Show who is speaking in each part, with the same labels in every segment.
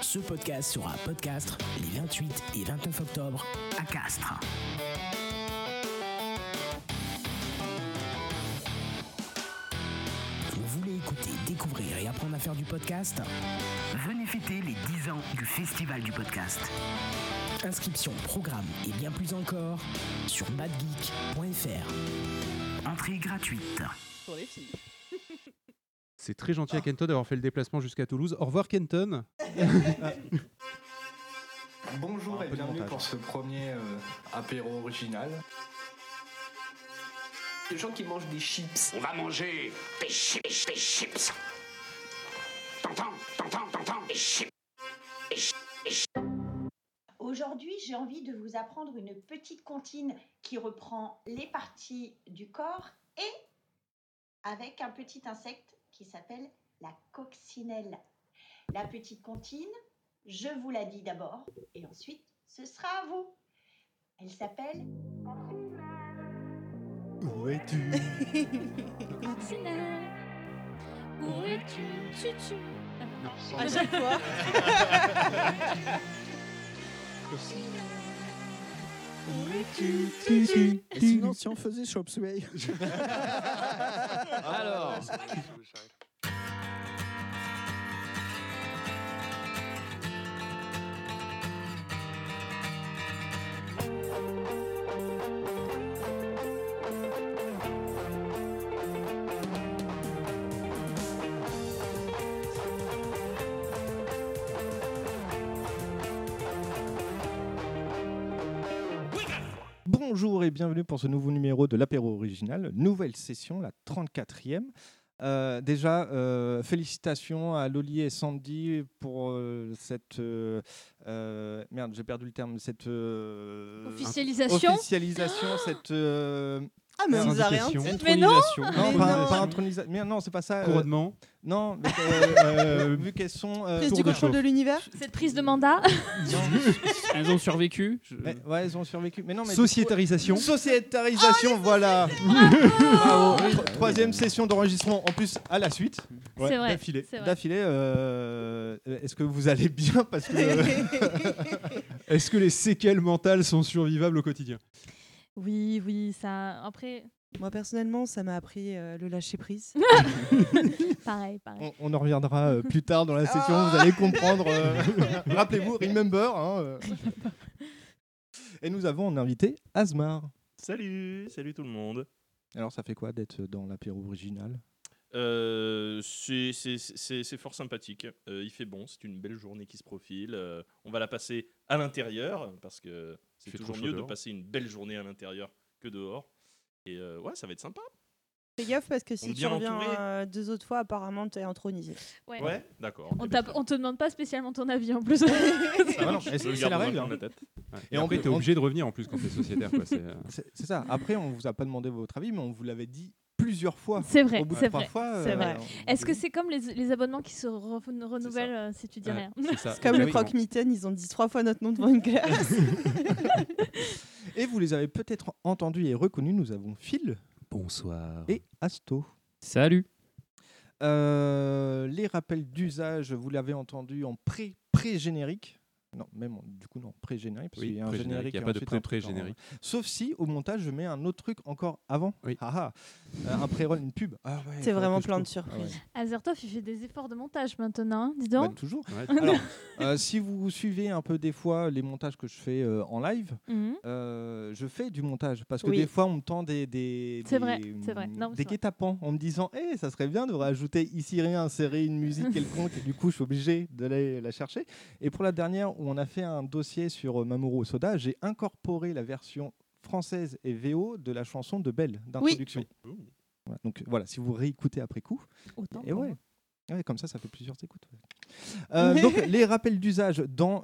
Speaker 1: Ce podcast sera à podcast les 28 et 29 octobre à Castres. Vous voulez écouter, découvrir et apprendre à faire du podcast Venez fêter les 10 ans du Festival du podcast. Inscription, programme et bien plus encore sur madgeek.fr. Entrée gratuite.
Speaker 2: Pour les filles.
Speaker 3: C'est très gentil à Kenton d'avoir fait le déplacement jusqu'à Toulouse. Au revoir Kenton.
Speaker 4: Bonjour
Speaker 3: Un
Speaker 4: et
Speaker 3: peu de
Speaker 4: bienvenue
Speaker 3: montage.
Speaker 4: pour ce premier euh, apéro original. Les gens qui mangent des chips.
Speaker 5: On va manger des chips, des chips. T'entends, t'entends, t'entends, des chips. Des chips, des chips.
Speaker 6: Aujourd'hui, j'ai envie de vous apprendre une petite comptine qui reprend les parties du corps et avec un petit insecte qui s'appelle la coccinelle. La petite comptine, je vous la dis d'abord et ensuite ce sera à vous. Elle s'appelle
Speaker 3: Où es-tu
Speaker 7: Coccinelle, où es-tu Tu-tu.
Speaker 2: À chaque fois.
Speaker 8: Et sinon, si on faisait Chop Suey
Speaker 9: Alors,
Speaker 8: Bonjour et bienvenue pour ce nouveau numéro de l'apéro original, nouvelle session, la 34e. Euh, déjà, euh, félicitations à Loli et Sandy pour euh, cette euh, euh, merde, j'ai perdu le terme, cette euh,
Speaker 7: Officialisation
Speaker 8: officialisation, cette euh,
Speaker 2: Ah, mais on nous a rien dit.
Speaker 3: Indication.
Speaker 2: Mais non Ah,
Speaker 8: non,
Speaker 2: Mais
Speaker 8: pas,
Speaker 2: non.
Speaker 8: pas intronisa- merde, non, c'est pas ça. euh,
Speaker 3: Couronnement.
Speaker 8: non, mais, euh, vu qu'elles sont euh,
Speaker 2: Prise
Speaker 3: tour
Speaker 2: du
Speaker 3: de
Speaker 2: contrôle
Speaker 3: chauffe.
Speaker 2: de l'univers
Speaker 7: Cette prise de mandat
Speaker 9: elles ont survécu. Je-
Speaker 8: ouais, ouais, elles ont survécu. Mais non, mais
Speaker 3: Sociétarisation.
Speaker 7: Oh,
Speaker 8: Sociétarisation, voilà. Tro- Troisième session d'enregistrement en plus à la suite.
Speaker 7: C'est vrai,
Speaker 3: D'affilée.
Speaker 7: c'est vrai.
Speaker 8: D'affilée, euh, est-ce que vous allez bien Parce que
Speaker 3: Est-ce que les séquelles mentales sont survivables au quotidien
Speaker 7: Oui, oui, ça. Après,
Speaker 2: Moi, personnellement, ça m'a appris euh, le lâcher-prise.
Speaker 7: pareil, pareil.
Speaker 8: on, on en reviendra euh, plus tard dans
Speaker 7: Ah.
Speaker 8: la session, vous allez comprendre. euh, Rappelez-vous, remember. hein, euh. Et nous avons en invité Asmar.
Speaker 10: Salut, salut tout le monde.
Speaker 8: Alors, ça fait quoi d'être dans l'apéro original
Speaker 10: Euh, c'est c'est- c'est- c'est fort sympathique. Euh, il fait bon, c'est une belle journée qui se profile. Euh, on va la passer à l'intérieur parce
Speaker 3: Il
Speaker 10: que c'est
Speaker 3: fait
Speaker 10: toujours
Speaker 3: trop chaud
Speaker 10: mieux de
Speaker 3: dehors.
Speaker 10: passer une belle journée à l'intérieur que dehors. Et euh, ouais, ça va être sympa.
Speaker 2: Fais gaffe parce que
Speaker 10: On est
Speaker 2: si tu
Speaker 10: bien
Speaker 2: reviens
Speaker 10: entouré.
Speaker 2: euh, deux autres fois, apparemment, t'es intronisé.
Speaker 7: Ouais.
Speaker 10: D'accord.
Speaker 7: On,
Speaker 10: Eh
Speaker 7: t'a-
Speaker 10: ben,
Speaker 7: on te demande pas spécialement ton avis en plus.
Speaker 8: Ah ouais, non,
Speaker 10: je
Speaker 8: c'est-
Speaker 10: le
Speaker 8: C'est
Speaker 10: garde
Speaker 8: la
Speaker 10: dans
Speaker 8: règle.
Speaker 10: un coin
Speaker 8: hein.
Speaker 10: de la tête.
Speaker 3: Et,
Speaker 8: Et
Speaker 3: en
Speaker 8: en
Speaker 3: après,
Speaker 8: plus-
Speaker 3: t'es
Speaker 8: en-
Speaker 3: obligé de revenir en plus quand t'es sociétaire. Quoi. c'est, euh,
Speaker 8: C'est c'est ça. Après, on vous a pas demandé votre avis, mais on vous l'avait dit plusieurs fois.
Speaker 7: C'est vrai,
Speaker 8: Au bout de
Speaker 7: c'est
Speaker 8: trois
Speaker 7: vrai.
Speaker 8: fois,
Speaker 7: c'est
Speaker 8: euh,
Speaker 7: vrai.
Speaker 8: on vous
Speaker 7: Est-ce que
Speaker 8: dit-
Speaker 7: c'est comme les, les abonnements qui se re- renouvellent euh, si tu dis
Speaker 3: ouais,
Speaker 7: rien
Speaker 3: c'est ça,
Speaker 2: C'est comme le
Speaker 3: exactement.
Speaker 2: croque-mitaine, ils ont dit trois fois notre nom devant une glace.
Speaker 8: Et vous les avez peut-être entendus et reconnus, nous avons Phil
Speaker 9: bonsoir.
Speaker 8: et Asto.
Speaker 9: Salut.
Speaker 8: Euh, les rappels d'usage, vous l'avez entendu en pré- pré-générique. non, même en- du coup, non, pré-générique. parce
Speaker 3: Oui,
Speaker 8: qu'il y a un
Speaker 3: pré-générique,
Speaker 8: générique.
Speaker 3: il y a
Speaker 8: et
Speaker 3: pas de
Speaker 8: ensuite un truc en- hein.
Speaker 3: pré-pré-générique.
Speaker 8: Sauf si, au montage, je mets un autre truc encore avant.
Speaker 3: Oui.
Speaker 8: Ah ah, euh, un pré-roll, une pub. Ah ouais,
Speaker 2: C'est
Speaker 8: faudrait
Speaker 2: vraiment
Speaker 8: que je
Speaker 2: plein de
Speaker 8: trouve. Ah ouais.
Speaker 2: surprises.
Speaker 7: Azertov, il fait des efforts de montage maintenant, hein, dis
Speaker 8: Bah,
Speaker 7: donc.
Speaker 8: toujours.
Speaker 3: Ouais.
Speaker 8: Alors, euh, si vous suivez un peu des fois les montages que je fais euh, en live,
Speaker 7: Mhm.
Speaker 8: euh, je fais du montage parce que
Speaker 2: Oui.
Speaker 8: des fois on me tend des des
Speaker 7: C'est
Speaker 8: des-
Speaker 7: vrai, c'est vrai. Non, mais c'est
Speaker 8: des
Speaker 7: vrai.
Speaker 8: guet-apens en me disant eh ça serait bien de rajouter ici rien insérer une musique quelconque et du coup je suis obligé d'aller la chercher et pour la dernière où on a fait un dossier sur euh, Mamoru Soda j'ai incorporé la version française et VO de la chanson de Belle d'introduction Voilà, donc voilà si vous réécoutez après coup
Speaker 7: Autant.
Speaker 8: et ouais. Ouais, comme ça, ça fait plusieurs écoutes. ouais. Euh, donc, les rappels d'usage dans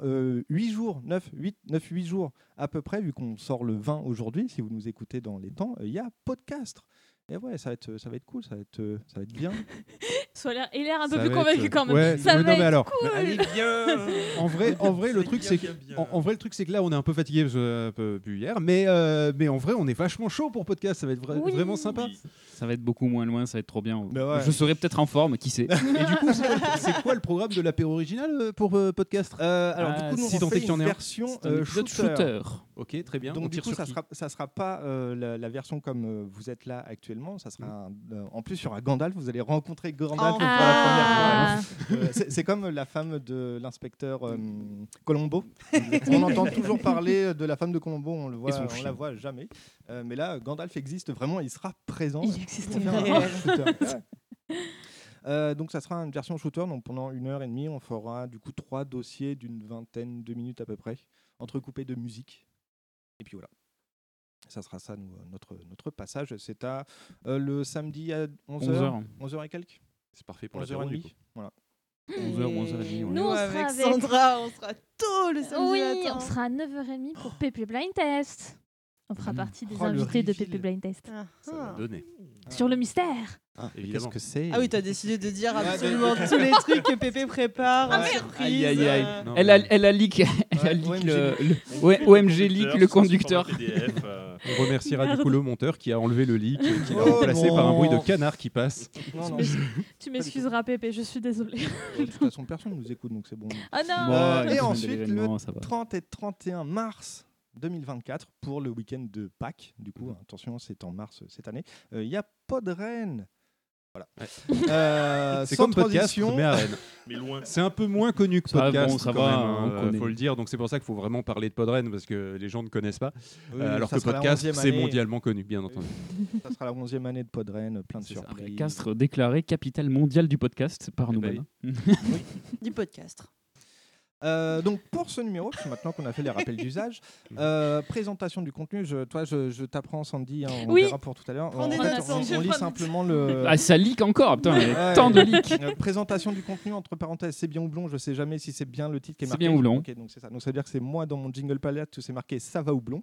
Speaker 8: 8 jours, 9, 8, 9, 8 jours à peu près, vu qu'on sort le 20 aujourd'hui, si vous nous écoutez dans les temps, euh, il y a podcast. Et ouais, ça va être, ça va être cool, ça va être, euh, ça va être bien.
Speaker 7: Soit l'air- il a l'air un peu
Speaker 3: Ça
Speaker 7: plus
Speaker 3: va être-
Speaker 7: convaincu quand même.
Speaker 3: ouais,
Speaker 7: ça
Speaker 3: ouais,
Speaker 7: va
Speaker 3: non, mais
Speaker 7: être
Speaker 3: alors-
Speaker 7: cool.
Speaker 3: Allez,
Speaker 8: Euh.
Speaker 3: En vrai, en vrai, le truc c'est que, en, en vrai, le truc c'est que là, on est un peu fatigué parce qu'on a un peu bu hier, mais euh, mais en vrai, on est vachement chaud pour podcast. Ça va être vra-
Speaker 7: Oui.
Speaker 3: vraiment sympa.
Speaker 9: Ça va être beaucoup moins loin, ça va être trop bien.
Speaker 8: Ben ouais.
Speaker 9: Je serai peut-être en forme, qui sait.
Speaker 3: Et du coup, c'est- c'est quoi le programme de l'apéro original euh, pour euh, podcast
Speaker 8: alors, du coup, nous,
Speaker 3: Ah, si
Speaker 8: on
Speaker 3: tant
Speaker 8: fait
Speaker 3: est qu'il y en
Speaker 8: une
Speaker 3: ait un.
Speaker 8: version
Speaker 9: C'est un
Speaker 8: euh,
Speaker 9: épisode
Speaker 8: shooter.
Speaker 9: shooter.
Speaker 3: Ok, très bien. on
Speaker 8: Donc du
Speaker 3: tire
Speaker 8: coup,
Speaker 3: sur
Speaker 8: ça
Speaker 3: qui
Speaker 8: sera, ça sera pas euh, la, la version comme euh, vous êtes là actuellement. Ça sera
Speaker 3: Mm.
Speaker 8: un- euh, en plus sur un Gandalf. Vous allez rencontrer Gandalf
Speaker 2: Oh.
Speaker 8: pour la première fois. Euh, c'est- c'est comme la femme de l'inspecteur euh, Colombo. on entend toujours parler euh, de la femme de Colombo. On le voit,
Speaker 9: Et son
Speaker 8: on
Speaker 9: chien.
Speaker 8: la voit jamais. Euh, mais là, Gandalf existe vraiment. Il sera présent.
Speaker 7: Il existe
Speaker 8: Pour faire un
Speaker 7: vraiment.
Speaker 8: shooter. Ouais. Euh, donc ça sera une version shooter, donc pendant une heure et demie on fera du coup trois dossiers d'une vingtaine de minutes à peu près, entrecoupés de musique. Et puis voilà. Ça sera ça nous, euh, notre, notre passage. C'est à euh, le samedi à 11h.
Speaker 9: 11h.
Speaker 8: 11h et quelques
Speaker 3: C'est parfait pour l'apéro du coup.
Speaker 8: 11h30. Voilà.
Speaker 9: 11h, 11h30.
Speaker 7: Nous, on sera
Speaker 2: avec
Speaker 7: avec-
Speaker 2: Sandra, on sera tôt le samedi
Speaker 7: Oui,
Speaker 2: matin.
Speaker 7: on sera à 9h30 pour PP Blind Test. On fera
Speaker 9: Mm.
Speaker 7: partie des
Speaker 8: Oh, le
Speaker 7: invités de
Speaker 8: reveal.
Speaker 7: PP Blind Test.
Speaker 2: Ah,
Speaker 3: Mmh. Ça va
Speaker 2: ah.
Speaker 3: donner.
Speaker 7: Sur le mystère.
Speaker 3: Évidemment.
Speaker 8: que c'est
Speaker 2: Ah oui, t'as décidé de dire
Speaker 8: Ah,
Speaker 2: absolument tous les trucs que Pépé prépare.
Speaker 7: Ah,
Speaker 2: en
Speaker 7: merde.
Speaker 2: surprise.
Speaker 9: Aïe, aïe, aïe.
Speaker 2: euh.
Speaker 3: Non,
Speaker 9: Elle a, elle a leak, elle a
Speaker 8: Ouais,
Speaker 9: leak
Speaker 8: OMG.
Speaker 9: le, le- ouais, OMG leak le
Speaker 10: ça se transforme en
Speaker 9: conducteur.
Speaker 10: PDF, euh,
Speaker 3: On remerciera du coup le monteur qui a enlevé le leak et qui l'a
Speaker 8: Oh
Speaker 3: remplacé par un
Speaker 8: non.
Speaker 3: bruit de canard qui passe.
Speaker 8: Non, non.
Speaker 7: Mais- Tu
Speaker 8: du tout.
Speaker 7: m'excuseras, Pépé, je suis désolée.
Speaker 8: De toute façon, personne nous écoute, donc c'est bon.
Speaker 7: Ah non
Speaker 8: Euh,
Speaker 9: la
Speaker 8: et
Speaker 9: semaine de
Speaker 8: ensuite,
Speaker 9: l'événement, ça va.
Speaker 8: 30 et 31 mars 2024 pour le week-end de Pâques. Du
Speaker 9: Mhm.
Speaker 8: coup, attention, c'est en mars euh, cette année. Euh, Il y a pas de Rennes. Voilà. Euh,
Speaker 3: C'est
Speaker 8: sans
Speaker 3: comme podcast,
Speaker 8: transition,
Speaker 3: mais à Rennes.
Speaker 10: mais loin.
Speaker 3: C'est un peu moins connu que
Speaker 9: Ça va,
Speaker 3: podcast.
Speaker 9: bon, ça
Speaker 3: quand
Speaker 9: va,
Speaker 3: même,
Speaker 9: on
Speaker 3: hein,
Speaker 9: connaît.
Speaker 3: faut le dire. Donc c'est pour ça qu'il faut vraiment parler de Podren parce que les gens ne connaissent pas.
Speaker 8: oui,
Speaker 3: Euh, alors
Speaker 8: ça
Speaker 3: que
Speaker 8: sera la
Speaker 3: podcast,
Speaker 8: 11e
Speaker 3: c'est
Speaker 8: année.
Speaker 3: mondialement connu, bien entendu.
Speaker 8: Ça sera la 11e année de Podren, plein de
Speaker 9: C'est ça.
Speaker 8: surprises.
Speaker 9: Castres déclaré capitale mondiale du podcast par
Speaker 3: Eh
Speaker 10: ben
Speaker 9: nous-mêmes.
Speaker 2: Du podcast.
Speaker 8: Euh, donc pour ce numéro, puis maintenant qu'on a fait les rappels d'usage, euh, présentation du contenu, je, toi je, je t'apprends Sandy, hein, on
Speaker 7: Oui.
Speaker 8: verra pour tout à l'heure.
Speaker 2: Prends des
Speaker 8: on,
Speaker 7: notes,
Speaker 8: on-
Speaker 7: Sandy.
Speaker 8: on lit simplement le...
Speaker 9: Ah, ça leak encore, putain, mais
Speaker 8: Ouais.
Speaker 9: tant de leaks.
Speaker 8: Euh, présentation du contenu entre parenthèses, c'est bien ou blond, je sais jamais si c'est bien le titre qui est
Speaker 9: C'est
Speaker 8: marqué.
Speaker 9: bien ou blond.
Speaker 8: Ok, donc c'est ça. Donc ça veut dire que c'est moi dans mon jingle palette où c'est marqué ça va ou blond.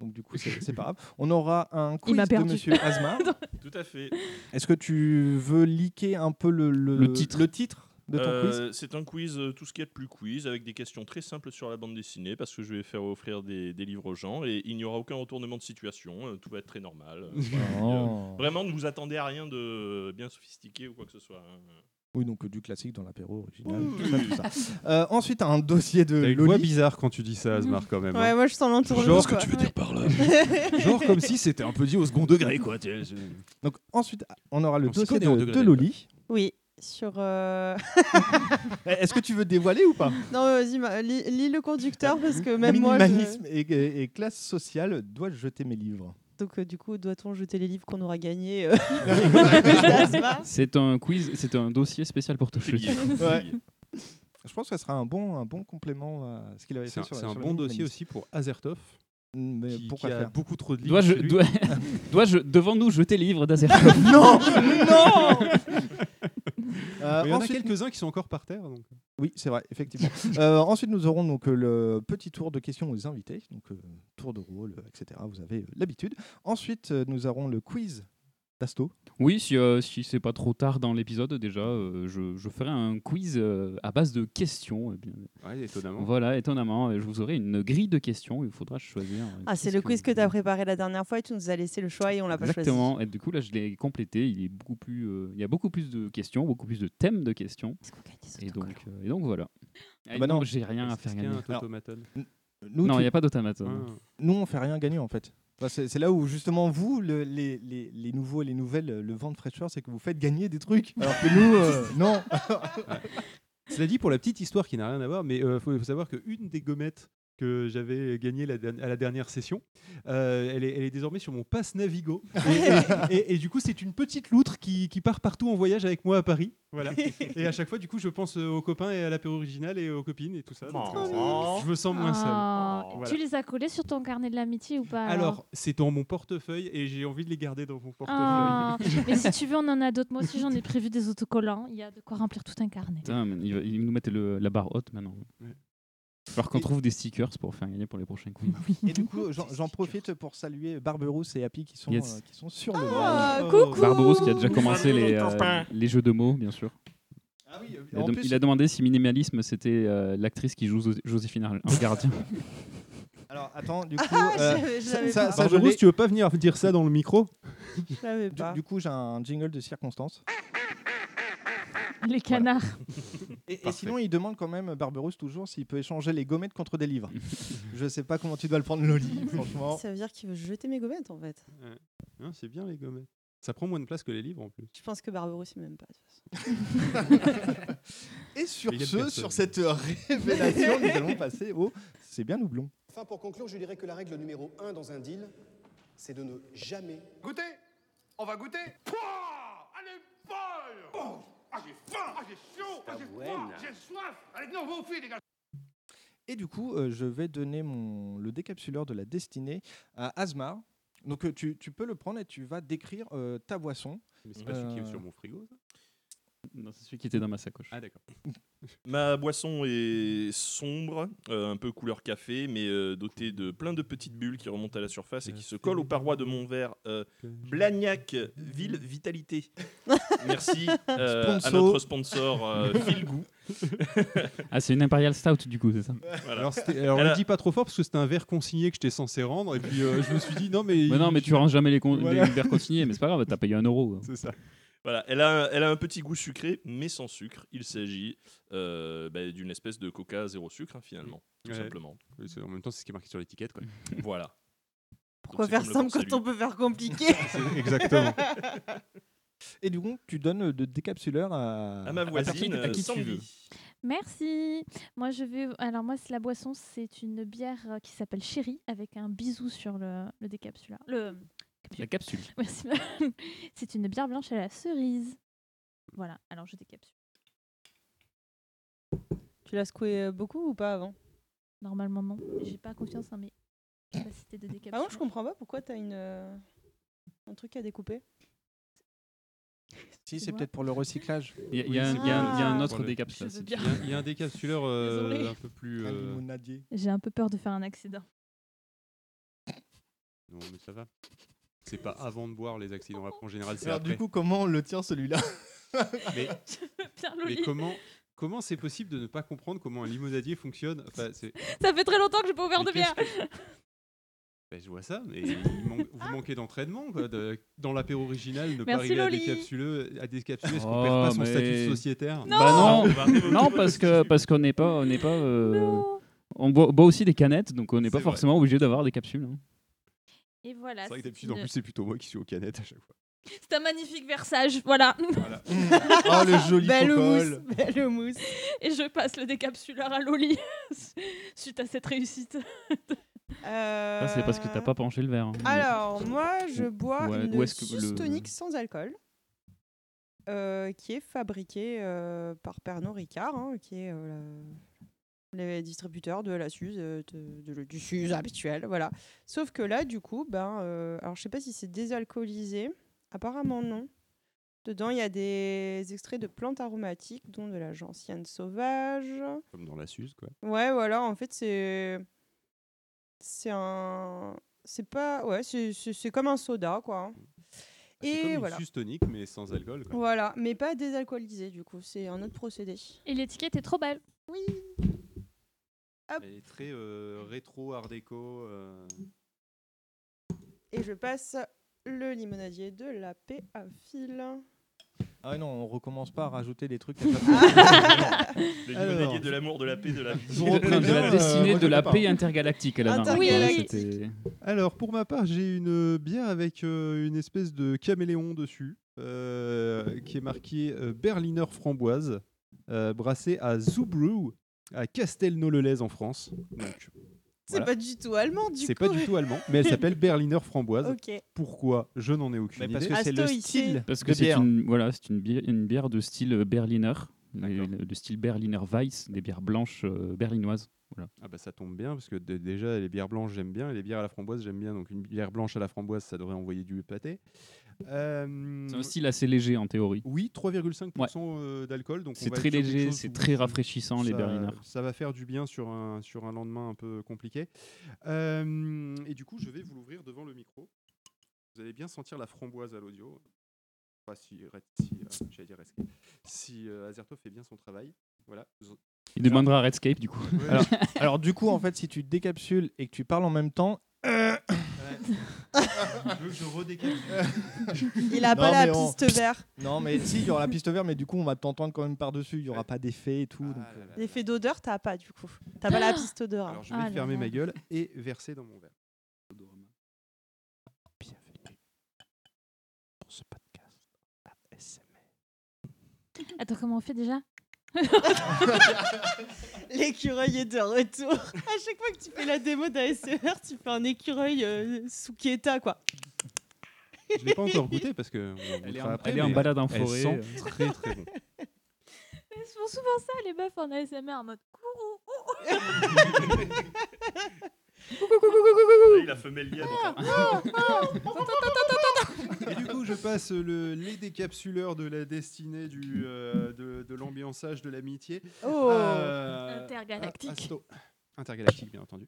Speaker 8: Donc du coup c'est c'est pas grave. On aura un quiz
Speaker 7: m'a
Speaker 8: de
Speaker 7: perdu.
Speaker 8: Monsieur Asmar.
Speaker 10: Tout à fait.
Speaker 8: Est-ce que tu veux liquer un peu le,
Speaker 9: Le titre.
Speaker 8: de ton quiz
Speaker 10: Euh, C'est un quiz, euh, tout ce qu'il y a de plus quiz, avec des questions très simples sur la bande dessinée, parce que je vais faire offrir des, des livres aux gens, et il n'y aura aucun retournement de situation, euh, tout va être très normal. euh, voilà. Et, euh,
Speaker 8: Oh.
Speaker 10: Vraiment, ne vous attendez à rien de euh, bien sophistiqué ou quoi que ce soit. hein.
Speaker 8: Oui donc euh, du classique dans l'apéro original.
Speaker 10: Oui.
Speaker 8: tout ça, tout ça. Euh, ensuite un dossier de
Speaker 3: T'as une voix
Speaker 8: Loli.
Speaker 3: bizarre quand tu dis ça, Asmar, quand même.
Speaker 2: Ouais,
Speaker 3: hein.
Speaker 2: moi je sens l'entourloupe.
Speaker 3: Genre que
Speaker 2: quoi.
Speaker 3: tu veux dire par là. Genre comme si c'était un peu dit au second degré, quoi. tu sais, c'est-
Speaker 8: Donc ensuite on aura le
Speaker 3: On s'y
Speaker 8: dossier
Speaker 3: connaît en
Speaker 8: de,
Speaker 3: degré,
Speaker 8: de Loli.
Speaker 2: Oui, sur. euh,
Speaker 8: Eh, Est-ce que tu veux dévoiler ou pas
Speaker 2: Non, mais vas-y, ma- lis, lis le conducteur parce que même moi. je-
Speaker 8: Minimalisme et, et- et classe sociale, dois-je jeter mes livres
Speaker 2: Donc, euh, du coup, doit-on jeter les livres qu'on aura gagnés euh, d'Asma
Speaker 9: C'est un quiz, c'est un dossier spécial pour toi.
Speaker 10: C'est
Speaker 9: je
Speaker 10: lié,
Speaker 9: te dis.
Speaker 10: c'est
Speaker 8: Ouais.
Speaker 10: lié.
Speaker 8: Je pense que ce sera un bon, un bon complément à ce qu'il avait
Speaker 3: C'est
Speaker 8: fait
Speaker 3: un,
Speaker 8: sur
Speaker 3: c'est un
Speaker 8: sur
Speaker 3: bon
Speaker 8: le
Speaker 3: dossier
Speaker 8: humanisme.
Speaker 3: aussi pour Azertov,
Speaker 8: Mm, Mais
Speaker 3: qui,
Speaker 8: pourquoi
Speaker 3: qui a
Speaker 8: faire
Speaker 3: beaucoup trop de livres.
Speaker 9: Dois-je,
Speaker 3: chez lui.
Speaker 9: dois, dois-je devant nous jeter les livres d'Azertov
Speaker 8: Non Non Euh,
Speaker 3: Mais Il y en a
Speaker 8: ensuite-
Speaker 3: quelques-uns qui sont encore par terre. donc.
Speaker 8: Oui, c'est vrai, effectivement. Euh, ensuite, nous aurons donc euh, le petit tour de questions aux invités, donc euh, tour de rôle, euh, etc. Vous avez euh, l'habitude. Ensuite, euh, nous aurons le quiz d'Asto.
Speaker 9: Oui, si, euh, si c'est pas trop tard dans l'épisode, déjà, euh, je, je ferai un quiz euh, à base de questions. eh bien,
Speaker 3: Ouais, étonnamment.
Speaker 9: Voilà, étonnamment, euh, je vous aurai une grille de questions. Il faudra choisir. euh,
Speaker 2: Ah, c'est le quiz que tu as préparé la dernière fois et tu nous as laissé le choix et on l'a pas
Speaker 9: Exactement. Et du coup, là, je l'ai complété. Il, est beaucoup plus, euh, il y a beaucoup plus de questions, beaucoup plus de thèmes de questions.
Speaker 7: Est-ce qu'on gagne des
Speaker 9: Et
Speaker 7: autocollants
Speaker 9: donc, euh, et donc voilà. Et
Speaker 8: bah
Speaker 9: non,
Speaker 8: non.
Speaker 9: j'ai rien à
Speaker 3: Ah Est-ce
Speaker 9: faire
Speaker 3: qu'il y a
Speaker 9: gagner.
Speaker 3: un automaton
Speaker 8: Nous,
Speaker 9: Non,
Speaker 8: tu-
Speaker 9: il n'y a pas hein. d'automaton.
Speaker 3: Ah.
Speaker 8: nous, on fait rien gagner en fait. Enfin, c'est c'est là où justement vous, le- les, les, les nouveaux, les nouvelles, euh, le vent de fraîcheur, c'est que vous faites gagner des trucs. Alors que nous, euh, non.
Speaker 3: Cela dit, pour la petite histoire qui n'a rien à voir, mais il faut, faut savoir qu'une des gommettes que j'avais gagnée la der- à la dernière session, euh, elle, est, elle est désormais sur mon passe Navigo. Et, et- et du coup, c'est une petite loutre qui, qui part partout en voyage avec moi à Paris. Voilà. Et à chaque fois, du coup, je pense euh, aux copains et à l'apéro original et aux copines et tout ça. Donc, euh,
Speaker 10: Oh.
Speaker 3: je me sens moins seul.
Speaker 7: Ah,
Speaker 10: Oh,
Speaker 3: voilà.
Speaker 7: Tu les as collés sur ton carnet de l'amitié ou pas
Speaker 3: Alors, c'est dans mon portefeuille et j'ai envie de les garder dans mon portefeuille.
Speaker 7: Ah, mais si tu veux, on en a d'autres. Moi aussi, j'en ai prévu des autocollants. Il y a de quoi remplir tout un carnet.
Speaker 9: Putain, mais il va- ils nous mettent le- la barre haute maintenant. Alors qu'on trouve des stickers pour faire gagner pour les prochains quiz.
Speaker 3: Oh.
Speaker 8: Et du coup, j'en- j'en profite pour saluer Barberousse et Happy qui sont,
Speaker 9: Yes.
Speaker 8: euh, qui sont sur le
Speaker 9: Ah,
Speaker 8: live.
Speaker 9: coucou Barberousse qui a déjà commencé les, euh, les jeux de mots, bien sûr.
Speaker 3: Ah
Speaker 9: il, a
Speaker 8: en
Speaker 9: dem-
Speaker 8: plus-
Speaker 9: il a demandé si minimalisme c'était euh, l'actrice qui joue Zo- Joséphine Ar- un gardien.
Speaker 8: Alors
Speaker 9: euh,
Speaker 8: attends, du coup,
Speaker 11: je- je
Speaker 8: ça-
Speaker 11: savais
Speaker 8: ça-
Speaker 11: pas.
Speaker 8: ça, je
Speaker 3: Barberousse,
Speaker 8: l'ai-
Speaker 3: tu veux pas venir dire ça dans le micro
Speaker 11: Je savais
Speaker 8: du,
Speaker 11: pas.
Speaker 8: du coup, j'ai un jingle de circonstance.
Speaker 7: Les canards.
Speaker 8: Et, et sinon, il demande quand même Barberousse toujours s'il peut échanger les gommettes contre des livres. je sais pas comment tu dois le prendre, Loli, franchement.
Speaker 11: Ça veut dire qu'il veut jeter mes gommettes en fait.
Speaker 3: Ouais. Hein, c'est bien les gommettes. Ça prend moins de place que les livres en plus.
Speaker 11: Je pense que Barberousse il m'aime pas.
Speaker 8: Et sur
Speaker 3: Il aime
Speaker 8: ce,
Speaker 3: personne.
Speaker 8: sur cette euh, révélation, nous allons passer au C'est bien doublon.
Speaker 12: Enfin, pour conclure, je dirais que la règle numéro 1 dans un deal, c'est de ne jamais. Ah,
Speaker 2: Goûtez On va goûter Pouah Allez, folle Oh Ah, j'ai faim Ah, j'ai chaud Ah, j'ai froid J'ai soif Allez, non, vous, filles, les gars
Speaker 8: Et du coup, euh, je vais donner mon, le décapsuleur de la destinée à Asmar. Donc euh, tu, tu peux le prendre et tu vas décrire euh, ta boisson. Euh,
Speaker 3: Mais c'est pas celui qui est sur mon frigo, ça
Speaker 9: Euh. Non, c'est celui qui était dans ma sacoche.
Speaker 3: Ah, d'accord.
Speaker 10: Ma boisson est sombre, euh, un peu couleur café, mais euh, dotée de plein de petites bulles qui remontent à la surface et qui se collent aux parois de mon verre. euh, Blagnac, ville vitalité. Merci euh, à
Speaker 9: Sponsor.
Speaker 10: notre sponsor euh, Phil Gou.
Speaker 9: Ah, c'est une Imperial Stout du coup, c'est ça
Speaker 10: Voilà.
Speaker 3: Alors, c'était- alors, on
Speaker 10: Elle
Speaker 3: le
Speaker 10: a-
Speaker 3: dit pas trop fort parce que c'était un verre consigné que j'étais censé rendre et puis euh, je me suis dit non mais.
Speaker 9: Mais non, mais tu ranges jamais les, con- les
Speaker 3: Voilà.
Speaker 9: verres consignés, mais c'est pas grave, t'as payé un euro.
Speaker 3: C'est ça.
Speaker 10: Voilà, elle a, elle a un petit goût sucré, mais sans sucre. Il s'agit euh, bah, d'une espèce de coca zéro sucre, hein, finalement, tout
Speaker 3: Mmh. Ouais.
Speaker 10: simplement.
Speaker 3: Oui, c'est- En même temps, c'est ce qui est marqué sur l'étiquette quoi.
Speaker 10: Voilà.
Speaker 11: Pourquoi
Speaker 10: Donc, c'est
Speaker 11: faire
Speaker 10: comme le
Speaker 11: simple
Speaker 10: port
Speaker 11: quand on
Speaker 10: salut.
Speaker 11: peut faire compliqué
Speaker 3: C'est- exactement.
Speaker 8: Et du coup, tu donnes euh, le décapsuleur à,
Speaker 10: À ma voisine, euh,
Speaker 8: à qui, à qui tu
Speaker 10: Sandy.
Speaker 8: veux.
Speaker 7: Merci. Moi, je vais. Alors, moi, c'est la boisson, c'est une bière euh, qui s'appelle Chéri, avec un bisou sur le, le décapsuleur. Le...
Speaker 9: La capsule.
Speaker 7: Merci. c'est une bière blanche à la cerise. Voilà, alors je décapsule.
Speaker 11: Tu l'as secoué euh, beaucoup ou pas avant
Speaker 7: Normalement, non. J'ai pas confiance en mes capacités
Speaker 2: Ah
Speaker 7: de décapsule.
Speaker 11: Par contre, je comprends pas pourquoi t'as une euh, un truc à découper.
Speaker 8: Si, c'est peut-être pour le recyclage.
Speaker 9: Il y a- il y a un- il y a un- il y
Speaker 10: Ah.
Speaker 9: a un autre
Speaker 3: Pour le-
Speaker 9: décapsuleur.
Speaker 7: Je veux
Speaker 3: Il y
Speaker 7: bien.
Speaker 3: a- il y, a un décapsuleur euh,
Speaker 7: Désolée.
Speaker 3: un peu plus.
Speaker 8: Un
Speaker 3: euh,
Speaker 8: limonadier.
Speaker 7: J'ai un peu peur de faire un accident.
Speaker 3: Non, mais ça va. C'est pas avant de boire les accidents. Après, en général, c'est
Speaker 8: Alors
Speaker 3: après.
Speaker 8: du coup, comment on le tient celui-là
Speaker 3: mais,
Speaker 7: Pierre
Speaker 3: mais
Speaker 7: Loli.
Speaker 3: comment comment c'est possible de ne pas comprendre comment un limonadier fonctionne Enfin, c'est.
Speaker 7: Ça fait très longtemps que j'ai pas ouvert
Speaker 3: Mais
Speaker 7: de bière.
Speaker 3: qu'est-ce Ben, je vois ça, mais il manque- vous manquez d'entraînement. quoi, de- Dans l'apéro original, ne pas
Speaker 7: Merci,
Speaker 3: arriver à
Speaker 7: Loli.
Speaker 3: décapsuler, à décapsuler, ce qu'on
Speaker 9: Oh,
Speaker 3: perd pas son
Speaker 9: mais-
Speaker 3: statut de sociétaire.
Speaker 7: Non.
Speaker 9: Bah
Speaker 10: Ah, On va
Speaker 9: non,
Speaker 10: remonter
Speaker 9: non
Speaker 10: votre
Speaker 9: parce que parce qu'on n'est pas on n'est pas euh, on boit, boit aussi des canettes donc on n'est pas
Speaker 3: C'est vrai.
Speaker 9: forcément obligé d'avoir des capsules. hein.
Speaker 7: Et voilà.
Speaker 3: C'est vrai que
Speaker 7: c'est
Speaker 3: d'habitude, en
Speaker 7: une-
Speaker 3: plus, c'est plutôt moi qui suis aux canettes à chaque fois.
Speaker 7: C'est un magnifique versage. Voilà.
Speaker 9: Mmh.
Speaker 8: Oh le joli
Speaker 11: Belle
Speaker 8: cocole.
Speaker 11: mousse, belle mousse.
Speaker 7: Et je passe le décapsuleur à Loli suite à cette réussite.
Speaker 11: Euh,
Speaker 9: Ça c'est parce que t'as pas penché le verre. hein.
Speaker 11: Alors, moi, je
Speaker 9: Ou-
Speaker 11: bois
Speaker 9: ou à- ou
Speaker 11: une
Speaker 9: est-ce que le-
Speaker 11: Suze tonique sans alcool, euh, qui est fabriquée euh, par Pernod Ricard, hein, qui est euh, la- le distributeur de la Suze, euh, de- de- du Suze habituel, voilà. Sauf que là, du coup, ben, euh, alors je sais pas si c'est désalcoolisé, apparemment non. Dedans, il y a des extraits de plantes aromatiques, dont de la gentiane sauvage,
Speaker 3: Comme dans la Suze, quoi.
Speaker 11: Ouais, voilà, en fait, c'est. C'est un. C'est pas. Ouais, c'est- c'est c'est comme un soda, quoi.
Speaker 3: Ah, C'est comme
Speaker 11: Et
Speaker 3: une
Speaker 11: voilà.
Speaker 3: Suze tonique, mais sans alcool. quoi.
Speaker 11: Voilà, mais pas désalcoolisé, du coup. C'est un autre procédé.
Speaker 7: Et l'étiquette est trop belle.
Speaker 11: Oui.
Speaker 3: Elle est très euh, rétro, art déco. euh.
Speaker 11: Et je passe le limonadier de la paix à fil.
Speaker 8: Ah ouais, non, on recommence pas à rajouter des trucs. Ah.
Speaker 10: Le
Speaker 8: Alors.
Speaker 10: limonadier de l'amour, de la paix, de la vie.
Speaker 8: Je vous
Speaker 9: De-
Speaker 8: repréviens,
Speaker 9: de la
Speaker 8: euh,
Speaker 9: destinée
Speaker 8: moi,
Speaker 9: de
Speaker 8: je
Speaker 9: la
Speaker 8: sais pas.
Speaker 9: paix intergalactique à la main.
Speaker 11: Intergalactique.
Speaker 9: C'était-
Speaker 3: Alors, pour ma part, j'ai une euh, bière avec euh, une espèce de caméléon dessus, euh, qui est marquée euh, Berliner Framboise, euh, brassée à Zubrew, à Castelnau-le-Lez en France. Donc,
Speaker 11: C'est
Speaker 3: Voilà.
Speaker 11: pas du tout allemand, du coup.
Speaker 3: c'est pas du tout allemand, mais elle s'appelle Berliner Framboise.
Speaker 11: Ok.
Speaker 3: Pourquoi Je n'en ai aucune
Speaker 8: Mais parce
Speaker 3: idée.
Speaker 8: que c'est le
Speaker 11: Astoïcé.
Speaker 8: style
Speaker 9: Parce que
Speaker 8: de
Speaker 9: c'est
Speaker 8: bière.
Speaker 9: une voilà c'est une bière, une bière de style euh, Berliner et le, de style Berliner Weiss, des bières blanches euh, berlinoises. Voilà.
Speaker 3: Ah bah ça tombe bien parce que dé- déjà les bières blanches j'aime bien et les bières à la framboise j'aime bien donc une bière blanche à la framboise ça devrait envoyer du pâté. Euh,
Speaker 9: C'est un style assez léger en théorie.
Speaker 3: Oui, 3,5% euh, d'alcool. donc on
Speaker 9: C'est
Speaker 3: va
Speaker 9: très
Speaker 3: être sur quelque
Speaker 9: léger,
Speaker 3: chose
Speaker 9: c'est
Speaker 3: où
Speaker 9: très rafraîchissant, les
Speaker 3: ça-
Speaker 9: Berliner.
Speaker 3: Ça va faire du bien sur un, sur un lendemain un peu compliqué. Euh, et du coup, je vais vous l'ouvrir devant le micro. Vous allez bien sentir la framboise à l'audio. Enfin, si, Red- si, euh, j'allais dire Redscape. Si euh, Azertov fait bien son travail. Voilà.
Speaker 9: Il demandera à Redscape du coup.
Speaker 3: Ouais.
Speaker 8: Alors, alors, du coup, en fait, si tu décapsules et que tu parles en même temps. euh,
Speaker 3: Tu veux que je redécapsule
Speaker 2: Il a pas la
Speaker 8: mais
Speaker 2: piste vert.
Speaker 8: Non, mais si, il y aura la piste verte, mais du coup, on va t'entendre quand même par-dessus. Il n'y aura pas d'effet et tout. donc, euh,
Speaker 2: L'effet d'odeur, t'as pas du coup.
Speaker 7: Ah
Speaker 2: T'as pas la piste odeur.
Speaker 3: Alors, je vais fermer ma gueule et verser dans mon verre.
Speaker 7: Attends, comment on fait déjà
Speaker 2: L'écureuil est de retour. À chaque fois que tu fais la démo d'ASMR, tu fais un écureuil euh, sous Keta, quoi.
Speaker 3: Je l'ai pas encore goûté parce que
Speaker 9: Elle est en- elle est en balade en forêt, euh.
Speaker 3: très très bon.
Speaker 7: Elles se font souvent ça, les meufs en ASMR, en mode courou.
Speaker 10: Et la femelle lièvre.
Speaker 3: Ah, Et du coup, je passe le, les décapsuleurs de la destinée, du, euh, de, de l'ambiançage, de l'amitié.
Speaker 9: Oh.
Speaker 3: Euh,
Speaker 9: Intergalactique.
Speaker 3: à- à Sto-
Speaker 9: Ah,
Speaker 3: Intergalactique, bien entendu.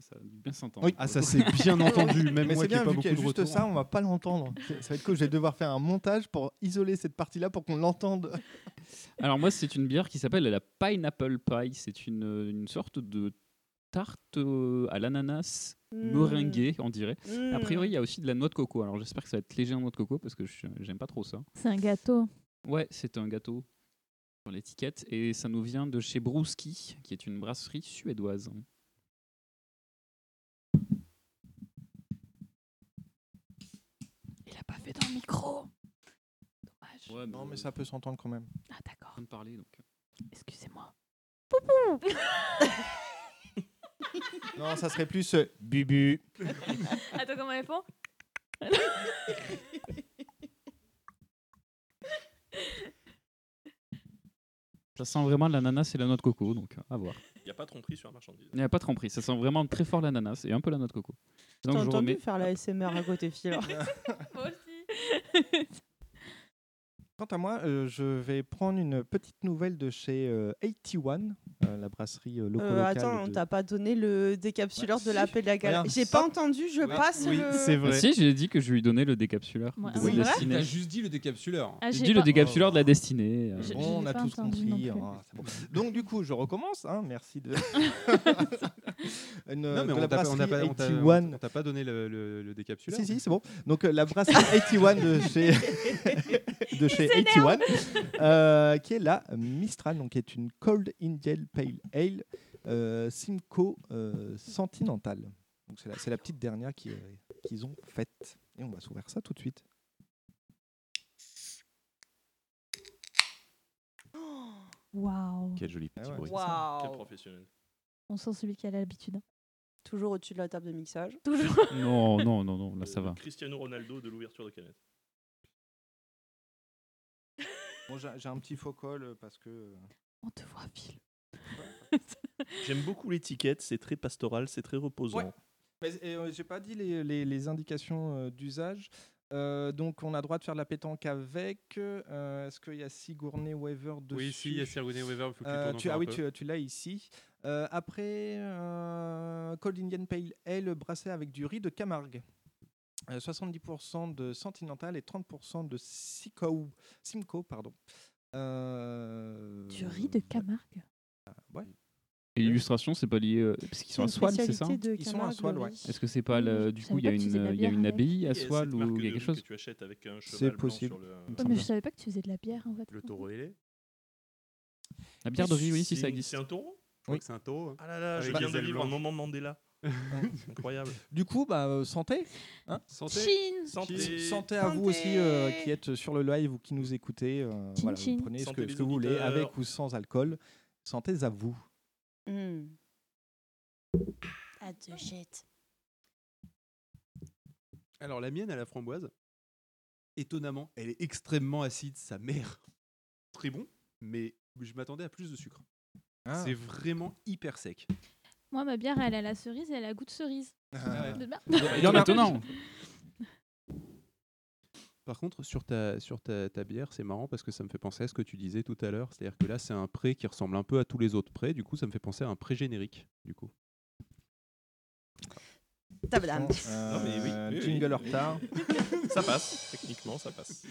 Speaker 9: Ça doit bien s'entendre.
Speaker 8: Oui.
Speaker 3: Ah, ça c'est bien entendu, même
Speaker 8: Mais
Speaker 3: moi
Speaker 8: c'est
Speaker 3: qui n'ai
Speaker 8: bien,
Speaker 3: pas
Speaker 8: vu
Speaker 3: beaucoup
Speaker 8: qu'il y a
Speaker 3: de
Speaker 8: juste
Speaker 3: retours.
Speaker 8: ça, on va pas l'entendre. C'est- Ça va être cool, je vais devoir faire un montage pour isoler cette partie-là pour qu'on
Speaker 2: Ah,
Speaker 8: l'entende.
Speaker 9: Alors moi, c'est une bière qui s'appelle la pineapple pie. C'est une, euh, une sorte de tarte euh, à l'ananas
Speaker 8: Mm.
Speaker 9: meringuée, on dirait.
Speaker 7: Mm.
Speaker 9: A priori, il y a aussi de la noix de coco. Alors j'espère que ça va être léger en noix de coco parce que je suis- j'aime pas trop ça.
Speaker 7: C'est un gâteau.
Speaker 9: Ouais, c'est un gâteau sur l'étiquette et ça nous vient de chez Brewski, qui est une brasserie suédoise.
Speaker 7: Il a pas fait dans le micro.
Speaker 8: Non, mais ça peut s'entendre quand même.
Speaker 7: Ah, d'accord.
Speaker 9: De parler donc.
Speaker 8: euh.
Speaker 7: Excusez-moi.
Speaker 8: Non, ça serait plus euh, bubu.
Speaker 7: Attends, comment elles font
Speaker 9: Ça sent vraiment l'ananas et la noix de coco, donc à voir.
Speaker 10: Il n'y a pas de tromperie sur la marchandise.
Speaker 9: Il n'y a pas de tromperie, ça sent vraiment très fort l'ananas et un peu la noix de coco.
Speaker 2: T'as
Speaker 9: Donc je
Speaker 2: entendu
Speaker 9: remets.
Speaker 2: faire la ASMR à côté, Phil.
Speaker 7: Moi aussi.
Speaker 8: Quant à moi, euh, je vais prendre une petite nouvelle de chez euh, 81, euh, la brasserie euh,
Speaker 2: Euh,
Speaker 8: loco-locale.
Speaker 2: attends, on
Speaker 8: de-
Speaker 2: t'a pas donné le décapsuleur de la Pélagale.
Speaker 8: Regarde,
Speaker 2: J'ai
Speaker 8: ça-
Speaker 2: pas entendu, je
Speaker 8: Oui,
Speaker 2: passe
Speaker 8: oui,
Speaker 7: euh,
Speaker 2: le.
Speaker 8: c'est vrai.
Speaker 9: Si, j'ai dit que je lui donnais le décapsuleur.
Speaker 2: Ouais,
Speaker 9: de
Speaker 2: c'est
Speaker 9: la
Speaker 2: vrai
Speaker 9: destinée.
Speaker 3: T'as juste dit le décapsuleur.
Speaker 7: Ah,
Speaker 9: j'ai
Speaker 7: j'ai
Speaker 9: dit le
Speaker 7: pas-
Speaker 9: décapsuleur de la destinée. euh,
Speaker 7: Je-
Speaker 8: Bon,
Speaker 7: je
Speaker 8: on
Speaker 7: l'ai
Speaker 8: a
Speaker 7: pas
Speaker 8: tous
Speaker 7: entendu non
Speaker 8: compris.
Speaker 7: plus.
Speaker 8: hein, c'est bon. Donc du coup, je recommence. hein, merci de. Une,
Speaker 3: Non, mais
Speaker 8: de
Speaker 3: on t'a-
Speaker 8: la
Speaker 3: on t'a pas-
Speaker 8: brasserie
Speaker 3: on t'a
Speaker 8: 81.
Speaker 3: on t'a pas donné le, le- le décapsuleur.
Speaker 8: Si, si, c'est bon. Donc, euh, la brasserie 81 de chez, de chez 81, euh, qui est la Mistral, donc qui est une Cold Indian Pale Ale euh, Simcoe euh, Sentinental. Donc, c'est la, c'est la petite dernière qui, euh, qu'ils ont faite. Et on va s'ouvrir ça tout de suite.
Speaker 2: Oh.
Speaker 7: Waouh.
Speaker 3: Quel joli petit
Speaker 8: Ah ouais.
Speaker 3: bruit.
Speaker 2: Waouh.
Speaker 10: Quel professionnel.
Speaker 7: On sent celui qui a l'habitude.
Speaker 2: Toujours au-dessus de la table de mixage.
Speaker 7: Toujours.
Speaker 9: Non, non, non, non, là ça va.
Speaker 10: Cristiano Ronaldo de l'ouverture de canette.
Speaker 8: Bon, j'ai j'ai un petit faux col euh, parce que. euh,
Speaker 7: On te voit, Phil.
Speaker 10: J'aime beaucoup l'étiquette, c'est très pastoral, c'est très reposant.
Speaker 8: Ouais. Mais euh, j'ai pas dit les, les- les indications euh, d'usage. Euh, donc, on a droit de faire de la pétanque avec. euh, Est-ce qu'il y a Sigourney Weaver dessus
Speaker 3: Oui, si, il y a Sigourney Weaver, il faut que tu
Speaker 8: Euh,
Speaker 3: tournes encore
Speaker 8: Ah
Speaker 3: un
Speaker 8: oui,
Speaker 3: peu.
Speaker 8: tu, tu l'as ici. Euh, après, euh, Cold Indian Pale Ale brassé avec du riz de Camargue. Euh, 70% de Sentinental et 30% de Simcoe. Simcoe pardon. Euh,
Speaker 7: Tu ris de Camargue.
Speaker 8: ouais.
Speaker 9: Et l'illustration, c'est pas lié. euh, parce qu'ils sont à
Speaker 7: C'est une
Speaker 9: Soile, c'est ça
Speaker 7: spécialité de
Speaker 8: Ils sont à
Speaker 7: Camargue,
Speaker 8: Soile,
Speaker 7: le
Speaker 8: ouais.
Speaker 7: riz.
Speaker 9: Est-ce que c'est pas le- du
Speaker 7: Ah, Je
Speaker 9: coup il y a
Speaker 7: savais pas que tu
Speaker 9: une
Speaker 7: faisais de la
Speaker 9: il y a
Speaker 7: bière
Speaker 9: une
Speaker 7: avec.
Speaker 9: abbaye à
Speaker 10: Et cette
Speaker 9: Soile
Speaker 10: marque
Speaker 9: ou il y a
Speaker 10: de
Speaker 9: quelque
Speaker 10: riz
Speaker 9: chose
Speaker 10: que tu achètes avec un cheval
Speaker 8: C'est
Speaker 10: blanc
Speaker 8: possible.
Speaker 10: sur le-
Speaker 7: Ouais, mais je savais pas que tu faisais de la bière en fait.
Speaker 3: Le taureau ailé.
Speaker 9: La bière de riz, oui, si
Speaker 10: C'est
Speaker 9: ça
Speaker 10: une-
Speaker 9: existe.
Speaker 10: C'est un taureau
Speaker 3: Je crois que c'est un taureau. hein.
Speaker 10: Ah là là, je
Speaker 3: Avec
Speaker 10: viens
Speaker 3: des
Speaker 10: de
Speaker 3: ailes
Speaker 10: vivre un
Speaker 3: blanches.
Speaker 10: moment Mandela. Incroyable.
Speaker 8: Du coup, bah, euh, santé. hein.
Speaker 3: Santé.
Speaker 7: Chin
Speaker 10: Santé.
Speaker 8: Santé, à vous aussi euh, qui êtes sur le live ou qui nous écoutez. euh,
Speaker 7: Chin
Speaker 8: voilà,
Speaker 7: chin.
Speaker 8: vous prenez ce
Speaker 10: Santé
Speaker 8: que, ce
Speaker 10: les
Speaker 8: que vous voulez,
Speaker 10: auditeurs.
Speaker 8: avec ou sans alcool. Santé à vous.
Speaker 2: Hmm.
Speaker 7: Ah, de jette.
Speaker 3: Alors la mienne à la framboise, étonnamment, elle est extrêmement acide, sa mère. Très bon, mais je m'attendais à plus de sucre.
Speaker 8: Ah.
Speaker 3: C'est vraiment hyper sec.
Speaker 7: Moi, ma bière, elle a la cerise et elle a goût de cerise.
Speaker 3: Ah ouais.
Speaker 7: De merde.
Speaker 3: Il y en a- Étonnant. Par contre, sur ta, sur ta, ta bière, c'est marrant parce que ça me fait penser à ce que tu disais tout à l'heure. C'est-à-dire que là, c'est un pré qui ressemble un peu à tous les autres prés. Du coup, ça me fait penser à un pré générique. Du coup.
Speaker 2: Tabadam.
Speaker 8: Euh, jingle en
Speaker 10: Ah.
Speaker 8: retard.
Speaker 10: ça passe, techniquement, ça passe.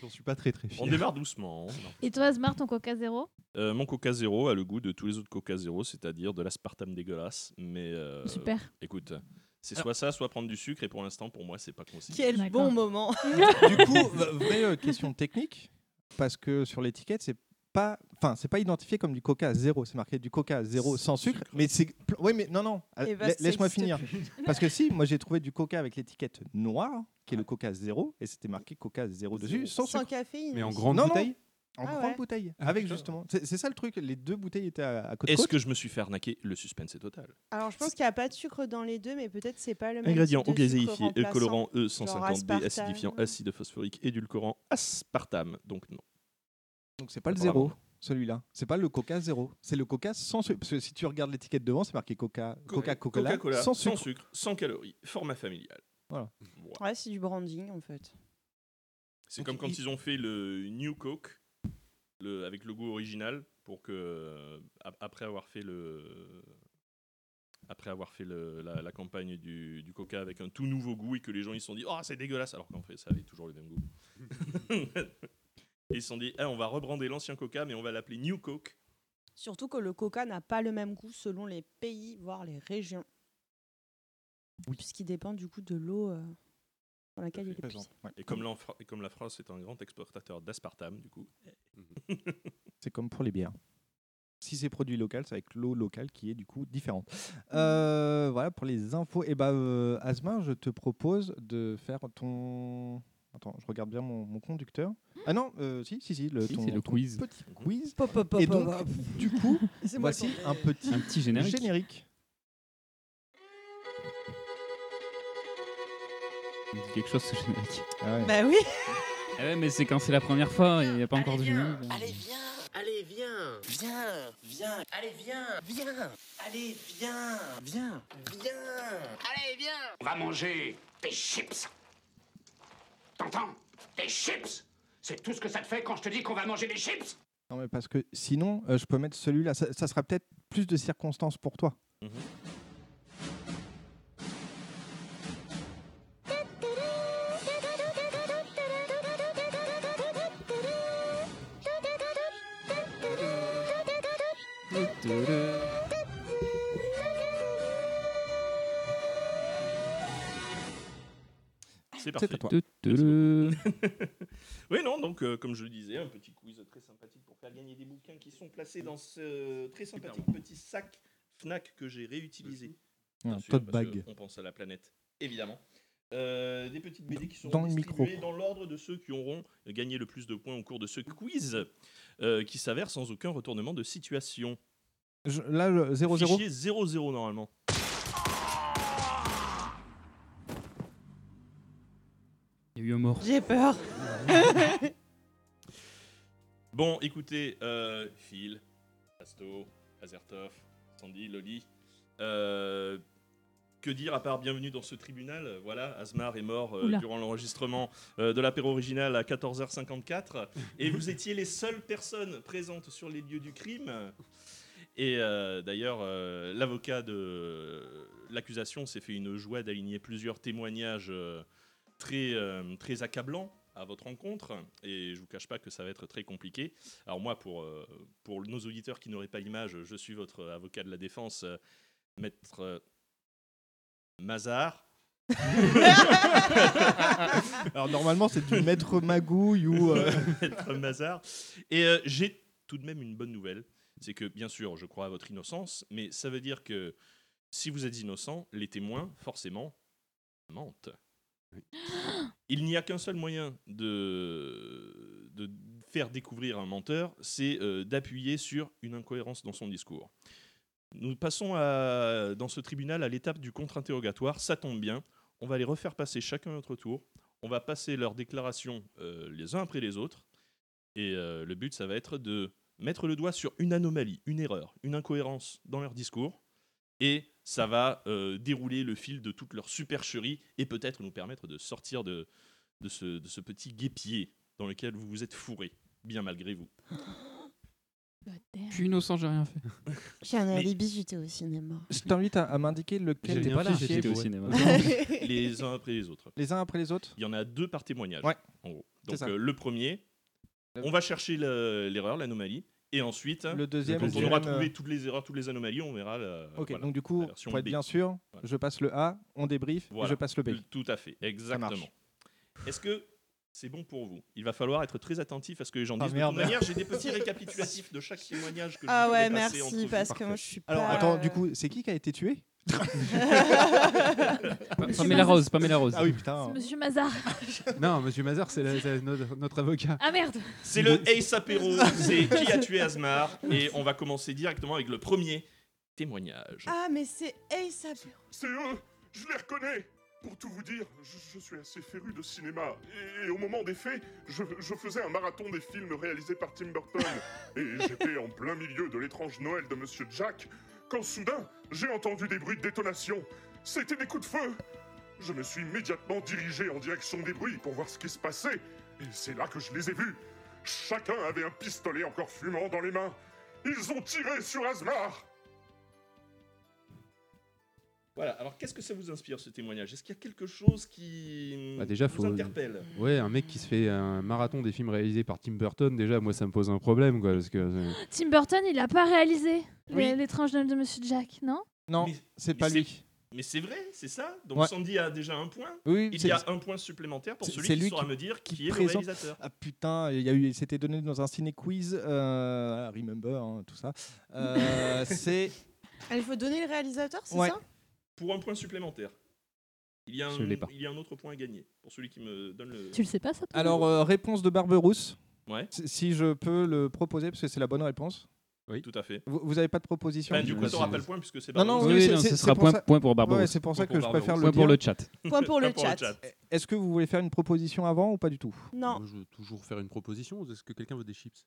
Speaker 3: J'en suis pas très très fier.
Speaker 10: On démarre doucement. on démarre.
Speaker 7: Et toi, Asmar, ton coca zéro
Speaker 10: Euh, mon Coca Zéro a le goût de tous les autres Coca Zéro, c'est-à-dire de l'aspartame dégueulasse. Mais euh,
Speaker 7: Super.
Speaker 10: Écoute, c'est
Speaker 7: Alors-
Speaker 10: soit ça, soit prendre du sucre. Et pour l'instant, pour moi, c'est pas conseillé.
Speaker 2: Quel bon moment.
Speaker 8: du coup, v- vraie euh, question technique, parce que sur l'étiquette, c'est pas, enfin, c'est pas identifié comme du Coca zéro. C'est marqué du Coca zéro sans sucre. Mais c'est, pl- oui, mais non, non.
Speaker 2: Et
Speaker 8: la-
Speaker 2: bah, ça
Speaker 8: Laisse-moi
Speaker 2: existe
Speaker 8: finir.
Speaker 2: plus.
Speaker 8: Parce que si, moi, j'ai trouvé du Coca avec l'étiquette noire, qui est le Coca zéro, et c'était marqué Coca zéro dessus, sans,
Speaker 2: Sans
Speaker 8: sucre.
Speaker 2: caféine.
Speaker 3: Mais en grande
Speaker 8: Non, non,
Speaker 3: bouteille
Speaker 8: En
Speaker 2: Ah
Speaker 8: grande
Speaker 2: ouais.
Speaker 8: bouteille, avec justement. C'est c'est ça le truc. Les deux bouteilles étaient à, à côté.
Speaker 10: Est-ce que je me suis fait arnaquer Le suspense est total.
Speaker 2: Alors, je pense qu'il n'y a pas de sucre dans les deux, mais peut-être c'est pas le même.
Speaker 10: Ingrédients E, eau
Speaker 2: type de sucre
Speaker 10: gazéifiée,
Speaker 2: remplaçant,
Speaker 10: colorant
Speaker 2: genre
Speaker 10: E150D,
Speaker 2: aspartame.
Speaker 10: acidifiant, acide phosphorique, édulcorant, aspartame. Donc non.
Speaker 8: Donc c'est pas le
Speaker 10: Apparemment.
Speaker 8: zéro, celui-là. C'est pas le Coca zéro. C'est le Coca sans sucre. Parce que si tu regardes l'étiquette devant, c'est marqué Coca, Coca, Cola,
Speaker 10: Coca-Cola,
Speaker 8: sans sucre.
Speaker 10: sans calories, format familial.
Speaker 8: Voilà.
Speaker 2: Ouais, c'est du branding en fait.
Speaker 10: C'est comme quand ils ont fait le New Coke le, avec le goût original pour que euh, ap- après avoir fait le après avoir fait le- la, la campagne du, du Coca avec un tout nouveau goût et que les gens ils se sont dit oh c'est dégueulasse alors qu'en fait ça avait toujours le même goût. Et ils se sont dit Ah, on va rebrander l'ancien Coca mais on va l'appeler New Coke.
Speaker 2: Surtout que le coca n'a pas le même goût selon les pays, voire les régions. Puisqu'il dépend du coup de l'eau euh, dans laquelle il est puisé.
Speaker 10: Et comme, l'enfra- et comme la France est un grand exportateur d'aspartame du coup.
Speaker 8: C'est comme pour les bières. Si c'est produit local, c'est avec l'eau locale qui est du coup différente.
Speaker 2: Mmh.
Speaker 8: Euh, voilà pour les infos. Et bah, euh, Asma, je te propose de faire ton. Attends, je regarde bien mon, mon conducteur. Ah non, euh, si, si, si, le,
Speaker 9: Si,
Speaker 8: ton-
Speaker 9: c'est le
Speaker 8: ton
Speaker 9: quiz.
Speaker 8: Petit quiz.
Speaker 2: Mmh. Pop, pop, pop,
Speaker 8: Et donc,
Speaker 2: pop.
Speaker 8: du coup,
Speaker 2: C'est moi
Speaker 8: voici
Speaker 2: le
Speaker 8: un petit,
Speaker 9: Un petit générique.
Speaker 10: Il dit quelque chose ce générique.
Speaker 2: Bah oui.
Speaker 9: Ah ouais, mais c'est quand c'est la première fois, il n'y a pas encore de générique.
Speaker 13: Allez, viens Allez, viens Viens Viens Allez, viens Viens Allez, viens Viens Viens Allez, viens
Speaker 5: On va manger des chips. T'entends Des chips C'est tout ce que ça te fait quand je te dis qu'on va manger des chips
Speaker 8: Non, mais parce que sinon, euh, je peux mettre celui-là. Ça, ça sera peut-être plus de circonstances pour toi.
Speaker 10: Mm. C'est
Speaker 8: C'est
Speaker 10: parfait.
Speaker 8: à toi.
Speaker 10: oui, non, donc, euh, comme je le disais, un petit quiz très sympathique pour faire gagner des bouquins qui sont placés dans ce euh, très sympathique petit sac Fnac que j'ai réutilisé.
Speaker 8: Un
Speaker 10: Bien sûr,
Speaker 8: tote
Speaker 10: parce
Speaker 8: bag.
Speaker 10: que On pense à la planète, évidemment. Euh, des petites BD qui sont
Speaker 8: Dans le
Speaker 10: distribuées
Speaker 8: micro.
Speaker 10: dans l'ordre de ceux qui auront gagné le plus de points au cours de ce quiz, euh, qui s'avère sans aucun retournement de situation.
Speaker 8: Je- là, le 0-0.
Speaker 10: Fichier 0-0 normalement.
Speaker 9: Il y a eu un mort.
Speaker 2: J'ai peur.
Speaker 10: Bon, écoutez, euh, Phil, Asto, Azertov, Sandy, Loli, euh, que dire à part bienvenue dans ce tribunal Voilà, Asmar est mort euh,
Speaker 9: Oula.
Speaker 10: durant l'enregistrement euh, de l'apéro original à 14h54 et vous étiez les seules personnes présentes sur les lieux du crime. Et euh, d'ailleurs, euh, l'avocat de l'accusation s'est fait une joie d'aligner plusieurs témoignages euh, très, euh, très accablants à votre rencontre. Et je vous cache pas que ça va être très compliqué. Alors moi, pour, euh, pour nos auditeurs qui n'auraient pas l'image, je suis votre avocat de la défense, euh, maître euh, Mazar.
Speaker 2: Ah.
Speaker 8: Alors normalement, c'est du maître magouille ou. euh,
Speaker 10: Maître Mazar. Et euh, j'ai tout de même une bonne nouvelle. C'est que, bien sûr, je crois à votre innocence, mais ça veut dire que si vous êtes innocent, les témoins, forcément, mentent. Il n'y a qu'un seul moyen de, de faire découvrir un menteur, c'est euh, d'appuyer sur une incohérence dans son discours. Nous passons à- dans ce tribunal à l'étape du contre-interrogatoire. Ça tombe bien. On va les refaire passer chacun notre tour. On va passer leurs déclarations euh, les uns après les autres. Et euh, le but, ça va être de mettre le doigt sur une anomalie, une erreur, une incohérence dans leur discours, et ça va euh, dérouler le fil de toute leur supercherie et peut-être nous permettre de sortir de, de, ce, de ce petit guépier dans lequel vous vous êtes fourré, bien malgré vous.
Speaker 9: Je suis innocent, j'ai rien fait.
Speaker 14: J'ai un alibi, j'étais au cinéma.
Speaker 8: Je t'invite à, à m'indiquer
Speaker 10: J'ai
Speaker 8: lequel
Speaker 10: bien
Speaker 8: pas
Speaker 10: fait, j'étais au cinéma. les uns après les autres.
Speaker 8: Les uns après les autres
Speaker 10: Il y en a deux par témoignage.
Speaker 8: Ouais.
Speaker 10: En gros.
Speaker 8: C'est
Speaker 10: Donc
Speaker 8: ça.
Speaker 10: euh, le premier, on va chercher le- l'erreur, l'anomalie. Et ensuite,
Speaker 8: Le deuxième,
Speaker 10: quand on
Speaker 8: le
Speaker 10: aura
Speaker 8: deuxième,
Speaker 10: trouvé
Speaker 8: euh,
Speaker 10: toutes les erreurs, toutes les anomalies, on verra la.
Speaker 8: Ok,
Speaker 10: Euh, voilà,
Speaker 8: donc du coup,
Speaker 10: la version
Speaker 8: pour être
Speaker 10: B.
Speaker 8: bien sûr,
Speaker 10: Voilà.
Speaker 8: je passe le A, on débrief, et
Speaker 10: Voilà.
Speaker 8: je passe le B.
Speaker 10: Tout à fait, exactement. Est-ce que c'est bon pour vous Il va falloir être très attentif à ce que les gens
Speaker 8: Ah,
Speaker 10: disent.
Speaker 8: merde.
Speaker 10: De toute manière, j'ai des petits récapitulatifs de chaque témoignage que je
Speaker 11: Ah
Speaker 10: vous
Speaker 11: ouais,
Speaker 10: fais passer
Speaker 11: merci,
Speaker 10: entre vous.
Speaker 11: parce que moi, je suis
Speaker 8: Alors
Speaker 11: pas-
Speaker 8: attends, du coup, c'est qui qui a été tué
Speaker 7: Monsieur Pamela Mazar. Rose, Pamela Rose.
Speaker 8: Ah oui, putain.
Speaker 7: Monsieur Mazar.
Speaker 3: Non, monsieur Mazar, c'est la- c'est notre, notre avocat.
Speaker 7: Ah merde
Speaker 10: C'est le Ace Apéro, c'est qui a tué Asmar Et on va commencer directement avec le premier témoignage.
Speaker 11: Ah, mais c'est Ace Apéro.
Speaker 15: C'est eux Je les reconnais Pour tout vous dire, je, je suis assez féru de cinéma. Et, et au moment des faits, je, je faisais un marathon des films réalisés par Tim Burton. et j'étais en plein milieu de l'étrange Noël de Monsieur Jack, quand soudain, j'ai entendu des bruits de détonation. C'était des coups de feu Je me suis immédiatement dirigé en direction des bruits pour voir ce qui se passait. Et c'est là que je les ai vus. Chacun avait un pistolet encore fumant dans les mains. Ils ont tiré sur Asmar
Speaker 10: Voilà, alors qu'est-ce que ça vous inspire ce témoignage Est-ce qu'il y a quelque chose qui
Speaker 3: Bah, déjà,
Speaker 10: vous
Speaker 3: faut.
Speaker 10: interpelle
Speaker 3: Ouais, un mec qui se fait un marathon des films réalisés par Tim Burton, déjà, moi, ça me pose un problème, quoi. Parce que. euh,
Speaker 7: Tim Burton, il a pas réalisé
Speaker 10: Oui.
Speaker 7: les- l'étrange Noël de Monsieur Jack, non
Speaker 8: Non, c'est pas lui.
Speaker 10: Mais c'est vrai, c'est ça Donc
Speaker 8: Ouais.
Speaker 10: Sandy a déjà un point.
Speaker 8: Oui,
Speaker 10: Il
Speaker 8: c'est-
Speaker 10: y a un point supplémentaire pour
Speaker 8: C'est-
Speaker 10: celui
Speaker 8: c'est
Speaker 10: qui
Speaker 8: lui
Speaker 10: saura
Speaker 8: qui-
Speaker 10: me dire qui, est
Speaker 8: présente-
Speaker 10: le réalisateur.
Speaker 8: Ah putain, il y a eu, il s'était donné dans un ciné quiz, Remember, hein, tout ça. Euh, c'est
Speaker 11: Ah, Il faut donner le réalisateur, c'est
Speaker 8: Ouais.
Speaker 11: ça
Speaker 10: Pour un point supplémentaire. Il y, a un,
Speaker 8: Je l'ai pas.
Speaker 10: il y a un autre point à gagner pour celui qui me donne le.
Speaker 8: Alors, euh, réponse de Barberousse.
Speaker 10: Ouais.
Speaker 8: Si- Si je peux le proposer, parce que c'est la bonne réponse.
Speaker 10: Oui. Tout à fait.
Speaker 8: Vous, vous avez pas de proposition
Speaker 10: Ben, du coup,
Speaker 8: Euh,
Speaker 10: t'auras pas le point puisque c'est
Speaker 8: Non, non,
Speaker 10: Barberousse.
Speaker 8: mais
Speaker 10: Oui,
Speaker 8: c'est-
Speaker 10: non,
Speaker 8: c'est-
Speaker 10: ce
Speaker 8: c'est
Speaker 10: sera point-
Speaker 8: ça-
Speaker 10: point pour Barberousse.
Speaker 8: Ouais, c'est pour ça
Speaker 10: Point
Speaker 8: que
Speaker 10: pour
Speaker 8: je préfère
Speaker 10: Barberousse.
Speaker 8: le
Speaker 10: Point pour
Speaker 8: dire. Eh,
Speaker 10: le chat. Point pour le Point pour le chat. chat.
Speaker 8: Est-ce que vous voulez faire une proposition avant ou pas du tout
Speaker 11: Non.
Speaker 3: Moi, je veux toujours faire une proposition. Est-ce que quelqu'un veut des chips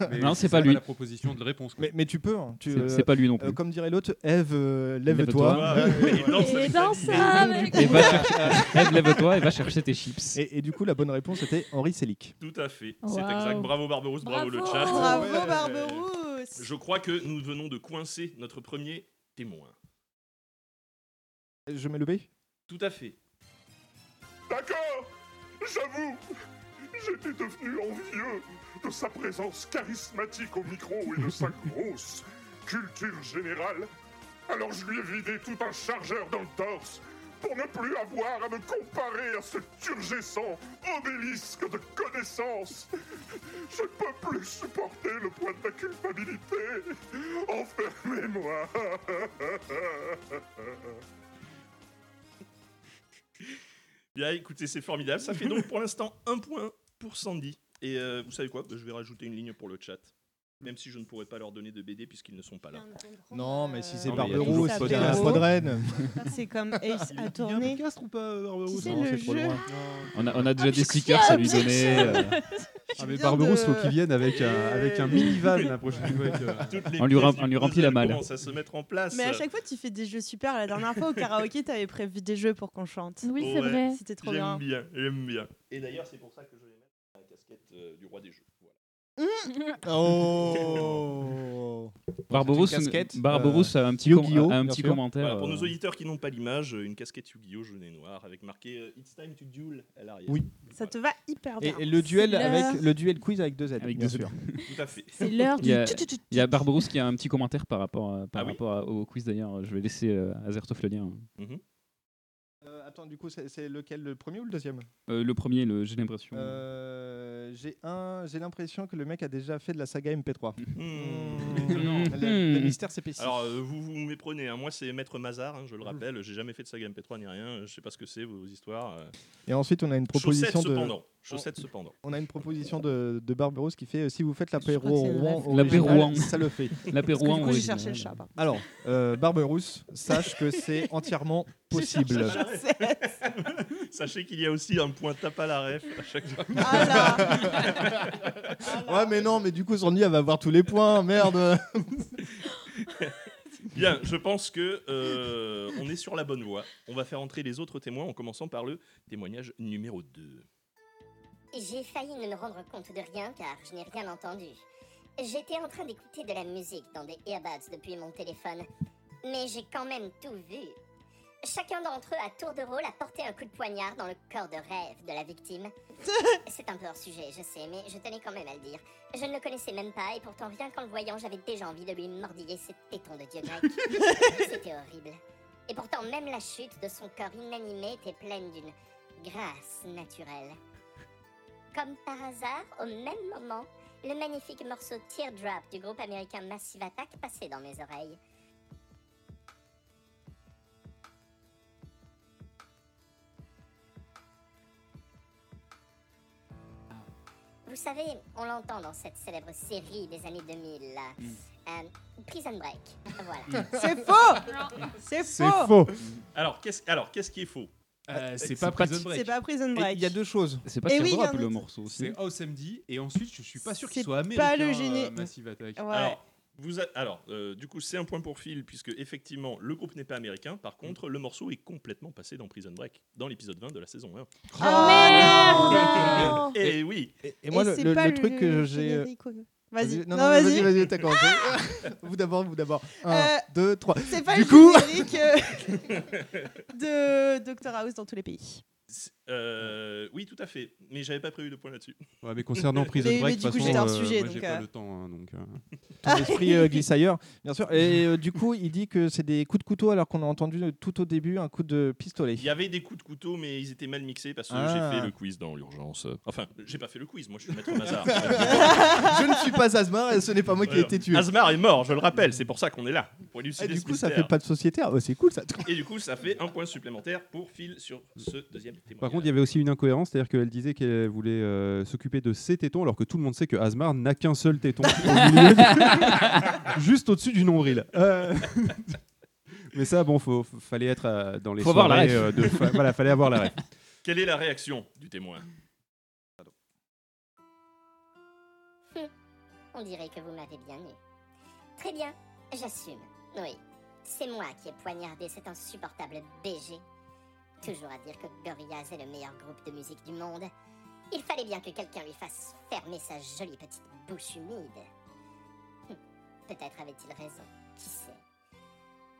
Speaker 9: Ah Non, c'est pas lui.
Speaker 3: La proposition de réponse. quoi.
Speaker 8: mais, mais tu peux. hein, tu,
Speaker 9: C'est- c'est pas lui non plus.
Speaker 8: euh, comme dirait l'autre, Eve, euh, lève-toi.
Speaker 10: Ah,
Speaker 9: Lève-toi.
Speaker 8: Euh,
Speaker 9: Et danse
Speaker 8: euh,
Speaker 9: avec danse ta vie. avec- Et va chercher- Ève, lève-toi et va chercher tes chips.
Speaker 8: Et, et du coup, la bonne réponse était Henri Selick.
Speaker 10: Tout à fait,
Speaker 8: Wow.
Speaker 10: c'est exact. Bravo Barberousse, bravo, le
Speaker 8: Bravo.
Speaker 10: chat.
Speaker 8: Bravo,
Speaker 10: Ouais.
Speaker 11: Barberousse.
Speaker 10: Je crois que nous venons de coincer notre premier témoin.
Speaker 8: Je mets le B
Speaker 10: Tout à fait.
Speaker 15: D'accord J'avoue J'étais devenu envieux de sa présence charismatique au micro et de sa grosse culture générale. Alors je lui ai vidé tout un chargeur dans le torse pour ne plus avoir à me comparer à ce turgescent obélisque de connaissances. Je ne peux plus supporter le poids de ma culpabilité. Enfermez-moi
Speaker 10: Bien, écoutez, c'est formidable. Ça fait donc pour l'instant un point pour Sandy. Et euh, vous savez quoi Je vais rajouter une ligne pour le chat. Même si je ne pourrais pas leur donner de BD puisqu'ils ne sont pas là.
Speaker 8: Non, mais euh, si c'est
Speaker 10: Non, mais il y a
Speaker 8: Barberousse,
Speaker 10: toujours
Speaker 8: c'est la
Speaker 10: Podren.
Speaker 8: Podren.
Speaker 11: C'est comme Ace a
Speaker 3: Il y
Speaker 11: tourné.
Speaker 3: a un podcast ou pas, Barberousse
Speaker 11: C'est
Speaker 9: Non,
Speaker 11: le
Speaker 9: c'est trop
Speaker 11: jeu.
Speaker 9: loin. On a, on a déjà des stickers à lui donner. euh.
Speaker 3: Ah, mais Barberousse, faut qu'il vienne avec euh, un, avec un minivan la prochaine fois. que-
Speaker 10: Toutes les
Speaker 9: On lui
Speaker 10: pièces
Speaker 9: rem-
Speaker 10: du
Speaker 9: on lui
Speaker 10: puzzle
Speaker 9: remplit la malle.
Speaker 10: commencent à se mettre en place.
Speaker 11: Mais à chaque fois, tu fais des jeux super. La dernière fois, au karaoké, t'avais prévu des jeux pour qu'on chante. Oui,
Speaker 10: Ouais,
Speaker 11: C'était trop bien.
Speaker 7: Ah.
Speaker 10: J'aime bien, j'aime bien. Et d'ailleurs, c'est pour ça que je vais mettre la casquette euh, du roi des jeux. Voilà.
Speaker 8: Ah, Oh
Speaker 9: Barberousse,
Speaker 8: C'est une casquette,
Speaker 9: Barberousse
Speaker 8: euh,
Speaker 9: a un petit, com-
Speaker 8: Yu-Gi-Oh,
Speaker 9: a un
Speaker 8: bien
Speaker 9: petit
Speaker 8: sûr.
Speaker 9: commentaire.
Speaker 10: Voilà, pour
Speaker 9: euh.
Speaker 10: nos auditeurs qui n'ont pas l'image, euh, une casquette Yu-Gi-Oh jaune et noire avec marqué euh, It's time to duel à l'arrière.
Speaker 8: Oui.
Speaker 11: Ça te va hyper
Speaker 8: Et,
Speaker 11: bien.
Speaker 8: et le duel
Speaker 11: C'est
Speaker 8: avec
Speaker 11: l'heure.
Speaker 8: le duel quiz avec deux Z.
Speaker 9: Avec
Speaker 8: bien
Speaker 9: deux Z.
Speaker 8: sûr.
Speaker 10: Tout à fait.
Speaker 11: C'est l'heure
Speaker 9: Il y a,
Speaker 11: du tchou tchou tchou.
Speaker 9: il y a Barberousse qui a un petit commentaire par rapport, à-
Speaker 10: Ah
Speaker 9: par rapport à- au quiz d'ailleurs. Je vais laisser euh, Azertov le lien.
Speaker 10: Mhm.
Speaker 8: Euh, attends, du coup, c'est c'est lequel, le premier ou le deuxième
Speaker 9: Euh, le premier, le- j'ai l'impression.
Speaker 8: Euh, J'ai un, j'ai l'impression que le mec a déjà fait de la saga MP3.
Speaker 10: Non.
Speaker 8: Mmh.
Speaker 9: Mmh.
Speaker 8: Le, le mystère s'épaissit.
Speaker 10: Mmh. Alors, euh, vous vous méprenez. hein. Moi, c'est Maître Mazar, hein, je le rappelle. J'ai jamais fait de saga MP3 ni rien. Je sais pas ce que c'est, vos histoires. euh.
Speaker 8: Et ensuite, on a une proposition
Speaker 10: Chaussettes,
Speaker 8: de.
Speaker 10: cependant. Chaussettes cependant.
Speaker 8: On a une proposition de, de Barberousse qui fait euh, si vous faites l'apéro
Speaker 10: crois que c'est
Speaker 8: Rouen,
Speaker 10: le rêve.
Speaker 8: original,
Speaker 10: L'apéro
Speaker 8: ça le fait.
Speaker 9: L'apéro Parce que du coup, j'ai original. cherché le
Speaker 2: chat, pardon.
Speaker 8: Alors, euh, Barberousse, sache que c'est entièrement possible.
Speaker 10: Sachez qu'il y a aussi un point tape à la ref à chaque fois.
Speaker 11: Ah
Speaker 8: ouais, mais non, mais du coup, Sandy, elle va avoir tous les points, merde.
Speaker 10: Bien, je pense que euh, on est sur la bonne voie. On va faire entrer les autres témoins en commençant par le témoignage numéro 2.
Speaker 16: J'ai failli ne me rendre compte de rien car je n'ai rien entendu. J'étais en train d'écouter de la musique dans des earbuds depuis mon téléphone, mais j'ai quand même tout vu. Chacun d'entre eux, à tour de rôle, a porté un coup de poignard dans le corps de rêve de la victime. C'est un peu hors sujet, je sais, mais je tenais quand même à le dire. Je ne le connaissais même pas, et pourtant, rien qu'en le voyant, j'avais déjà envie de lui mordiller ses tétons de dieu grec. C'était horrible. Et pourtant, même la chute de son corps inanimé était pleine d'une grâce naturelle. Comme par hasard, au même moment, le magnifique morceau Teardrop du groupe américain Massive Attack passait dans mes oreilles. Vous savez, on l'entend dans cette célèbre série des années 2000, là. Euh, Prison Break. Voilà.
Speaker 2: C'est faux C'est faux
Speaker 10: Alors, qu'est-ce alors, qu'est-ce qui est faux
Speaker 9: Euh, c'est pas Prison Break.
Speaker 2: C'est pas Prison Break.
Speaker 8: Il y a deux choses.
Speaker 9: C'est pas
Speaker 2: Eh
Speaker 9: Teardrop,
Speaker 2: oui, il y en a-
Speaker 9: le morceau.
Speaker 3: C'est House MD et ensuite je suis pas sûr qu'il
Speaker 10: C'est
Speaker 3: soit
Speaker 10: pas
Speaker 3: américain.
Speaker 10: le
Speaker 2: génie.
Speaker 3: euh, Massive Attack.
Speaker 2: Ouais.
Speaker 10: Alors, vous a- alors euh, du coup, c'est un point pour Phil, puisque effectivement, le groupe n'est pas américain. Par
Speaker 3: Mm.
Speaker 10: contre, le morceau est complètement passé dans Prison Break, dans l'épisode 20 de la saison 1.
Speaker 2: Oh, Ah, merde
Speaker 10: Et oui
Speaker 8: Et, et moi, le,
Speaker 2: c'est
Speaker 8: le-
Speaker 2: pas
Speaker 8: le truc que j'ai. euh,
Speaker 2: générique, euh, Vas-y.
Speaker 8: Non, non,
Speaker 2: Non, vas-y.
Speaker 8: vas-y, vas-y, d'accord. vous d'abord, vous d'abord. Un,
Speaker 2: Euh,
Speaker 8: deux, trois.
Speaker 2: C'est pas
Speaker 8: du
Speaker 2: le
Speaker 8: coup...
Speaker 2: générique euh, de Doctor House dans tous les pays.
Speaker 10: Euh, oui, tout à fait. Mais j'avais pas prévu de point là-dessus.
Speaker 3: Ouais, mais concernant Prison
Speaker 2: Mais- mais
Speaker 3: Break, de
Speaker 2: du
Speaker 3: toute
Speaker 2: coup,
Speaker 3: façon,
Speaker 2: j'étais hors
Speaker 3: euh,
Speaker 2: sujet,
Speaker 3: moi, j'ai
Speaker 2: donc,
Speaker 3: pas
Speaker 2: euh.
Speaker 3: le temps, hein, donc. euh.
Speaker 8: Ton esprit euh, glisse ailleurs, bien sûr. Et euh, du coup, il dit que c'est des coups de couteau, alors qu'on a entendu euh, tout au début un coup de pistolet.
Speaker 10: Il y avait des coups de couteau, mais ils étaient mal mixés parce que
Speaker 8: Ah.
Speaker 10: j'ai fait le quiz dans l'urgence. Enfin, j'ai pas fait le quiz, moi je suis maître Mazar.
Speaker 8: Je ne suis pas Asmar et ce n'est pas moi qui ai été tué.
Speaker 10: Asmar est mort, je le rappelle, c'est pour ça qu'on est là. Pour
Speaker 8: Et
Speaker 10: élucider
Speaker 8: du
Speaker 10: ce
Speaker 8: coup, ça
Speaker 10: mystère.
Speaker 8: fait pas de sociétaire. Ouais, c'est cool ça.
Speaker 10: Et du coup, ça fait un point supplémentaire pour Phil sur ce deuxième témoin.
Speaker 3: Par contre, il y avait aussi une incohérence, c'est-à-dire qu'elle disait qu'elle voulait euh, s'occuper de ses tétons, alors que tout le monde sait que Asmar n'a qu'un seul téton, au milieu du- juste au-dessus du nombril. Euh, Mais ça, bon, faut, faut- fallait être euh, dans les
Speaker 9: Faut avoir la
Speaker 3: soirées,
Speaker 9: ref.
Speaker 3: de, fa- voilà, fallait avoir la ref.
Speaker 10: Quelle est la réaction du témoin
Speaker 16: Hum, On dirait que vous m'avez bien eu. Très bien, j'assume. Oui, c'est moi qui ai poignardé cet insupportable BG. Toujours à dire que Gorillaz est le meilleur groupe de musique du monde. Il fallait bien que quelqu'un lui fasse fermer sa jolie petite bouche humide. Hum, Peut-être avait-il raison, qui sait.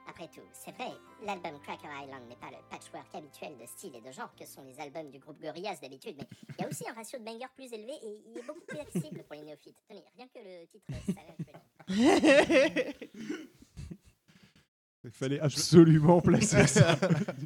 Speaker 16: Après tout, c'est vrai, l'album Cracker Island n'est pas le patchwork habituel de style et de genre que sont les albums du groupe Gorillaz d'habitude, mais il y a aussi un ratio de bangers plus élevé et il est beaucoup plus accessible pour les néophytes. Tenez, rien que le titre, ça va
Speaker 3: Il fallait absolument placer ça.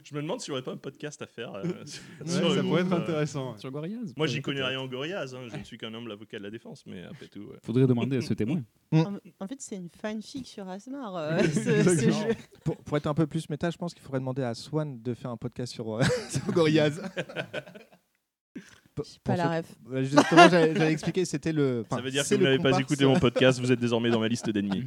Speaker 10: Je me demande s'il n'y aurait pas un podcast à faire. euh, sur-
Speaker 3: Ouais,
Speaker 10: sur
Speaker 3: ça
Speaker 10: le
Speaker 3: pourrait
Speaker 10: groupe,
Speaker 3: être
Speaker 10: euh,
Speaker 3: intéressant, ouais. Sur Gorillaz,
Speaker 10: Moi, j'y
Speaker 3: peut-être.
Speaker 10: connais rien en Gorillaz. hein, Je ne suis qu'un humble avocat de la défense, mais euh, après tout. ouais.
Speaker 9: Faudrait demander à ce témoin.
Speaker 2: En, en fait, c'est une fanfic sur Asmar, euh, ce, ce jeu.
Speaker 8: Pour, pour être un peu plus méta, je pense qu'il faudrait demander à Swan de faire un podcast sur, euh, sur Gorillaz.
Speaker 2: pas
Speaker 8: Pour
Speaker 2: la
Speaker 8: ceux-
Speaker 2: ref.
Speaker 8: Ouais, Justement, j'allais j'allais expliquer, c'était le.
Speaker 10: Ça veut dire que
Speaker 8: c'est
Speaker 10: vous
Speaker 8: le
Speaker 10: n'avez pas
Speaker 8: comparse.
Speaker 10: écouté mon podcast, vous êtes désormais dans ma liste d'ennemis.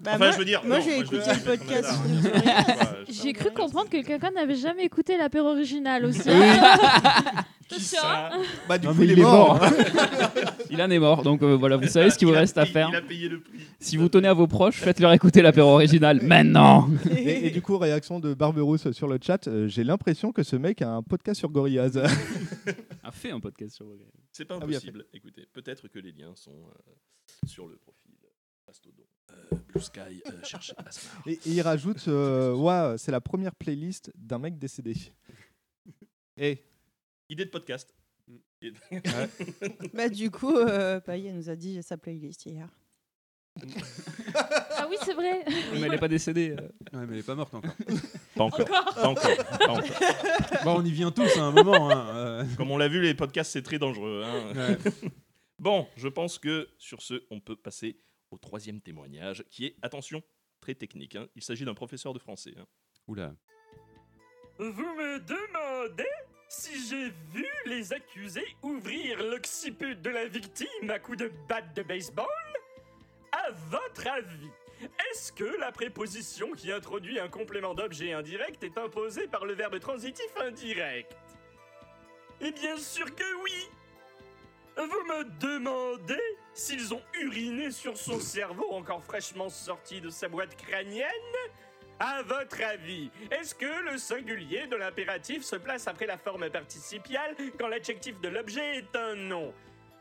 Speaker 2: Bah,
Speaker 10: enfin,
Speaker 2: moi-
Speaker 10: je veux dire.
Speaker 2: moi,
Speaker 10: non,
Speaker 2: j'ai
Speaker 10: je veux
Speaker 2: écouté
Speaker 10: dire,
Speaker 2: le
Speaker 10: je vais être
Speaker 2: podcast
Speaker 10: honnête,
Speaker 2: sur
Speaker 10: hein,
Speaker 2: Gorillaz.
Speaker 10: je sais pas, je-
Speaker 7: J'ai cru comprendre que quelqu'un n'avait jamais écouté l'apéro original aussi. Ah Attention.
Speaker 8: Bah, du
Speaker 9: Non,
Speaker 8: coup,
Speaker 9: Ah, mais
Speaker 8: il est mort.
Speaker 9: il en est mort, donc euh, voilà, vous savez ce qu'il vous reste à faire. Si vous tenez à vos proches, faites-leur écouter l'apéro original maintenant.
Speaker 8: Et, et du coup, réaction de Barberousse sur le chat euh, j'ai l'impression que ce mec a un podcast sur Gorillaz.
Speaker 9: A fait un podcast sur
Speaker 10: C'est pas
Speaker 8: Ah oui,
Speaker 10: impossible. Écoutez, peut-être que les liens sont euh, sur le profil Mastodon. Euh, Blue Sky, euh, cherchez Asmar.
Speaker 8: et, et il rajoute euh, Ouah, c'est la première playlist d'un mec décédé. Et
Speaker 10: Idée de podcast. Et-
Speaker 2: Bah, du coup, euh, Paillet nous a dit sa playlist hier.
Speaker 7: Ah oui, c'est vrai.
Speaker 9: Mais elle est pas décédée.
Speaker 3: Ouais, mais elle est pas morte encore.
Speaker 10: Pas encore.
Speaker 7: Encore.
Speaker 10: Pas encore. Pas encore.
Speaker 3: Bon, on y vient tous à un moment. hein, euh.
Speaker 10: Comme on l'a vu, les podcasts, c'est très dangereux. hein. bon, je pense que sur ce, on peut passer au troisième témoignage, qui est, attention, très technique. hein. Il s'agit d'un professeur de français. hein.
Speaker 3: Oula.
Speaker 12: Vous me demandez Si j'ai vu les accusés ouvrir l'occiput de la victime à coups de batte de baseball, à votre avis, est-ce que la préposition qui introduit un complément d'objet indirect est imposée par le verbe transitif indirect Et bien sûr que oui Vous me demandez s'ils ont uriné sur son cerveau encore fraîchement sorti de sa boîte crânienne à votre avis, est-ce que le singulier de l'impératif se place après la forme participiale quand l'adjectif de l'objet est un nom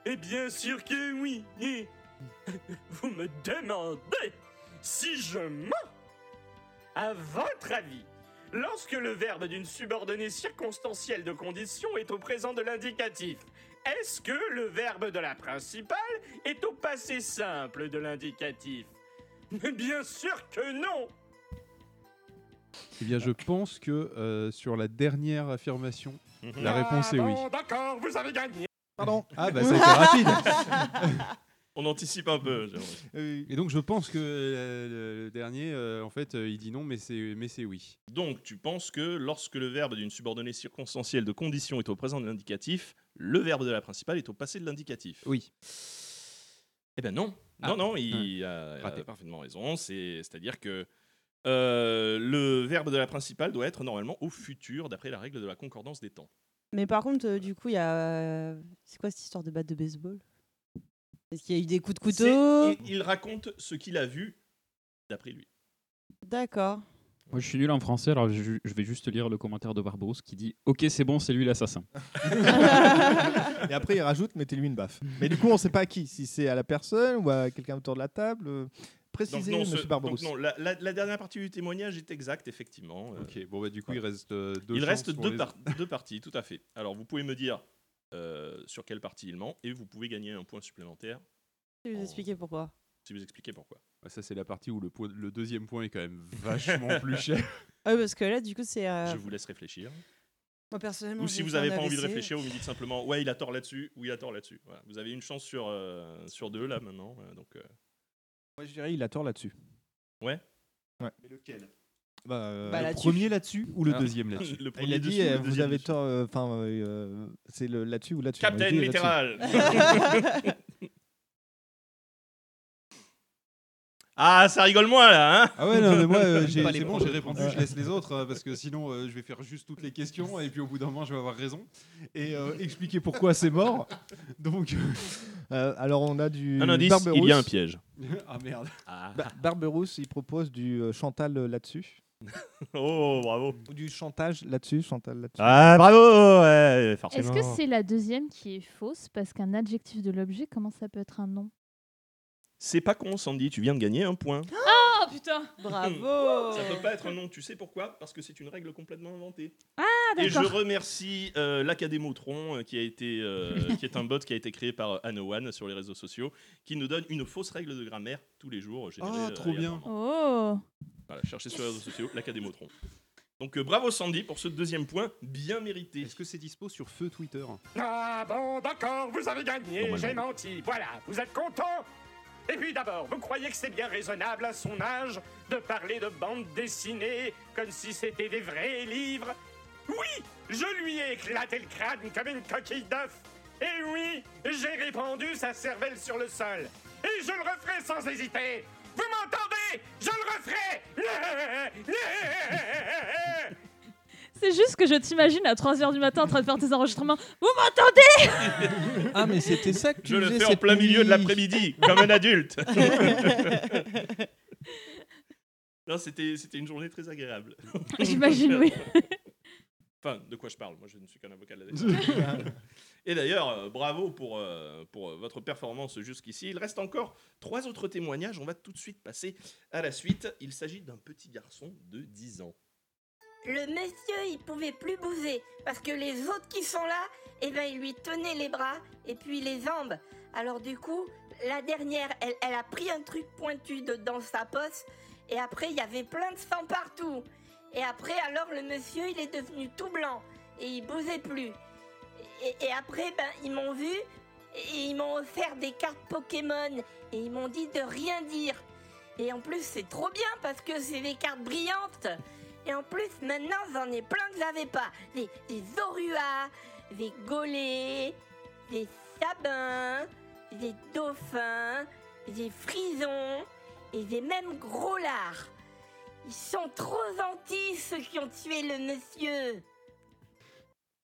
Speaker 12: Eh bien sûr que oui. Et vous me demandez si je mens À votre avis, lorsque le verbe d'une subordonnée circonstancielle de condition est au présent de l'indicatif, est-ce que le verbe de la principale est au passé simple de l'indicatif Mais Bien sûr que non
Speaker 3: Eh bien, je pense que euh, sur la dernière affirmation, la réponse est
Speaker 12: Ah
Speaker 3: oui.
Speaker 12: bon, D'accord, vous avez gagné.
Speaker 8: Pardon.
Speaker 3: Ah bah ça a été rapide
Speaker 10: On anticipe un peu. j'ai l'impression.
Speaker 3: Et donc je pense que euh, le- le dernier, euh, en fait, euh, il dit non, mais c'est mais c'est oui.
Speaker 10: Donc, tu penses que lorsque le verbe d'une subordonnée circonstancielle de condition est au présent de l'indicatif, le verbe de la principale est au passé de l'indicatif
Speaker 3: Oui.
Speaker 10: Eh ben non.
Speaker 9: Ah.
Speaker 10: Non, non, il a, a parfaitement raison. C'est- C'est-à-dire que euh, le verbe de la principale doit être normalement au futur, d'après la règle de la concordance des temps.
Speaker 2: Mais par contre, euh, du coup, il y a. euh, C'est quoi cette histoire de batte de baseball Est-ce qu'il y a eu des coups de couteau
Speaker 10: C'est- Il, il raconte ce qu'il a vu, d'après lui.
Speaker 2: D'accord.
Speaker 9: Moi, je suis nul en français, alors je, je vais juste lire le commentaire de Barberousse qui dit Ok, c'est bon, c'est lui l'assassin.
Speaker 8: Et après, il rajoute mettez-lui une baffe. Mais du coup, on ne sait pas à qui, si c'est à la personne ou à quelqu'un autour de la table. euh, Précisez,
Speaker 10: non, ce-
Speaker 8: monsieur Barberousse.
Speaker 10: donc non, la, la- la dernière partie du témoignage est exacte, effectivement. Euh,
Speaker 3: Ok, bon bah du coup il reste euh, deux.
Speaker 10: il
Speaker 3: chances
Speaker 10: reste
Speaker 3: pour
Speaker 10: deux,
Speaker 3: les-
Speaker 10: par- deux parties, tout à fait. Alors, vous pouvez me dire euh, sur quelle partie il ment, et vous pouvez gagner un point supplémentaire
Speaker 2: Je vais vous expliquer pourquoi.
Speaker 10: si vous expliquez pourquoi.
Speaker 3: Ah, ça c'est la partie où le, point- le deuxième point est quand même vachement plus cher.
Speaker 2: Ah, parce que là, du coup, c'est. euh,
Speaker 10: Je vous laisse réfléchir.
Speaker 2: Moi, personnellement.
Speaker 10: Ou
Speaker 2: j'ai
Speaker 10: si
Speaker 2: eu
Speaker 10: vous
Speaker 2: un
Speaker 10: n'avez pas envie de
Speaker 2: AVC.
Speaker 10: réfléchir, vous me dites simplement ouais, il a tort là-dessus ou il a tort là-dessus. Voilà. Vous avez une chance sur, euh, sur deux là maintenant. euh, donc, euh,
Speaker 8: Moi, je dirais, il a tort là-dessus.
Speaker 10: Ouais.
Speaker 8: Ouais.
Speaker 10: Mais lequel
Speaker 8: Bah, euh,
Speaker 10: Bah, Le là-dessus. premier là-dessus ou le
Speaker 8: Ah.
Speaker 10: deuxième là-dessus Le
Speaker 8: Il
Speaker 10: premier
Speaker 8: a dit
Speaker 10: dessus ou le
Speaker 8: euh, vous
Speaker 10: deuxième
Speaker 8: avez tort. euh, Enfin, euh, euh, c'est le là-dessus ou là-dessus.
Speaker 10: Captain
Speaker 8: Moi, je dis
Speaker 10: littéral.
Speaker 8: là-dessus.
Speaker 10: Ah, ça rigole moins là hein
Speaker 3: Ah ouais non mais moi euh, j'ai- c'est bon j'ai répondu je laisse les autres euh, parce que sinon euh, je vais faire juste toutes les questions et puis au bout d'un moment je vais avoir raison et euh, expliquer pourquoi c'est mort. Donc
Speaker 8: Euh, alors, on a du.
Speaker 10: Un indice,
Speaker 8: Barberousse.
Speaker 10: il y a un piège.
Speaker 3: ah merde.
Speaker 8: Ba- Barberousse, il propose du euh, Chantal euh, là-dessus.
Speaker 10: oh, bravo.
Speaker 8: Du chantage là-dessus, Chantal là-dessus.
Speaker 10: Ah, bravo ouais,
Speaker 7: Est-ce que c'est la deuxième qui est fausse Parce qu'un adjectif de l'objet, comment ça peut être un nom
Speaker 10: C'est pas con, Sandy, tu viens de gagner un point.
Speaker 7: Oh putain
Speaker 2: Bravo
Speaker 10: Ça peut pas être un nom, tu sais pourquoi Parce que c'est une règle complètement inventée.
Speaker 7: Ah
Speaker 10: Et je
Speaker 7: d'accord
Speaker 10: remercie euh, l'Académotron, euh, qui, a été, euh, qui est un bot qui a été créé par euh, Anowan sur les réseaux sociaux, qui nous donne une fausse règle de grammaire tous les jours. générée,
Speaker 3: Ah,
Speaker 10: euh,
Speaker 3: trop bien.
Speaker 10: aléatoirement.
Speaker 7: Oh
Speaker 10: Voilà, cherchez sur les réseaux sociaux l'Académotron. Donc euh, bravo Sandy pour ce deuxième point bien mérité. Est-ce
Speaker 3: que c'est dispo sur feu Twitter
Speaker 12: Ah bon, d'accord, vous avez gagné,
Speaker 10: Normalement.
Speaker 12: j'ai menti. Voilà, vous êtes content Et puis d'abord, vous croyez que c'est bien raisonnable à son âge de parler de bande dessinée comme si c'était des vrais livres Oui, je lui ai éclaté le crâne comme une coquille d'œuf. Et oui, j'ai répandu sa cervelle sur le sol. Et je le referai sans hésiter. Vous m'entendez Je le referai
Speaker 7: C'est juste que je t'imagine à 3h du matin en train de faire tes enregistrements. Vous m'entendez
Speaker 8: Ah, mais c'était ça que tu
Speaker 10: Je le
Speaker 8: faisais
Speaker 10: fais en
Speaker 8: cette
Speaker 10: plein milieu de
Speaker 8: nuit.
Speaker 10: l'après-midi, comme un adulte. non, c'était c'était une journée très agréable.
Speaker 7: J'imagine, oui.
Speaker 10: Enfin, de quoi je parle Moi, je ne suis qu'un avocat de la défense. Et d'ailleurs, euh, bravo pour, euh, pour euh, votre performance jusqu'ici. Il reste encore trois autres témoignages. On va tout de suite passer à la suite. Il s'agit d'un petit garçon de 10 ans.
Speaker 17: Le monsieur, il pouvait plus bouger parce que les autres qui sont là, eh ben, ils lui tenaient les bras et puis les jambes. Alors du coup, la dernière, elle, elle a pris un truc pointu de, dans sa poche et après, il y avait plein de sang partout. Et après, alors le monsieur, il est devenu tout blanc et il bougeait plus. Et, et après, ben, ils m'ont vu et ils m'ont offert des cartes Pokémon et ils m'ont dit de rien dire. Et en plus, c'est trop bien parce que c'est des cartes brillantes. Et en plus, maintenant, j'en ai plein que j'avais pas. Des, des oruas, des gaulets, des sabins, des dauphins, des frisons et des mêmes gros lards. Ils sont trop gentils, ceux qui ont tué le monsieur.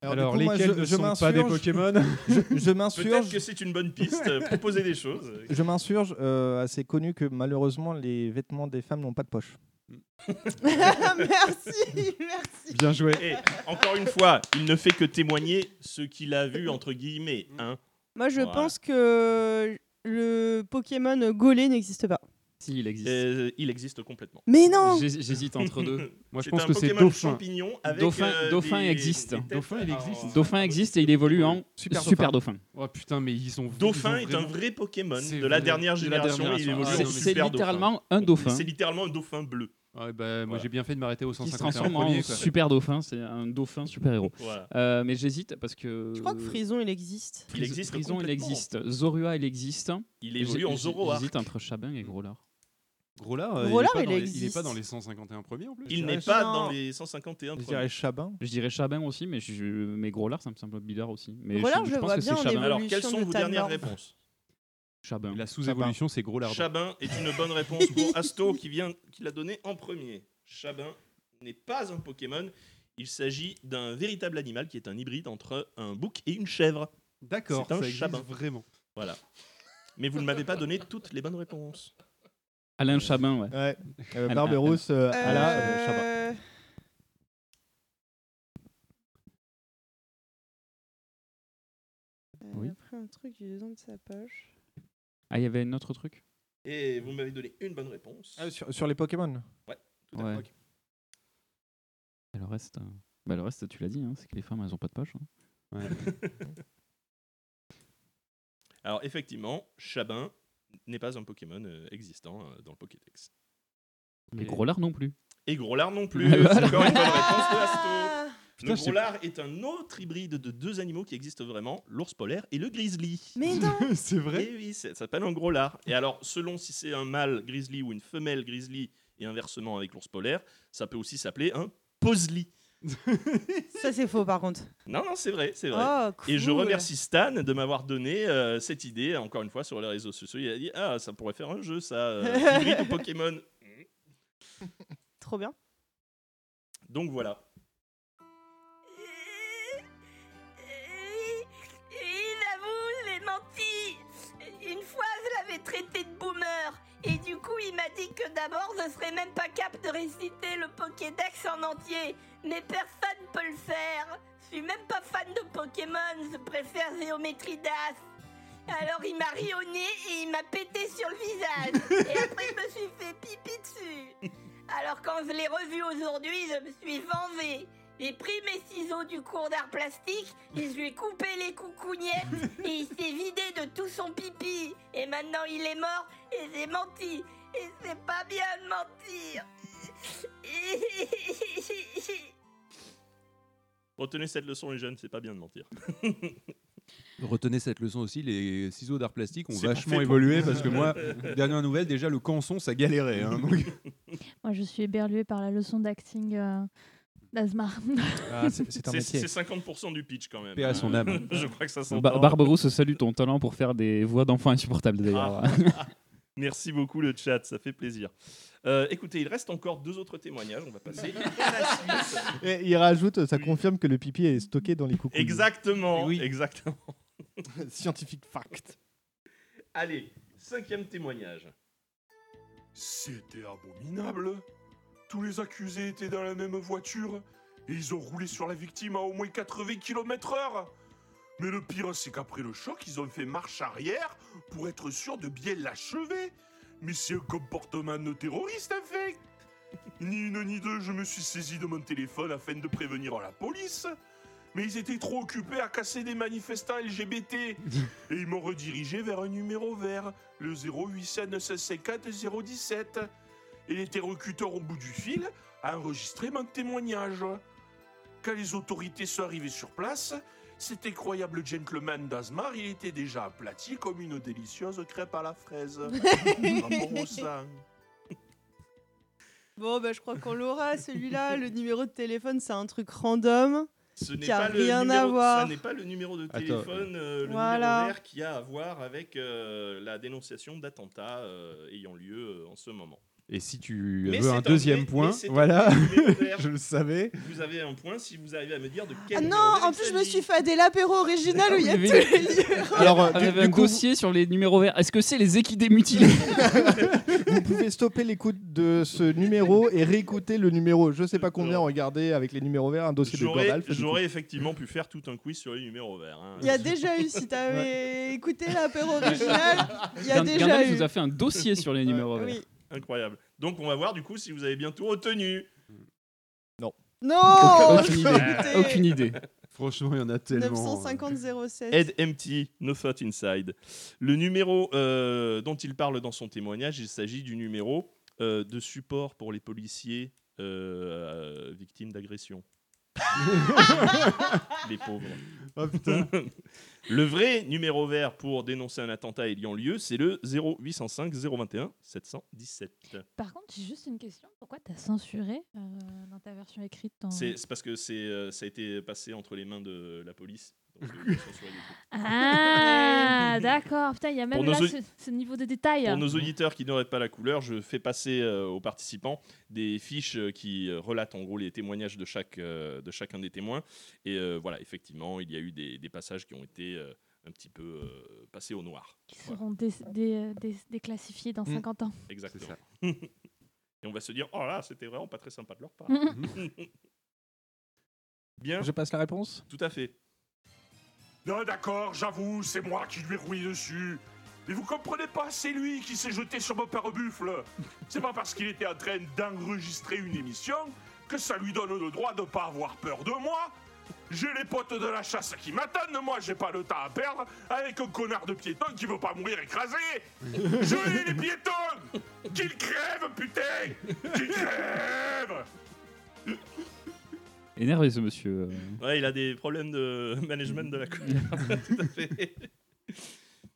Speaker 8: Alors, du
Speaker 3: Alors,
Speaker 8: coup, moi,
Speaker 3: lesquels
Speaker 8: je-
Speaker 3: ne
Speaker 8: je
Speaker 3: sont pas des
Speaker 8: m'insurge.
Speaker 3: Pokémon
Speaker 8: Je- je m'insurge.
Speaker 10: Peut-être que c'est une bonne piste, euh, proposer des choses.
Speaker 8: Je m'insurge, euh, c'est connu que malheureusement les vêtements des femmes n'ont pas de poche.
Speaker 2: Ah, merci, merci.
Speaker 8: Bien joué.
Speaker 10: Et encore une fois, il ne fait que témoigner ce qu'il a vu, entre guillemets. Hein.
Speaker 2: Moi, je
Speaker 10: Voilà.
Speaker 2: pense que le Pokémon Golé n'existe pas.
Speaker 10: Si, il existe. Euh, il existe complètement.
Speaker 2: Mais non
Speaker 9: J'hés- J'hésite entre deux. Moi, je
Speaker 10: C'est
Speaker 9: pense
Speaker 10: un
Speaker 9: que c'est
Speaker 10: Pokémon
Speaker 9: dauphin.
Speaker 10: champignon avec,
Speaker 9: dauphin,
Speaker 10: euh,
Speaker 9: dauphin
Speaker 10: des-
Speaker 9: existe.
Speaker 10: des têtes Oh. Dauphin, il existe. en-
Speaker 9: Dauphin existe et il évolue en super, dauphin.
Speaker 3: Oh putain, mais ils ont.
Speaker 10: Dauphin
Speaker 3: ils ont
Speaker 10: est un
Speaker 3: vraiment-
Speaker 10: vrai Pokémon
Speaker 3: C'est
Speaker 10: de la
Speaker 3: vrai,
Speaker 10: dernière
Speaker 3: de la dernière
Speaker 10: génération. il
Speaker 3: génération.
Speaker 10: évolue
Speaker 3: Ah,
Speaker 10: en
Speaker 3: c'est-
Speaker 9: c'est
Speaker 10: super dauphin.
Speaker 9: littéralement un dauphin.
Speaker 10: C'est littéralement un dauphin bleu.
Speaker 3: Ouais, bah, moi j'ai bien fait de m'arrêter au
Speaker 9: Qui se
Speaker 3: 150
Speaker 9: transforme en super dauphin, c'est un dauphin super héros.
Speaker 10: Voilà.
Speaker 9: Euh, mais j'hésite parce que.
Speaker 2: Je crois que Frison, il existe.
Speaker 10: Il existe
Speaker 9: Frison, il
Speaker 10: complètement.
Speaker 9: existe. Zorua, il existe.
Speaker 10: Il évolue
Speaker 9: J'ai-
Speaker 10: en
Speaker 9: j'ai-
Speaker 10: Zoroark.
Speaker 9: J'hésite entre Chabin et Grolard.
Speaker 3: Grolard, euh,
Speaker 10: Grolard,
Speaker 3: il, est pas
Speaker 10: il
Speaker 3: dans les- il est
Speaker 10: existe.
Speaker 3: pas dans les 151 premiers en plus.
Speaker 10: Il
Speaker 3: Je
Speaker 10: n'est
Speaker 3: dirais
Speaker 10: pas
Speaker 3: ça.
Speaker 10: dans les 151 premiers.
Speaker 8: Chabin.
Speaker 9: Je dirais Chabin aussi, mais, je, mais Grolard, ça me semble bizarre aussi. Mais
Speaker 10: Grolard,
Speaker 9: je,
Speaker 10: je
Speaker 9: pense
Speaker 10: vois
Speaker 9: que
Speaker 10: bien en
Speaker 9: c'est Chabin.
Speaker 10: Alors, quelles sont vos dernières réponses
Speaker 9: Chabin.
Speaker 3: La sous-évolution, c'est Grolard.
Speaker 10: Chabin est une bonne réponse pour Asto qui vient qui l'a donné en premier. Chabin n'est pas un Pokémon. Il s'agit d'un véritable animal qui est un hybride entre un bouc et une chèvre.
Speaker 3: D'accord,
Speaker 10: C'est un
Speaker 3: ça existe
Speaker 10: Chabin.
Speaker 3: vraiment.
Speaker 10: Voilà. Mais vous ne m'avez pas donné toutes les bonnes réponses.
Speaker 9: Alain Chabin, ouais.
Speaker 8: Ouais. Euh,
Speaker 9: Alain-
Speaker 8: Barberousse,
Speaker 9: Alain-
Speaker 8: euh, Alain, euh, Chabin.
Speaker 2: Euh,
Speaker 9: Oui.
Speaker 2: Elle a pris un truc du dedans de sa poche.
Speaker 9: Ah, il y avait un autre truc
Speaker 10: Et vous m'avez donné une bonne réponse.
Speaker 3: Ah,
Speaker 8: Ah, sur, sur les Pokémon
Speaker 10: Ouais.
Speaker 9: Ouais. Et le reste, euh, bah, le reste tu l'as dit, hein, c'est que les femmes, elles ont pas de poche. hein.
Speaker 10: Alors effectivement, Chabin n'est pas un Pokémon euh, existant euh, dans le Pokédex.
Speaker 9: mais Grolard non plus.
Speaker 10: Et Grolard non plus.
Speaker 9: Ah, voilà.
Speaker 10: C'est encore une bonne réponse de
Speaker 2: Ah
Speaker 10: Asto.
Speaker 9: Putain,
Speaker 10: le
Speaker 9: je sais
Speaker 10: Grolard est un autre hybride de deux animaux qui existent vraiment, l'ours polaire et le grizzly.
Speaker 2: Mais non
Speaker 3: C'est
Speaker 10: vrai Et oui, ça ça s'appelle un Grolard. Et alors, selon si c'est un mâle grizzly ou une femelle grizzly, et inversement avec l'ours polaire, ça peut aussi s'appeler un posely.
Speaker 2: Ça, c'est faux, par contre.
Speaker 10: Non, non, c'est vrai, c'est vrai.
Speaker 2: Oh,
Speaker 10: Et je
Speaker 2: cool.
Speaker 10: remercie Stan de m'avoir donné euh, cette idée, encore une fois, sur les réseaux sociaux. Il a dit Ah, ça pourrait faire un jeu, ça, euh, hybride de Pokémon.
Speaker 2: Trop bien.
Speaker 10: Donc voilà.
Speaker 17: Oui, j'avoue, j'ai menti. Une fois, je l'avais traité de boomer. Et du coup, il m'a dit que d'abord, je serais même pas capable de réciter le Pokédex en entier. Mais personne peut le faire. Je suis même pas fan de Pokémon. Je préfère Géométridas. Alors, il m'a ri au nez et il m'a pété sur le visage. Et après, je me suis fait pipi dessus. Alors, quand je l'ai revu aujourd'hui, je me suis vengée. J'ai pris mes ciseaux du cours d'art plastique et je lui ai coupé les coucougnettes et il s'est vidé de tout son pipi. Et maintenant il est mort et j'ai menti. Et c'est pas bien de mentir.
Speaker 10: Retenez cette leçon, les jeunes, c'est pas bien de mentir.
Speaker 3: Retenez cette leçon aussi, les ciseaux d'art plastique ont
Speaker 10: C'est
Speaker 3: vachement
Speaker 10: parfait pour-
Speaker 3: évolué parce que moi, dernière nouvelle, déjà le canson ça galérait. hein, donc-
Speaker 7: Moi, je suis éberluée par la leçon d'acting euh, d'Azmar.
Speaker 10: Ah. C'est- C'est 50% du pitch quand même.
Speaker 8: Ah,
Speaker 3: Paix à son âme.
Speaker 10: Je crois que ça s'entend.
Speaker 9: Ba- Barberousse salue ton talent pour faire des voix d'enfants insupportables d'ailleurs.
Speaker 10: Ah. Merci beaucoup le chat, ça fait plaisir. Euh, écoutez, il reste encore deux autres témoignages, on va passer à la suite.
Speaker 8: Et il rajoute, ça confirme que le pipi est stocké dans les coucous.
Speaker 10: Exactement, exactement.
Speaker 8: Scientifique fact.
Speaker 10: Allez, cinquième témoignage.
Speaker 5: C'était abominable. Tous les accusés étaient dans la même voiture et ils ont roulé sur la victime à au moins 80 km/h. Mais le pire, c'est qu'après le choc, ils ont fait marche arrière pour être sûrs de bien l'achever. Mais c'est un comportement de terroriste, en fait. Ni une ni deux, je me suis saisi de mon téléphone afin de prévenir la police. Mais ils étaient trop occupés à casser des manifestants LGBT. Et ils m'ont redirigé vers un numéro vert, le 085 017. Et l'interlocuteur au bout du fil a enregistré mon témoignage. Quand les autorités sont arrivées sur place, cet incroyable gentleman d'Azmar, il était déjà aplati comme une délicieuse crêpe à la fraise. Par rapport au sang.
Speaker 11: Bon, bah, je crois qu'on l'aura, celui-là. Le numéro de téléphone, c'est un truc random.
Speaker 10: Ce n'est
Speaker 11: qui a
Speaker 10: pas, le
Speaker 11: rien à
Speaker 10: numéro-
Speaker 11: voir.
Speaker 10: ce n'est pas le numéro de
Speaker 3: Attends.
Speaker 10: téléphone, euh, le
Speaker 11: Voilà.
Speaker 10: numéro vert qui a à voir avec euh, la dénonciation d'attentats euh, ayant lieu euh, en ce moment.
Speaker 3: Et si tu
Speaker 10: Mais
Speaker 3: veux
Speaker 10: c'est
Speaker 3: un
Speaker 10: un
Speaker 3: deuxième
Speaker 10: vrai-
Speaker 3: point,
Speaker 10: mais c'est un
Speaker 3: voilà,
Speaker 10: vrai numéro vert.
Speaker 3: je le savais.
Speaker 10: Vous avez un point si vous arrivez à me dire de quel
Speaker 11: Ah non,
Speaker 10: numéro vert
Speaker 11: en
Speaker 10: il
Speaker 11: plus, je me suis fadé l'apéro original où il y a tous les livres.
Speaker 9: Alors,
Speaker 8: euh, du-
Speaker 9: avec
Speaker 8: du
Speaker 9: un
Speaker 8: coup-
Speaker 9: dossier sur les numéros verts. Est-ce que c'est les équidés mutilés
Speaker 8: Vous pouvez stopper l'écoute de ce numéro et réécouter le numéro. Je sais pas combien regarder avec les numéros verts un dossier de
Speaker 10: J'aurais-
Speaker 8: Gandalf. du coup.
Speaker 10: J'aurais effectivement pu faire tout un quiz sur les numéros verts. hein.
Speaker 11: Il y a déjà eu, si t'avais écouté l'apéro original, il y a
Speaker 9: Gand-
Speaker 11: déjà
Speaker 9: Gandalf
Speaker 11: eu.
Speaker 9: nous a fait un dossier sur les numéros verts.
Speaker 10: Incroyable. Donc on va voir du coup si vous avez bien tout retenu.
Speaker 8: Non.
Speaker 11: Non
Speaker 9: Aucune idée. Aucune idée.
Speaker 3: Franchement, il y en a tellement. hein.
Speaker 11: 950 07.
Speaker 10: Ed Empty, No Thought Inside. Le numéro euh, dont il parle dans son témoignage, il s'agit du numéro euh, de support pour les policiers euh, euh, victimes d'agression. les pauvres.
Speaker 3: Oh, putain.
Speaker 10: le vrai numéro vert pour dénoncer un attentat ayant lieu, c'est le 0805 021 717.
Speaker 7: Par contre, j'ai juste une question. Pourquoi t'as censuré euh, dans ta version écrite ton...
Speaker 10: C'est c'est parce que c'est, euh, ça a été passé entre les mains de la police. Donc, euh, ils sont sur les deux.
Speaker 7: Ah, d'accord. Putain, il y a même
Speaker 10: Pour nos
Speaker 7: là
Speaker 10: audi-
Speaker 7: ce, ce niveau de détail.
Speaker 10: Pour nos auditeurs qui n'auraient pas la couleur, je fais passer euh, aux participants des fiches euh, qui euh, relatent en gros les témoignages de, chaque, euh, de chacun des témoins. Et euh, voilà, effectivement, il y a eu des, des passages qui ont été euh, un petit peu euh, passés au noir.
Speaker 7: Qui seront dé- dé- dé- déclassifiés dans
Speaker 10: Mm.
Speaker 7: 50 ans.
Speaker 10: Exactement. Et on va se dire, oh là, c'était vraiment pas très sympa de leur part. Bien.
Speaker 8: Je passe la réponse
Speaker 10: Tout à fait.
Speaker 5: Non, d'accord, j'avoue, c'est moi qui lui ai rouillé dessus. Mais vous comprenez pas, c'est lui qui s'est jeté sur mon père buffle. C'est pas parce qu'il était en train d'enregistrer une émission que ça lui donne le droit de pas avoir peur de moi. J'ai les potes de la chasse qui m'attendent, moi j'ai pas le temps à perdre avec un connard de piéton qui veut pas mourir écrasé. Je hais les piétons Qu'ils crèvent, putain Qu'ils crèvent
Speaker 9: Énervé ce monsieur. euh.
Speaker 10: Ouais, il a des problèmes de management de la colère. Tout à fait.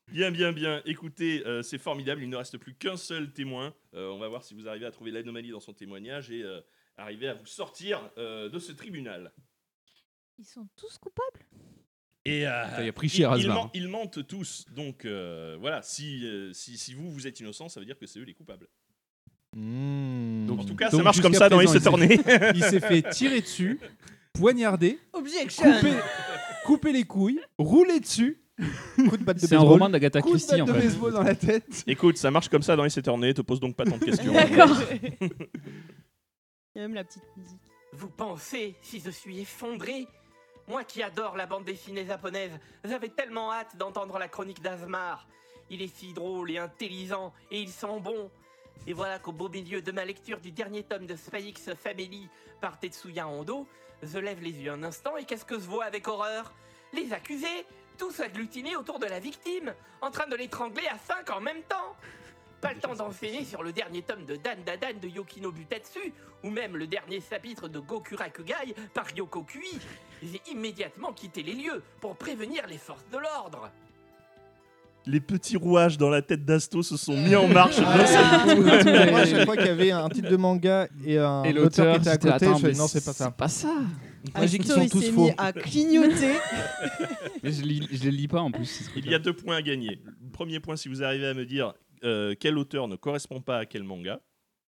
Speaker 10: Bien, bien, bien. Écoutez, euh, c'est formidable. Il ne reste plus qu'un seul témoin. Euh, on va voir si vous arrivez à trouver l'anomalie dans son témoignage et euh, arriver à vous sortir euh, de ce tribunal.
Speaker 7: Ils sont tous coupables
Speaker 10: Et euh,
Speaker 9: Putain, il a pris cher,
Speaker 10: ils,
Speaker 9: Asmar.
Speaker 10: men- ils mentent tous. Donc euh, voilà, si, euh, si, si vous, vous êtes innocent, ça veut dire que c'est eux les coupables.
Speaker 8: Donc,
Speaker 10: Hmm. en tout cas, ça marche comme ça dans Ace Attorney.
Speaker 3: Il s'est fait tirer dessus, poignarder,
Speaker 11: Objection.
Speaker 3: couper, couper les couilles, rouler dessus.
Speaker 8: Coup de batte
Speaker 9: C'est un roman d'Agatha
Speaker 3: Coup de
Speaker 9: Christie
Speaker 3: batte
Speaker 9: en
Speaker 3: de
Speaker 9: fait.
Speaker 3: baseball dans la tête.
Speaker 10: Écoute, ça marche comme ça dans Ace Attorney. Te pose donc pas tant de questions.
Speaker 11: Il y a même la petite musique.
Speaker 13: Vous pensez si je suis effondré Moi qui adore la bande dessinée japonaise, j'avais tellement hâte d'entendre la chronique d'Azmar. Il est si drôle et intelligent, et il sent bon. Et voilà qu'au beau milieu de ma lecture du dernier tome de Spy-X Family par Tetsuya Hondo, je lève les yeux un instant et qu'est-ce que je vois avec horreur Les accusés, tous agglutinés autour de la victime, en train de l'étrangler à cinq en même temps pas le temps d'enchaîner sur le dernier tome de Dan Dadan de Yokino Butatsu, ou même le dernier chapitre de Gokurakugai par Yoko Kui. J'ai immédiatement quitté les lieux pour prévenir les forces de l'ordre.
Speaker 10: Les petits rouages dans la tête d'Asto se sont mis en
Speaker 8: marche
Speaker 10: d'un
Speaker 8: Ah, Moi, à chaque fois qu'il y avait un titre de manga et un
Speaker 9: Et
Speaker 8: auteur
Speaker 9: l'auteur,
Speaker 8: qui était à
Speaker 9: j'étais,
Speaker 8: côté,
Speaker 9: attends,
Speaker 8: je fais,
Speaker 9: mais
Speaker 8: non, c'est pas ça.
Speaker 9: c'est pas ça.
Speaker 8: Moi, j'ai qu'ils sont
Speaker 11: il
Speaker 8: tous
Speaker 11: s'est
Speaker 8: faux.
Speaker 11: mis à clignoter.
Speaker 9: Mais je, lis- je les lis pas en plus. ces
Speaker 10: Il
Speaker 9: trucs-là.
Speaker 10: y a deux points à gagner. Le Premier point, si vous arrivez à me dire euh, quel auteur ne correspond pas à quel manga.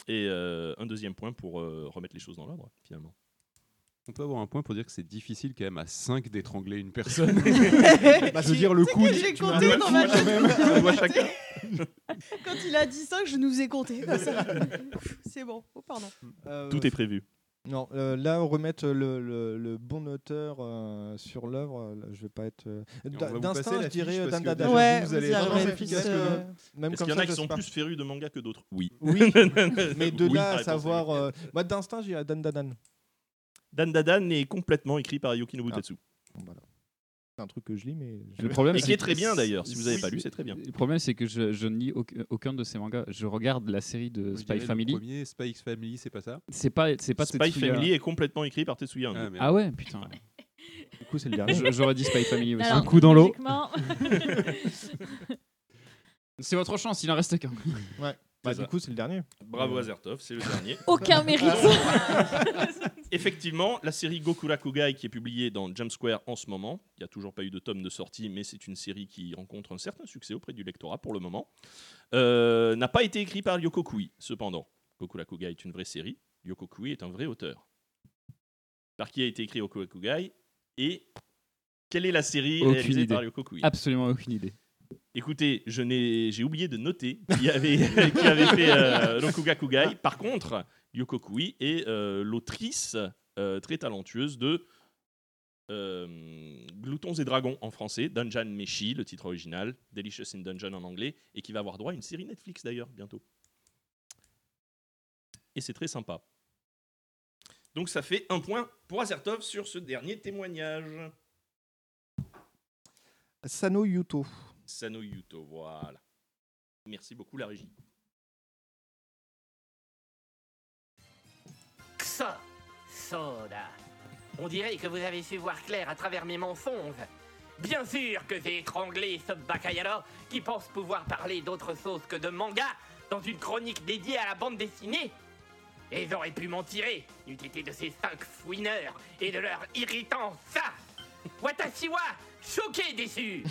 Speaker 10: Et euh, un deuxième point pour euh, remettre les choses dans l'ordre, finalement.
Speaker 3: On peut avoir un point pour dire que c'est difficile quand même à 5 d'étrangler une personne.
Speaker 10: Bah,
Speaker 3: je veux
Speaker 10: si.
Speaker 3: dire le
Speaker 10: C'est
Speaker 3: coup.
Speaker 10: que j'ai compté dans ma tête. Un doigt chacun.
Speaker 11: Quand il a dit ça, je nous ai compté. comme ça. C'est bon. Oh, pardon.
Speaker 8: Euh,
Speaker 10: Tout est prévu.
Speaker 8: Non, euh, là, remettre le, le- le bon auteur euh, sur l'œuvre, euh, là, je vais pas être. euh,
Speaker 3: on
Speaker 8: d'in-
Speaker 3: va vous passer
Speaker 8: D'instinct,
Speaker 3: la
Speaker 8: je dirais
Speaker 3: fiche
Speaker 8: euh,
Speaker 3: parce que
Speaker 8: Dandada.
Speaker 3: vous allez Vous allez vraiment
Speaker 8: vraiment
Speaker 3: vraiment
Speaker 8: efficace
Speaker 3: efficace,
Speaker 8: que-
Speaker 3: euh,
Speaker 8: Même
Speaker 10: Est-ce
Speaker 8: comme
Speaker 10: qu'il y en
Speaker 8: ça,
Speaker 10: a
Speaker 8: je
Speaker 10: qui
Speaker 8: sais
Speaker 10: sont
Speaker 8: pas.
Speaker 10: plus férus de manga que d'autres Oui.
Speaker 8: Oui, mais de
Speaker 10: Oui,
Speaker 8: là
Speaker 10: la
Speaker 8: à
Speaker 10: réponse
Speaker 8: savoir. euh, moi, d'instinct, j'irais à Dandadan.
Speaker 10: Dan Dadan est complètement écrit par Yukino Butatsu.
Speaker 8: Ah. C'est un truc que je lis, mais. je-
Speaker 9: Le problème,
Speaker 10: Et qui
Speaker 9: c'est
Speaker 10: est très
Speaker 9: que-
Speaker 10: bien, d'ailleurs. Si vous avez
Speaker 9: Oui.
Speaker 10: pas lu, c'est très bien.
Speaker 9: Le problème, c'est que je, je ne lis auc- aucun de ces mangas. Je regarde la série de Spy Family.
Speaker 3: Le premier, Spy X Family, c'est pas ça
Speaker 9: C'est pas, c'est pas
Speaker 10: Spy
Speaker 9: Tetsuya.
Speaker 10: Family est complètement écrit par Tetsuya. Ando.
Speaker 9: Ah ouais, putain. Du
Speaker 8: coup, c'est
Speaker 10: le dernier.
Speaker 9: Je- J'aurais dit Spy Family aussi.
Speaker 7: Alors, Un coup dans l'eau. logiquement-
Speaker 9: c'est votre chance, il en reste qu'un.
Speaker 8: Ouais. Bah,
Speaker 10: C'est
Speaker 8: du
Speaker 10: ça.
Speaker 8: coup, c'est le dernier.
Speaker 9: Euh.
Speaker 10: Bravo Azertov, c'est le dernier.
Speaker 7: Aucun mérite.
Speaker 10: Donc, Effectivement, la série Goku Rakugai qui est publiée dans Jump Square en ce moment, il n'y a toujours pas eu de tome de sortie, mais c'est une série qui rencontre un certain succès auprès du lectorat pour le moment, Euh, n'a pas été écrit par Yoko Kui, cependant. Goku Rakugai est une vraie série, Yoko Kui est un vrai auteur. Par qui a été écrit Goku Rakugai et quelle est la série
Speaker 9: Aucune
Speaker 10: réalisée
Speaker 9: idée.
Speaker 10: par Yoko Kui
Speaker 9: Absolument aucune idée.
Speaker 10: Écoutez, je n'ai- j'ai oublié de noter qui avait, qui avait fait euh, Rokuga Kugai. Par contre, Yoko Kui est euh, l'autrice euh, très talentueuse de euh, Gloutons et Dragons en français, Dungeon Meshi, le titre original, Delicious in Dungeon en anglais, et qui va avoir droit à une série Netflix d'ailleurs bientôt. Et c'est très sympa. Donc ça fait un point pour Azertov sur ce dernier témoignage.
Speaker 8: Sano Yuto.
Speaker 10: Sano Yuto, voilà. Merci beaucoup la régie.
Speaker 13: Xa, soda. On dirait que vous avez su voir clair à travers mes mensonges. Bien sûr que j'ai étranglé ce bacayala qui pense pouvoir parler d'autre chose que de manga dans une chronique dédiée à la bande dessinée. Et j'aurais pu m'en tirer, n'eût été de ces cinq fouineurs et de leur irritant ça. Watashiwa, choqué déçu.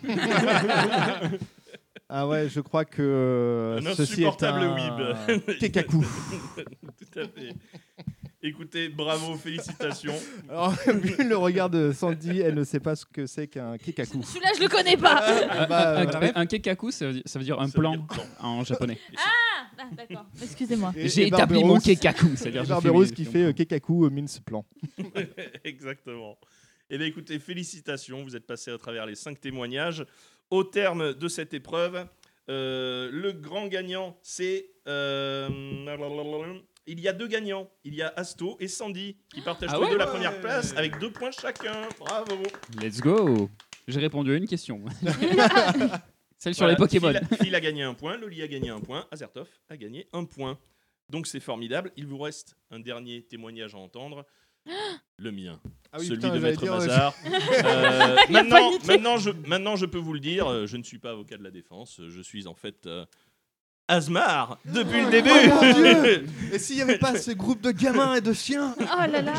Speaker 8: Ah ouais, je crois que euh,
Speaker 10: Un
Speaker 8: ceci est
Speaker 10: insupportable
Speaker 8: un
Speaker 10: weeb.
Speaker 8: Kekaku.
Speaker 10: Tout à fait. Écoutez, bravo, félicitations.
Speaker 8: Alors, vu le regard de Sandy, elle ne sait pas ce que c'est qu'un Kekaku.
Speaker 7: Celui-là, je le connais pas.
Speaker 8: Ah, bah,
Speaker 9: un,
Speaker 8: voilà.
Speaker 9: un kekaku, ça veut dire, ça veut dire un plan en japonais.
Speaker 7: Ah, ah, d'accord. Excusez-moi.
Speaker 8: Et-
Speaker 9: J'ai
Speaker 8: et
Speaker 9: établi
Speaker 8: Barberousse-
Speaker 9: mon kekaku, c'est-à-dire
Speaker 8: et
Speaker 9: j'ai fait
Speaker 8: Barberousse
Speaker 9: mes-
Speaker 8: qui fait euh, Kekaku euh, mince plan.
Speaker 10: Exactement. Eh bien, écoutez, félicitations. Vous êtes passé à travers les cinq témoignages. Au terme de cette épreuve, euh, le grand gagnant, c'est. euh, il y a deux gagnants. Il y a Asto et Sandy qui partagent
Speaker 9: Ah
Speaker 10: tous les
Speaker 9: ouais
Speaker 10: deux la première place avec deux points chacun. Bravo.
Speaker 9: Let's go J'ai répondu à une question. Celle sur
Speaker 10: Voilà,
Speaker 9: les Pokémon.
Speaker 10: Phil a, Phil a gagné un point, Loli a gagné un point, Azertov a gagné un point. Donc c'est formidable. Il vous reste un dernier témoignage à entendre. Le mien,
Speaker 8: Ah oui,
Speaker 10: celui
Speaker 8: putain,
Speaker 10: de
Speaker 8: j'allais
Speaker 10: Maître
Speaker 8: dire,
Speaker 10: Bazar.
Speaker 8: je-
Speaker 10: Euh,
Speaker 8: Il a
Speaker 10: maintenant,
Speaker 8: paniqué.
Speaker 10: maintenant, je, maintenant, je peux vous le dire, euh, je ne suis pas avocat de la défense, je suis en fait euh, Asmar depuis
Speaker 8: Oh
Speaker 10: le
Speaker 8: mon
Speaker 10: début.
Speaker 8: Dieu Et s'il n'y avait pas ce groupe de gamins et de chiens
Speaker 2: Oh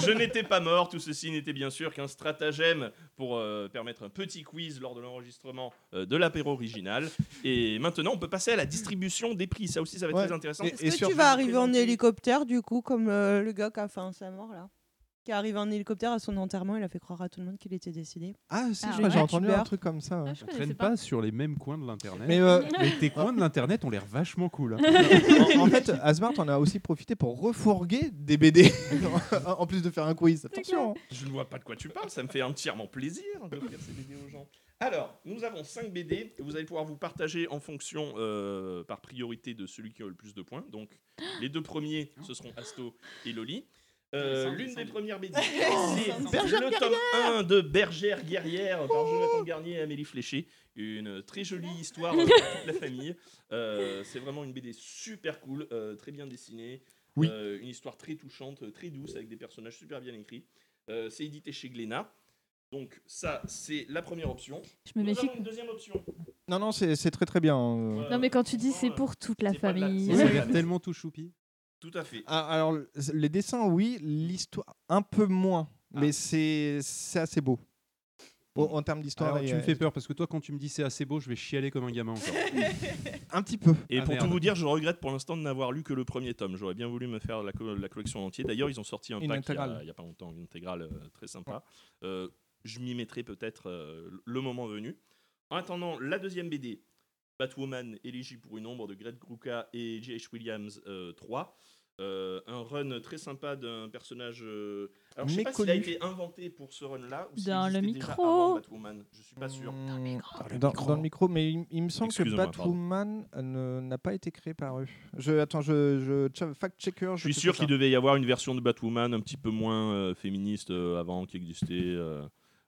Speaker 10: Je n'étais pas mort, tout ceci n'était bien sûr qu'un stratagème pour euh, permettre un petit quiz lors de l'enregistrement euh, de l'apéro original. Et maintenant, on peut passer à la distribution des prix. Ça aussi, ça va être
Speaker 8: Ouais.
Speaker 10: très intéressant.
Speaker 8: Et-
Speaker 2: Est-ce que tu vas arriver en hélicoptère du coup comme euh, le gars qui a fait sa mort là qui est arrivé en hélicoptère à son enterrement, il a fait croire à tout le monde qu'il était décédé.
Speaker 8: Ah si,
Speaker 2: Ah
Speaker 8: j'ai
Speaker 2: ouais.
Speaker 8: entendu
Speaker 2: Super.
Speaker 8: un truc comme ça. ouais.
Speaker 2: je
Speaker 3: On
Speaker 2: connaissais
Speaker 3: traîne
Speaker 2: pas.
Speaker 3: pas. sur les mêmes coins de l'internet.
Speaker 8: Mais, euh,
Speaker 3: Mais tes coins de l'internet ont l'air vachement cool. hein.
Speaker 8: en, en fait, Asmart en a aussi profité pour refourguer des BD en plus de faire un quiz. Attention.
Speaker 10: Je ne vois pas de quoi tu parles, ça me fait entièrement plaisir de faire ces BD aux gens. Alors, nous avons 5 BD, vous allez pouvoir vous partager en fonction, euh, par priorité, de celui qui a le plus de points. Donc, les deux premiers, ce seront Asto et Loli. Euh,
Speaker 9: Descends,
Speaker 10: L'une des
Speaker 9: descends.
Speaker 10: premières BD,
Speaker 9: Descends,
Speaker 10: c'est
Speaker 9: Bergère
Speaker 10: le tome 1 de Bergère Guerrière par Jonathan Garnier et Amélie Fléché. Une très jolie histoire euh, pour toute la famille. Euh, c'est vraiment une BD super cool, euh, très bien dessinée.
Speaker 8: Oui.
Speaker 10: Euh, une histoire très touchante, euh, très douce, avec des personnages super bien écrits. Euh, c'est édité chez Glénat. Donc ça, c'est la première option.
Speaker 7: Je me
Speaker 10: Nous
Speaker 7: méfie.
Speaker 10: avons une deuxième option.
Speaker 8: Non, non, c'est c'est très très bien. euh.
Speaker 7: Non, mais quand tu dis c'est pour toute la famille.
Speaker 3: Ça a l'air tellement tout choupi.
Speaker 10: Tout à fait.
Speaker 8: Ah, alors, le- les dessins, oui, l'histoire, un peu moins.
Speaker 3: Ah.
Speaker 8: Mais c'est c'est assez beau. Au- en termes d'histoire.
Speaker 3: Alors,
Speaker 8: et,
Speaker 3: tu me
Speaker 8: euh,
Speaker 3: fais peur parce que toi, quand tu me dis c'est assez beau, je vais chialer comme un gamin encore.
Speaker 8: Un petit peu.
Speaker 10: Et
Speaker 3: Ah,
Speaker 10: pour
Speaker 3: merde.
Speaker 10: tout vous dire, je regrette pour l'instant de n'avoir lu que le premier tome. J'aurais bien voulu me faire la, co- la collection entière. D'ailleurs, ils ont sorti un
Speaker 8: Une
Speaker 10: pack il y a-
Speaker 8: intégrale.
Speaker 10: il n'y a, pas longtemps, une intégrale euh, très sympa. Euh, je m'y mettrai peut-être euh, le moment venu. En attendant, la deuxième BD, Batwoman, élégie pour une ombre de Greg Gruka et J.H. Williams euh, 3. Euh, un run très sympa d'un personnage. euh, Alors, je sais pas s'il a
Speaker 8: Méconnu.
Speaker 10: été inventé pour ce run-là ou s'il
Speaker 7: Dans le
Speaker 10: existait déjà
Speaker 7: micro.
Speaker 10: avant Batwoman. Je suis pas sûr.
Speaker 8: Mmh.
Speaker 10: Ah,
Speaker 8: Dans, dans le micro, mais il, il me semble que
Speaker 10: Excuse-moi,
Speaker 8: Batwoman euh, ne- n'a pas été créé par eux. Je, attends, je, je- je- fact-checker.
Speaker 10: Je suis sûr qu'il
Speaker 8: devait
Speaker 10: devait y avoir une version de Batwoman un petit peu moins euh, féministe euh, avant qui existait, euh,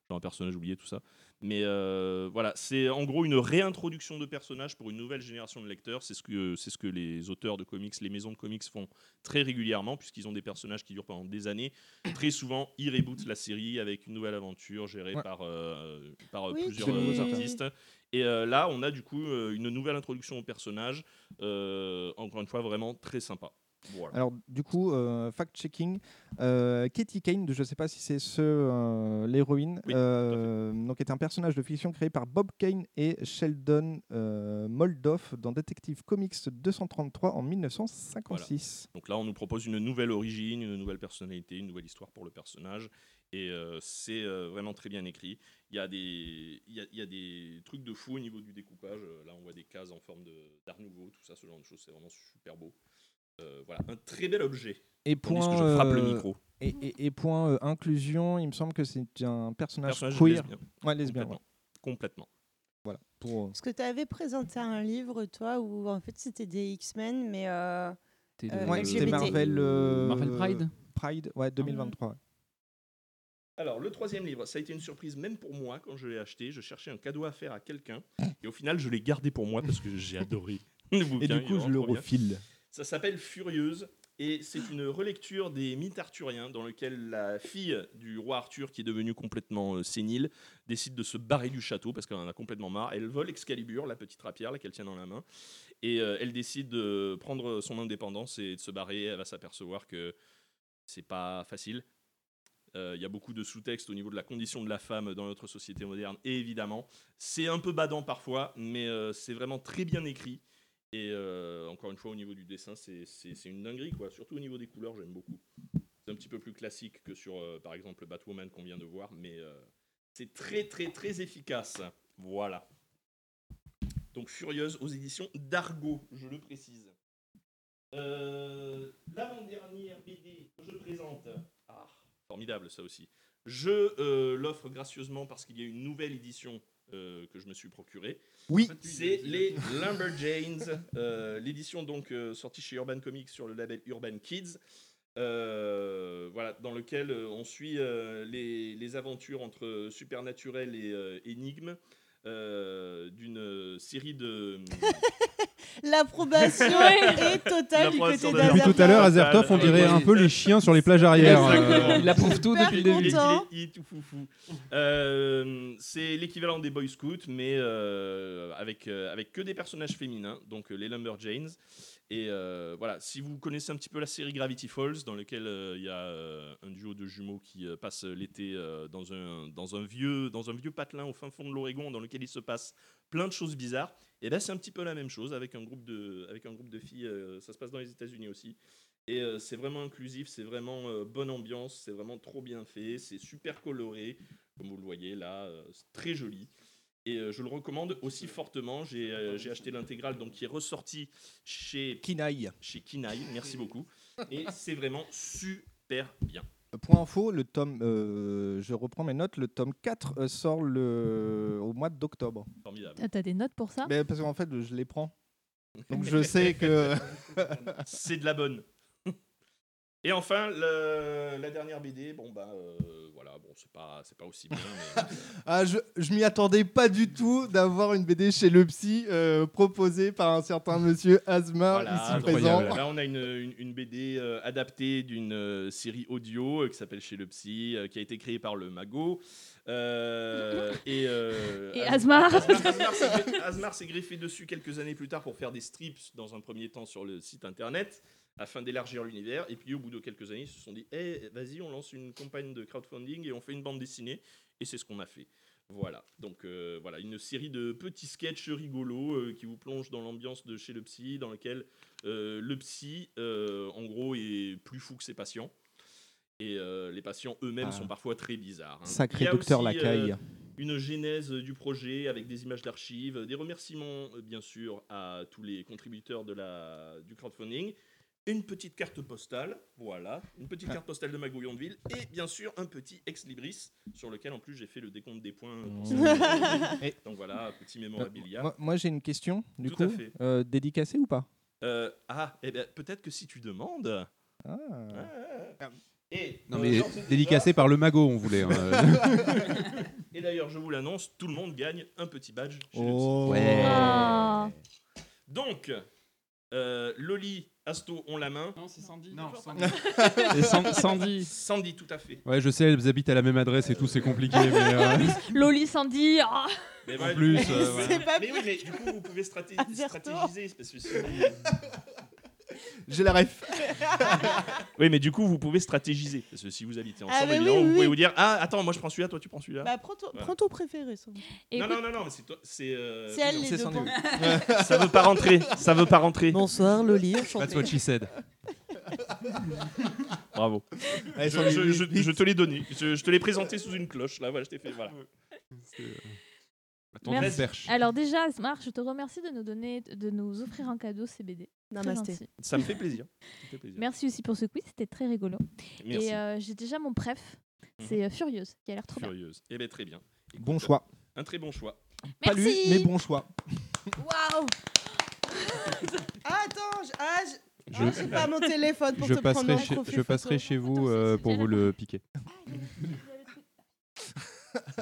Speaker 10: genre un personnage oublié, tout ça. Mais euh, voilà, c'est en gros une réintroduction de personnages pour une nouvelle génération de lecteurs. C'est ce que euh, c'est ce que les auteurs de comics, les maisons de comics font très régulièrement puisqu'ils ont des personnages qui durent pendant des années. Très souvent, ils rebootent la série avec une nouvelle aventure gérée
Speaker 8: Ouais.
Speaker 10: par euh, par euh,
Speaker 8: Oui,
Speaker 10: plusieurs
Speaker 8: c'est le nouveau
Speaker 10: euh,
Speaker 8: auteur.
Speaker 10: artistes Et euh, là, on a du coup euh, une nouvelle introduction au personnage, euh, encore une fois, vraiment très sympa. Voilà.
Speaker 8: Alors, du coup, euh, fact-checking. euh, Katie Kane, de- je ne sais pas si c'est ce, euh, l'héroïne, euh, donc est un personnage de fiction créé par Bob Kane et Sheldon euh, Moldoff dans Detective Comics 233 en 1956.
Speaker 10: Donc là, on nous propose une nouvelle origine, une nouvelle personnalité, une nouvelle histoire pour le personnage. Et euh, c'est euh, vraiment très bien écrit. Il y, a des, il, y a, il y a des trucs de fou au niveau du découpage. Euh, Là, on voit des cases en forme de- d'art nouveau, tout ça, ce genre de choses. C'est vraiment super beau. Euh, voilà, un très bel objet.
Speaker 8: Et
Speaker 10: Tandis
Speaker 8: point,
Speaker 10: que je frappe le
Speaker 8: euh,
Speaker 10: micro.
Speaker 8: Et, et- et point euh, inclusion, il me semble que c'est un personnage,
Speaker 10: Personnage
Speaker 8: queer.
Speaker 10: lesbien.
Speaker 8: Ouais, lesbien.
Speaker 10: Complètement.
Speaker 8: ouais.
Speaker 10: Complètement.
Speaker 8: Voilà. Pour, euh,
Speaker 11: Parce que tu avais présenté un livre, toi, où en fait c'était des X-Men, mais. Euh,
Speaker 8: C'était
Speaker 11: euh,
Speaker 8: le- Ouais, c'était
Speaker 11: LGBT.
Speaker 8: Marvel, euh,
Speaker 9: Marvel Pride
Speaker 8: Pride, ouais, 2023. ouais.
Speaker 10: Alors, le troisième livre, ça a été une surprise même pour moi quand je l'ai acheté. Je cherchais un cadeau à faire à quelqu'un. Et au final, je l'ai gardé pour moi parce que j'ai adoré. le bouquin,
Speaker 8: Et du
Speaker 10: il est
Speaker 8: coup, je
Speaker 10: vraiment
Speaker 8: le
Speaker 10: trop bien.
Speaker 8: refile.
Speaker 10: Ça s'appelle Furieuse. Et c'est une relecture des mythes arthuriens dans lequel la fille du roi Arthur, qui est devenue complètement euh, sénile, décide de se barrer du château parce qu'elle en a complètement marre. Elle vole Excalibur, la petite rapière là, qu'elle tient dans la main. Et euh, elle décide de prendre son indépendance et de se barrer. Elle va s'apercevoir que c'est pas facile. Euh, Il y a beaucoup de sous-textes au niveau de la condition de la femme dans notre société moderne, et évidemment, c'est un peu badant parfois, mais euh, c'est vraiment très bien écrit. Et euh, encore une fois, au niveau du dessin, c'est- c'est c'est une dinguerie, quoi. Surtout au niveau des couleurs, j'aime beaucoup. C'est un petit peu plus classique que sur, euh, par exemple, Batwoman qu'on vient de voir, mais euh, c'est très, très, très efficace. Voilà. Donc, Furieuse aux éditions d'Argo, je le précise. Euh, L'avant-dernière BD que je présente. Ah, formidable ça aussi. Je euh, l'offre gracieusement parce qu'il y a une nouvelle édition euh, que je me suis procurée.
Speaker 8: Oui.
Speaker 10: C'est les Lumberjanes, euh, l'édition donc euh, sortie chez Urban Comics sur le label Urban Kids. euh, voilà, dans lequel euh, on suit euh, les, les aventures entre Supernaturel et euh, Énigme euh, d'une euh, série de
Speaker 11: L'approbation est totale du côté
Speaker 10: L'approbation de
Speaker 11: d'Azertov.
Speaker 10: Depuis
Speaker 3: tout à l'heure, Azertov,
Speaker 11: euh,
Speaker 2: euh,
Speaker 3: on dirait un peu les chiens sur les plages arrières.
Speaker 10: Exactement.
Speaker 3: Euh,
Speaker 10: Il est- il est- il est tout foufou. Euh, c'est l'équivalent des Boy Scouts, mais euh, avec, euh, avec que des personnages féminins, donc euh, les Lumberjanes. Et euh, voilà, si vous connaissez un petit peu la série Gravity Falls, dans lequel euh, il y a euh, un duo de jumeaux qui euh, passe l'été euh, dans, un, dans, un vieux, dans un vieux patelin au fin fond de l'Oregon, dans lequel il se passe plein de choses bizarres, et là c'est un petit peu la même chose avec un groupe de, avec un groupe de filles, euh, ça se passe dans les États-Unis aussi. Et euh, c'est vraiment inclusif, c'est vraiment euh, bonne ambiance, c'est vraiment trop bien fait, c'est super coloré, comme vous le voyez là, euh, c'est très joli. Et euh, je le recommande aussi fortement. J'ai euh, j'ai acheté l'intégrale donc qui est ressortie chez
Speaker 8: Kinaï.
Speaker 10: Chez Kinaï, merci beaucoup. Et c'est vraiment super bien.
Speaker 8: Point Euh, info, le tome, euh, je reprends mes notes, le tome 4 euh, sort le, au mois d'octobre.
Speaker 10: Formidable.
Speaker 7: Ah, T'as des notes pour ça
Speaker 8: Mais parce qu'en fait, je les prends. Donc je sais que.
Speaker 10: c'est de la bonne. Et enfin, le- la dernière BD, bon bah euh, voilà, bon c'est pas c'est pas aussi bien. mais-
Speaker 8: Ah, je je m'y attendais pas du tout d'avoir une BD chez le psy euh, proposée par un certain monsieur Asma,
Speaker 10: Voilà,
Speaker 8: ici
Speaker 10: incroyable.
Speaker 8: présent.
Speaker 10: Là, on a une, une- une BD euh, adaptée d'une euh, série audio euh, qui s'appelle Chez le Psy, euh, qui a été créée par le Mago. Euh, et euh,
Speaker 7: Et
Speaker 10: Az-
Speaker 7: Asmar.
Speaker 10: Asmar, Asmar s'est greffé- Asmar s'est greffé dessus quelques années plus tard pour faire des strips dans un premier temps sur le site internet afin d'élargir l'univers. Et puis au bout de quelques années, ils se sont dit Eh, vas-y, on lance une campagne de crowdfunding et on fait une bande dessinée. Et c'est ce qu'on a fait. Voilà, donc euh, voilà, une série de petits sketchs rigolos euh, qui vous plongent dans l'ambiance de chez le psy, dans lequel euh, le psy, euh, en gros, est plus fou que ses patients. Et euh, les patients eux-mêmes
Speaker 8: Ah.
Speaker 10: sont parfois très bizarres. hein.
Speaker 8: Sacré
Speaker 10: Il y a
Speaker 8: docteur
Speaker 10: aussi, euh,
Speaker 8: Lacaille.
Speaker 10: une genèse du projet avec des images d'archives, des remerciements euh, bien sûr à tous les contributeurs de la, du crowdfunding, une petite carte postale, voilà, une petite
Speaker 8: Ah.
Speaker 10: carte postale de Magouillonville et bien sûr un petit ex libris sur lequel en plus j'ai fait le décompte des points. euh, concernant-
Speaker 8: Mmh. Et-
Speaker 10: Donc voilà, petit
Speaker 8: Euh,
Speaker 10: mémorabilia.
Speaker 8: moi, moi, j'ai une question, du
Speaker 10: Tout
Speaker 8: coup.
Speaker 10: à fait.
Speaker 8: Euh, dédicacée ou pas
Speaker 10: Euh, ah, eh ben, peut-être que si tu demandes. Et,
Speaker 3: Non,
Speaker 10: euh,
Speaker 3: mais
Speaker 10: d'ores et déjà-
Speaker 3: dédicacé par le magot, on voulait. hein.
Speaker 10: Et d'ailleurs, je vous l'annonce, tout le monde gagne un petit badge.
Speaker 3: Oh.
Speaker 10: Donc, Euh, Loli, Asto ont la main.
Speaker 9: Non, c'est Sandy.
Speaker 10: Non,
Speaker 9: Sandy. C'est San- Sandy.
Speaker 10: Sandy, tout à fait.
Speaker 3: Ouais, je sais, elles habitent à la même adresse et tout, c'est compliqué. mais, euh,
Speaker 7: Loli Sandy. ah.
Speaker 10: Mais
Speaker 3: En plus, euh, voilà.
Speaker 10: pas mais oui, mais du coup, vous pouvez straté- stratégiser. c'est Parce que sinon-
Speaker 8: J'ai la ref.
Speaker 10: oui, mais du coup, vous pouvez stratégiser. Parce que si vous habitez ensemble,
Speaker 11: Ah, mais oui,
Speaker 10: évidemment, vous
Speaker 11: oui,
Speaker 10: pouvez
Speaker 11: oui.
Speaker 10: vous dire Ah, attends, moi je prends celui-là, toi tu prends celui-là.
Speaker 11: Bah, prends, ton,
Speaker 10: Voilà.
Speaker 11: prends ton préféré. sans doute.
Speaker 10: Non, non, non, non, mais c'est toi. C'est euh,
Speaker 11: C'est elle, les
Speaker 10: c'est
Speaker 11: deux
Speaker 10: Sandy.
Speaker 11: points.
Speaker 10: Ouais. Ça veut pas rentrer. Ça veut pas rentrer.
Speaker 11: Bonsoir, Loli. enchantée.
Speaker 3: That's what she said.
Speaker 10: Bravo.
Speaker 8: Allez,
Speaker 10: je,
Speaker 8: Sandy,
Speaker 10: je-
Speaker 8: vite,
Speaker 10: je-
Speaker 8: vite.
Speaker 10: je te l'ai donné. Je, je te l'ai présenté sous une cloche. Là, voilà, je t'ai fait. Voilà.
Speaker 11: euh,
Speaker 3: Attends,
Speaker 7: Merci.
Speaker 3: je perche.
Speaker 7: Alors déjà, Asmar, je te remercie de nous donner, de nous offrir en cadeau ces BD. Très
Speaker 11: Namasté.
Speaker 7: gentil.
Speaker 10: Ça me fait plaisir. Ça me fait plaisir.
Speaker 7: Merci aussi pour ce quiz, c'était très rigolo.
Speaker 10: Merci.
Speaker 7: Et euh, j'ai déjà mon préf,
Speaker 3: Mhm.
Speaker 7: c'est euh, Furieuse, qui a l'air trop bien.
Speaker 10: Furieuse. Eh bien, très bien.
Speaker 8: Bon choix.
Speaker 10: Un très bon choix.
Speaker 8: Pas lui,
Speaker 7: Merci.
Speaker 8: mais bon choix.
Speaker 11: Waouh Ah, Attends, je- ah, je-
Speaker 3: Je-
Speaker 11: ah, j'ai pas mon téléphone pour
Speaker 3: je
Speaker 11: te prendre
Speaker 3: passerai
Speaker 11: en
Speaker 3: chez,
Speaker 11: profil
Speaker 3: je
Speaker 11: photo.
Speaker 3: passerai chez vous euh, pour vous le piquer.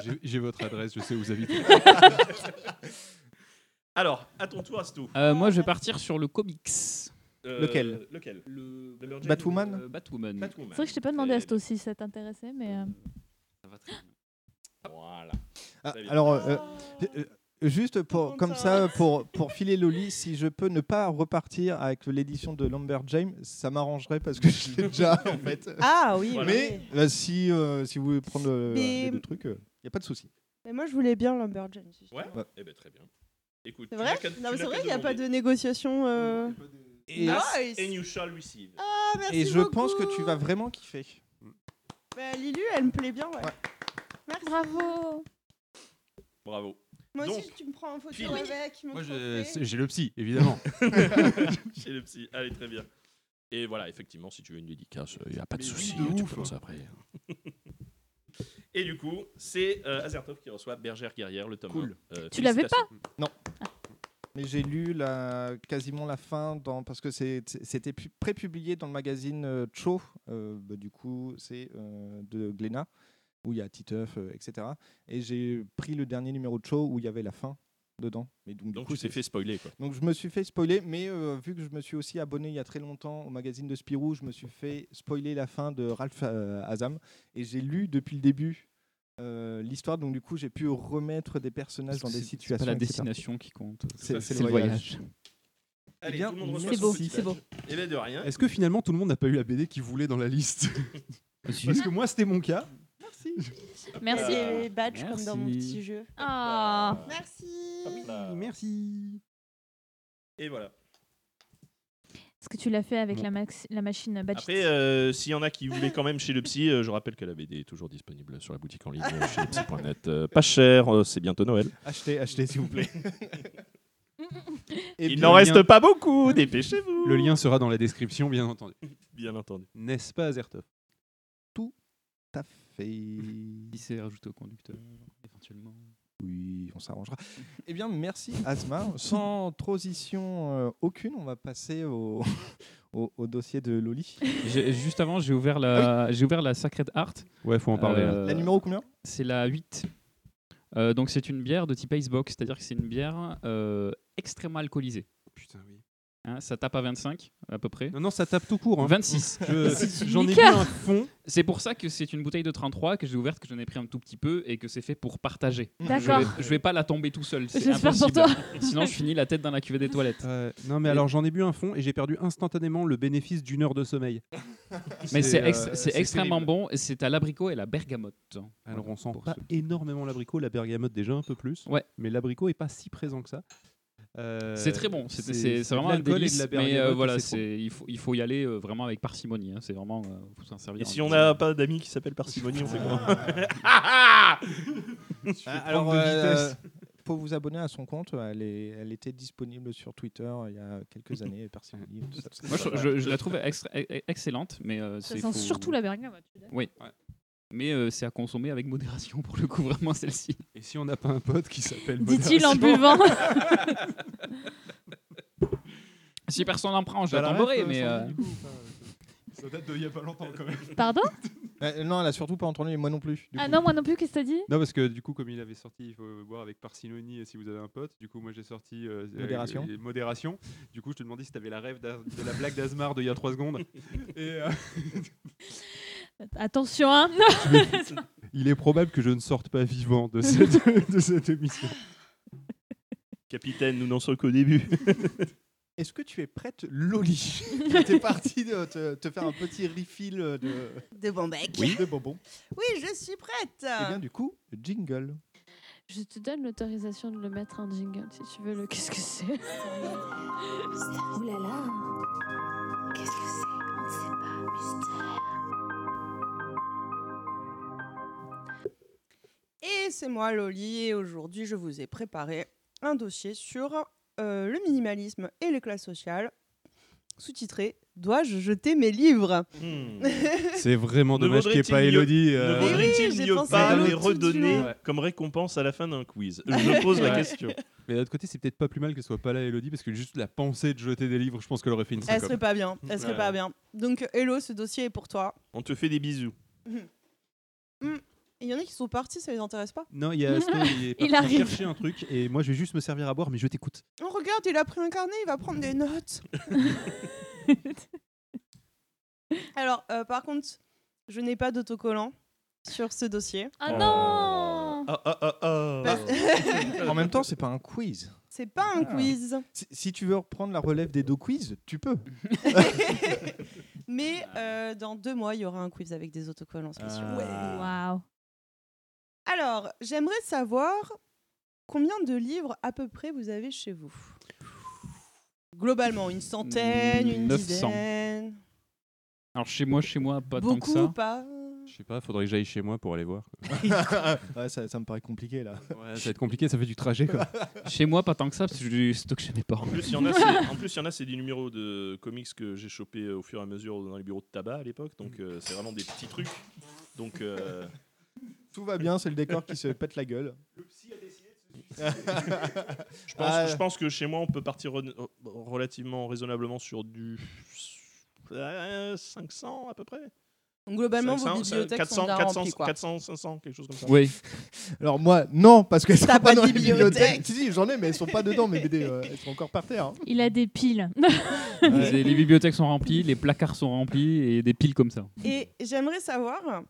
Speaker 3: J'ai- J'ai votre adresse, je sais où vous habitez.
Speaker 10: Alors, à ton tour, Astou.
Speaker 9: Euh, moi, je vais partir sur le comics.
Speaker 10: Euh, Lequel Euh, le, Lumberjack
Speaker 8: Batwoman
Speaker 10: ou le-
Speaker 9: Batwoman.
Speaker 7: C'est vrai que je t'ai pas demandé à toi aussi si ça t'intéressait, mais euh,
Speaker 10: Voilà.
Speaker 8: Ah,
Speaker 10: Très bien.
Speaker 8: alors, euh, euh, juste pour, comme ça, pour, pour filer Loli, si je peux ne pas repartir avec l'édition de Lambert James, ça m'arrangerait parce que je l'ai déjà, en fait.
Speaker 11: Ah oui, Voilà.
Speaker 8: mais euh, si, euh, si vous voulez prendre euh,
Speaker 11: Mais-
Speaker 8: les deux trucs, il n'y a pas de souci.
Speaker 11: Mais moi, je voulais bien Lumberjack.
Speaker 10: Ouais,
Speaker 8: Ouais.
Speaker 10: Eh ben, très bien. Écoute,
Speaker 11: C'est
Speaker 10: tu
Speaker 11: vrai
Speaker 10: n'as qu'à- tu
Speaker 11: Non, mais
Speaker 10: n'as
Speaker 11: c'est vrai
Speaker 10: qu'à
Speaker 11: qu'il n'y a pas
Speaker 10: demander.
Speaker 11: de négociation. euh.
Speaker 8: Et-
Speaker 11: Nice.
Speaker 10: And you shall receive.
Speaker 11: Ah, merci
Speaker 8: Et je
Speaker 11: beaucoup.
Speaker 8: pense que tu vas vraiment kiffer.
Speaker 11: Bah, Lilu, elle me plaît bien, ouais. Merci.
Speaker 7: Bravo.
Speaker 10: Bravo.
Speaker 11: Moi aussi,
Speaker 10: Donc,
Speaker 11: tu me prends en photo
Speaker 10: Phil.
Speaker 11: avec. mon
Speaker 3: Moi, je-
Speaker 11: trophée.
Speaker 3: c'est- j'ai le psy, évidemment.
Speaker 10: Chez le psy. Allez, très bien. Et voilà, effectivement, si tu veux une dédicace, il n'y a pas de
Speaker 3: Mais
Speaker 10: souci. hein,
Speaker 3: de
Speaker 10: Tu
Speaker 3: ouf.
Speaker 10: commences après. Et du coup, c'est euh, Azertov qui reçoit Bergère Guerrière, le tome
Speaker 8: Cool.
Speaker 10: un. Euh,
Speaker 7: Tu l'avais Ah.
Speaker 10: félicitations.
Speaker 8: Non. Mais j'ai lu la, quasiment la fin dans, parce que c'est- c'était pu- pré-publié dans le magazine euh, Cho, euh, bah, du coup c'est euh, de Glénat, où il y a Titeuf, euh, etc. Et j'ai pris le dernier numéro de Cho où il y avait la fin dedans. Mais donc, du
Speaker 10: Donc,
Speaker 8: coup,
Speaker 10: tu t'es
Speaker 8: c'est-
Speaker 10: fait spoiler, quoi.
Speaker 8: donc je me suis fait spoiler, mais euh, vu que je me suis aussi abonné il y a très longtemps au magazine de Spirou, je me suis fait spoiler la fin de Ralph euh, Azam et j'ai lu depuis le début euh, l'histoire, donc du coup j'ai pu remettre des personnages
Speaker 9: Parce
Speaker 8: dans
Speaker 9: que
Speaker 8: des
Speaker 9: c'est- c'est pas
Speaker 8: situations.
Speaker 9: la
Speaker 8: etc.
Speaker 9: destination qui compte.
Speaker 8: c'est
Speaker 9: C'est
Speaker 8: c'est
Speaker 9: le
Speaker 8: le
Speaker 9: voyage.
Speaker 8: voyage.
Speaker 10: Allez,
Speaker 8: Eh bien,
Speaker 10: tout le monde reçoit
Speaker 8: merci.
Speaker 10: son
Speaker 8: C'est beau,
Speaker 10: petit
Speaker 8: c'est
Speaker 10: badge.
Speaker 8: beau.
Speaker 10: Eh bien, de rien.
Speaker 3: Est-ce que finalement tout le monde n'a pas eu la BD qu'il voulait dans la liste Parce que moi, c'était mon cas.
Speaker 7: Merci.
Speaker 11: Il y a les badges comme dans mon
Speaker 3: Merci.
Speaker 11: petit jeu.
Speaker 7: Ah.
Speaker 11: Merci.
Speaker 3: Merci.
Speaker 10: Et voilà.
Speaker 7: Est-ce que tu l'as fait avec
Speaker 10: Bon.
Speaker 7: la, max- la machine à badge
Speaker 10: Après, euh, s'il y en a qui voulaient quand même chez le psy, euh, je rappelle que la BD est toujours disponible sur la boutique en ligne euh, chez psy.net. Euh, pas cher, euh, c'est bientôt Noël.
Speaker 8: Achetez, achetez s'il vous plaît. Et
Speaker 10: Il
Speaker 8: puis,
Speaker 10: n'en
Speaker 8: le
Speaker 10: reste
Speaker 8: lien-
Speaker 10: pas beaucoup, dépêchez-vous.
Speaker 3: Le lien sera dans la description, bien entendu.
Speaker 10: Bien entendu.
Speaker 3: N'est-ce pas, Azertov
Speaker 8: Tout à fait.
Speaker 9: Il s'est rajouté au conducteur, éventuellement.
Speaker 8: Oui, on s'arrangera. eh bien, merci Asma. Sans transition euh, aucune, on va passer au, au, au dossier de Loli.
Speaker 9: J'ai- Juste avant, j'ai ouvert, la... j'ai ouvert la Sacred Heart. Euh,
Speaker 3: Ouais, faut en parler, hein. là.
Speaker 8: La numéro combien
Speaker 9: C'est la 8. Euh, donc, c'est une bière de type Icebox, c'est-à-dire que c'est une bière euh, extrêmement alcoolisée.
Speaker 3: Putain, oui.
Speaker 9: Hein, ça tape à 25, à peu près.
Speaker 3: Non, non, ça tape tout court. hein.
Speaker 9: 26.
Speaker 3: Je- J'en ai vu un fond.
Speaker 9: C'est pour ça que c'est une bouteille de 33 que j'ai ouverte, que j'en ai pris un tout petit peu et que c'est fait pour partager.
Speaker 7: D'accord.
Speaker 9: Je vais, je vais pas la tomber tout seul. C'est
Speaker 7: J'espère pour
Speaker 9: impossible.
Speaker 7: toi.
Speaker 9: Sinon, je finis la tête dans la cuvée des toilettes.
Speaker 3: Euh, non, mais alors j'en ai bu un fond et j'ai perdu instantanément le bénéfice d'une heure de sommeil.
Speaker 9: Mais c'est
Speaker 3: euh,
Speaker 9: ex- c'est extrêmement
Speaker 3: terrible.
Speaker 9: bon. et C'est à l'abricot et la bergamote.
Speaker 3: Alors on sent
Speaker 9: Pour
Speaker 3: pas énormément l'abricot, la bergamote déjà un peu plus.
Speaker 9: Ouais.
Speaker 3: Mais l'abricot est pas si présent que ça. Euh,
Speaker 9: C'est très bon, c'est-
Speaker 3: de
Speaker 9: c'est c'est vraiment un
Speaker 3: l'alcool et de
Speaker 9: délice,
Speaker 3: la
Speaker 9: mais euh,
Speaker 3: bergamote,
Speaker 9: voilà,
Speaker 3: c'est trop
Speaker 9: c'est- il, faut, il faut y aller euh, vraiment avec parcimonie, hein, c'est vraiment, euh, faut s'en servir.
Speaker 10: Et si on
Speaker 9: a
Speaker 10: n'a pas d'amis qui s'appellent Parcimonie, on fait Ah, comment
Speaker 8: Ah. Alors,
Speaker 10: de
Speaker 8: euh,
Speaker 10: vitesse.
Speaker 8: pour vous abonner à son compte, elle, est- elle était disponible sur Twitter il y a quelques années. Parcimonie, tout ça, tout ça.
Speaker 9: Moi, je, je- je la trouve extra- e- e- excellente, mais euh,
Speaker 7: Ça
Speaker 9: c'est
Speaker 7: sent
Speaker 9: faut-
Speaker 7: surtout la bergamote.
Speaker 9: Oui. Mais euh, c'est à consommer avec modération pour le coup, vraiment celle-ci.
Speaker 3: Et si on n'a pas un pote qui s'appelle
Speaker 7: Dit-il en
Speaker 3: Modération
Speaker 7: buvant.
Speaker 9: Si personne n'en prend, je
Speaker 3: T'as la ref,
Speaker 9: l'attendrai,
Speaker 3: euh,
Speaker 9: mais.
Speaker 3: Sandy,
Speaker 9: euh,
Speaker 3: du coup, ou pas Ça date d'il y a pas longtemps quand même.
Speaker 7: Pardon
Speaker 8: Euh, non, elle a surtout pas entendu, et moi non plus. du
Speaker 7: Ah
Speaker 8: coup.
Speaker 7: non, moi non plus, qu'est-ce que t'as dit
Speaker 3: Non, parce que du coup, comme il avait sorti, il faut boire avec parcimonie euh, si vous avez un pote. Du coup, moi j'ai sorti euh, euh,
Speaker 8: Modération.
Speaker 3: euh, modération. Du coup, je te demandais si t'avais la rêve d'A- de la blague d'Asmar d'il y a 3 secondes. Et, euh,
Speaker 7: Attention, hein
Speaker 3: il est probable que je ne sorte pas vivant de cette, de cette émission.
Speaker 10: Capitaine, nous n'en sommes qu'au début.
Speaker 8: Est-ce que tu es prête, Loli T'es partie de te, te faire un petit refill euh, de,
Speaker 18: De bon bec.
Speaker 8: Oui. de bonbons.
Speaker 18: Oui, je suis prête.
Speaker 7: Eh
Speaker 8: Et Eh bien, du coup, jingle.
Speaker 7: Je te donne l'autorisation de le mettre en jingle si tu veux le. Qu'est-ce que c'est
Speaker 2: Ouh là là. Qu'est-ce que c'est On ne sait pas. Mystère.
Speaker 11: Et c'est moi Loli et aujourd'hui je vous ai préparé un dossier sur euh, le minimalisme et les classes sociales, sous-titré Dois-je jeter mes livres
Speaker 3: C'est vraiment
Speaker 10: Hmm. Ne
Speaker 3: dommage qu'il n'y ait
Speaker 10: vaudrait-il
Speaker 3: pas
Speaker 10: mieux-
Speaker 3: Elodie.
Speaker 10: Ne
Speaker 3: euh,
Speaker 10: vaudrait-il
Speaker 11: Eh j'ai
Speaker 10: mieux
Speaker 11: pensé à
Speaker 10: pas
Speaker 11: l'autre
Speaker 10: les
Speaker 11: tout de
Speaker 10: redonner
Speaker 11: suite. Ouais.
Speaker 10: comme récompense à la fin d'un quiz Je pose la
Speaker 3: Ouais.
Speaker 10: question.
Speaker 3: Mais d'un autre côté, c'est peut-être pas plus mal qu'elle soit pas là, Elodie, parce que juste la pensée de jeter des livres, je pense qu'elle aurait fait une
Speaker 11: Elle
Speaker 3: syncope.
Speaker 11: serait pas bien, elle serait
Speaker 3: Ouais.
Speaker 11: pas bien. Donc hello, ce dossier est pour toi.
Speaker 10: On te fait des bisous.
Speaker 11: Hmm. Hmm. Il y en a qui sont partis, ça les intéresse pas
Speaker 3: Non, il y a Aston, il est parti chercher un truc et moi je vais juste me servir à boire, mais je t'écoute.
Speaker 11: On Oh, regarde, il a pris un carnet, il va prendre des notes. Alors, euh, par contre, je n'ai pas d'autocollant sur ce dossier.
Speaker 9: Oh.
Speaker 7: Ah non
Speaker 10: Ah, ah, ah, ah.
Speaker 8: Bah. en même temps, c'est pas un quiz.
Speaker 11: C'est pas un
Speaker 8: Ah.
Speaker 11: quiz,
Speaker 8: Si, si tu veux reprendre la relève des deux quiz, tu peux.
Speaker 11: mais euh, dans deux mois, il y aura un quiz avec des autocollants spéciaux.
Speaker 8: Ah. Ouais.
Speaker 7: Waouh
Speaker 11: Alors, j'aimerais savoir combien de livres à peu près vous avez chez vous Globalement, une centaine, une
Speaker 9: 900.
Speaker 11: dizaine
Speaker 9: Alors chez moi, chez moi, pas tant que
Speaker 11: Beaucoup,
Speaker 9: ça.
Speaker 11: pas
Speaker 3: Je sais pas, faudrait que j'aille chez moi pour aller voir.
Speaker 8: Ouais, ça, ça me paraît compliqué là.
Speaker 3: Ouais, ça va être compliqué, ça fait du trajet quoi.
Speaker 9: Chez moi, pas tant que ça, parce que j'ai du stock chez mes parents.
Speaker 10: En plus, il y en a, c'est- en plus, il y en a, c'est des numéros de comics que j'ai chopés euh, au fur et à mesure dans les bureaux de tabac à l'époque. Donc, euh, c'est vraiment des petits trucs. Donc, euh,
Speaker 8: Tout va bien, c'est le décor qui se pète la gueule.
Speaker 10: je, pense,
Speaker 8: Ah.
Speaker 10: je pense que chez moi, on peut partir re- relativement raisonnablement sur du euh, 500 à peu près.
Speaker 11: Donc, globalement, vos
Speaker 10: 500,
Speaker 11: bibliothèques
Speaker 10: 400,
Speaker 11: sont bien
Speaker 10: 400,
Speaker 11: remplies, quoi.
Speaker 10: 400, 500, quelque chose comme ça.
Speaker 8: Oui. Alors moi, non, parce que
Speaker 11: T'as
Speaker 8: ça
Speaker 11: pas
Speaker 8: pas
Speaker 11: de
Speaker 8: dans les
Speaker 11: bibliothèque.
Speaker 8: bibliothèques. Si, si, j'en ai, mais elles sont pas dedans, mes BD. euh, elles sont encore par terre. hein.
Speaker 7: Il a des piles.
Speaker 9: Les, les bibliothèques sont remplies, les placards sont remplis et des piles comme ça.
Speaker 11: Et j'aimerais savoir,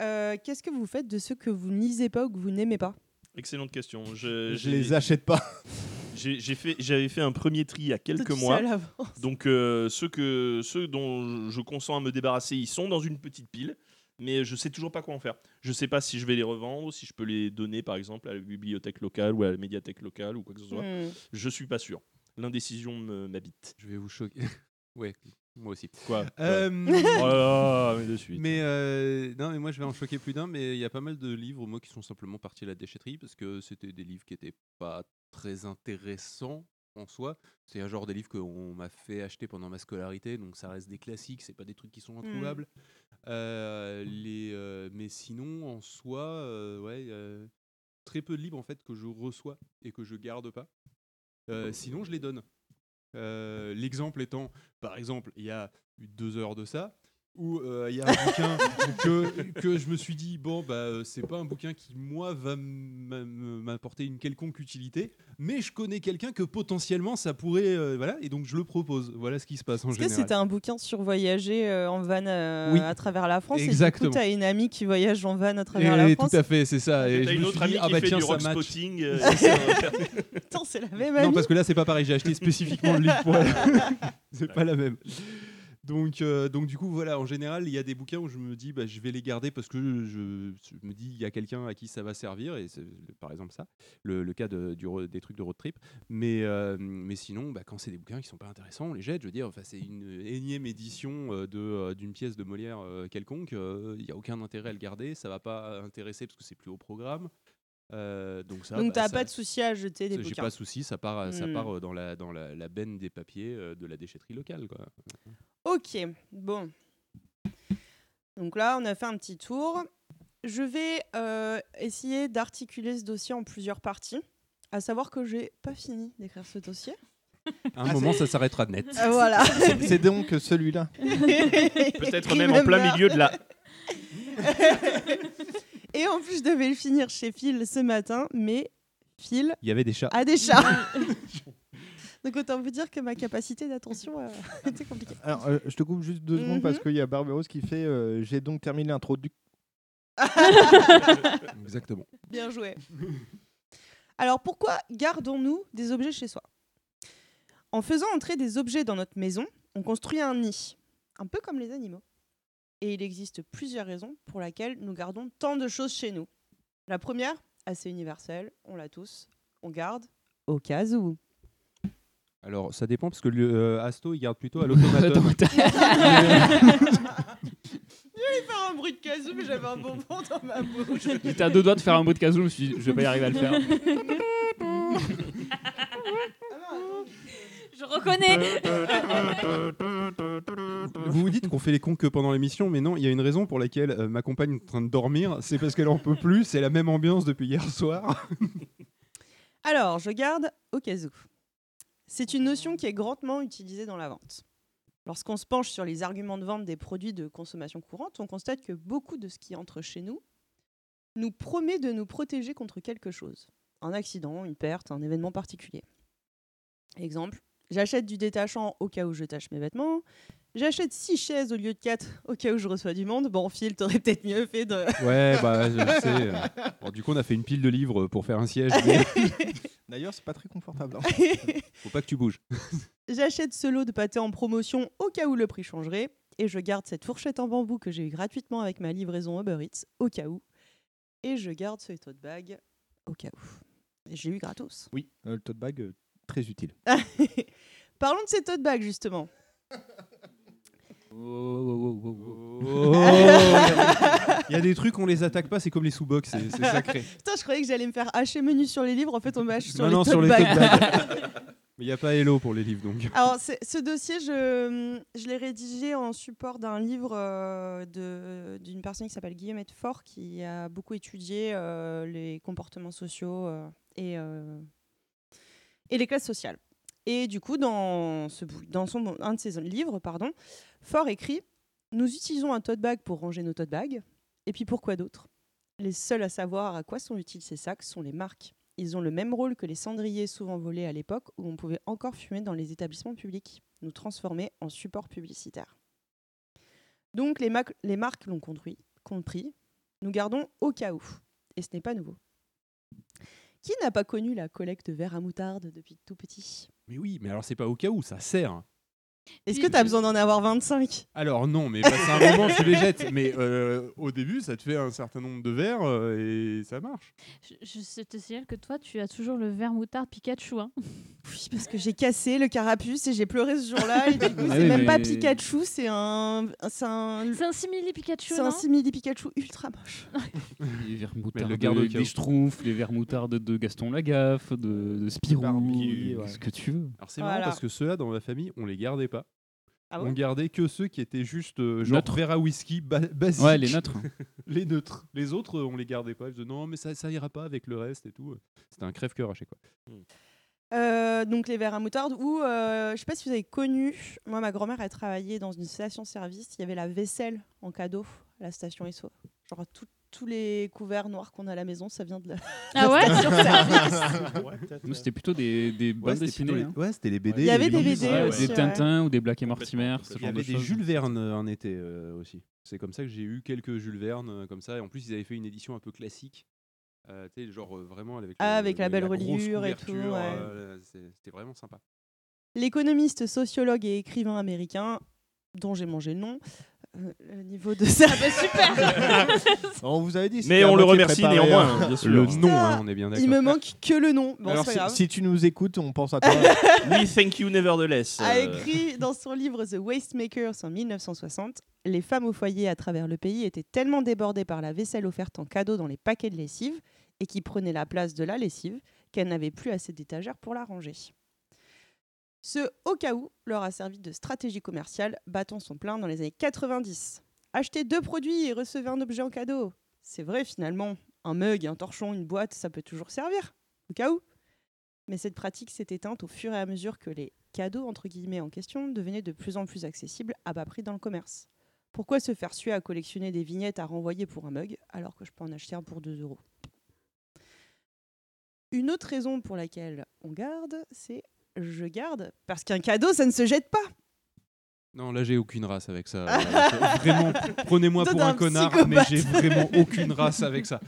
Speaker 11: euh, qu'est-ce que vous faites de ceux que vous ne lisez pas ou que vous n'aimez pas
Speaker 10: Excellente question. Je,
Speaker 8: Je
Speaker 10: j'ai-
Speaker 8: les achète pas.
Speaker 10: j'ai- j'ai fait- J'avais fait un premier tri il y a quelques
Speaker 11: tu sais
Speaker 10: mois.
Speaker 11: à l'avance.
Speaker 10: Donc euh, ceux, que, ceux dont je consens à me débarrasser, ils sont dans une petite pile, mais je sais toujours pas quoi en faire. Je sais pas si je vais les revendre, si je peux les donner par exemple à la bibliothèque locale ou à la médiathèque locale ou quoi que ce soit.
Speaker 3: Hmm.
Speaker 10: Je suis pas sûr. L'indécision me- m'habite.
Speaker 3: Je vais vous choquer. ouais, moi aussi.
Speaker 10: Quoi
Speaker 3: Euh,
Speaker 10: Oh là là, mais de suite.
Speaker 3: Mais euh, non, mais moi je vais en choquer plus d'un, mais il y a pas mal de livres moi qui sont simplement partis à la déchetterie parce que c'était des livres qui étaient pas très intéressants en soi. C'est un genre des livres qu'on m'a fait acheter pendant ma scolarité, donc ça reste des classiques, c'est pas des trucs qui sont introuvables. Euh, les, euh, mais sinon, en soi, euh, ouais, euh, très peu de livres en fait que je reçois et que je garde pas. Euh, sinon, je les donne. Euh, L'exemple étant, par exemple, il y a eu deux heures de ça, où euh, il y a un bouquin que, que je me suis dit, bon, bah, euh, c'est pas un bouquin qui, moi, va m- m- m'apporter une quelconque utilité, mais je connais quelqu'un que potentiellement ça pourrait. euh, voilà, et donc je le propose. Voilà ce qui se passe en
Speaker 11: Est-ce que
Speaker 3: général.
Speaker 11: c'était un bouquin sur voyager euh, en van euh,
Speaker 3: Oui.
Speaker 11: à travers la France Et
Speaker 3: Exactement.
Speaker 11: du coup, t'as une amie qui voyage en van à travers
Speaker 3: Et
Speaker 11: la France
Speaker 3: tout à fait, c'est ça. Et
Speaker 10: T'as
Speaker 3: je
Speaker 10: une
Speaker 3: me
Speaker 10: autre
Speaker 3: suis dit,
Speaker 10: amie
Speaker 3: ah
Speaker 10: qui
Speaker 3: bah
Speaker 10: fait
Speaker 3: tiens,
Speaker 10: du
Speaker 3: ça
Speaker 10: rock
Speaker 3: match.
Speaker 10: spotting. euh, et ça,
Speaker 11: Attends, c'est la même
Speaker 3: Non,
Speaker 11: amie
Speaker 3: parce que là, c'est pas pareil. J'ai acheté spécifiquement le livre pour elle. c'est pas la même. Donc, euh, donc, du coup, voilà, en général, il y a des bouquins où je me dis, bah, je vais les garder parce que je, je me dis, il y a quelqu'un à qui ça va servir. Et c'est, par exemple, ça, le, le cas de- du ro- des trucs de road trip. Mais, euh, mais sinon, bah, quand c'est des bouquins qui sont pas intéressants, on les jette. Je veux dire, enfin, c'est une énième édition euh, de, euh, d'une pièce de Molière euh, quelconque. euh, Il y a aucun intérêt à le garder. Ça va pas intéresser parce que c'est plus au programme. Euh, donc, ça,
Speaker 11: Donc
Speaker 3: bah,
Speaker 11: t'as
Speaker 3: ça-
Speaker 11: pas de souci à jeter des
Speaker 3: ça, J'ai
Speaker 11: bouquins.
Speaker 3: pas de souci, ça part, euh, ça
Speaker 11: Hmm.
Speaker 3: part euh, dans la dans la, la benne des papiers euh, de la déchetterie locale. Quoi.
Speaker 11: Ok, bon. Donc là, on a fait un petit tour. Je vais euh, essayer d'articuler ce dossier en plusieurs parties. À savoir que j'ai pas fini d'écrire ce dossier.
Speaker 3: À un moment, ça s'arrêtera net.
Speaker 11: Ah, voilà.
Speaker 8: C'est donc celui-là.
Speaker 10: Peut-être même en plein milieu de la
Speaker 11: Et en plus, je devais le finir chez Phil ce matin, mais Phil
Speaker 3: Il y avait des chats.
Speaker 11: a des chats. Donc autant vous dire que ma capacité d'attention euh, était compliquée.
Speaker 8: Alors, euh, je te coupe juste deux secondes parce
Speaker 11: Mhm.
Speaker 8: qu'il y a Barberos qui fait euh, J'ai donc terminé l'introduction.
Speaker 3: Exactement.
Speaker 11: Bien joué. Alors pourquoi gardons-nous des objets chez soi En faisant entrer des objets dans notre maison, on construit un nid, un peu comme les animaux. Et il existe plusieurs raisons pour lesquelles nous gardons tant de choses chez nous. La première, assez universelle, on l'a tous, on garde Au cas où.
Speaker 3: Alors, ça dépend parce que le, euh, Asto, il garde plutôt à l'automaton.
Speaker 11: Je vais faire un bruit de casou, mais j'avais un bonbon dans ma bouche.
Speaker 9: J'étais à deux doigts de faire un bout de casou, je me suis dit, je vais pas y arriver à le faire.
Speaker 7: Je reconnais.
Speaker 3: vous vous dites qu'on fait les cons que pendant l'émission, mais non, il y a une raison pour laquelle euh, ma compagne est en train de dormir, c'est parce qu'elle en peut plus, c'est la même ambiance depuis hier soir.
Speaker 11: Alors, je garde au cas où. C'est une notion qui est grandement utilisée dans la vente. Lorsqu'on se penche sur les arguments de vente des produits de consommation courante, on constate que beaucoup de ce qui entre chez nous nous promet de nous protéger contre quelque chose. Un accident, une perte, un événement particulier. Exemple, j'achète du détachant au cas où je tâche mes vêtements. J'achète six chaises au lieu de 4 au cas où je reçois du monde. Bon, Phil, t'aurais peut-être mieux fait de...
Speaker 3: Ouais, bah, je je sais. euh. Bon, du coup, on a fait une pile de livres pour faire un siège. mais
Speaker 8: D'ailleurs, c'est pas très confortable. hein.
Speaker 3: euh. Faut pas que tu bouges.
Speaker 11: J'achète ce lot de pâté en promotion au cas où le prix changerait. Et je garde cette fourchette en bambou que j'ai eue gratuitement avec ma livraison Uber Eats au cas où. Et je garde ce tote bag au cas où. Et J'ai eu gratos.
Speaker 8: Oui, euh, le tote bag, euh, très utile.
Speaker 11: Parlons de ces tote bags justement. Oh.
Speaker 3: Il y a des trucs, on les attaque pas, c'est comme les sous-box, c'est c'est sacré.
Speaker 11: Putain, je croyais que j'allais me faire hacher menu sur les livres. En fait, on m'a haché sur,
Speaker 3: Maintenant,
Speaker 11: les
Speaker 3: sur les
Speaker 11: tote
Speaker 3: tote
Speaker 11: bags. Ah.
Speaker 3: bags. Mais il n'y a pas Hello pour les livres, donc.
Speaker 11: Alors, c'est- ce dossier, je, je l'ai rédigé en support d'un livre euh, de- d'une personne qui s'appelle Guillemette Fort, qui a beaucoup étudié euh, les comportements sociaux euh, et, euh, et les classes sociales. Et du coup, dans, ce, bou- dans son, un de ses livres, pardon, Fort écrit Nous utilisons un tote bag pour ranger nos tote bags. Et puis pourquoi d'autres Les seuls à savoir à quoi sont utiles ces sacs sont les marques. Ils ont le même rôle que les cendriers souvent volés à l'époque où on pouvait encore fumer dans les établissements publics, nous transformer en support publicitaire. Donc les, mac- les marques l'ont conduit, compris, nous gardons au cas où. Et ce n'est pas nouveau. Qui n'a pas connu la collecte de verre à moutarde depuis tout petit
Speaker 3: Mais oui, mais alors c'est pas au cas où, ça sert.
Speaker 11: Est-ce que tu as besoin d'en avoir 25
Speaker 3: Alors non, mais passer un moment, tu les jettes. Mais euh, au début, ça te fait un certain nombre de verres euh, et ça marche.
Speaker 7: Je, je te signale que toi, tu as toujours le verre moutarde Pikachu. Hein.
Speaker 11: Oui, parce que j'ai cassé le carapuce et j'ai pleuré ce jour-là. Et du coup,
Speaker 7: Ah
Speaker 11: c'est
Speaker 7: oui,
Speaker 11: même pas
Speaker 7: mais-
Speaker 11: Pikachu, c'est un. C'est un,
Speaker 7: C'est un simili Pikachu.
Speaker 11: c'est un
Speaker 7: non
Speaker 11: simili Pikachu ultra moche.
Speaker 9: Les
Speaker 3: Mais
Speaker 9: vermoutards
Speaker 3: le
Speaker 9: le
Speaker 3: garde
Speaker 9: de,
Speaker 3: au cas où.
Speaker 9: des Schtroumpfs, les vermoutards de, de Gaston Lagaffe, de, de Spirou,
Speaker 8: ouais.
Speaker 9: ce que tu veux.
Speaker 3: Alors c'est
Speaker 11: Voilà.
Speaker 3: marrant parce que ceux-là, dans ma famille, on les gardait pas.
Speaker 11: Ah
Speaker 3: on
Speaker 11: bon
Speaker 3: gardait que ceux qui étaient juste euh, genre
Speaker 9: Neutres.
Speaker 3: verre à whisky ba- basique.
Speaker 9: Ouais, les neutres.
Speaker 3: les neutres. Les autres, euh, on les gardait pas. Je disais non, mais ça, ça ira pas avec le reste et tout. C'était un crève-cœur à chaque fois.
Speaker 11: Euh, donc les verres à moutarde ou euh, je sais pas si vous avez connu moi ma grand-mère elle travaillait dans une station service il y avait la vaisselle en cadeau à la station SO genre tout- tous les couverts noirs qu'on a à la maison ça vient de la,
Speaker 7: Ah ouais
Speaker 9: Nous, c'était plutôt des, des bandes
Speaker 3: c'était
Speaker 9: dessinées.
Speaker 3: plutôt les-
Speaker 9: hein.
Speaker 3: ouais, c'était les BD,
Speaker 11: Il y avait des
Speaker 9: bandes
Speaker 11: BD
Speaker 9: dessinées,
Speaker 11: aussi,
Speaker 9: Des
Speaker 11: ouais.
Speaker 9: Tintins ou des Black et Mortimer, ce
Speaker 3: Il y
Speaker 9: genre de
Speaker 3: avait des
Speaker 9: choses.
Speaker 3: Jules Verne euh, un été euh, aussi. C'est comme ça que j'ai eu quelques Jules Verne euh, comme ça. Et en plus, ils avaient fait une édition un peu classique. Euh, tu sais, genre euh, vraiment avec,
Speaker 11: Ah, avec la belle
Speaker 3: grosse
Speaker 11: reliure et
Speaker 3: couverture,
Speaker 11: tout, ouais.
Speaker 3: euh, c'est- C'était vraiment sympa.
Speaker 11: l'économiste sociologue et écrivain américain dont j'ai mangé le nom euh, le niveau de
Speaker 7: Ah
Speaker 11: ça
Speaker 7: bah
Speaker 8: on Oh, vous avait dit.
Speaker 10: Mais
Speaker 8: c'était à
Speaker 10: on le
Speaker 8: moitié
Speaker 10: remercie
Speaker 8: préparé,
Speaker 10: néanmoins,
Speaker 8: hein.
Speaker 10: hein, bien sûr.
Speaker 3: Le nom, hein, on est bien
Speaker 11: il
Speaker 3: d'accord.
Speaker 11: me manque que le nom bon
Speaker 8: Alors,
Speaker 11: c'est pas
Speaker 8: si,
Speaker 11: grave
Speaker 8: si tu nous écoutes, on pense à toi.
Speaker 10: We thank you nevertheless.
Speaker 11: a
Speaker 10: euh,
Speaker 11: écrit dans son livre The Wastemakers en 1960 Les femmes au foyer à travers le pays étaient tellement débordées par la vaisselle offerte en cadeau dans les paquets de lessive et qui prenait la place de la lessive qu'elles n'avaient plus assez d'étagères pour la ranger. Ce au cas où leur a servi de stratégie commerciale, battant son plein dans les années 90. Acheter deux produits et recevez un objet en cadeau. C'est vrai finalement, un mug, un torchon, une boîte, ça peut toujours servir, au cas où. Mais cette pratique s'est éteinte au fur et à mesure que les cadeaux entre guillemets en question devenaient de plus en plus accessibles à bas prix dans le commerce. Pourquoi se faire suer à collectionner des vignettes à renvoyer pour un mug alors que je peux en acheter un pour 2 euros Une autre raison pour laquelle on garde, c'est je garde parce qu'un cadeau, ça ne se jette pas.
Speaker 3: Non, là, j'ai aucune race avec ça. Euh, vraiment, prenez-moi
Speaker 11: Toi,
Speaker 3: pour
Speaker 11: t'es
Speaker 3: un
Speaker 11: un
Speaker 3: connard, mais j'ai
Speaker 11: psychopathe.
Speaker 3: vraiment aucune race avec ça.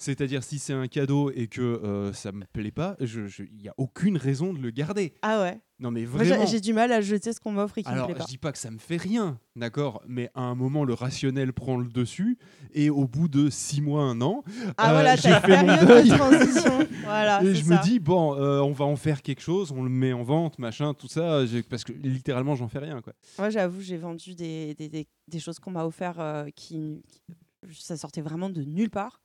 Speaker 3: C'est-à-dire, si c'est un cadeau et que euh, ça me plaît pas, il je, je- y a aucune raison de le garder.
Speaker 11: Ah ouais
Speaker 3: Non, mais
Speaker 11: Moi, j'ai-
Speaker 3: vraiment.
Speaker 11: J'ai du mal à jeter ce qu'on m'offre et qui me
Speaker 3: Alors,
Speaker 11: plaît pas.
Speaker 3: je dis pas que ça me fait rien, d'accord, mais à un moment, le rationnel prend le dessus, et au bout de six mois, un an,
Speaker 11: Ah,
Speaker 3: euh,
Speaker 11: voilà,
Speaker 3: j'ai
Speaker 11: t'as
Speaker 3: fait mon
Speaker 11: une période de
Speaker 3: deuil.
Speaker 11: transition. Voilà,
Speaker 3: et
Speaker 11: c'est
Speaker 3: je me
Speaker 11: ça.
Speaker 3: dis, bon, euh, on va en faire quelque chose, on le met en vente, machin, tout ça, j'ai- parce que littéralement, j'en fais rien, quoi.
Speaker 11: Moi, j'avoue, j'ai vendu des, des, des- des choses qu'on m'a offert euh, qui, qui- Ça sortait vraiment de nulle part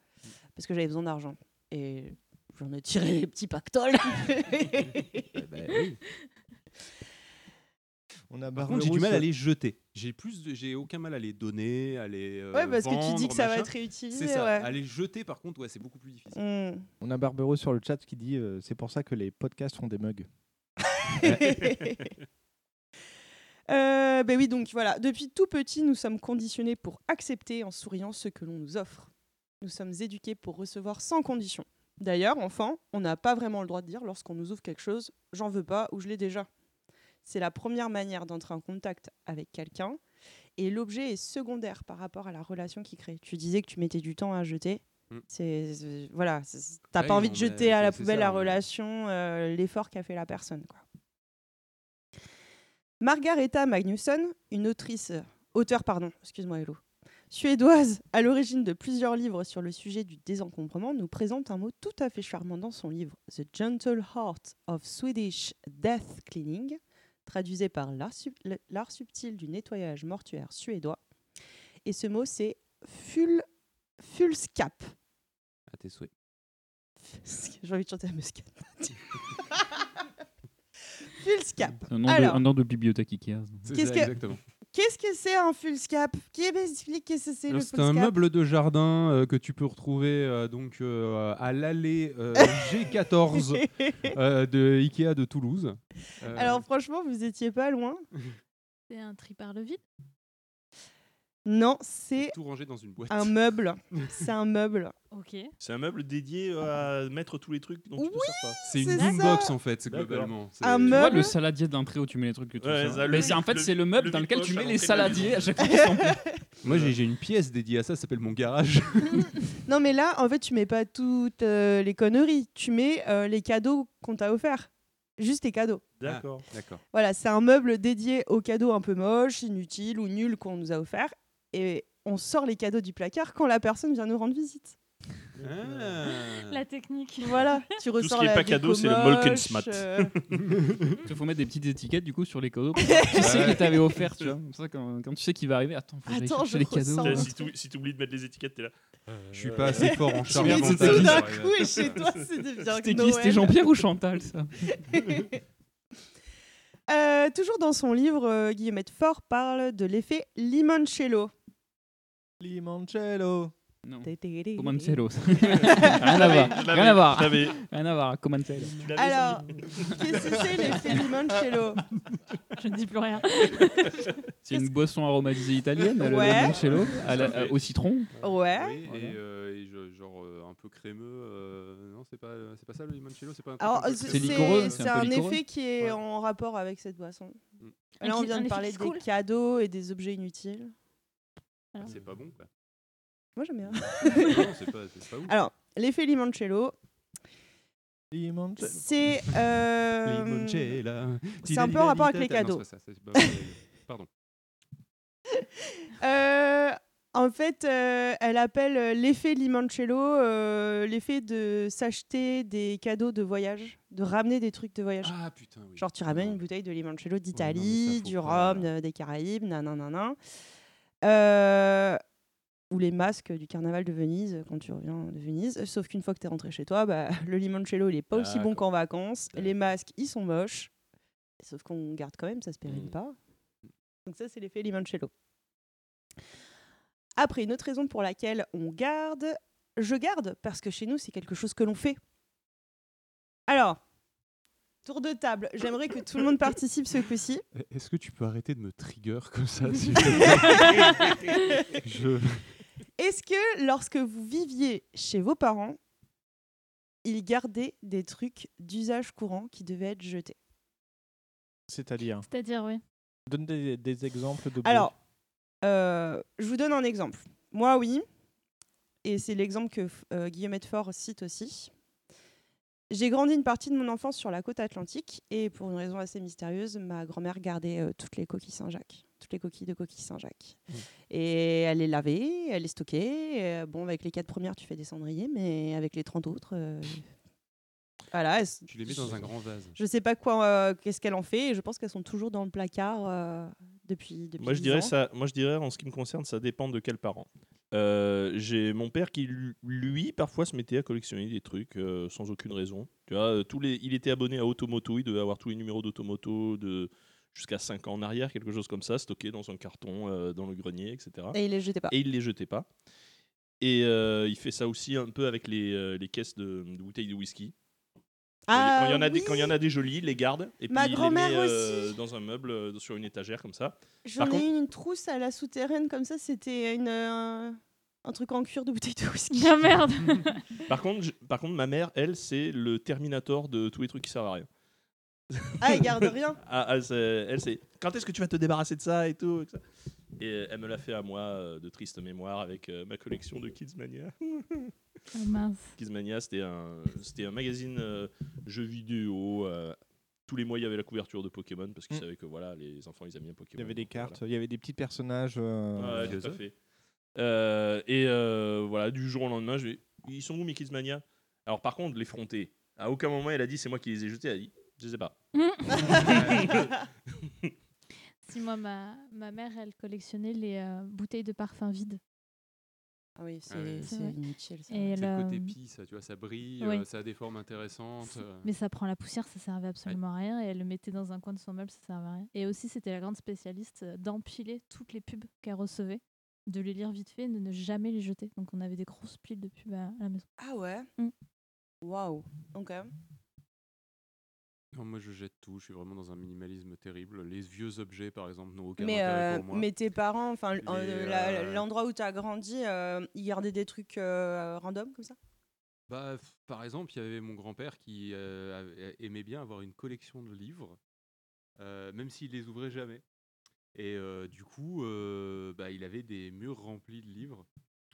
Speaker 11: parce que j'avais besoin d'argent. Et j'en ai tiré les petits pactoles.
Speaker 8: On a
Speaker 3: Par contre, j'ai du mal à les jeter. J'ai plus, de- j'ai aucun mal à les donner, à les. euh,
Speaker 11: Ouais, parce que tu
Speaker 3: vendre,
Speaker 11: dis que ça va
Speaker 3: machin.
Speaker 11: être réutilisé,
Speaker 3: C'est ça.
Speaker 11: ouais.
Speaker 3: À les jeter, par contre, ouais, c'est beaucoup plus difficile.
Speaker 11: Mm.
Speaker 8: On a Barbero sur le chat qui dit euh, c'est pour ça que les podcasts font des mugs.
Speaker 11: Euh, ben oui, donc voilà. Depuis tout petit, nous sommes conditionnés pour accepter en souriant ce que l'on nous offre. Nous sommes éduqués pour recevoir sans condition. D'ailleurs, enfant, on n'a pas vraiment le droit de dire lorsqu'on nous offre quelque chose j'en veux pas ou je l'ai déjà. C'est la première manière d'entrer en contact avec quelqu'un et l'objet est secondaire par rapport à la relation qu'il crée. Tu disais que tu mettais du temps à jeter.
Speaker 3: Mm.
Speaker 11: C'est c'est- voilà, c'est- t'as
Speaker 3: Ouais,
Speaker 11: pas envie
Speaker 3: non,
Speaker 11: de
Speaker 3: mais
Speaker 11: jeter à la
Speaker 3: c'est- c'est
Speaker 11: poubelle
Speaker 3: ça,
Speaker 11: la
Speaker 3: ouais.
Speaker 11: relation, euh, l'effort qu'a fait la personne. quoi. Margareta Magnusson, une autrice, euh, auteure, pardon, excuse-moi Hello, suédoise, à l'origine de plusieurs livres sur le sujet du désencombrement, nous présente un mot tout à fait charmant dans son livre The Gentle Heart of Swedish Death Cleaning, traduisé par l'art sub- le- l'art subtil du nettoyage mortuaire suédois. Et ce mot, c'est ful, fulskap.
Speaker 3: À tes souhaits.
Speaker 11: J'ai envie de chanter la muscade. fulskap.
Speaker 9: Un nom,
Speaker 11: Alors,
Speaker 9: de, un nom de bibliothèque Ikea.
Speaker 11: Qu'est-ce que- Qu'est-ce que c'est un fulscap Qui m'explique qu'est-ce que c'est le
Speaker 3: Alors, Euh, C'est
Speaker 11: fulscap
Speaker 3: un meuble de jardin euh, que tu peux retrouver euh, donc euh, à l'allée euh, G14 euh, de Ikea de Toulouse. Euh,
Speaker 11: Alors franchement, vous étiez pas loin.
Speaker 2: C'est un tri par le vide
Speaker 11: Non, c'est
Speaker 3: tout rangé dans une boîte.
Speaker 11: un meuble. C'est un meuble.
Speaker 2: Ok.
Speaker 10: C'est un meuble dédié euh, à mettre tous les trucs dont tu te sers pas.
Speaker 3: C'est une
Speaker 11: c'est
Speaker 3: boombox
Speaker 11: ça.
Speaker 3: en fait,
Speaker 10: D'accord.
Speaker 3: globalement. C'est-
Speaker 11: Un
Speaker 9: Tu vois
Speaker 11: meuble.
Speaker 9: le saladier d'un trait où tu mets les trucs que tu
Speaker 10: Ouais,
Speaker 9: sers.
Speaker 10: ça, le-
Speaker 9: Mais c'est- en fait,
Speaker 10: le-
Speaker 9: c'est le meuble
Speaker 10: le hein,
Speaker 9: dans lequel tu
Speaker 10: vide-poche
Speaker 9: mets
Speaker 10: à
Speaker 9: les
Speaker 10: l'entrée de
Speaker 9: saladiers
Speaker 10: la maison.
Speaker 9: à chaque fois qu'ils sont
Speaker 3: Moi j'ai j'ai une pièce dédiée à ça, ça s'appelle mon garage.
Speaker 11: Non mais là, en fait, tu mets pas toutes euh, les conneries. Tu mets euh, les cadeaux qu'on t'a offerts. Juste les cadeaux.
Speaker 10: D'accord.
Speaker 3: D'accord.
Speaker 11: Voilà, c'est un meuble dédié aux cadeaux un peu moches, inutiles ou nuls qu'on nous a offerts. Et on sort les cadeaux du placard quand la personne vient nous rendre visite.
Speaker 2: La technique.
Speaker 11: Voilà, tu
Speaker 10: Ah. Tout ce
Speaker 11: ressors
Speaker 10: qui
Speaker 11: la
Speaker 10: est pas
Speaker 11: déco
Speaker 10: cadeau, c'est le
Speaker 11: moche,
Speaker 10: Molkensmat.
Speaker 11: euh,
Speaker 9: Il faut mettre des petites étiquettes du coup sur les cadeaux. Qui c'est que t'avais offert, tu vois Comme ça, quand, quand tu sais qu'il va arriver, attends, faut que j'aille
Speaker 11: Attends,
Speaker 9: chercher
Speaker 11: je
Speaker 9: les cadeaux.
Speaker 10: Tiens, Si tu oublies de mettre les étiquettes, t'es là.
Speaker 3: Je suis pas assez fort en charme.
Speaker 9: Mais
Speaker 3: mentale,
Speaker 9: c'était
Speaker 3: ça
Speaker 9: d'un
Speaker 3: arrive.
Speaker 11: coup, et chez toi, c'est devient
Speaker 9: C'était qui
Speaker 11: Noël.
Speaker 9: C'était Jean-Pierre ou Chantal, ça
Speaker 11: Euh, toujours dans son livre, euh, Guillemette Fort parle de l'effet limoncello.
Speaker 8: Limoncello.
Speaker 9: Non.
Speaker 11: Tétéré.
Speaker 9: Comancello. ça. Rien à voir.
Speaker 10: Je l'avais,
Speaker 9: Rien à voir.
Speaker 10: je l'avais.
Speaker 9: Rien à voir. Comancello.
Speaker 11: Alors, qu'est-ce que c'est l'effet limoncello
Speaker 2: Je ne dis plus rien.
Speaker 9: C'est une boisson aromatisée italienne, le
Speaker 11: Ouais.
Speaker 9: limoncello, à la-
Speaker 3: Ça fait.
Speaker 9: Euh, au citron.
Speaker 11: Ouais.
Speaker 3: Oui, et, euh, et je- genre euh, un peu crémeux. euh, non, c'est pas, c'est pas ça le limoncello, c'est pas un truc
Speaker 11: Alors,
Speaker 3: un peu
Speaker 11: c'est
Speaker 3: crémeux.
Speaker 11: c'est- c'est un, effet qui est
Speaker 3: Ouais.
Speaker 11: en rapport avec cette boisson.
Speaker 2: Un
Speaker 11: Là, on
Speaker 2: qui- un
Speaker 11: vient de
Speaker 2: effet
Speaker 11: parler
Speaker 2: qui
Speaker 11: des
Speaker 2: se coule
Speaker 11: cadeaux et des objets inutiles.
Speaker 3: Ah, C'est pas bon quoi.
Speaker 11: Moi, j'aime bien.
Speaker 3: Non, c'est pas- c'est pas ouf.
Speaker 11: Alors, l'effet limoncello,
Speaker 8: Limoncello.
Speaker 11: c'est. euh,
Speaker 3: Limoncello.
Speaker 11: C'est un peu en rapport avec les
Speaker 3: Ah non,
Speaker 11: cadeaux.
Speaker 3: c'est pas ça, c'est pas- Pardon.
Speaker 11: Euh, en fait, euh, elle appelle euh, l'effet limoncello euh, l'effet de s'acheter des cadeaux de voyage, de ramener des trucs de voyage.
Speaker 3: Ah putain, oui.
Speaker 11: Genre, tu ramènes une bouteille de limoncello
Speaker 3: Ouais, non, mais
Speaker 11: d'Italie,
Speaker 3: ça, faut
Speaker 11: du
Speaker 3: pas,
Speaker 11: Rhum, de- des Caraïbes, nanana. Euh, ou les masques du carnaval de Venise quand tu reviens de Venise. Sauf qu'une fois que tu es rentré chez toi, bah, le limoncello, il est pas aussi bon
Speaker 3: D'accord.
Speaker 11: qu'en vacances. Les masques, ils sont moches. Sauf qu'on garde quand même, ça se
Speaker 3: Mmh.
Speaker 11: périme pas. Donc ça, c'est l'effet limoncello. Après, une autre raison pour laquelle on garde, je garde, parce que chez nous, c'est quelque chose que l'on fait. Alors, Tour de table. J'aimerais que tout le monde participe ce coup-ci.
Speaker 3: Est-ce que tu peux arrêter de me trigger comme ça s'il te plaît Je-
Speaker 11: Est-ce que lorsque vous viviez chez vos parents, ils gardaient des trucs d'usage courant qui devaient être jetés
Speaker 8: C'est-à-dire
Speaker 7: C'est-à-dire, oui.
Speaker 8: Donne des, des exemples de.
Speaker 11: Alors, euh, je vous donne un exemple. Moi, oui, et c'est l'exemple que euh, Guillaume Edfort cite aussi. J'ai grandi une partie de mon enfance sur la côte atlantique et pour une raison assez mystérieuse, ma grand-mère gardait euh, toutes les coquilles Saint-Jacques, toutes les coquilles de coquilles Saint-Jacques. Et elle les lavait, elle les stockait. euh, bon, avec les quatre premières, tu fais des cendriers, mais avec les 30 autres, euh, voilà. elles-
Speaker 3: Tu les mets dans un grand vase.
Speaker 11: Je sais pas quoi, euh, qu'est-ce qu'elle en fait. Et je pense qu'elles sont toujours dans le placard euh, depuis, depuis.
Speaker 10: Moi je,
Speaker 11: 10
Speaker 10: dirais
Speaker 11: ans.
Speaker 10: ça, moi, je dirais, en ce qui me concerne, ça dépend de quel parent. Euh, j'ai mon père qui, lu- lui, parfois se mettait à collectionner des trucs euh, sans aucune raison. Tu vois, euh, tous les, il était abonné à Automoto, il devait avoir tous les numéros d'Automoto de jusqu'à 5 ans en arrière, quelque chose comme ça, stocké dans un carton, euh, dans le grenier, etc.
Speaker 11: Et il les jetait pas.
Speaker 10: Et il les jetait pas. Et euh, il fait ça aussi un peu avec les, euh, les caisses de, de bouteilles de whisky.
Speaker 11: Ah,
Speaker 10: quand il y en a des,
Speaker 11: oui.
Speaker 10: quand il y en a des jolies, il les garde et
Speaker 11: Ma
Speaker 10: puis il les
Speaker 11: grand-mère
Speaker 10: met euh, dans un meuble, euh, sur une étagère comme ça.
Speaker 11: J'en ai
Speaker 10: contre-
Speaker 11: eu une trousse à la souterraine comme ça, c'était une, euh, un truc en cuir de bouteille de whisky.
Speaker 7: Ah merde
Speaker 10: Par contre, je- par contre, ma mère, elle, c'est le Terminator de tous les trucs qui servent à rien.
Speaker 11: Ah, elle garde rien.
Speaker 10: Ah, ah, c'est- elle, c'est quand est-ce que tu vas te débarrasser de ça et tout. Et, ça. Et, euh, elle me l'a fait à moi euh, de triste mémoire avec euh, ma collection de Kidsmania.
Speaker 7: Ah,
Speaker 10: Kidsmania, c'était un, c'était un magazine euh, jeux vidéo. euh, tous les mois, il y avait la couverture de Pokémon parce qu'ils savaient que voilà, les enfants, ils aimaient bien Pokémon.
Speaker 8: Mm. Il y avait des cartes, il y avait des petits personnages.
Speaker 10: Ouais,
Speaker 8: euh,
Speaker 10: tout à fait. Euh, et euh, voilà, du jour au lendemain, je vais- ils sont où mes Kidsmania Alors par contre, les frontés. À aucun moment, elle a dit c'est moi qui les ai jetés. Elle a dit je sais pas.
Speaker 7: Si moi, ma, ma mère, elle collectionnait les euh, bouteilles de parfum vides.
Speaker 11: Ah oui, c'est
Speaker 3: Ah ouais.
Speaker 11: c'est inutile ça.
Speaker 7: Et
Speaker 3: C'est le
Speaker 7: elle,
Speaker 3: côté
Speaker 7: euh,
Speaker 3: pis, ça, tu vois, ça brille,
Speaker 7: oui.
Speaker 3: euh, ça a des formes intéressantes. euh.
Speaker 7: Mais ça prend la poussière, ça servait absolument à rien. Et elle le mettait dans un coin de son meuble, ça servait à rien. Et aussi, c'était la grande spécialiste euh, d'empiler toutes les pubs qu'elle recevait, de les lire vite fait et de ne jamais les jeter. Donc on avait des grosses piles de pubs à, à la maison.
Speaker 11: Ah ouais
Speaker 7: Mm.
Speaker 11: Waouh Donc, euh,
Speaker 3: Non, moi je jette tout, je suis vraiment dans un minimalisme terrible. Les vieux objets par exemple n'ont aucun
Speaker 11: mais,
Speaker 3: intérêt
Speaker 11: euh,
Speaker 3: pour moi.
Speaker 11: mais tes parents, enfin, l-
Speaker 3: Les,
Speaker 11: euh, la-
Speaker 3: euh,
Speaker 11: l'endroit où t'as grandi, euh, ils gardaient des trucs euh, random comme ça
Speaker 3: Bah, f- par exemple, il y avait mon grand-père qui euh, avait- aimait bien avoir une collection de livres, euh, même s'il les ouvrait jamais. Et euh, du coup, euh, bah, il avait des murs remplis de livres.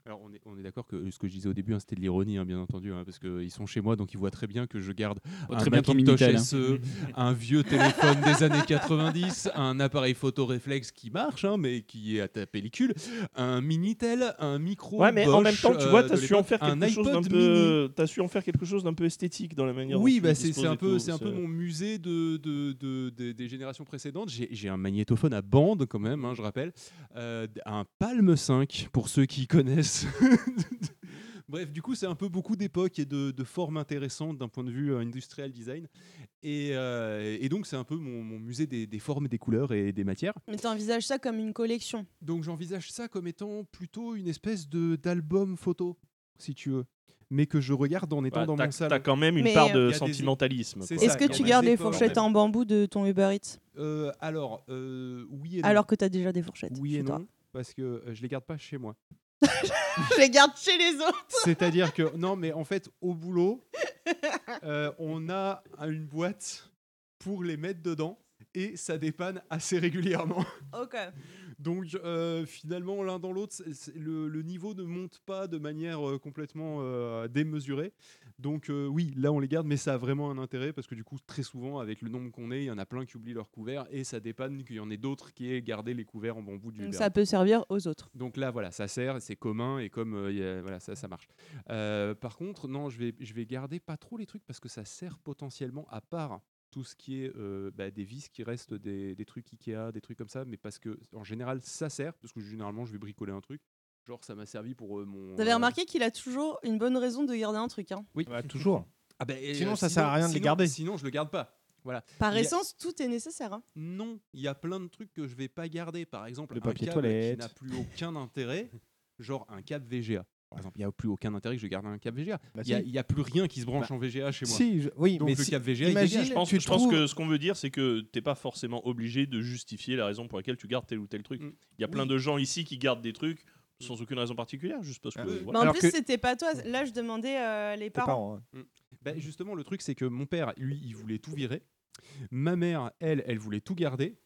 Speaker 3: Alors, on est, on est d'accord que ce que je disais au début, hein, c'était de l'ironie, hein, bien entendu, hein, parce qu'ils sont chez moi, donc ils voient très bien que je garde
Speaker 9: Oh,
Speaker 3: un
Speaker 9: très bien ton
Speaker 3: Macintosh
Speaker 9: Minitel, hein.
Speaker 3: SE, un vieux téléphone des années 90, un appareil photo réflexe qui marche, hein, mais qui est à ta pellicule, un Minitel, un micro.
Speaker 10: Ouais, mais en même
Speaker 3: Bosch,
Speaker 10: temps, tu
Speaker 3: euh,
Speaker 10: vois,
Speaker 3: de
Speaker 10: t'as su en
Speaker 3: l'époque,
Speaker 10: faire
Speaker 3: un
Speaker 10: quelque chose d'un
Speaker 3: iPod mini.
Speaker 10: peu, t'as su en faire quelque chose d'un peu esthétique dans la manière.
Speaker 3: Oui,
Speaker 10: dont tu
Speaker 3: bah, c'est
Speaker 10: disposes
Speaker 3: c'est un
Speaker 10: et
Speaker 3: peu,
Speaker 10: tout,
Speaker 3: c'est un peu mon musée de, de- de- de- des générations précédentes. J'ai j'ai un magnétophone à bande quand même, hein, je rappelle, Euh, d- un Palm 5 pour ceux qui connaissent. Bref, du coup, c'est un peu beaucoup d'époques et de, de formes intéressantes d'un point de vue euh, industrial design. Et, euh, et donc, c'est un peu mon, mon musée des, des formes, des couleurs et des matières.
Speaker 11: Mais t'envisages ça comme une collection
Speaker 3: Donc j'envisage ça comme étant plutôt une espèce de d'album photo, si tu veux. Mais que je regarde en étant
Speaker 10: Bah,
Speaker 3: dans
Speaker 10: t'as-
Speaker 3: mon salon.
Speaker 10: t'as quand même une Mais, part de euh, sentimentalisme,
Speaker 3: C'est
Speaker 10: quoi.
Speaker 3: ça,
Speaker 11: Est-ce que
Speaker 3: quand
Speaker 11: tu
Speaker 3: même.
Speaker 11: gardes
Speaker 3: Des
Speaker 11: les
Speaker 3: époques.
Speaker 11: fourchettes en bambou de ton Uber Eats
Speaker 3: Euh, alors, euh, oui et non.
Speaker 11: alors que t'as déjà des fourchettes
Speaker 3: Oui et
Speaker 11: chez toi
Speaker 3: non, parce que euh, je les garde pas chez moi.
Speaker 11: Je les garde chez les autres
Speaker 3: C'est-à-dire que, non, mais en fait, au boulot, euh, on a une boîte pour les mettre dedans et ça dépanne assez régulièrement.
Speaker 11: Ok.
Speaker 3: Donc, euh, finalement, l'un dans l'autre, c'est- c'est- le, le niveau ne monte pas de manière euh, complètement euh, démesurée. Donc, euh, oui, là, on les garde, mais ça a vraiment un intérêt parce que, du coup, très souvent, avec le nombre qu'on est, il y en a plein qui oublient leurs couverts et ça dépanne qu'il y en ait d'autres qui aient gardé les couverts en bambou du
Speaker 11: Donc
Speaker 3: Uber.
Speaker 11: ça peut servir aux autres.
Speaker 3: Donc là, voilà, ça sert, c'est commun et comme euh, y a- voilà, ça, ça marche. Euh, par contre, non, je vais, je vais garder pas trop les trucs parce que ça sert potentiellement à part tout ce qui est euh, bah, des vis qui restent, des, des trucs Ikea, des trucs comme ça, mais parce que en général, ça sert parce que généralement, je vais bricoler un truc. Genre, ça m'a servi pour euh, mon.
Speaker 11: Vous avez
Speaker 3: euh,
Speaker 11: remarqué qu'il a toujours une bonne raison de garder un truc. Hein.
Speaker 3: Oui.
Speaker 8: toujours.
Speaker 3: Ah bah, euh,
Speaker 8: Sinon, ça sert à rien de les
Speaker 3: sinon-
Speaker 8: garder.
Speaker 3: Sinon, je le garde pas. Voilà.
Speaker 11: Par
Speaker 3: Il y a-
Speaker 11: essence, tout est nécessaire. hein.
Speaker 3: Non, il y a plein de trucs que je vais pas garder. Par exemple,
Speaker 8: Le
Speaker 3: un
Speaker 8: papier
Speaker 3: câble
Speaker 8: toilette.
Speaker 3: qui n'a plus aucun intérêt, genre un câble VGA. Par exemple, il n'y a plus aucun intérêt que je garde un câble VGA. Il n'y a, plus rien qui se branche
Speaker 10: Bah,
Speaker 3: en VGA chez moi.
Speaker 10: si, je- oui,
Speaker 3: Donc
Speaker 10: mais
Speaker 3: le
Speaker 10: si-
Speaker 3: câble VGA, il
Speaker 10: imagine,
Speaker 3: dégage.
Speaker 10: je pense, je pense que ce qu'on veut dire, c'est que t'es pas forcément obligé de justifier la raison pour laquelle tu gardes tel ou tel truc. Il y a plein de gens ici qui gardent des trucs sans aucune raison particulière, juste parce que.
Speaker 11: Mais
Speaker 10: voilà.
Speaker 11: en plus, c'était pas toi. Là, je demandais euh, les parents.
Speaker 3: Mm. Bah, justement, le truc, c'est que mon père, lui, il voulait tout virer. Ma mère, elle, elle voulait tout garder.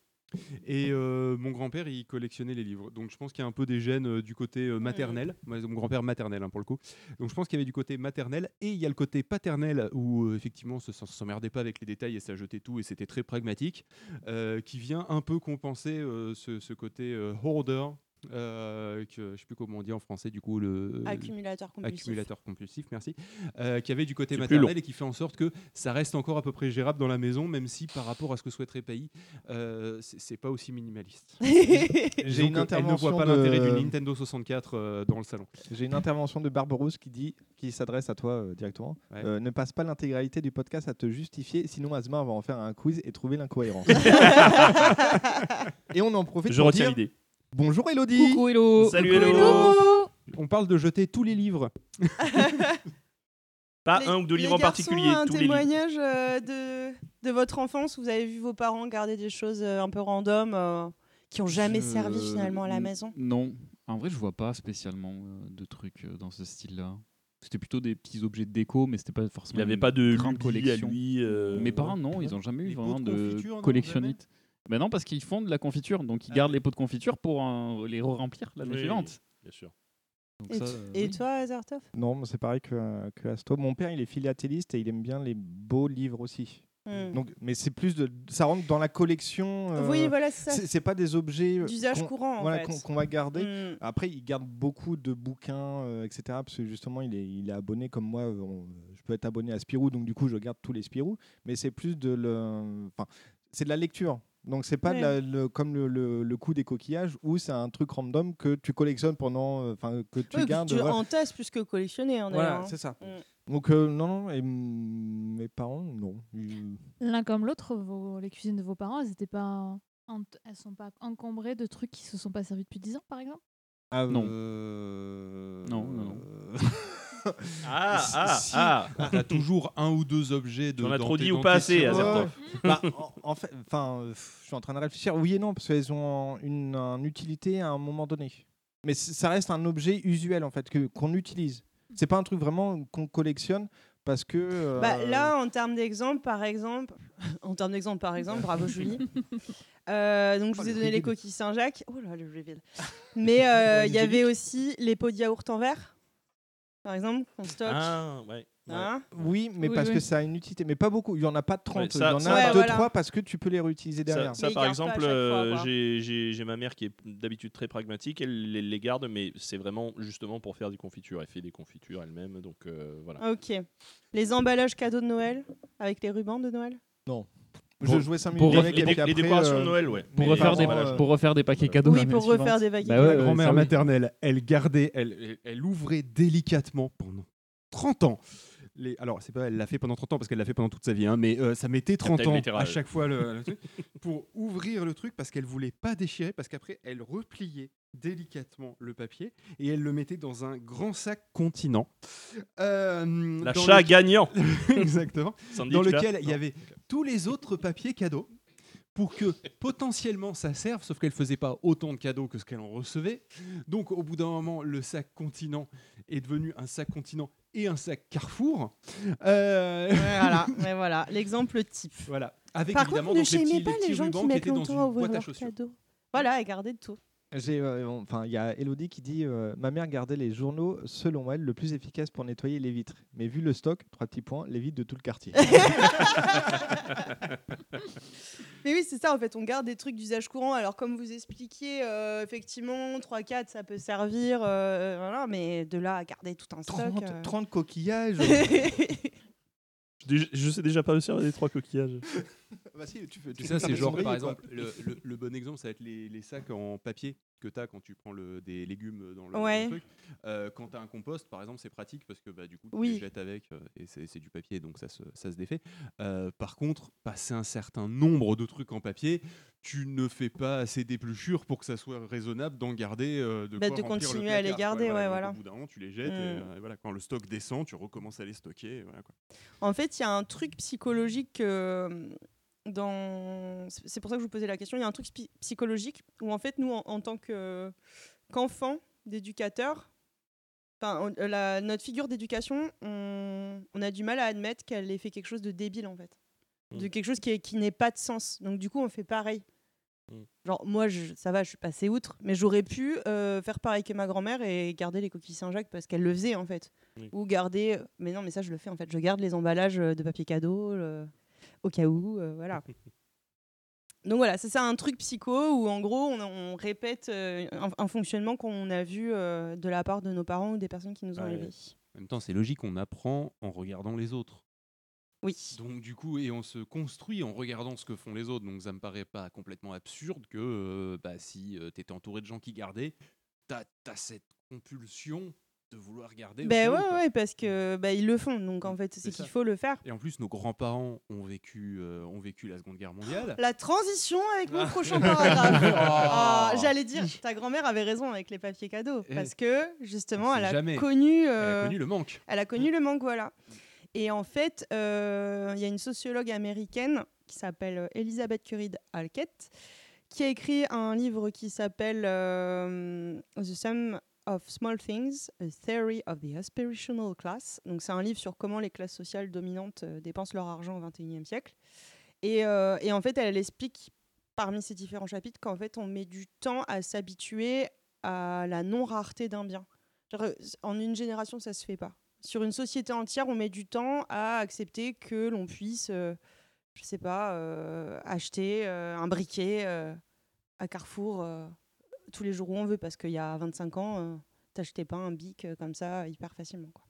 Speaker 3: Et euh, mon grand-père, il collectionnait les livres. Donc je pense qu'il y a un peu des gènes euh, du côté euh, maternel. Moi, c'est mon grand-père maternel, hein, pour le coup. Donc je pense qu'il y avait du côté maternel. Et il y a le côté paternel, où euh, effectivement, ça ne s'emmerdait pas avec les détails et ça jetait tout. Et c'était très pragmatique. euh, qui vient un peu compenser euh, ce, ce côté euh, hoarder. euh, que, je sais plus comment on dit en français, du coup, le.
Speaker 11: Accumulateur compulsif.
Speaker 3: Accumulateur compulsif, merci. Euh, qui avait du côté
Speaker 10: C'est plus
Speaker 3: maternel
Speaker 10: long.
Speaker 3: et qui fait en sorte que ça reste encore à peu près gérable dans la maison, même si par rapport à ce que souhaiterait pays, euh, c'est c'est pas aussi minimaliste.
Speaker 8: J'ai
Speaker 3: Elle ne
Speaker 8: une
Speaker 3: voit
Speaker 8: intervention
Speaker 3: pas l'intérêt
Speaker 8: de-
Speaker 3: d'une Nintendo 64 euh, dans le salon.
Speaker 8: J'ai une intervention de Barberousse qui dit, qui s'adresse à toi euh, directement. Euh, ne passe pas l'intégralité du podcast à te justifier, sinon Asmar va en faire un quiz et trouver l'incohérence. et on en profite.
Speaker 10: Je
Speaker 8: pour
Speaker 10: retiens
Speaker 8: dire
Speaker 10: l'idée.
Speaker 8: Bonjour Elodie.
Speaker 10: Coucou, Elo. Salut, Coucou, Elo. Elo.
Speaker 3: On parle de jeter tous les livres.
Speaker 10: Pas
Speaker 11: Les-
Speaker 10: Ah, un ou deux
Speaker 11: les
Speaker 10: livres en
Speaker 11: garçons,
Speaker 10: particulier,
Speaker 11: Un
Speaker 10: tous les livres.
Speaker 11: témoignage euh, de, de votre enfance, vous avez vu vos parents garder des choses euh, un peu random euh, qui ont jamais
Speaker 9: Je-
Speaker 11: servi finalement à la
Speaker 9: n-
Speaker 11: maison.
Speaker 9: Non. En vrai, je vois pas spécialement euh, de trucs euh, dans ce style-là. C'était plutôt des petits objets de déco, mais c'était pas forcément.
Speaker 10: Il avait
Speaker 9: une
Speaker 10: pas de
Speaker 9: grande
Speaker 10: lubie à
Speaker 9: collection.
Speaker 10: lui, euh,
Speaker 9: Mes parents,
Speaker 10: ouais.
Speaker 9: non, ils ont jamais eu
Speaker 10: Les pots
Speaker 9: vraiment
Speaker 10: de
Speaker 9: de
Speaker 10: confiture, non,
Speaker 9: collectionnite. Ben non, parce qu'ils font de la confiture, donc ils gardent les pots de confiture pour euh, les re-remplir l'année
Speaker 10: Oui,
Speaker 9: suivante.
Speaker 10: Bien sûr.
Speaker 9: Donc
Speaker 11: Et,
Speaker 9: ça,
Speaker 11: t-
Speaker 9: euh,
Speaker 11: et
Speaker 9: oui.
Speaker 11: toi, Zartov
Speaker 8: Non, mais c'est pareil que, que Asto. Mon père, il est philatéliste et il aime bien les beaux livres aussi.
Speaker 11: Hmm.
Speaker 8: Donc, mais c'est plus de, ça rentre dans la collection. euh,
Speaker 11: Oui, voilà, c'est ça.
Speaker 8: C'est pas des objets euh,
Speaker 11: D'usage
Speaker 8: qu'on-
Speaker 11: courant, en
Speaker 8: voilà,
Speaker 11: fait.
Speaker 8: qu'on qu'on va garder.
Speaker 11: Hmm.
Speaker 8: Après, il garde beaucoup de bouquins, euh, etc. Parce que justement, il est, il est abonné comme moi. euh, on- je peux être abonné à Spirou, donc du coup, je garde tous les Spirou. Mais c'est plus de le, enfin, c'est de la lecture. Donc c'est pas de
Speaker 10: Ouais.
Speaker 8: la- le- comme le, le- le coup des coquillages où c'est un truc random que tu collectionnes pendant, euh, enfin que tu
Speaker 11: Oui, que
Speaker 8: gardes.
Speaker 11: tu
Speaker 8: voilà.
Speaker 11: entasses plus que collectionner. en
Speaker 8: Voilà,
Speaker 11: allant.
Speaker 8: c'est ça.
Speaker 11: Mm.
Speaker 8: Donc euh, non, non, et mm, mes parents, non. Ils-
Speaker 7: L'un comme l'autre, vos- les cuisines de vos parents, elles étaient pas, en- elles sont pas encombrées de trucs qui se sont pas servis depuis 10 ans, par exemple.
Speaker 8: Ah,
Speaker 9: Non.
Speaker 3: euh,
Speaker 9: Non, non, non.
Speaker 10: Ah,
Speaker 3: Si-
Speaker 10: ah,
Speaker 3: si,
Speaker 10: ah.
Speaker 3: On a toujours un ou deux objets de.
Speaker 10: T'en as
Speaker 3: dans
Speaker 10: trop
Speaker 3: tes
Speaker 10: dit ou pas assez,
Speaker 3: dentistes.
Speaker 10: Azertov.
Speaker 8: Bah, en, en fait, enfin, euh, pff, je suis en train de réfléchir. Oui et non, parce qu'elles ont une, une utilité à un moment donné. Mais c- ça reste un objet usuel en fait que qu'on utilise. C'est pas un truc vraiment qu'on collectionne parce que. euh,
Speaker 11: Bah, là, en termes d'exemple, par exemple, en termes d'exemple, par exemple, bravo Julie. Euh, donc, je
Speaker 8: Oh,
Speaker 11: vous ai donné les coquilles Saint-Jacques. Oh là, le reveal. Mais euh, il y avait aussi les pots de yaourt en verre, par exemple, qu'on stocke.
Speaker 10: Ah, ouais.
Speaker 11: Hein
Speaker 8: Oui, mais
Speaker 11: Oui,
Speaker 8: parce
Speaker 11: oui.
Speaker 8: que ça a une utilité. Mais pas beaucoup. Il y en a pas 30.
Speaker 10: Ouais, ça-
Speaker 8: Il y en
Speaker 10: ça-
Speaker 8: a
Speaker 10: Ouais,
Speaker 8: 2-3
Speaker 10: voilà.
Speaker 8: parce que tu peux les réutiliser derrière.
Speaker 10: Ça, ça, par exemple, euh, j'ai- j'ai j'ai ma mère qui est d'habitude très pragmatique, elle les, les garde, mais c'est vraiment justement pour faire des confitures. Elle fait des confitures elle-même, donc euh, voilà.
Speaker 11: Ah, Ok. Les emballages cadeaux de Noël avec les rubans de Noël.
Speaker 8: Non.
Speaker 9: Pour-
Speaker 8: je jouais 5
Speaker 9: pour
Speaker 8: minutes
Speaker 9: ref-
Speaker 8: avec
Speaker 9: les
Speaker 8: et
Speaker 9: dé-
Speaker 8: puis
Speaker 9: les
Speaker 8: après,
Speaker 9: décorations
Speaker 8: euh,
Speaker 9: de Noël, ouais.
Speaker 8: mes
Speaker 9: Pour refaire des-
Speaker 8: parents, euh,
Speaker 9: pour refaire des paquets cadeaux, Oui, l'année pour refaire suivante. des paquets Bah cadeaux. ouais,
Speaker 3: Ma
Speaker 9: ouais,
Speaker 3: grand-mère
Speaker 9: ça, oui.
Speaker 3: maternelle, elle gardait, elle, elle- elle ouvrait délicatement pendant 30 ans. Les, alors, c'est pas, elle l'a fait pendant 30 ans parce qu'elle l'a fait pendant toute sa vie, hein, mais euh, ça mettait 30
Speaker 10: Captain
Speaker 3: ans
Speaker 10: Littéral.
Speaker 3: à chaque fois le, le truc, pour ouvrir le truc parce qu'elle voulait pas déchirer, parce qu'après, elle repliait délicatement le papier et elle le mettait dans un grand sac continent. Euh, dans
Speaker 10: L'achat
Speaker 3: lequel-
Speaker 10: gagnant.
Speaker 3: Exactement.
Speaker 10: Sandy,
Speaker 3: dans
Speaker 10: tu l'as
Speaker 3: lequel il y
Speaker 10: Non.
Speaker 3: avait tous les autres papiers cadeaux pour que potentiellement ça serve, sauf qu'elle faisait pas autant de cadeaux que ce qu'elle en recevait. Donc au bout d'un moment, le sac continent est devenu un sac continent et un sac Carrefour. Euh,
Speaker 11: voilà, mais voilà, l'exemple type.
Speaker 3: Voilà. Avec
Speaker 11: Par
Speaker 3: évidemment
Speaker 11: contre, ne
Speaker 3: donc, les petits-
Speaker 11: shamez pas
Speaker 3: les
Speaker 11: les
Speaker 3: petits
Speaker 11: gens qui
Speaker 3: rubans
Speaker 11: mettent
Speaker 3: étaient dans
Speaker 11: longtemps
Speaker 3: une
Speaker 11: à ouvrir
Speaker 3: boîte à
Speaker 11: leurs
Speaker 3: chaussures.
Speaker 11: cadeaux. Voilà, et gardez de tout.
Speaker 8: J'ai, euh, enfin, il y a Elodie qui dit euh, Ma mère gardait les journaux, selon elle, le plus efficace pour nettoyer les vitres. Mais vu le stock, trois petits points, les vitres de tout le quartier.
Speaker 11: Mais oui, c'est ça, en fait, on garde des trucs d'usage courant. Alors, comme vous expliquiez, euh, effectivement, 3-4, ça peut servir, euh, voilà, mais de là à garder tout un stock.
Speaker 8: 30,
Speaker 11: euh.
Speaker 8: 30 coquillages.
Speaker 10: Je, je sais déjà pas me servir des trois coquillages.
Speaker 8: Bah si, tu fais- tu
Speaker 3: C'est ça,
Speaker 8: fais
Speaker 3: c'est
Speaker 8: des
Speaker 3: genre,
Speaker 8: cendriers,
Speaker 3: par
Speaker 8: quoi.
Speaker 3: exemple, le, le- le bon exemple, ça va être les, les sacs en papier que tu as quand tu prends le- des légumes dans le,
Speaker 11: Ouais.
Speaker 3: le truc. Euh, quand tu as un compost, par exemple, c'est pratique parce que bah, du coup, tu
Speaker 11: Oui.
Speaker 3: les jettes avec euh, et c'est c'est du papier, donc ça se, ça se défait. Euh, par contre, passer un certain nombre de trucs en papier, tu ne fais pas assez d'épluchures pour que ça soit raisonnable d'en garder, euh, de,
Speaker 11: Bah,
Speaker 3: quoi
Speaker 11: de
Speaker 3: remplir le
Speaker 11: continuer à les
Speaker 3: placard, quoi.
Speaker 11: garder, ouais,
Speaker 3: donc
Speaker 11: voilà.
Speaker 3: Au bout d'un an, tu les jettes et,
Speaker 11: Mm.
Speaker 3: euh, et voilà, quand le stock descend, tu recommences à les stocker. et voilà, quoi.
Speaker 11: En fait, il y a un truc psychologique euh, dans. c'est- C'est pour ça que je vous posais la question. Il y a un truc spi- psychologique où, en fait, nous, en, en tant que- qu'enfants d'éducateurs, enfin, on- euh, la- notre figure d'éducation, on, on a du mal à admettre qu'elle ait fait quelque chose de débile, en fait. De quelque chose qui, est- qui n'ait pas de sens. Donc, du coup, on fait pareil.
Speaker 3: Mm.
Speaker 11: Genre, moi, je- ça va, je suis passée outre, mais j'aurais pu euh, faire pareil que ma grand-mère et garder les coquilles Saint-Jacques parce qu'elle le faisait, en fait.
Speaker 10: Oui.
Speaker 11: Ou garder. euh, Mais non, mais ça, je le fais, en fait. Je garde les emballages euh, de papier cadeau le- au cas où, euh, voilà. Donc voilà, c'est ça un truc psycho où en gros on, on répète euh, un, un fonctionnement qu'on a vu euh, de la part de nos parents ou des personnes qui nous ont
Speaker 3: Ouais.
Speaker 11: élevés.
Speaker 3: En même temps, c'est logique, on apprend en regardant les autres.
Speaker 11: Oui.
Speaker 3: Donc du coup, et on se construit en regardant ce que font les autres. Donc ça me paraît pas complètement absurde que euh, bah, si tu étais entouré de gens qui gardaient, t'as as cette compulsion de vouloir garder.
Speaker 11: Ben
Speaker 3: aussi,
Speaker 11: ouais,
Speaker 3: quoi. Mm.
Speaker 11: ouais, parce que bah, ils le font, donc en fait
Speaker 3: ça.
Speaker 11: c'est qu'il faut le faire.
Speaker 3: Et en plus, nos grands-parents ont vécu, euh, ont vécu la Seconde Guerre mondiale.
Speaker 11: Oh, La transition avec mon
Speaker 3: Ah.
Speaker 11: prochain paragraphe.
Speaker 3: Oh.
Speaker 11: Ah, J'allais dire, ta grand-mère avait raison avec les papiers cadeaux,
Speaker 3: Eh.
Speaker 11: parce que justement,
Speaker 3: On sait
Speaker 11: elle a,
Speaker 3: jamais.
Speaker 11: connu,
Speaker 3: Elle a
Speaker 11: euh,
Speaker 3: connu le manque.
Speaker 11: Elle a connu le manque, voilà. Et en fait, euh, il y a une sociologue américaine qui s'appelle euh, Elizabeth Currid Halkett, qui a écrit un livre qui s'appelle euh, The Sum of Small Things, A Theory of the Aspirational Class. Donc c'est un livre sur comment les classes sociales dominantes euh, dépensent leur argent au XXIe siècle. Et, euh, et en fait, elle explique parmi ces différents chapitres qu'en fait, on met du temps à s'habituer à la non-rareté d'un bien. Genre, euh, En une génération, ça se fait pas. Sur une société entière, on met du temps à accepter que l'on puisse, euh, je sais pas, euh, acheter euh, un briquet euh, à Carrefour euh, tous les jours où on veut, parce qu'il y a 25 ans, euh, t'achetais pas un bic euh, comme ça hyper facilement. quoi.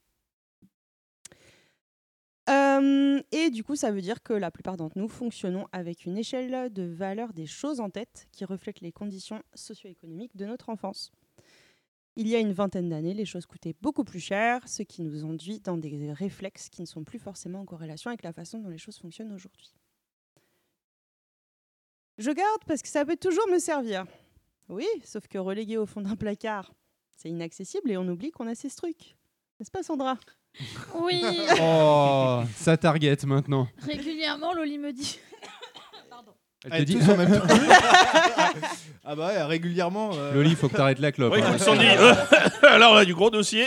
Speaker 11: Euh, et du coup, ça veut dire que la plupart d'entre nous fonctionnons avec une échelle de valeur des choses en tête qui reflète les conditions socio-économiques de notre enfance. Il y a une vingtaine d'années, les choses coûtaient beaucoup plus cher, ce qui nous induit dans des réflexes qui ne sont plus forcément en corrélation avec la façon dont les choses fonctionnent aujourd'hui. Je garde parce que ça peut toujours me servir. Oui, sauf que relégué au fond d'un placard, c'est inaccessible et on oublie qu'on a ces trucs. N'est-ce pas Sandra
Speaker 7: Oui
Speaker 3: Oh, ça target maintenant.
Speaker 7: Régulièrement, Loli me dit.
Speaker 3: Elle
Speaker 8: Ah,
Speaker 3: te dit.
Speaker 8: tous en même temps. ah bah ouais, régulièrement. euh,
Speaker 3: Loli, faut que t'arrêtes la clope.
Speaker 10: Oui,
Speaker 3: hein.
Speaker 10: ils se sont dit, euh, là on a du gros dossier.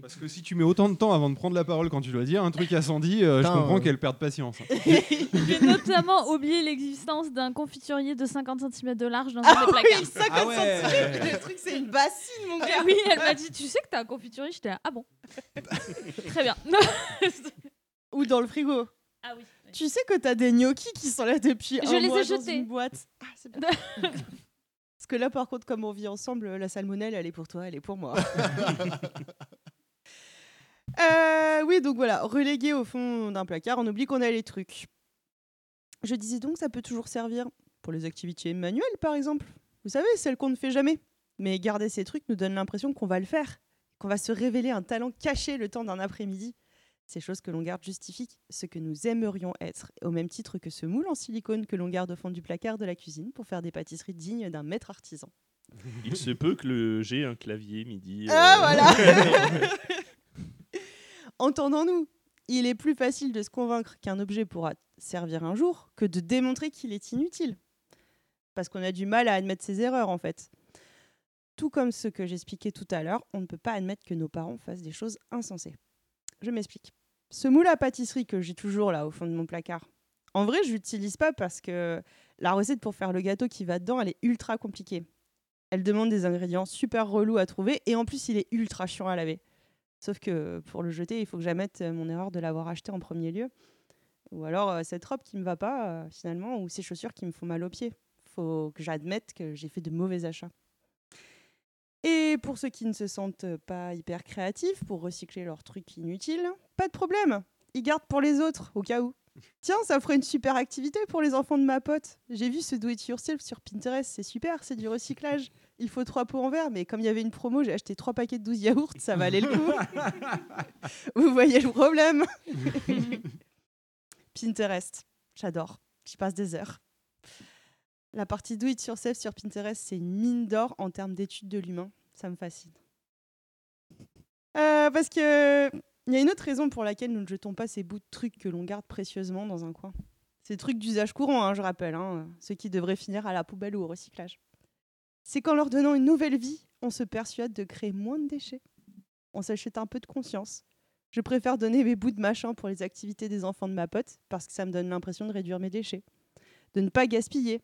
Speaker 3: Parce que si tu mets autant de temps avant de prendre la parole quand tu dois dire un truc à Sandy, euh, je
Speaker 8: Putain,
Speaker 3: comprends
Speaker 8: euh.
Speaker 3: qu'elle perde patience.
Speaker 7: J'ai notamment oublié l'existence d'un confiturier de 50 cm de large dans un des placards. Ah
Speaker 11: oui, 50
Speaker 3: Ah ouais.
Speaker 11: centimes, Le truc, c'est une bassine, mon gars
Speaker 7: Oui, elle m'a dit Tu sais que t'as un confiturier J'étais là Ah bon Très bien.
Speaker 11: Ou dans le frigo.
Speaker 7: Ah oui.
Speaker 11: Tu sais que t'as des gnocchis qui sont là depuis
Speaker 7: Je
Speaker 11: un
Speaker 7: les
Speaker 11: mois
Speaker 7: ai
Speaker 11: dans
Speaker 7: jetés.
Speaker 11: une boîte. Ah, c'est bien. Parce que là, par contre, comme on vit ensemble, la salmonelle, elle est pour toi, elle est pour moi. Euh, oui, donc voilà, relégué au fond d'un placard, on oublie qu'on a les trucs. Je disais donc, ça peut toujours servir pour les activités manuelles, par exemple. Vous savez, celles qu'on ne fait jamais. Mais garder ces trucs nous donne l'impression qu'on va le faire, qu'on va se révéler un talent caché le temps d'un après-midi. Ces choses que l'on garde justifient ce que nous aimerions être, au même titre que ce moule en silicone que l'on garde au fond du placard de la cuisine pour faire des pâtisseries dignes d'un maître artisan.
Speaker 10: Il se peut que le j'ai un clavier midi.
Speaker 11: Ah,
Speaker 10: euh,
Speaker 11: voilà Entendons-nous, il est plus facile de se convaincre qu'un objet pourra servir un jour que de démontrer qu'il est inutile. Parce qu'on a du mal à admettre ses erreurs, en fait. Tout comme ce que j'expliquais tout à l'heure, on ne peut pas admettre que nos parents fassent des choses insensées. Je m'explique. Ce moule à pâtisserie que j'ai toujours là au fond de mon placard, en vrai, je l'utilise pas parce que la recette pour faire le gâteau qui va dedans, elle est ultra compliquée. Elle demande des ingrédients super relous à trouver et en plus, il est ultra chiant à laver. Sauf que pour le jeter, il faut que j'admette euh, mon erreur de l'avoir acheté en premier lieu. Ou alors euh, cette robe qui me va pas euh, finalement, ou ces chaussures qui me font mal aux pieds. Faut que j'admette que j'ai fait de mauvais achats. Et pour ceux qui ne se sentent euh, pas hyper créatifs pour recycler leurs trucs inutiles, pas de problème. Ils gardent pour les autres, au cas où. Tiens, ça ferait une super activité pour les enfants de ma pote. J'ai vu ce do it yourself sur Pinterest, c'est super, c'est du recyclage. il faut trois pots en verre, mais comme il y avait une promo, j'ai acheté trois paquets de 12 yaourts, ça valait le coup. Vous voyez le problème Pinterest, j'adore, j'y passe des heures. La partie Do It Yourself sur Pinterest, c'est une mine d'or en termes d'études de l'humain, ça me fascine. Euh, parce que il y a une autre raison pour laquelle nous ne jetons pas ces bouts de trucs que l'on garde précieusement dans un coin. Ces trucs d'usage courant, hein, je rappelle, hein, ceux qui devraient finir à la poubelle ou au recyclage c'est qu'en leur donnant une nouvelle vie, on se persuade de créer moins de déchets. On s'achète un peu de conscience. Je préfère donner mes bouts de machin pour les activités des enfants de ma pote, parce que ça me donne l'impression de réduire mes déchets. De ne pas gaspiller.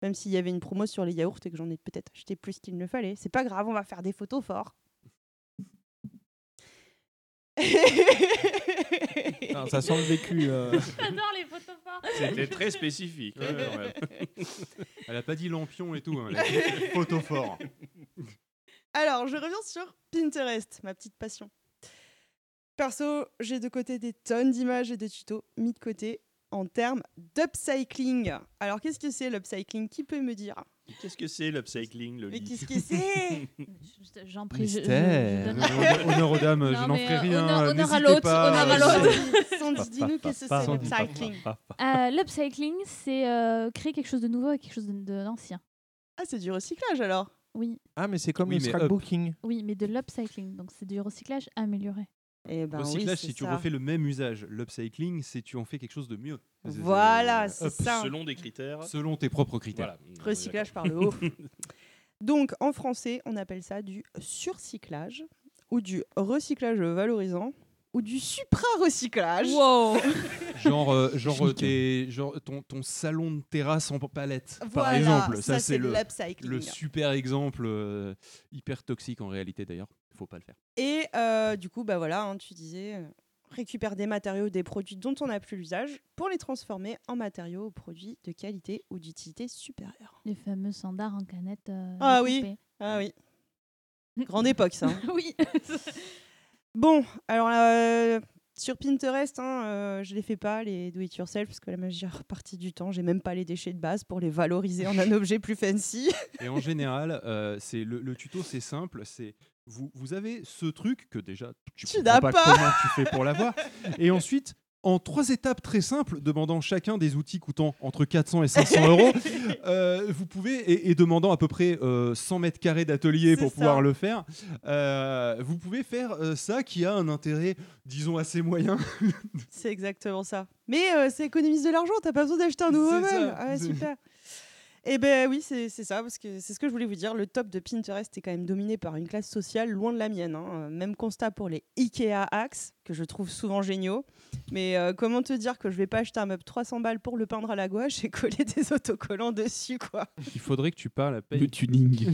Speaker 11: Même s'il y avait une promo sur les yaourts et que j'en ai peut-être acheté plus qu'il ne fallait. C'est pas grave, on va faire des photos forts.
Speaker 8: Non, ça sent le vécu. euh.
Speaker 7: J'adore les photos fortes.
Speaker 10: C'était très spécifique. hein,
Speaker 3: Ouais, ouais. Elle a pas dit lampion et tout. hein, Elle a dit photofort.
Speaker 11: Alors, je reviens sur Pinterest, ma petite passion. Perso, j'ai de côté des tonnes d'images et de tutos mis de côté en termes d'upcycling. Alors, qu'est-ce que c'est l'upcycling Qui peut me dire
Speaker 10: Qu'est-ce que c'est l'upcycling, le
Speaker 11: Mais qu'est-ce que
Speaker 10: Eh
Speaker 11: c'est
Speaker 7: J'en prie, je- je- je
Speaker 3: Mystère.
Speaker 7: donne-
Speaker 3: Honneur- honneur aux dames, je
Speaker 7: Non,
Speaker 3: n'en
Speaker 7: mais,
Speaker 3: ferai
Speaker 7: euh,
Speaker 3: rien,
Speaker 7: honneur- Honneur à
Speaker 3: n'hésitez
Speaker 7: l'autre,
Speaker 3: pas.
Speaker 7: honneur à l'autre.
Speaker 11: Sandy, dis-nous qu'est-ce que c'est l'upcycling
Speaker 7: Euh, L'upcycling, c'est euh, créer quelque chose de nouveau avec quelque chose de- de- d'ancien.
Speaker 11: Ah, c'est du recyclage alors
Speaker 7: Oui,
Speaker 8: Ah, mais c'est comme
Speaker 3: Oui,
Speaker 8: le
Speaker 3: mais up.
Speaker 8: scrapbooking.
Speaker 7: oui, mais de l'upcycling, donc c'est du recyclage amélioré.
Speaker 11: Eh ben oui,
Speaker 3: Recyclage,
Speaker 11: c'est
Speaker 3: si tu
Speaker 11: ça.
Speaker 3: refais le même usage. L'upcycling, c'est tu en fais quelque chose de mieux.
Speaker 11: Voilà, c'est
Speaker 3: Hop.
Speaker 11: ça.
Speaker 10: Selon des critères.
Speaker 3: Selon tes propres critères.
Speaker 10: Voilà.
Speaker 11: Recyclage par le haut. Donc, en français, on appelle ça du surcyclage ou du recyclage valorisant ou du supra-recyclage.
Speaker 7: Wow
Speaker 3: Genre, euh, genre, euh, tes- genre ton, ton salon de terrasse en palette, par
Speaker 11: Voilà,
Speaker 3: exemple.
Speaker 11: ça, c'est
Speaker 3: c'est
Speaker 11: de
Speaker 3: le,
Speaker 11: l'upcycling.
Speaker 3: le super exemple, euh, hyper toxique en réalité d'ailleurs. Faut pas le faire.
Speaker 11: Et euh, du coup, bah voilà, hein, tu disais, euh, récupère des matériaux, des produits dont on n'a plus l'usage pour les transformer en matériaux ou produits de qualité ou d'utilité supérieure.
Speaker 7: Les fameux sandars en canette. euh,
Speaker 11: Ah
Speaker 7: découpée.
Speaker 11: oui, ah oui. Grande époque, ça. hein.
Speaker 7: Oui.
Speaker 11: Bon, alors euh, sur Pinterest, hein, euh, je les fais pas les do it yourself parce que la majeure partie du temps, j'ai même pas les déchets de base pour les valoriser en un objet plus fancy.
Speaker 3: Et en général, euh, c'est le, le tuto, c'est simple. C'est vous, vous avez ce truc que déjà tu,
Speaker 11: Tu
Speaker 3: comprends
Speaker 11: n'as
Speaker 3: pas,
Speaker 11: pas.
Speaker 3: comment tu fais pour l'avoir. Et ensuite, en trois étapes très simples, demandant chacun des outils coûtant entre 400 et 500 euros, euh, vous pouvez et, et demandant à peu près euh, 100 mètres carrés d'atelier pour
Speaker 11: ça.
Speaker 3: pouvoir le faire, euh, vous pouvez faire euh, ça qui a un intérêt, disons assez moyen.
Speaker 11: C'est exactement ça. Mais euh, ça économise de l'argent, t'as pas besoin d'acheter un nouveau
Speaker 3: C'est ça.
Speaker 11: meuble. Ah, ouais,
Speaker 3: C'est-
Speaker 11: super. Eh ben oui, c'est c'est ça, parce que c'est ce que je voulais vous dire. Le top de Pinterest est quand même dominé par une classe sociale loin de la mienne. hein. Euh, Même constat pour les Ikea Axe, que je trouve souvent géniaux. Mais euh, comment te dire que je vais pas acheter un meuble 300 balles pour le peindre à la gouache et coller des autocollants dessus, quoi.
Speaker 3: Il faudrait que tu parles à
Speaker 9: Le tuning.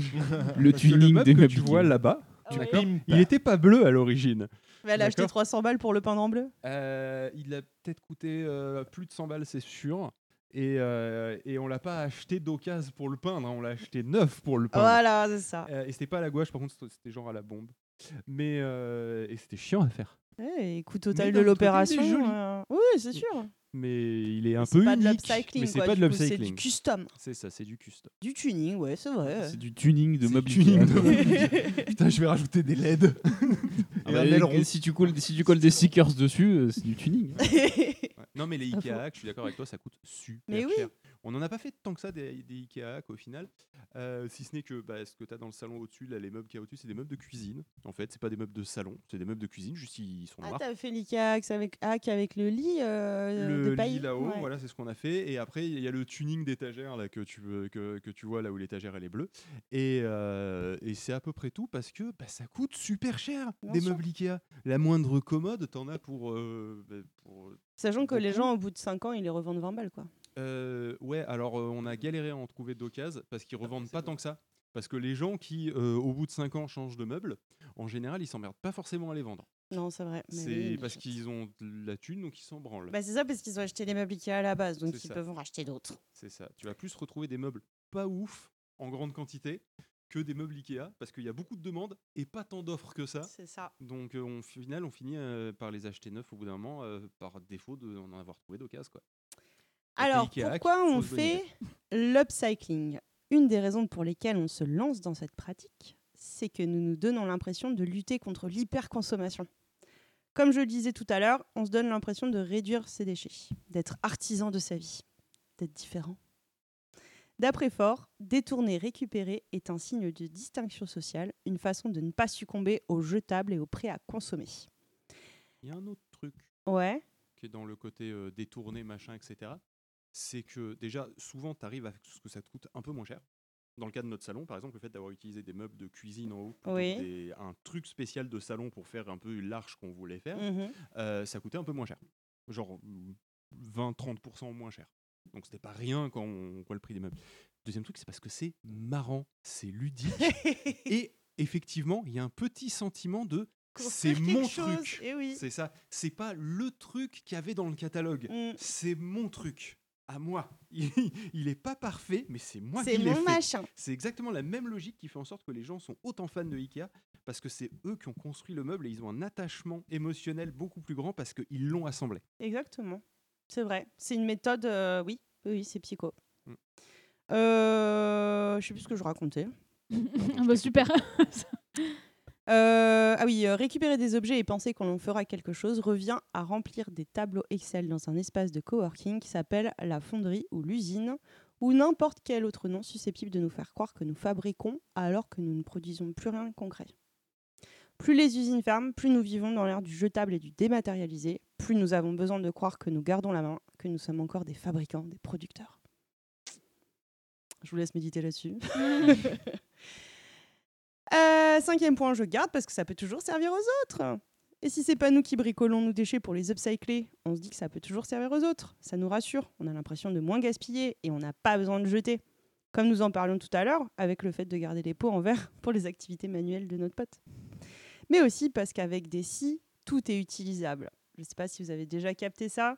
Speaker 3: Le
Speaker 9: Le tuning
Speaker 3: meuble
Speaker 9: des
Speaker 3: que
Speaker 9: meubles
Speaker 3: tu vois
Speaker 9: Ikea.
Speaker 3: là-bas,
Speaker 11: Ouais.
Speaker 3: d'accord, il n'était pas bleu à l'origine.
Speaker 11: Mais elle a acheté
Speaker 3: D'accord.
Speaker 11: 300 balles pour le peindre en bleu.
Speaker 3: Euh, il a peut-être coûté euh, plus de 100 balles, c'est sûr. Et, euh, et on l'a pas acheté d'occasion pour le peindre, hein, on l'a acheté neuf pour le peindre.
Speaker 11: Voilà, c'est ça.
Speaker 3: Euh, et c'était pas à la gouache, par contre, c'était- c'était genre à la bombe. Mais euh, et c'était chiant à faire.
Speaker 11: Ouais, et coût
Speaker 3: Mais
Speaker 11: Eh, total
Speaker 3: d'un
Speaker 11: de
Speaker 3: autre côté, il est
Speaker 11: l'opération.
Speaker 3: joli.
Speaker 11: euh, Oui, c'est sûr.
Speaker 3: Mais il est un
Speaker 11: C'est
Speaker 3: peu
Speaker 11: pas de
Speaker 3: unique.
Speaker 11: l'upcycling,
Speaker 3: mais c'est
Speaker 11: quoi,
Speaker 3: pas de
Speaker 11: du coup, c'est du
Speaker 3: l'upcycling.
Speaker 11: custom.
Speaker 3: C'est ça, c'est du custom.
Speaker 11: Du tuning, ouais, c'est vrai.
Speaker 9: C'est du tuning de meubles
Speaker 3: tuning
Speaker 9: Ikea.
Speaker 3: de meubles Putain, je vais rajouter des LED.
Speaker 9: Ah
Speaker 3: Et
Speaker 9: bah,
Speaker 3: un
Speaker 9: et
Speaker 3: aileron.
Speaker 9: que si, tu colles, si tu colles des stickers dessus, euh, c'est du tuning. hein.
Speaker 3: Ouais. Non, mais les
Speaker 9: Pas
Speaker 3: Ikea
Speaker 9: faux.
Speaker 3: Hack, je suis d'accord avec toi, ça coûte super
Speaker 11: Ah, Mais oui.
Speaker 3: cher. On n'en a pas fait tant que ça des, des Ikea Hack au final, Euh, si ce n'est que bah, ce que tu as dans le salon au-dessus, là, les meubles qu'il y a au-dessus, c'est des meubles de cuisine. En fait, c'est pas des meubles de salon, c'est des meubles de cuisine, juste ils sont
Speaker 11: Ah,
Speaker 3: noirs.
Speaker 11: t'as fait l'IKEA axe avec, hack avec le lit euh,
Speaker 3: le
Speaker 11: de paille
Speaker 3: lit là-haut,
Speaker 11: Ouais.
Speaker 3: voilà, c'est ce qu'on a fait. Et après, il y a le tuning d'étagère là que tu veux- que, que tu vois là où l'étagère elle est bleue. Et, euh, et c'est à peu près tout parce que bah, ça coûte super cher
Speaker 11: Bien
Speaker 3: des
Speaker 11: sûr.
Speaker 3: meubles Ikea. La moindre commode, t'en as pour, euh, bah, pour
Speaker 11: Sachant que les
Speaker 3: Beaucoup.
Speaker 11: gens, au bout de 5 ans, ils les revendent 20 balles, quoi.
Speaker 3: Euh, ouais, alors euh, on a galéré à en trouver d'occasion parce qu'ils revendent pas tant que ça. Parce que les gens qui, euh, au bout de 5 ans, changent de meuble, en général, ils s'emmerdent pas forcément à les vendre.
Speaker 11: Non, c'est vrai. mais
Speaker 3: C'est
Speaker 11: oui, mais
Speaker 3: parce
Speaker 11: je-
Speaker 3: qu'ils ont de la thune, donc ils s'en branlent.
Speaker 11: Bah, c'est ça, parce qu'ils ont acheté les meubles Ikea à la base, donc
Speaker 3: C'est
Speaker 11: ils
Speaker 3: ça.
Speaker 11: peuvent en racheter d'autres.
Speaker 3: C'est ça. Tu vas plus retrouver des meubles pas ouf, en grande quantité, que des meubles Ikea, parce qu'il y a beaucoup de demandes et pas tant d'offres que ça.
Speaker 11: C'est ça.
Speaker 3: Donc euh, on- au final, on finit euh, par les acheter neufs au bout d'un moment, euh, par défaut d'en avoir trouvé d'occasion. quoi. Et
Speaker 11: Alors,
Speaker 3: Ikea,
Speaker 11: pourquoi on
Speaker 3: fausse bonne idée.
Speaker 11: fait l'upcycling Une des raisons pour lesquelles on se lance dans cette pratique, c'est que nous nous donnons l'impression de lutter contre l'hyperconsommation. Comme je le disais tout à l'heure, on se donne l'impression de réduire ses déchets, d'être artisan de sa vie, d'être différent. D'après Fort, détourner, récupérer est un signe de distinction sociale, une façon de ne pas succomber aux jetables et aux prêts à consommer.
Speaker 3: Il y a un autre truc
Speaker 11: Ouais.
Speaker 3: qui est dans le côté euh, détourné, machin, etc. C'est que déjà, souvent, tu arrives à ce que ça te coûte un peu moins cher. Dans le cas de notre salon, par exemple, le fait d'avoir utilisé des meubles de cuisine en haut, plutôt
Speaker 11: Oui.
Speaker 3: que des- un truc spécial de salon pour faire un peu l'arche qu'on voulait faire,
Speaker 11: Mhm.
Speaker 3: euh, ça coûtait un peu moins cher. Genre mm, 20-30% moins cher. Donc c'était pas rien quand on voit le prix des meubles. Deuxième truc, c'est parce que c'est marrant, c'est ludique. et effectivement, il y a un petit sentiment de c'est
Speaker 11: Construire
Speaker 3: mon
Speaker 11: quelque chose,
Speaker 3: truc.
Speaker 11: eh oui.
Speaker 3: C'est ça. C'est pas le truc qu'il y avait dans le catalogue.
Speaker 11: Mm.
Speaker 3: C'est mon truc. À moi. Il, il est pas parfait, mais c'est moi
Speaker 11: C'est
Speaker 3: qui l'ai
Speaker 11: mon
Speaker 3: fait.
Speaker 11: machin.
Speaker 3: C'est exactement la même logique qui fait en sorte que les gens sont autant fans de Ikea parce que c'est eux qui ont construit le meuble et ils ont un attachement émotionnel beaucoup plus grand parce qu'ils l'ont assemblé.
Speaker 11: Exactement. C'est vrai. C'est une méthode, euh, oui, oui, oui, c'est psycho.
Speaker 3: Mm.
Speaker 11: Euh, je sais plus ce que je racontais.
Speaker 7: ah bah super.
Speaker 11: Euh, ah oui, euh, récupérer des objets et penser qu'on en fera quelque chose revient à remplir des tableaux Excel dans un espace de coworking qui s'appelle la fonderie ou l'usine ou n'importe quel autre nom susceptible de nous faire croire que nous fabriquons alors que nous ne produisons plus rien de concret. Plus les usines ferment, plus nous vivons dans l'ère du jetable et du dématérialisé, plus nous avons besoin de croire que nous gardons la main, que nous sommes encore des fabricants, des producteurs. Je vous laisse méditer là-dessus. Euh, cinquième point, je garde parce que ça peut toujours servir aux autres. Et si c'est pas nous qui bricolons nos déchets pour les upcycler, on se dit que ça peut toujours servir aux autres. Ça nous rassure, on a l'impression de moins gaspiller et on n'a pas besoin de jeter. Comme nous en parlions tout à l'heure, avec le fait de garder les pots en verre pour les activités manuelles de notre pote. Mais aussi parce qu'avec des si, tout est utilisable. Je sais pas si vous avez déjà capté ça.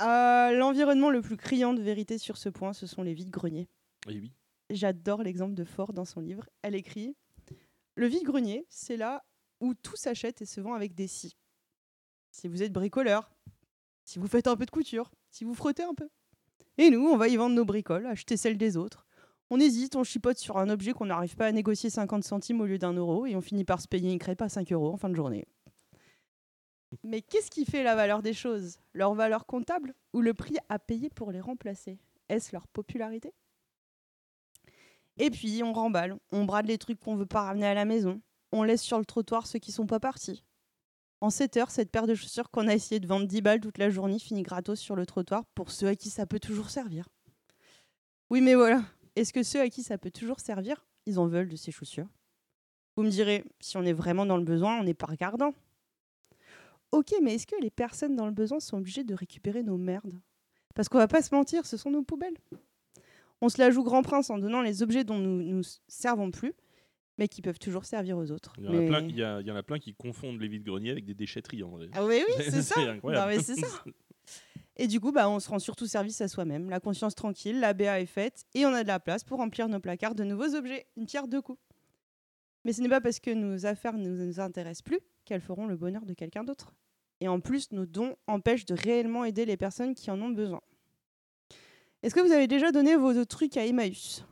Speaker 11: Euh, L'environnement le plus criant de vérité sur ce point, ce sont les vides-greniers.
Speaker 10: Et oui.
Speaker 11: J'adore l'exemple de Ford dans son livre. Elle écrit Le vide-grenier, c'est là où tout s'achète et se vend avec des scies. Si vous êtes bricoleur, si vous faites un peu de couture, si vous frottez un peu. Et nous, on va y vendre nos bricoles, acheter celles des autres. On hésite, on chipote sur un objet qu'on n'arrive pas à négocier 50 centimes au lieu d'un euro et on finit par se payer une crêpe à 5 euros en fin de journée. Mais qu'est-ce qui fait la valeur des choses Leur valeur comptable ou le prix à payer pour les remplacer Est-ce leur popularité et puis, on remballe, on brade les trucs qu'on veut pas ramener à la maison, on laisse sur le trottoir ceux qui sont pas partis. En 7 heures, cette paire de chaussures qu'on a essayé de vendre 10 balles toute la journée finit gratos sur le trottoir pour ceux à qui ça peut toujours servir. Oui, mais voilà, est-ce que ceux à qui ça peut toujours servir, ils en veulent de ces chaussures Vous me direz, si on est vraiment dans le besoin, on n'est pas regardant. Ok, mais est-ce que les personnes dans le besoin sont obligées de récupérer nos merdes Parce qu'on va pas se mentir, ce sont nos poubelles. On se la joue grand prince en donnant les objets dont nous nous servons plus, mais qui peuvent toujours servir aux autres.
Speaker 10: Il y, en a
Speaker 11: Mais-
Speaker 10: plein, il, y a- il y en a plein qui confondent les vides greniers avec des déchetteries en vrai.
Speaker 11: Ah oui, oui, c'est ça.
Speaker 10: incroyable.
Speaker 11: Non, mais c'est ça. Et du coup, bah, on se rend surtout service à soi-même. La conscience tranquille, la BA est faite, et on a de la place pour remplir nos placards de nouveaux objets, une pierre deux coups. Mais ce n'est pas parce que nos affaires ne nous intéressent plus qu'elles feront le bonheur de quelqu'un d'autre. Et en plus, nos dons empêchent de réellement aider les personnes qui en ont besoin. Est-ce que vous avez déjà donné vos trucs à Emmaüs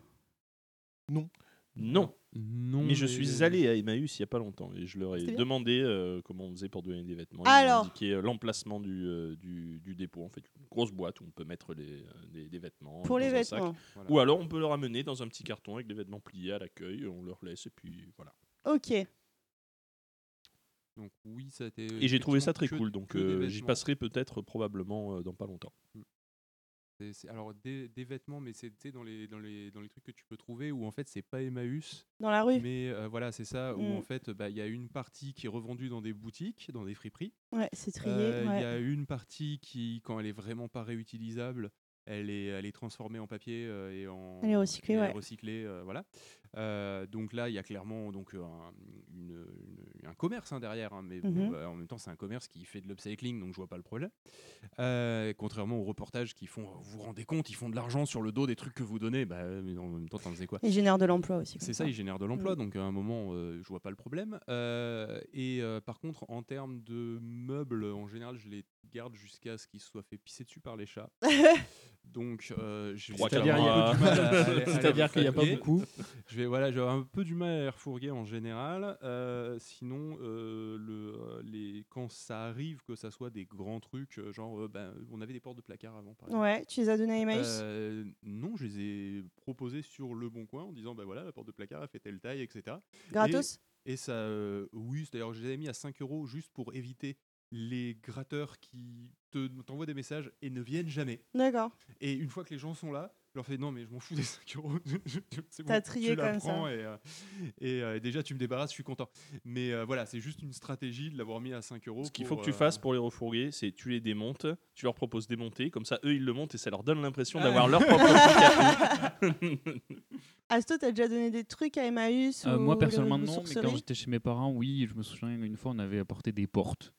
Speaker 10: Non.
Speaker 3: Non.
Speaker 10: Mais je
Speaker 3: mais-
Speaker 10: suis allé à Emmaüs il n'y a pas longtemps et je leur ai
Speaker 11: C'était bien
Speaker 10: demandé euh, comment on faisait pour donner des vêtements.
Speaker 11: Alors.
Speaker 10: Ils m'ont indiqué euh, l'emplacement du, euh, du, du dépôt. En fait, une grosse boîte où on peut mettre les, euh, des- des vêtements.
Speaker 11: Pour
Speaker 10: dans
Speaker 11: les
Speaker 10: un sac.
Speaker 11: vêtements.
Speaker 3: Voilà.
Speaker 10: Ou alors on peut leur amener dans un petit carton avec des vêtements pliés à l'accueil. On leur laisse et puis voilà.
Speaker 11: Ok.
Speaker 3: Donc oui, ça a été.
Speaker 10: Et j'ai trouvé ça très
Speaker 3: effectivement
Speaker 10: cool.
Speaker 3: que-
Speaker 10: Donc
Speaker 3: que des
Speaker 10: euh, j'y
Speaker 3: vêtements.
Speaker 10: passerai peut-être probablement euh, dans pas longtemps.
Speaker 3: C'est- c'est- alors des, des vêtements, mais c'est tu sais, dans les, dans, les, dans les trucs que tu peux trouver où en fait c'est pas Emmaüs.
Speaker 11: Dans la rue.
Speaker 3: Mais euh, voilà, c'est ça, où en
Speaker 11: Mm.
Speaker 3: fait bah, il y a une partie qui est revendue dans des boutiques, dans des friperies.
Speaker 11: Ouais, c'est trié,
Speaker 3: Euh, Il
Speaker 11: ouais.
Speaker 3: y a une partie qui, quand elle est vraiment pas réutilisable, elle est, elle est transformée en papier euh, et en.
Speaker 11: Elle est recyclée,
Speaker 3: et
Speaker 11: ouais.
Speaker 3: recyclée, euh, voilà. Euh, donc là, il y a clairement donc, euh, un, une- une- un commerce hein, derrière, hein, mais bon,
Speaker 19: Mhm.
Speaker 3: bah, en même temps, c'est un commerce qui fait de l'upcycling, donc je vois pas le problème. Euh, contrairement aux reportages qui font, vous vous rendez compte, ils font de l'argent sur le dos des trucs que vous donnez, bah, mais en même temps, t'en faisais quoi
Speaker 11: Ils génèrent de l'emploi aussi, comme
Speaker 3: C'est ça,
Speaker 11: ça.
Speaker 3: ils génèrent de l'emploi,
Speaker 11: Mm.
Speaker 3: donc à un moment, euh, je vois pas le problème. Euh, et euh, par contre, en termes de meubles, en général, je les garde jusqu'à ce qu'ils se soient fait pisser dessus par les chats. donc, euh, je
Speaker 8: Trois
Speaker 3: vais-
Speaker 8: quarts d'heure.
Speaker 3: un peu du mal à- à- à les
Speaker 8: C'est-à-dire qu'il y a pas
Speaker 3: refourguer.
Speaker 8: beaucoup.
Speaker 3: Je vais voilà, j'aurai un peu du mal à les refourguer en général. Euh, sinon, euh, le, euh, les, quand ça arrive que ça soit des grands trucs, euh, genre euh, ben, on avait des portes de placard avant. Par exemple.
Speaker 11: Ouais, tu les as données à Emmaüs
Speaker 3: Euh, Non, je les ai proposées sur le bon coin en disant bah voilà la porte de placard a fait telle taille, etc.
Speaker 11: Gratos
Speaker 3: Et, et ça, euh, oui, d'ailleurs je les avais mis à 5 euros juste pour éviter les gratteurs qui te- t'envoient des messages et ne viennent jamais.
Speaker 11: D'accord.
Speaker 3: Et une fois que les gens sont là, je leur fais non, mais je m'en fous des 5
Speaker 9: Oh,
Speaker 3: euros. C'est
Speaker 11: T'as
Speaker 3: tu
Speaker 11: trié
Speaker 3: la
Speaker 11: comme ça.
Speaker 3: prends Et, euh, et, euh, déjà, tu me débarrasses, je suis content. Mais euh, voilà, c'est juste une stratégie de l'avoir mis à 5 euros. euh,
Speaker 10: Ce qu'il faut que tu fasses pour les refourguer, c'est tu les démontes, tu leur proposes démonter, comme ça eux ils le montent et ça leur donne l'impression
Speaker 3: Ah.
Speaker 10: d'avoir leur propre truc à eux.
Speaker 11: Asto, t'as déjà donné des trucs à Emmaüs
Speaker 9: Euh,
Speaker 11: ou
Speaker 9: moi
Speaker 11: les
Speaker 9: personnellement non, mais
Speaker 11: ressourceries
Speaker 9: quand j'étais chez mes parents, oui, je me souviens une fois on avait apporté des portes.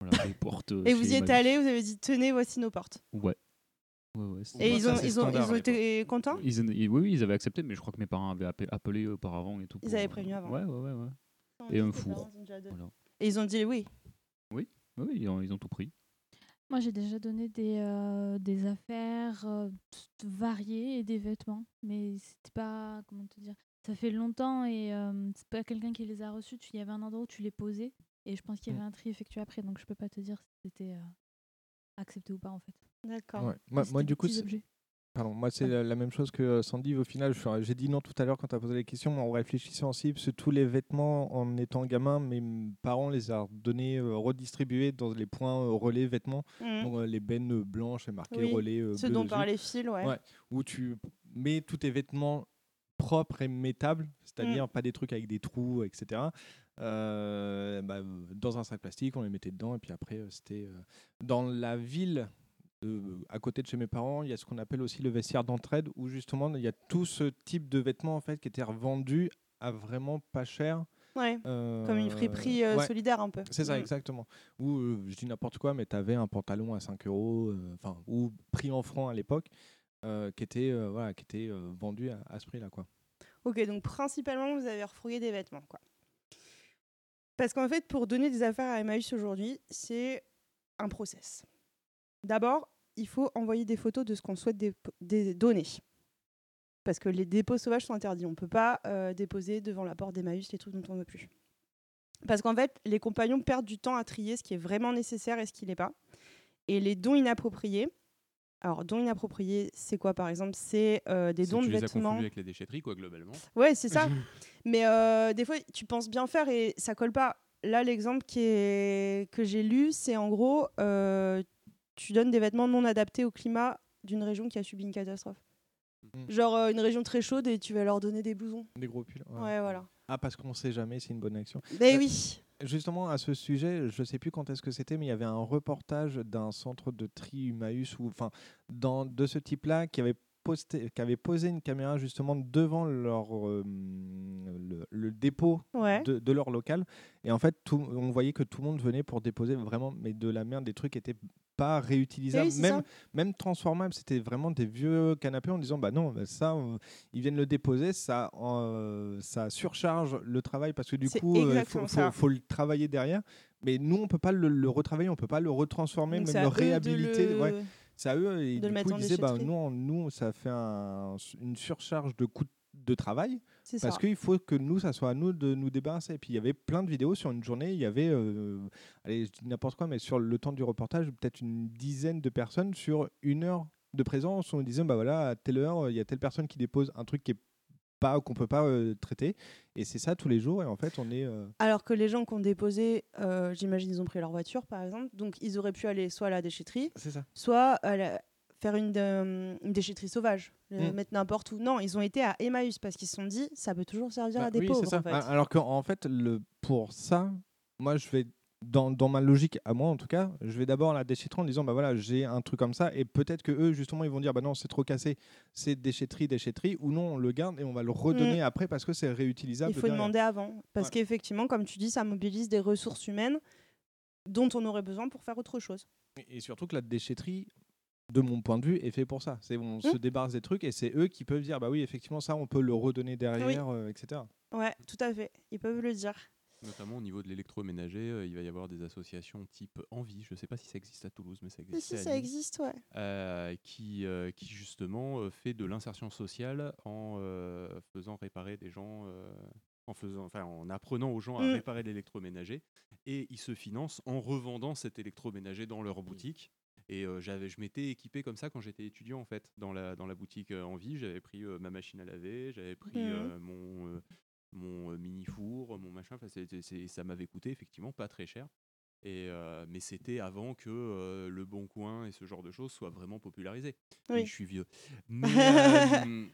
Speaker 9: Voilà, des portes. euh,
Speaker 11: Et
Speaker 9: chez
Speaker 11: vous y
Speaker 9: ma
Speaker 11: êtes
Speaker 9: vie.
Speaker 11: allés, vous avez dit tenez, voici nos portes.
Speaker 9: Ouais. Ouais, ouais, c'était-
Speaker 11: Et ils ont, ils ont, ils ont été contents
Speaker 9: Ils en- ils- oui, oui, ils avaient accepté, mais je crois que mes parents avaient appe- appelé auparavant et tout.
Speaker 11: Ils
Speaker 9: pour,
Speaker 11: avaient
Speaker 9: euh,
Speaker 11: prévenu avant.
Speaker 9: Ouais, ouais, ouais. ouais.
Speaker 11: Tant
Speaker 9: Et
Speaker 11: pis,
Speaker 9: un
Speaker 11: tes
Speaker 9: four.
Speaker 11: parents ont déjà donné.
Speaker 9: Voilà.
Speaker 11: Et ils ont dit oui.
Speaker 9: Oui, oui, oui, ils ont, ils ont tout pris.
Speaker 7: Moi, j'ai déjà donné des, euh, des affaires euh, toutes variées et des vêtements, mais c'était pas, comment te dire, ça fait longtemps et euh, c'est pas quelqu'un qui les a reçus. Tu- Il y avait un endroit où tu les posais et je pense
Speaker 8: Mmh.
Speaker 7: qu'il y avait un tri effectué après, donc je peux pas te dire si c'était euh, accepté ou pas en fait.
Speaker 11: D'accord.
Speaker 8: Ouais. Moi,
Speaker 7: Mais
Speaker 8: moi,
Speaker 7: c'était
Speaker 8: du
Speaker 7: des
Speaker 8: coup,
Speaker 7: petits
Speaker 8: c'est-
Speaker 7: objets.
Speaker 8: Pardon, moi c'est la, la même chose que euh, Sandy. Au final, je suis- j'ai dit non tout à l'heure quand tu as posé les questions, mais en réfléchissant aussi, parce que tous les vêtements, en étant gamin, mes m- parents les ont donnés, euh, redistribués dans les points euh, relais vêtements.
Speaker 11: Mhm.
Speaker 8: Donc, euh, les bennes euh, blanches et marquées
Speaker 11: Oui,
Speaker 8: relais. euh,
Speaker 11: ceux
Speaker 8: bleu
Speaker 11: dont
Speaker 8: dessus.
Speaker 11: parlait Phil, ouais.
Speaker 8: Où tu mets tous tes vêtements propres et métables,
Speaker 11: Mmh.
Speaker 8: c'est-à-dire pas des trucs avec des trous, etc. euh, bah, euh, dans un sac plastique, on les mettait dedans, et puis après, euh, c'était. euh, Dans la ville euh, à côté de chez mes parents, il y a ce qu'on appelle aussi le vestiaire d'entraide, où justement il y a tout ce type de vêtements en fait qui étaient revendus à vraiment pas cher.
Speaker 11: Ouais,
Speaker 8: Euh,
Speaker 11: comme une friperie, euh, solidaire, un peu.
Speaker 8: C'est ça,
Speaker 11: Mm.
Speaker 8: exactement. Où euh, je dis n'importe quoi, mais tu avais un pantalon à 5 euros, euh, enfin, ou prix en francs à l'époque, euh, qui était, euh, voilà, qui était euh, vendu à, à ce prix-là. quoi.
Speaker 11: Ok, donc principalement, vous avez refourgué des vêtements, quoi. Parce qu'en fait, pour donner des affaires à Emmaüs aujourd'hui, c'est un process. D'abord, il faut envoyer des photos de ce qu'on souhaite dépo- dé- donner. Parce que les dépôts sauvages sont interdits. On ne peut pas euh, déposer devant la porte d'Emmaüs les trucs dont on ne veut plus. Parce qu'en fait, les compagnons perdent du temps à trier ce qui est vraiment nécessaire et ce qui l'est pas. Et les dons inappropriés. Alors, dons inappropriés, c'est quoi par exemple C'est euh, des dons
Speaker 3: tu
Speaker 11: de
Speaker 3: les as confondus
Speaker 11: vêtements.
Speaker 3: avec la déchetterie, quoi, globalement.
Speaker 11: Ouais, c'est ça. Mais euh, des fois, tu penses bien faire et ça colle pas. Là, l'exemple qui est... que j'ai lu, c'est en gros, euh, tu donnes des vêtements non adaptés au climat d'une région qui a subi une catastrophe.
Speaker 8: Mhm.
Speaker 11: Genre euh, une région très chaude et tu vas leur donner des blousons.
Speaker 8: Des gros pulls. ouais.
Speaker 11: Ouais, voilà.
Speaker 8: Ah, parce qu'on sait jamais, c'est une bonne action.
Speaker 11: Ben oui.
Speaker 8: Euh, Justement, à ce sujet, je sais plus quand est-ce que c'était, mais il y avait un reportage d'un centre de tri Humaus, ou enfin, dans- de ce type-là, qui avait posté, qui avait posé une caméra justement devant leur euh, le, le dépôt
Speaker 11: Ouais.
Speaker 8: de, de leur local, et en fait, tout, on voyait que tout le monde venait pour déposer vraiment, mais de la merde, des trucs qui étaient pas réutilisables,
Speaker 11: Oui, c'est
Speaker 8: même
Speaker 11: ça.
Speaker 8: même transformable. C'était vraiment des vieux canapés en disant bah non, bah ça, euh, ils viennent le déposer, ça, euh, ça surcharge le travail parce que du
Speaker 11: C'est
Speaker 8: coup, euh, il
Speaker 11: exactement
Speaker 8: faut,
Speaker 11: ça.
Speaker 8: faut- faut le travailler derrière. Mais nous, on peut pas le, le retravailler, on peut pas le retransformer,
Speaker 11: Donc c'est
Speaker 8: même le
Speaker 11: à eux de
Speaker 8: réhabiliter.
Speaker 11: le-
Speaker 8: ouais. C'est à eux. Et
Speaker 11: de le
Speaker 8: du
Speaker 11: mettre
Speaker 8: coup,
Speaker 11: en
Speaker 8: ils disaient bah
Speaker 11: déchetterie.
Speaker 8: nous, on- nous, ça fait un- une surcharge de coûts de travail.
Speaker 11: C'est
Speaker 8: Parce
Speaker 11: ça.
Speaker 8: qu'il faut que nous, ça soit à nous de nous débarrasser. Et puis il y avait plein de vidéos sur une journée. Il y avait, euh, allez, je dis n'importe quoi, mais sur le temps du reportage, peut-être une dizaine de personnes sur une heure de présence. On disait, bah voilà, à telle heure, il y a telle personne qui dépose un truc qui est pas qu'on peut pas euh, traiter. Et c'est ça tous les jours. Et en fait, on est. euh,
Speaker 11: Alors que les gens qui ont déposé, euh, j'imagine, ils ont pris leur voiture, par exemple. Donc, ils auraient pu aller soit à la déchetterie,
Speaker 8: C'est ça.
Speaker 11: soit à la- faire une, euh, une déchetterie sauvage, le
Speaker 8: Mm.
Speaker 11: mettre n'importe où. Non, ils ont été à Emmaüs parce qu'ils se sont dit, ça peut toujours servir
Speaker 8: Bah
Speaker 11: à des
Speaker 8: oui, c'est
Speaker 11: pauvres,
Speaker 8: ça.
Speaker 11: en fait.
Speaker 8: A- Alors qu'en en fait, le, pour ça, moi, je vais dans, dans ma logique, à moi en tout cas, je vais d'abord la déchetterie en disant bah voilà, j'ai un truc comme ça, et peut-être que eux, justement, ils vont dire bah non, c'est trop cassé, c'est déchetterie, déchetterie, ou non, on le garde et on va le redonner
Speaker 11: Mm.
Speaker 8: après parce que c'est réutilisable.
Speaker 11: Il faut
Speaker 8: derrière.
Speaker 11: demander avant. Parce
Speaker 8: Ouais.
Speaker 11: qu'effectivement, comme tu dis, ça mobilise des ressources humaines dont on aurait besoin pour faire autre chose.
Speaker 8: Et surtout que la déchetterie, de mon point de vue, est fait pour ça. C'est
Speaker 11: Mmh.
Speaker 8: on se débarrasse des trucs et c'est eux qui peuvent dire bah oui, effectivement, ça, on peut le redonner derrière, euh, etc.
Speaker 11: Ouais, tout à fait. Ils peuvent le dire.
Speaker 3: Notamment au niveau de l'électroménager, euh, il va y avoir des associations type Envie, je ne sais pas si ça existe à Toulouse, mais ça existe.
Speaker 11: si,
Speaker 3: à
Speaker 11: ça
Speaker 3: Lille,
Speaker 11: existe, ouais.
Speaker 3: euh, qui, euh, qui justement euh, fait de l'insertion sociale en euh, faisant réparer des gens, euh, en, faisant, enfin, en apprenant aux gens à
Speaker 10: Mm.
Speaker 3: réparer l'électroménager. Et ils se financent en revendant cet électroménager dans leur boutique. Et euh, j'avais, je m'étais équipé comme ça quand j'étais étudiant en fait, dans la, dans la boutique euh, Envie. J'avais pris euh, ma machine à laver, j'avais pris
Speaker 10: Mhm.
Speaker 3: euh, mon, euh, mon euh, mini four, mon machin. Enfin, c'était- c'est- ça m'avait coûté effectivement pas très cher. Et, euh, mais c'était avant que euh, le Bon Coin et ce genre de choses soient vraiment popularisés. Oui,
Speaker 10: Oui.
Speaker 3: je suis vieux. Mais, euh,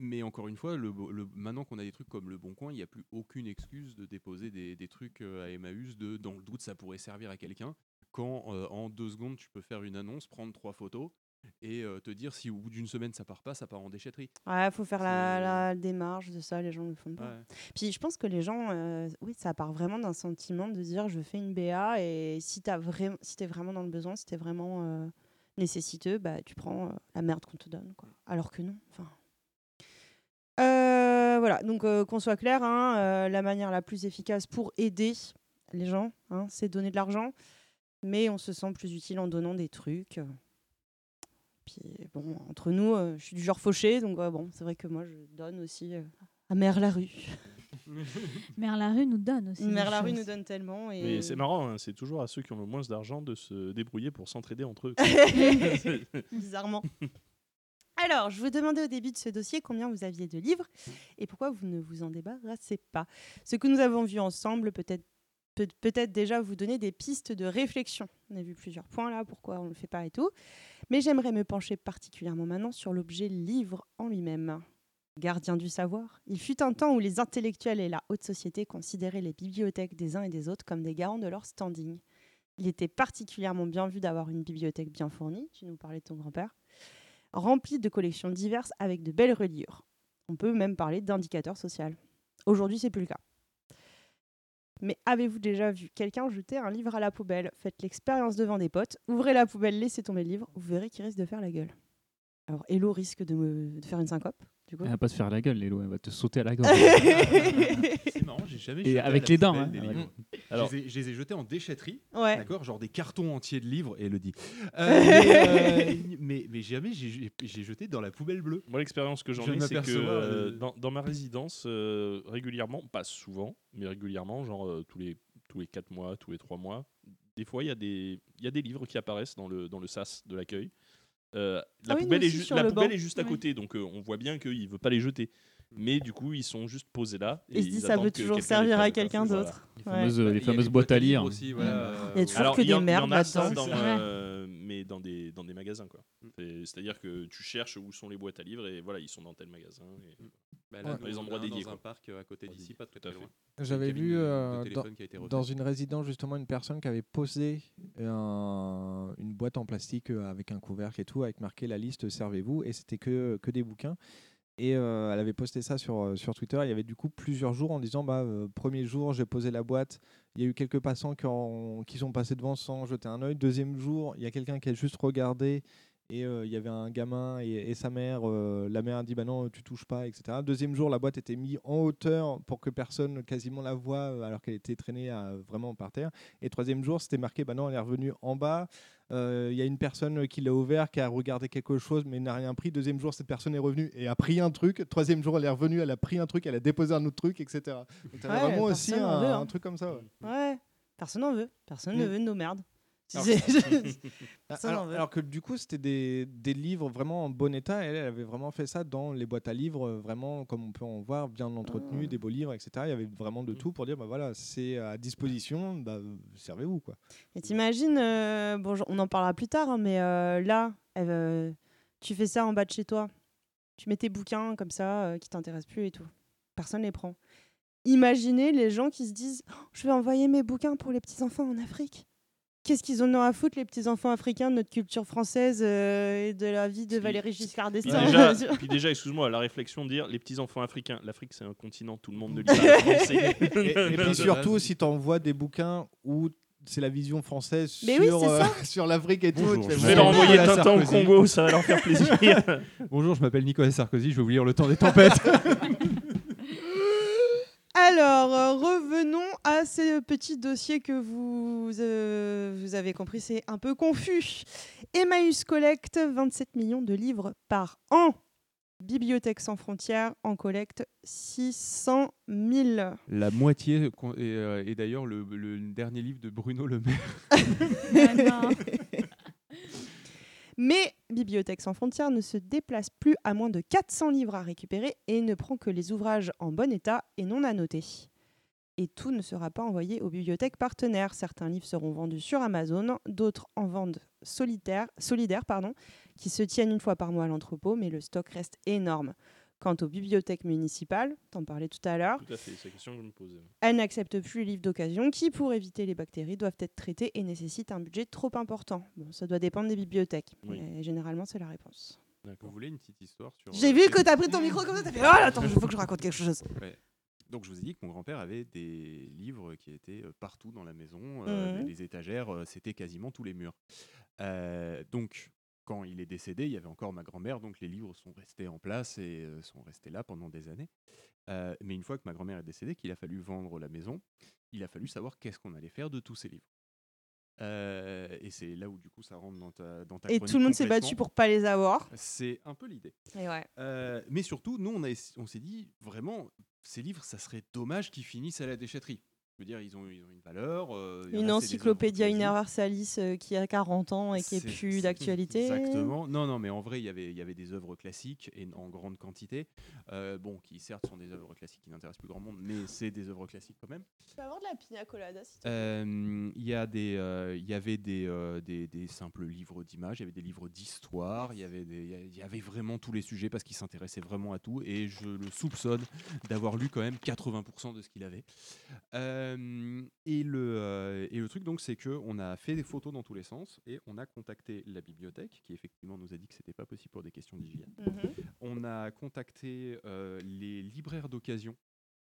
Speaker 3: mais encore une fois, le, Bo- le- maintenant qu'on a des trucs comme le Bon Coin, il n'y a plus aucune excuse de déposer des, des trucs euh, à Emmaüs de dans le doute ça pourrait servir à quelqu'un. Quand euh, en deux secondes tu peux faire une annonce, prendre trois photos et euh, te dire si au bout d'une semaine ça part pas, ça part en déchetterie.
Speaker 11: Ouais, faut faire la, la démarche de ça, les gens le font pas.
Speaker 3: Ouais.
Speaker 11: Puis je pense que les gens, euh, oui, ça part vraiment d'un sentiment de dire je fais une BA et si t'as vraiment, si t'es vraiment dans le besoin, si t'es vraiment euh, nécessiteux, bah tu prends euh, la merde qu'on te donne, quoi. Alors que non, enfin. Euh, voilà, donc euh, qu'on soit clair, hein, euh, la manière la plus efficace pour aider les gens, hein, c'est donner de l'argent, mais on se sent plus utile en donnant des trucs. euh. Puis bon, entre nous, euh, je suis du genre fauché, donc euh, bon, c'est vrai que moi je donne aussi euh, à Mère la rue.
Speaker 7: Mère Larue nous donne aussi.
Speaker 11: Mère
Speaker 7: des
Speaker 11: Larue
Speaker 7: choses.
Speaker 11: nous donne tellement et-
Speaker 10: Mais c'est marrant, hein, c'est toujours à ceux qui ont le moins d'argent de se débrouiller pour s'entraider entre eux.
Speaker 11: Bizarrement. Alors, je vous demandais au début de ce dossier combien vous aviez de livres et pourquoi vous ne vous en débarrassez pas. Ce que nous avons vu ensemble peut-être peut peut-être déjà vous donner des pistes de réflexion. On a vu plusieurs points là, pourquoi on ne le fait pas et tout. Mais j'aimerais me pencher particulièrement maintenant sur l'objet livre en lui-même. Gardien du savoir, il fut un temps où les intellectuels et la haute société considéraient les bibliothèques des uns et des autres comme des garants de leur standing. Il était particulièrement bien vu d'avoir une bibliothèque bien fournie, tu nous parlais de ton grand-père, remplie de collections diverses avec de belles reliures. On peut même parler d'indicateur social. Aujourd'hui, c'est plus le cas. Mais avez-vous déjà vu quelqu'un jeter un livre à la poubelle Faites l'expérience devant des potes, ouvrez la poubelle, laissez tomber le livre, vous verrez qu'il risque de faire la gueule. Alors, Hello risque de, me... de faire une syncope, du coup.
Speaker 9: Elle va pas se faire la gueule, Lélo, elle va te sauter à la gorge.
Speaker 3: C'est marrant, j'ai jamais jeté
Speaker 9: Et
Speaker 3: à
Speaker 9: avec
Speaker 3: la
Speaker 9: les dents.
Speaker 3: poubelle
Speaker 9: hein.
Speaker 3: des livres.
Speaker 9: Alors,
Speaker 3: je, les ai, je les ai jetés en déchetterie,
Speaker 11: Ouais.
Speaker 3: d'accord, genre des cartons entiers de livres et le dit. Euh, mais, euh, mais, mais jamais j'ai- j'ai j'ai jeté dans la poubelle bleue.
Speaker 10: Moi, l'expérience que j'en
Speaker 3: Je
Speaker 10: ai, c'est que
Speaker 3: m'aperçois,
Speaker 10: euh,
Speaker 3: euh,
Speaker 10: dans, dans ma résidence, euh, régulièrement, pas souvent, mais régulièrement, genre euh, tous, les, tous les 4 mois, tous les 3 mois, des fois, il y, a des- il y a des livres qui apparaissent dans le, dans le SAS de l'accueil. Euh, la
Speaker 11: Ah oui, nous
Speaker 10: poubelle, est,
Speaker 11: aussi,
Speaker 10: ju-
Speaker 11: sur
Speaker 10: la
Speaker 11: le
Speaker 10: poubelle
Speaker 11: banc.
Speaker 10: est juste à
Speaker 11: Oui.
Speaker 10: côté, donc euh, on voit bien qu'il ne veut pas les jeter. Mais du coup, ils sont juste posés là.
Speaker 11: Et se dit, ça
Speaker 10: attendent
Speaker 11: peut
Speaker 10: que
Speaker 11: toujours
Speaker 10: quelqu'un les
Speaker 11: servir à
Speaker 10: prenne, quoi.
Speaker 11: quelqu'un
Speaker 10: Voilà.
Speaker 11: d'autre.
Speaker 9: les
Speaker 11: Ouais.
Speaker 9: fameuses, les
Speaker 10: a
Speaker 9: fameuses
Speaker 10: les
Speaker 9: boîtes à
Speaker 10: boîtes à
Speaker 9: lire.
Speaker 10: livres aussi,
Speaker 3: Mmh.
Speaker 10: voilà, euh,
Speaker 11: Il y a toujours
Speaker 10: Alors,
Speaker 11: que
Speaker 10: il y en-
Speaker 11: des
Speaker 10: il y en
Speaker 11: merdes
Speaker 10: a ça
Speaker 11: là-dedans.
Speaker 10: dans,
Speaker 11: Ouais.
Speaker 10: euh, mais dans des, dans des magasins. quoi.
Speaker 3: Mmh.
Speaker 10: C'est- C'est-à-dire que tu cherches où sont les boîtes à livres et voilà, ils sont dans tel magasin. et-
Speaker 3: Bah, là,
Speaker 10: dans
Speaker 3: nous,
Speaker 10: les
Speaker 3: on
Speaker 10: endroits
Speaker 3: a un
Speaker 10: dédiés.
Speaker 3: Dans un
Speaker 10: quoi.
Speaker 3: parc euh, à côté d'ici, pas très, très loin.
Speaker 8: J'avais
Speaker 3: Une cabine
Speaker 8: vu
Speaker 3: de- de
Speaker 8: euh, dans,
Speaker 3: téléphone qui a été refaite.
Speaker 8: dans une résidence justement une personne qui avait posé un- une boîte en plastique euh, avec un couvercle et tout, avec marqué la liste servez-vous, et c'était que, que des bouquins. Et euh, elle avait posté ça sur, euh, sur Twitter. Il y avait du coup plusieurs jours en disant bah, euh, Premier jour, j'ai posé la boîte. Il y a eu quelques passants qui, ont- qui sont passés devant sans jeter un œil. Deuxième jour, il y a quelqu'un qui a juste regardé. Et euh, il y avait un gamin et, et sa mère. euh, la mère a dit Bah non, tu touches pas, etc. Deuxième jour, la boîte était mise en hauteur pour que personne quasiment la voit euh, alors qu'elle était traînée à- vraiment par terre. Et troisième jour, c'était marqué Bah non, elle est revenue en bas. Euh, Il y a une personne qui l'a ouvert, qui a regardé quelque chose, mais n'a rien pris. Deuxième jour, cette personne est revenue et a pris un truc. Troisième jour, elle est revenue, elle a pris un truc, elle a déposé un autre truc, etc. Donc, t'avais
Speaker 11: Ouais,
Speaker 8: vraiment aussi
Speaker 11: personne
Speaker 8: un,
Speaker 11: en veut, hein.
Speaker 8: un truc comme ça. ouais.
Speaker 11: Ouais, personne n'en veut. Personne ne
Speaker 8: Mm.
Speaker 11: veut de nos merdes.
Speaker 8: Alors,
Speaker 11: C'est-
Speaker 8: Ah,
Speaker 11: personne n'en
Speaker 8: alors,
Speaker 11: veut.
Speaker 8: alors que du coup, c'était des, des livres vraiment en bon état. Elle, elle avait vraiment fait ça dans les boîtes à livres, euh, vraiment comme on peut en voir, bien
Speaker 10: Ah.
Speaker 8: entretenues, des beaux livres, etc. Il y avait vraiment
Speaker 10: Mm.
Speaker 8: de tout pour dire bah voilà, c'est à disposition, bah, euh, servez-vous quoi.
Speaker 11: Et t'imagines, euh, bon, j'en- on en parlera plus tard, hein, mais euh, là, elle, euh, tu fais ça en bas de chez toi. Tu mets tes bouquins comme ça, euh, qui t'intéressent plus et tout. Personne les prend. Imaginez les gens qui se disent Oh, je vais envoyer mes bouquins pour les petits-enfants en Afrique. Qu'est-ce qu'ils en ont à foutre, les petits-enfants africains, de notre culture française euh, et de la vie de Valérie Giscard
Speaker 10: Puis
Speaker 11: d'Estaing
Speaker 10: déjà, puis déjà, excuse-moi, la réflexion de dire les petits enfants africains, l'Afrique c'est un continent, tout le monde ne lit pas le français.
Speaker 8: Et, et puis surtout, si tu envoies des bouquins où c'est la vision française
Speaker 10: Mais
Speaker 8: sur,
Speaker 10: oui, c'est
Speaker 8: euh,
Speaker 10: ça.
Speaker 8: sur l'Afrique et tout.
Speaker 10: Bonjour,
Speaker 8: tu fais,
Speaker 10: je
Speaker 8: bon,
Speaker 10: vais leur envoyer
Speaker 8: Nicolas
Speaker 10: Tintin au
Speaker 8: Sarkozy.
Speaker 10: Congo, oh, ça va leur faire plaisir.
Speaker 3: Bonjour, je m'appelle Nicolas Sarkozy, je vais vous lire Le temps des tempêtes.
Speaker 11: Alors, euh, revenons à ce petit dossier que vous, euh, vous avez compris, c'est un peu confus. Emmaüs collecte 27 millions de livres par an. Bibliothèque sans frontières en collecte 600 000.
Speaker 3: La moitié, con- et, euh, et d'ailleurs, le, le dernier livre de Bruno Le Maire.
Speaker 11: Mais Bibliothèque sans frontières ne se déplace plus à moins de 400 livres à récupérer et ne prend que les ouvrages en bon état et non annotés. Et tout ne sera pas envoyé aux bibliothèques partenaires. Certains livres seront vendus sur Amazon, d'autres en vente solitaire, solidaire pardon, qui se tiennent une fois par mois à l'entrepôt, mais le stock reste énorme. Quant aux bibliothèques municipales, t'en parlais tout à l'heure,
Speaker 10: Tout à fait, c'est la question que je me posais.
Speaker 11: elles n'acceptent plus les livres d'occasion qui, pour éviter les bactéries, doivent être traités et nécessitent un budget trop important. Bon, ça doit dépendre des bibliothèques.
Speaker 3: Oui.
Speaker 11: mais généralement, c'est la réponse.
Speaker 3: Vous voulez une petite histoire sur.
Speaker 11: J'ai
Speaker 3: euh,
Speaker 11: vu
Speaker 3: les-
Speaker 11: que t'as pris ton micro comme ça, t'as fait, Ah, attends, il faut que je raconte quelque chose.
Speaker 3: Ouais. Donc je vous ai dit que mon grand-père avait des livres qui étaient euh, partout dans la maison, euh,
Speaker 11: Mhm.
Speaker 3: les- les étagères, euh, c'était quasiment tous les murs. Euh, donc quand il est décédé, il y avait encore ma grand-mère, donc les livres sont restés en place et euh, sont restés là pendant des années. Euh, mais une fois que ma grand-mère est décédée, qu'il a fallu vendre la maison, il a fallu savoir qu'est-ce qu'on allait faire de tous ces livres. Euh, et c'est là où du coup ça rentre dans ta, dans ta
Speaker 11: Et
Speaker 3: chronique
Speaker 11: tout le monde s'est battu
Speaker 3: complètement.
Speaker 11: pour pas les avoir.
Speaker 3: C'est un peu l'idée.
Speaker 11: Et ouais.
Speaker 3: Euh, mais surtout, nous, on, a ess- on s'est dit, vraiment, ces livres, ça serait dommage qu'ils finissent à la déchetterie. Je veux dire, ils ont, ils ont une valeur. euh, il y en a, c'est
Speaker 11: Une
Speaker 3: des œuvres
Speaker 11: encyclopédia
Speaker 3: d'occasion.
Speaker 11: universalis euh, qui a 40 ans et qui est
Speaker 3: C'est-
Speaker 11: plus
Speaker 3: c'est-
Speaker 11: d'actualité.
Speaker 3: Exactement. Non, non, mais en vrai, il y avait- il y avait des œuvres classiques et en grande quantité. euh, bon, qui certes sont des œuvres classiques qui n'intéressent plus grand monde, mais c'est des œuvres classiques quand même.
Speaker 11: Tu peux avoir de la pina colada si
Speaker 3: Euh, Il y, a des, euh, il y avait des, euh, des, des simples livres d'images, il y avait des livres d'histoire, il y avait des- il y a- il y avait vraiment tous les sujets parce qu'il s'intéressait vraiment à tout et je le soupçonne d'avoir lu quand même 80% de ce qu'il avait. Euh, et, le, euh, et le truc donc c'est qu'on a fait des photos dans tous les sens et on a contacté la bibliothèque qui effectivement nous a dit que c'était pas possible pour des questions d'hygiène. On a contacté euh, les libraires d'occasion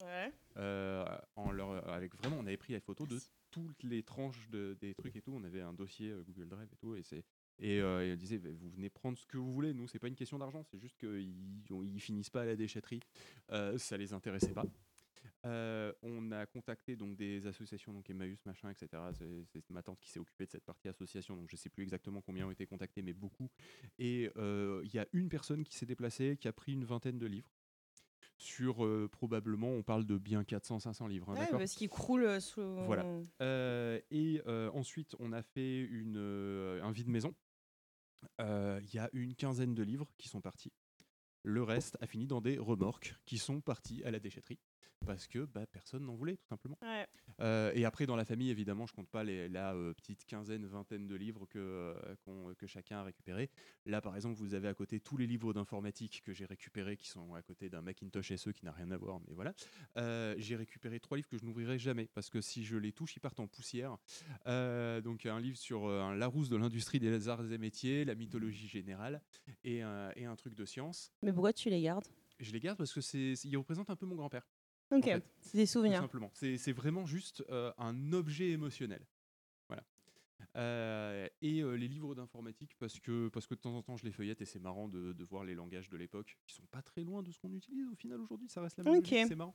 Speaker 11: Ouais.
Speaker 3: euh, en leur, avec vraiment, on avait pris la photo de toutes les tranches de- des trucs et tout. On avait un dossier euh, Google Drive et tout, et c'est et, euh, et on disait Bah, vous venez prendre ce que vous voulez. Nous, c'est pas une question d'argent, c'est juste qu'ils ont- ils finissent pas à la déchetterie. Euh, ça les intéressait pas. Euh, on a contacté donc des associations, donc Emmaüs, machin, etc. C'est- C'est ma tante qui s'est occupée de cette partie association, donc je sais plus exactement combien ont été contactés, mais beaucoup. Et euh, il y a une personne qui s'est déplacée, qui a pris une vingtaine de livres sur euh, probablement, on parle de bien 400-500 livres. hein,
Speaker 11: Ouais,
Speaker 3: d'accord
Speaker 11: parce qu'il croule euh, sous.
Speaker 3: Voilà. Euh, et euh, ensuite, on a fait une, euh, un vide maison. Euh, Il y a une quinzaine de livres qui sont partis. Le reste a fini dans des remorques qui sont partis à la déchetterie parce que bah, personne n'en voulait, tout simplement.
Speaker 11: Ouais.
Speaker 3: Euh, et après, dans la famille, évidemment, je compte pas les, la euh, petite quinzaine, vingtaine de livres que, euh, qu'on- que chacun a récupéré. Là, par exemple, vous avez à côté tous les livres d'informatique que j'ai récupérés, qui sont à côté d'un Macintosh SE qui n'a rien à voir, mais voilà. Euh, j'ai récupéré trois livres que je n'ouvrirai jamais, parce que si je les touche, ils partent en poussière. Euh, donc, un livre sur euh, un Larousse de l'industrie des arts et métiers, la mythologie générale, et un, et un truc de science.
Speaker 11: Mais pourquoi tu les gardes
Speaker 3: Je les garde parce que c'est, c'est- ils représentent un peu mon grand-père.
Speaker 11: Ok,
Speaker 3: en fait.
Speaker 11: c'est des
Speaker 3: Tout
Speaker 11: souvenirs.
Speaker 3: simplement. C'est c'est vraiment juste euh, un objet émotionnel. Voilà. Euh, et euh, les livres d'informatique, parce que, parce que de temps en temps, je les feuillette et c'est marrant de, de voir les langages de l'époque qui sont pas très loin de ce qu'on utilise au final aujourd'hui. Ça reste la même
Speaker 11: Ok.
Speaker 3: logique, c'est marrant.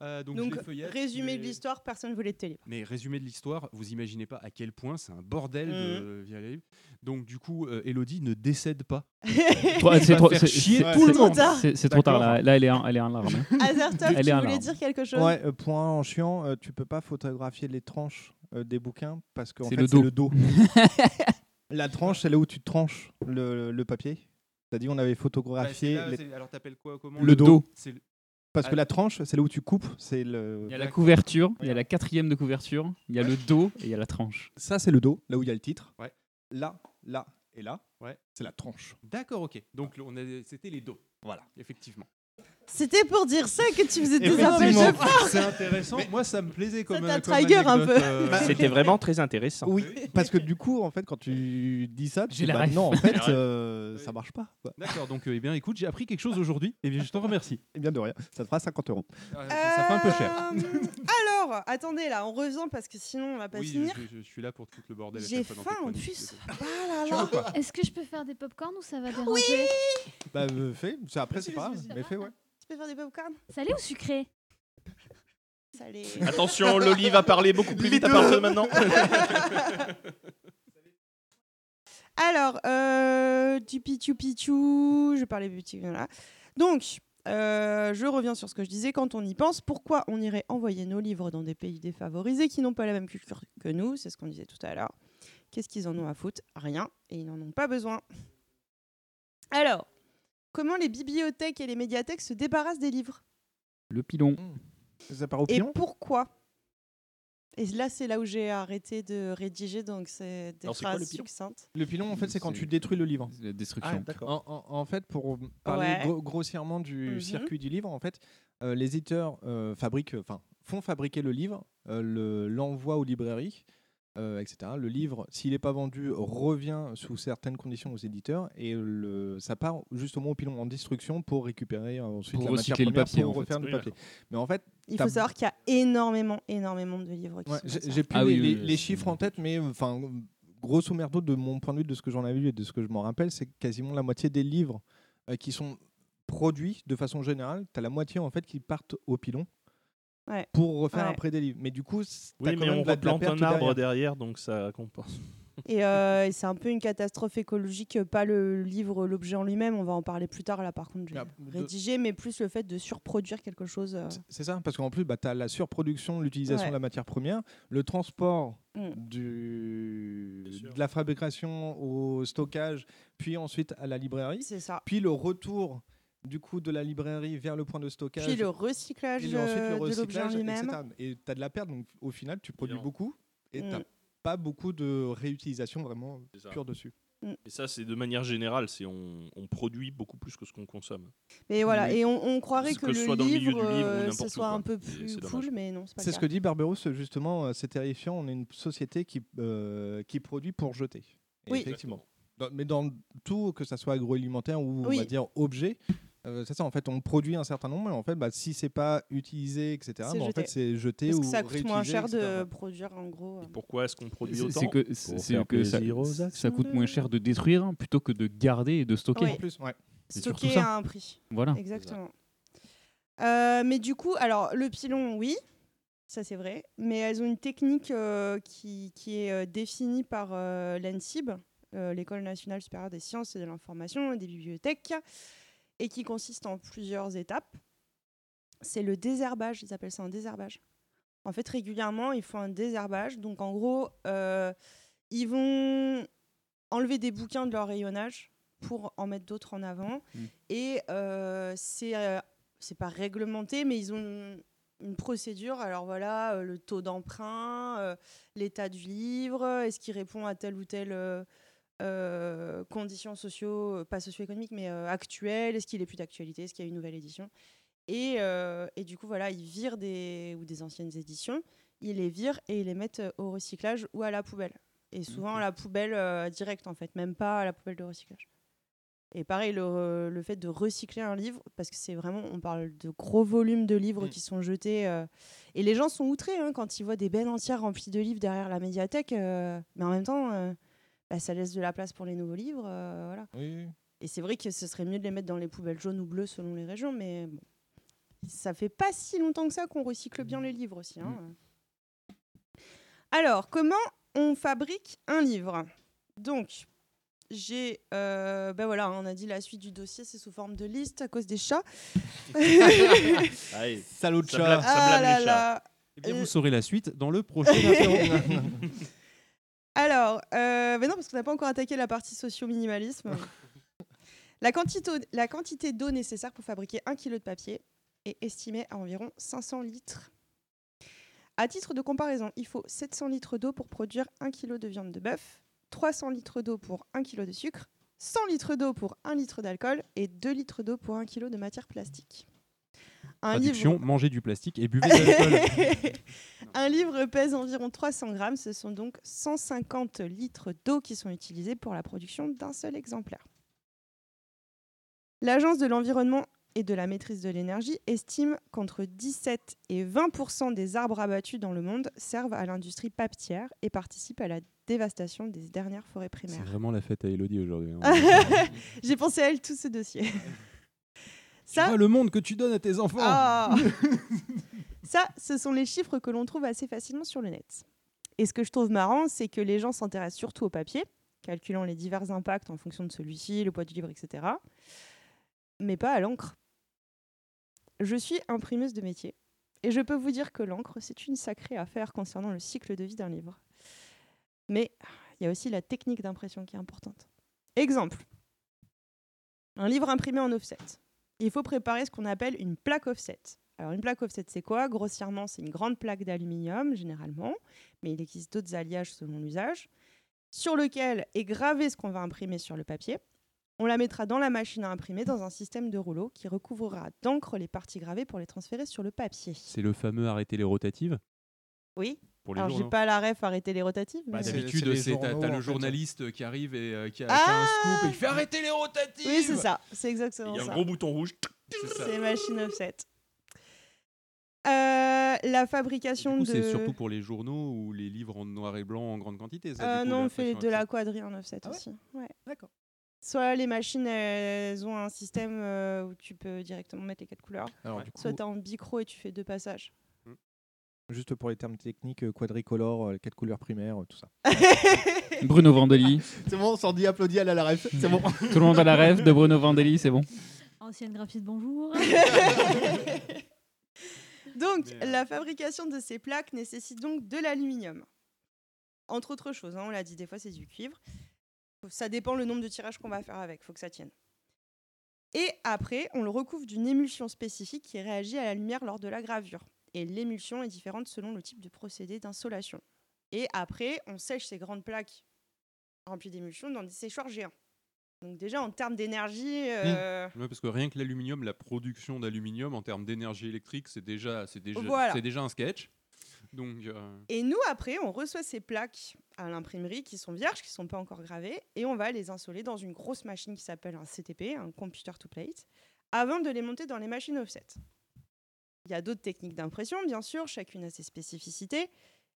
Speaker 3: Euh, donc, je les feuillette,
Speaker 11: résumé de
Speaker 3: mais-
Speaker 11: l'histoire, personne voulait de tes livres.
Speaker 3: mais résumé de l'histoire, vous imaginez pas à quel point c'est un bordel
Speaker 11: Mmh.
Speaker 3: de via les livres. Donc du coup, euh, Elodie ne décède pas.
Speaker 9: Toi,
Speaker 3: Il
Speaker 9: c'est
Speaker 3: va
Speaker 9: trop-
Speaker 3: faire
Speaker 9: c'est-
Speaker 3: chier
Speaker 9: c'est-
Speaker 3: tout le
Speaker 9: c'est-
Speaker 3: monde.
Speaker 9: c'est- C'est trop tard.
Speaker 3: D'accord
Speaker 9: Là, là, elle est en elle est en larmes. hein.
Speaker 11: Azertov,
Speaker 9: Elle est
Speaker 11: tu
Speaker 9: en
Speaker 11: voulais
Speaker 9: larmes.
Speaker 11: dire quelque chose
Speaker 8: Ouais, euh, point en chiant, euh, tu peux pas photographier les tranches euh, des bouquins parce que en
Speaker 9: C'est
Speaker 8: fait,
Speaker 9: le
Speaker 8: c'est
Speaker 9: dos.
Speaker 8: le dos. La tranche, c'est là où tu tranches le, le papier. C'est-à-dire, on avait
Speaker 3: Bah, c'est
Speaker 8: photographié
Speaker 3: là,
Speaker 8: les-
Speaker 3: c'est- Alors t'appelles quoi comment
Speaker 8: le, dos.
Speaker 3: C'est le-
Speaker 8: Parce que
Speaker 3: Ah,
Speaker 8: la tranche, c'est là où tu coupes. C'est le.
Speaker 9: Il y a la couverture, il y a la quatrième de couverture, il y a le dos et il y a la tranche.
Speaker 8: Ça, c'est le dos, là où il y a le titre. Là, là et là,
Speaker 3: ouais.
Speaker 8: c'est la tranche.
Speaker 3: D'accord, ok. Donc le- on a- c'était les dos.
Speaker 8: Voilà,
Speaker 3: effectivement.
Speaker 11: C'était pour dire ça que tu faisais des appels
Speaker 3: Effectivement,
Speaker 11: de force.
Speaker 3: C'est intéressant. Moi, ça me plaisait comme.
Speaker 11: t'a
Speaker 3: euh, comme
Speaker 11: trigger un
Speaker 3: anecdote,
Speaker 11: peu.
Speaker 3: euh,
Speaker 19: C'était vraiment très intéressant.
Speaker 8: Oui, parce que du coup, en fait, quand tu dis ça, tu
Speaker 19: J'ai
Speaker 8: dis,
Speaker 19: la
Speaker 8: bah
Speaker 19: ref.
Speaker 8: non, en
Speaker 19: J'ai
Speaker 8: fait,
Speaker 19: la ref.
Speaker 8: euh, ça marche pas. quoi.
Speaker 3: D'accord, donc euh, eh bien, écoute, j'ai appris quelque chose aujourd'hui. Et bien, je t'en remercie. Ah,
Speaker 8: Eh bien, de rien. Ça te fera 50 euros.
Speaker 3: ça fait un peu cher.
Speaker 11: Euh, alors, attendez là, on revient parce que sinon on va pas
Speaker 3: Oui,
Speaker 11: finir.
Speaker 3: je, je- je suis là pour tout le bordel. à
Speaker 11: J'ai
Speaker 3: chaque fois dans tes
Speaker 11: faim, en
Speaker 3: chroniques,
Speaker 11: plus. Ah
Speaker 3: désolé.
Speaker 11: là
Speaker 3: Tu veux quoi
Speaker 7: Est-ce que je peux faire des popcorn ou ça va déranger
Speaker 8: Bah, euh, fais. C'est- Après, c'est pas grave. Mais fais, ouais.
Speaker 11: Tu peux faire des popcorn
Speaker 7: Salé ou sucré
Speaker 11: Salé.
Speaker 10: Attention, Loli va parler beaucoup plus vite à partir de maintenant.
Speaker 11: Alors, euh, du pichou pichou, je parlais petit voilà. Donc, euh, je reviens sur ce que je disais. Quand on y pense, pourquoi on irait envoyer nos livres dans des pays défavorisés qui n'ont pas la même culture que nous C'est ce qu'on disait tout à l'heure. Qu'est-ce qu'ils en ont à foutre Rien. Et ils n'en ont pas besoin. Alors, comment les bibliothèques et les médiathèques se débarrassent des livres
Speaker 9: Le pilon.
Speaker 8: Ça part au
Speaker 11: Et
Speaker 8: pion
Speaker 11: pourquoi Et là, c'est là où j'ai arrêté de rédiger, donc c'est des
Speaker 8: Alors, c'est quoi,
Speaker 11: phrases
Speaker 8: le pilon
Speaker 11: succinctes.
Speaker 8: Le pilon, en fait, c'est quand tu détruis le livre. Ah,
Speaker 9: La destruction.
Speaker 8: En, en- en fait, pour parler
Speaker 11: Ouais.
Speaker 8: gro- grossièrement du
Speaker 11: Mhm.
Speaker 8: circuit du livre, en fait, euh, les éditeurs euh, fabriquent, enfin, font fabriquer le livre, euh, le- l'envoient aux librairies, euh, etc. Le livre, s'il n'est pas vendu, revient sous certaines conditions aux éditeurs et le, ça part justement au pilon en destruction pour récupérer euh, ensuite
Speaker 9: Pour
Speaker 8: la matière
Speaker 9: recycler le
Speaker 8: première,
Speaker 9: papier,
Speaker 8: pour
Speaker 9: en fait.
Speaker 8: refaire du
Speaker 9: Oui,
Speaker 8: papier.
Speaker 9: d'accord.
Speaker 8: Mais en fait,
Speaker 11: Il
Speaker 8: t'as
Speaker 11: faut savoir qu'il y a énormément, énormément de livres qui
Speaker 8: Ouais,
Speaker 11: sont
Speaker 8: j'ai
Speaker 11: comme ça.
Speaker 8: j'ai plus
Speaker 9: Ah
Speaker 8: les,
Speaker 9: oui, oui,
Speaker 8: les-
Speaker 9: oui,
Speaker 8: les chiffres en tête, mais enfin, grosso merdo, de mon point de vue, de ce que j'en ai vu et de ce que je m'en rappelle, c'est quasiment la moitié des livres euh, qui sont produits de façon générale. Tu as la moitié en fait qui partent au pilon
Speaker 11: Ouais.
Speaker 8: pour refaire
Speaker 11: Ouais.
Speaker 8: après des livres. Mais du coup, c- t'as
Speaker 10: Oui,
Speaker 8: quand
Speaker 10: mais
Speaker 8: même
Speaker 10: on
Speaker 8: de la- de la
Speaker 10: replante
Speaker 8: perte
Speaker 10: un
Speaker 8: derrière.
Speaker 10: arbre derrière, donc ça compense.
Speaker 11: Et, euh, et c'est un peu une catastrophe écologique, pas le livre, l'objet en lui-même. On va en parler plus tard là, par contre, du
Speaker 8: Ah, de-
Speaker 11: rédigé, mais plus le fait de surproduire quelque chose. euh.
Speaker 8: C'est ça, parce qu'en plus, bah, tu as la surproduction, l'utilisation
Speaker 11: Ouais.
Speaker 8: de la matière première, le transport
Speaker 11: Mm.
Speaker 8: du, de la fabrication au stockage, puis ensuite à la librairie.
Speaker 11: C'est ça.
Speaker 8: Puis le retour du coup de la librairie vers le point de stockage.
Speaker 11: Puis le recyclage,
Speaker 8: Puis ensuite, le
Speaker 11: euh, de l'objet
Speaker 8: recyclage,
Speaker 11: en lui-même.
Speaker 8: etc.. Et tu as de la perte, donc au final, tu produis
Speaker 10: Évidemment.
Speaker 8: beaucoup et tu
Speaker 11: Mm.
Speaker 8: pas beaucoup de réutilisation vraiment
Speaker 10: C'est ça.
Speaker 8: pure dessus.
Speaker 10: Et ça, c'est de manière générale, c'est on, on produit beaucoup plus que ce qu'on consomme.
Speaker 11: Mais voilà,
Speaker 8: Mais-
Speaker 11: et on, on croirait que,
Speaker 10: Que ce soit dans le milieu
Speaker 11: livre,
Speaker 10: du livre ou
Speaker 11: euh, ce
Speaker 10: n'importe où,
Speaker 11: soit
Speaker 10: quoi.
Speaker 11: un peu
Speaker 10: C'est-
Speaker 11: plus
Speaker 10: c'est dommage.
Speaker 11: cool, mais non, c'est pas
Speaker 8: C'est
Speaker 11: le
Speaker 8: ce que
Speaker 11: cas.
Speaker 8: dit Barberousse, justement, euh, c'est terrifiant. On est une société qui, euh, qui produit pour jeter. Et
Speaker 11: Oui.
Speaker 8: Effectivement. Dans- mais dans tout, que ça soit agroalimentaire ou,
Speaker 11: Oui.
Speaker 8: on va dire, objet, euh, c'est ça. En fait, on produit un certain nombre, mais en fait, bah, si c'est pas utilisé, etc.,
Speaker 11: C'est
Speaker 8: bah, en
Speaker 11: jeté.
Speaker 8: fait, c'est jeté
Speaker 11: Parce
Speaker 8: ou
Speaker 11: que ça coûte moins
Speaker 8: réutilisé,
Speaker 11: cher
Speaker 8: etc..
Speaker 11: de produire, en gros. euh.
Speaker 10: Pourquoi est-ce qu'on produit
Speaker 9: C'est
Speaker 10: autant
Speaker 9: c'est que, c'est-
Speaker 10: Pour
Speaker 9: c'est
Speaker 10: faire
Speaker 9: que ça,
Speaker 10: plaisir aux
Speaker 9: ça
Speaker 10: actionnaires.
Speaker 9: coûte moins cher de détruire hein, plutôt que de garder et de stocker.
Speaker 11: Oui.
Speaker 8: En plus, ouais.
Speaker 9: C'est surtout
Speaker 11: stocker
Speaker 9: ça.
Speaker 11: à un prix.
Speaker 9: Voilà.
Speaker 11: Exactement. Euh, mais du coup, alors le pilon, oui, ça c'est vrai, mais elles ont une technique euh, qui, qui est euh, définie par euh, l'ANSIB, euh, l'École nationale supérieure des sciences et de l'information et des bibliothèques, et qui consiste en plusieurs étapes. C'est le désherbage, ils appellent ça un désherbage. En fait, régulièrement, ils font un désherbage. Donc, en gros, euh, ils vont enlever des bouquins de leur rayonnage pour en mettre d'autres en avant.
Speaker 20: Mm.
Speaker 11: Et euh, c'est euh, c'est pas réglementé, mais ils ont une, une procédure. Alors voilà, euh, le taux d'emprunt, euh, l'état du livre, euh, est-ce qu'il répond à telle ou telle euh, euh, condition socio, euh, pas socio-économique, mais euh, actuelle, est-ce qu'il est plus d'actualité, est-ce qu'il y a une nouvelle édition. Et, euh, et du coup, voilà, ils virent des, ou des anciennes éditions, ils les virent et ils les mettent euh, au recyclage ou à la poubelle. Et souvent à la poubelle euh, directe, en fait, même pas à la poubelle de recyclage. Et pareil, le, re- le fait de recycler un livre, parce que c'est vraiment, on parle de gros volumes de livres
Speaker 8: Mm.
Speaker 11: qui sont jetés. euh, et les gens sont outrés hein, quand ils voient des bennes entières remplies de livres derrière la médiathèque. euh, mais en même temps, euh, bah, ça laisse de la place pour les nouveaux livres. euh, voilà.
Speaker 8: Oui, oui.
Speaker 11: Et c'est vrai que ce serait mieux de les mettre dans les poubelles jaunes ou bleues selon les régions, mais bon. ça fait pas si longtemps que ça qu'on recycle bien les livres aussi. hein. Alors, comment on fabrique un livre Donc, j'ai. euh, ben voilà, on a dit la suite du dossier, c'est sous forme de liste à cause des chats.
Speaker 10: Allez,
Speaker 8: Salaud de
Speaker 10: Ah ça
Speaker 8: chat.
Speaker 10: blâme- ça
Speaker 11: Ah
Speaker 10: blâme
Speaker 11: là
Speaker 10: les
Speaker 11: là. Euh,
Speaker 10: chats.
Speaker 3: Eh bien, vous saurez la suite dans le prochain interview.
Speaker 11: Alors, euh, mais non, parce qu'on n'a pas encore attaqué la partie socio-minimalisme. la, quantité, la quantité d'eau nécessaire pour fabriquer un kilo de papier est estimée à environ 500 litres. À titre de comparaison, il faut 700 litres d'eau pour produire un kilo de viande de bœuf, 300 litres d'eau pour un kilo de sucre, 100 litres d'eau pour un litre d'alcool et 2 litres d'eau pour un kilo de matière plastique. Un
Speaker 3: Traduction,
Speaker 11: livre-
Speaker 3: mangez du plastique et buvez de l'alcool.
Speaker 11: Un livre pèse environ 300 grammes. Ce sont donc 150 litres d'eau qui sont utilisés pour la production d'un seul exemplaire. L'Agence de l'environnement et de la maîtrise de l'énergie estime qu'entre 17 et 20 des arbres abattus dans le monde servent à l'industrie papetière et participent à la dévastation des dernières forêts
Speaker 3: C'est
Speaker 11: primaires.
Speaker 3: vraiment la fête à Elodie aujourd'hui. hein.
Speaker 11: J'ai pensé à elle tout ce dossier.
Speaker 3: Tu vois le monde que tu donnes à tes enfants.
Speaker 11: Ah. Ça, ce sont les chiffres que l'on trouve assez facilement sur le net. Et ce que je trouve marrant, c'est que les gens s'intéressent surtout au papier, calculant les divers impacts en fonction de celui-ci, le poids du livre, etc. Mais pas à l'encre. Je suis imprimeuse de métier, et je peux vous dire que l'encre, c'est une sacrée affaire concernant le cycle de vie d'un livre. Mais il y a aussi la technique d'impression qui est importante. Exemple. Un livre imprimé en offset. Il faut préparer ce qu'on appelle une plaque offset. Alors une plaque offset, c'est quoi Grossièrement, c'est une grande plaque d'aluminium, généralement, mais il existe d'autres alliages selon l'usage, sur lequel est gravé ce qu'on va imprimer sur le papier. On la mettra dans la machine à imprimer dans un système de rouleau qui recouvrera d'encre les parties gravées pour les transférer sur le papier.
Speaker 3: C'est le fameux arrêter les rotatives.
Speaker 11: Oui
Speaker 3: Pour les
Speaker 11: Alors j'ai
Speaker 3: journaux.
Speaker 11: pas la ref arrêter les rotatives.
Speaker 3: Bah,
Speaker 11: mais-
Speaker 3: D'habitude, c'est t'as t'as le journaliste qui arrive et euh, qui a, qui a
Speaker 11: Ah
Speaker 3: un scoop et il fait arrêter les rotatives.
Speaker 11: Oui, c'est ça, c'est exactement
Speaker 3: Il y a un
Speaker 11: ça.
Speaker 3: gros
Speaker 10: bouton rouge.
Speaker 11: C'est machine offset. Euh, la fabrication
Speaker 3: Du coup,
Speaker 11: de.
Speaker 3: c'est surtout pour les journaux ou les livres en noir et blanc en grande quantité. Ça,
Speaker 11: Euh,
Speaker 3: du coup,
Speaker 11: non, on
Speaker 3: la
Speaker 11: fait
Speaker 3: façon
Speaker 11: de la
Speaker 3: accès-
Speaker 11: quadrille en
Speaker 3: Ah
Speaker 11: offset aussi. Ouais.
Speaker 8: D'accord.
Speaker 11: Soit les machines, elles ont un système euh, où tu peux directement mettre les quatre couleurs.
Speaker 8: Alors, Ouais. du coup-
Speaker 11: Soit tu as en bicro et tu fais deux passages.
Speaker 8: Juste pour les termes techniques, euh, quadricolore, euh, les quatre couleurs primaires, euh, tout ça.
Speaker 9: Bruno Vandelli.
Speaker 8: C'est bon, on s'en dit applaudit à la ref. C'est bon.
Speaker 9: Tout le monde a la rêve de Bruno Vandelli, c'est bon.
Speaker 7: Ancienne graphiste, bonjour.
Speaker 11: Donc, la fabrication de ces plaques nécessite donc de l'aluminium. Entre autres choses, hein, on l'a dit, des fois c'est du cuivre. Faut- Ça dépend le nombre de tirages qu'on va faire avec, faut que ça tienne. Et après, on le recouvre d'une émulsion spécifique qui réagit à la lumière lors de la gravure. Et l'émulsion est différente selon le type de procédé d'insolation. Et après, on sèche ces grandes plaques remplies d'émulsion dans des séchoirs géants. Donc déjà, en termes d'énergie, euh,
Speaker 3: Ouais, parce que rien que l'aluminium, la production d'aluminium en termes d'énergie électrique, c'est déjà, c'est déjà,
Speaker 11: Voilà.
Speaker 3: c'est déjà un sketch. Donc, euh,
Speaker 11: Et nous, après, on reçoit ces plaques à l'imprimerie qui sont vierges, qui ne sont pas encore gravées, et on va les insoler dans une grosse machine qui s'appelle un CTP, un Computer to Plate, avant de les monter dans les machines offset. Il y a d'autres techniques d'impression, bien sûr, chacune a ses spécificités.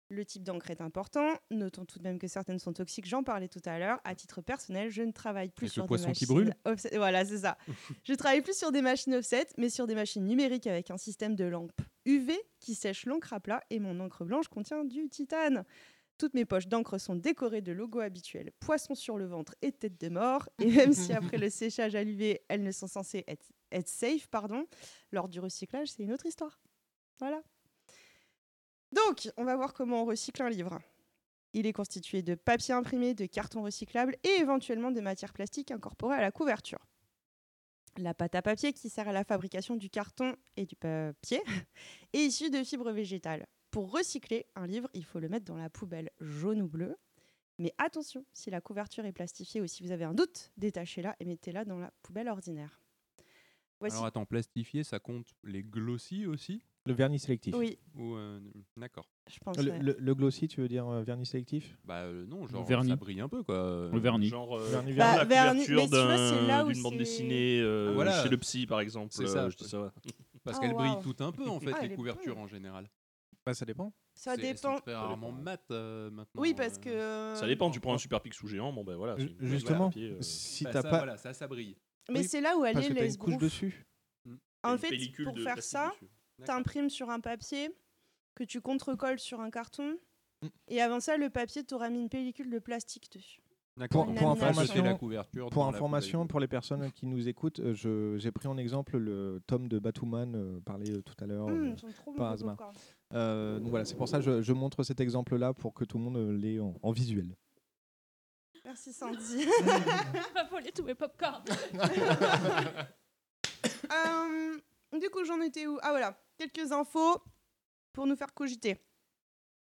Speaker 11: Le type d'encre est important. Notons tout de même que certaines sont toxiques, j'en parlais tout à l'heure. À titre personnel, je ne travaille plus
Speaker 3: Avec le
Speaker 11: sur des
Speaker 3: poisson
Speaker 11: machines
Speaker 3: qui brûle
Speaker 11: offset. Voilà, c'est ça. je travaille plus sur des machines offset, mais sur des machines numériques avec un système de lampe UV qui sèche l'encre à plat et mon encre blanche contient du titane. Toutes mes poches d'encre sont décorées de logos habituels, poisson sur le ventre et tête de mort. Et même si après le séchage à l'UV, elles ne sont censées être, être safe, pardon, lors du recyclage, c'est une autre histoire. Voilà. Donc, on va voir comment on recycle un livre. Il est constitué de papier imprimé, de carton recyclable et éventuellement de matières plastiques incorporées à la couverture. La pâte à papier qui sert à la fabrication du carton et du papier est issue de fibres végétales. Pour recycler un livre, il faut le mettre dans la poubelle jaune ou bleue. Mais attention, si la couverture est plastifiée ou si vous avez un doute, détachez-la et mettez-la dans la poubelle ordinaire. Voici-
Speaker 3: alors attends, plastifier, ça compte les glossy aussi
Speaker 8: Le vernis sélectif.
Speaker 11: Oui.
Speaker 3: Ou, euh, D'accord. Je
Speaker 11: pense,
Speaker 8: Le, le- le glossy, tu veux dire euh, vernis sélectif
Speaker 3: Bah euh, non, genre
Speaker 9: vernis.
Speaker 3: ça brille un peu quoi.
Speaker 9: Le vernis.
Speaker 10: Genre euh,
Speaker 8: Vernis,
Speaker 10: la
Speaker 8: vernis. Bah, vernis, mais
Speaker 10: couverture
Speaker 8: tu vois, c'est
Speaker 10: d'un-
Speaker 8: là où
Speaker 10: d'une bande
Speaker 8: c'est-
Speaker 10: dessinée euh,
Speaker 3: Ah, voilà.
Speaker 10: chez le psy, par exemple.
Speaker 3: C'est
Speaker 10: euh,
Speaker 3: ça.
Speaker 10: je dis ça, ouais.
Speaker 3: Parce
Speaker 11: Oh,
Speaker 3: qu'elles brillent
Speaker 11: waouh.
Speaker 3: toutes un peu en fait
Speaker 11: Ah, elle
Speaker 3: les
Speaker 11: est
Speaker 3: couvertures en général.
Speaker 8: Bah, ça dépend.
Speaker 11: Ça
Speaker 3: C'est- elles sont
Speaker 11: dépend.
Speaker 3: Très rarement mat euh, maintenant.
Speaker 11: Oui, parce que. euh,
Speaker 10: Ça dépend, tu prends un super pixou géant, bon ben voilà. c'est une-
Speaker 8: Justement,
Speaker 10: papier, euh,
Speaker 8: si
Speaker 3: Bah,
Speaker 8: t'as
Speaker 3: ça,
Speaker 8: pas.
Speaker 3: voilà, ça, ça brille.
Speaker 11: Mais
Speaker 8: Oui,
Speaker 11: c'est là où elle
Speaker 8: parce
Speaker 11: est
Speaker 8: que t'as
Speaker 11: les
Speaker 8: une couche dessus.
Speaker 11: En
Speaker 10: Mm. une
Speaker 11: fait,
Speaker 10: pellicule
Speaker 11: pour
Speaker 10: de
Speaker 11: faire
Speaker 10: plastique
Speaker 11: ça,
Speaker 10: dessus.
Speaker 3: D'accord.
Speaker 11: t'imprimes sur un papier que tu contrecolles sur un carton.
Speaker 10: Mm.
Speaker 11: Et avant ça, le papier, t'auras mis une pellicule de plastique dessus.
Speaker 3: D'accord.
Speaker 8: Pour,
Speaker 3: Donc,
Speaker 8: pour
Speaker 3: on va jeter
Speaker 8: information,
Speaker 3: la couverture
Speaker 8: pour,
Speaker 3: dans la
Speaker 8: information, pour les personnes qui nous écoutent, euh, je- j'ai pris en exemple le tome de Batwoman euh, parlé euh, tout à l'heure
Speaker 11: Mmh,
Speaker 8: euh,
Speaker 11: ils sont trop
Speaker 8: par
Speaker 11: bons,
Speaker 8: Asma.
Speaker 11: encore.
Speaker 8: Euh, donc voilà, c'est pour ça que je, je montre cet exemple-là pour que tout le monde euh, l'ait en, en visuel.
Speaker 11: Merci Sandy.
Speaker 7: Va voler tous mes popcorn.
Speaker 11: Euh, du coup, j'en étais où Ah voilà, quelques infos pour nous faire cogiter.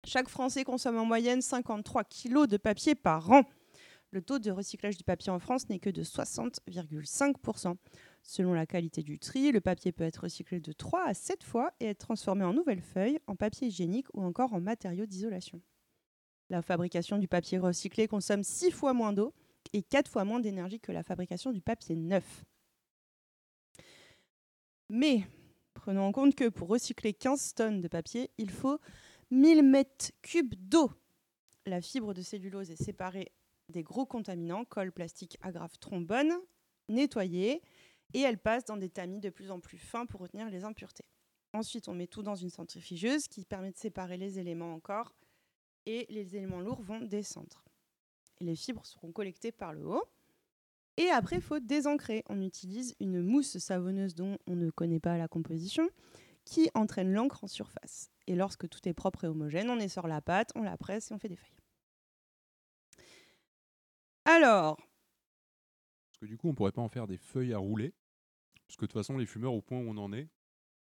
Speaker 11: Chaque Français consomme en moyenne 53 kilos de papier par an. Le taux de recyclage du papier en France n'est que de 60,5%. Selon la qualité du tri, le papier peut être recyclé de 3 à 7 fois et être transformé en nouvelles feuilles, en papier hygiénique ou encore en matériaux d'isolation. La fabrication du papier recyclé consomme 6 fois moins d'eau et 4 fois moins d'énergie que la fabrication du papier neuf. Mais prenons en compte que pour recycler 15 tonnes de papier, il faut 1000 mètres cubes d'eau. La fibre de cellulose est séparée des gros contaminants, colle, plastique, agrafe, trombone, nettoyée, et elle passe dans des tamis de plus en plus fins pour retenir les impuretés. Ensuite, on met tout dans une centrifugeuse qui permet de séparer les éléments encore, et les éléments lourds vont descendre. Et les fibres seront collectées par le haut. Et après, il faut désancrer. On utilise une mousse savonneuse dont on ne connaît pas la composition, qui entraîne l'encre en surface. Et lorsque tout est propre et homogène, on essore la pâte, on la presse et on fait des feuilles. Alors,
Speaker 3: Parce que du coup, on pourrait pas en faire des feuilles à rouler. Parce que de toute façon, les fumeurs, au point où on en est,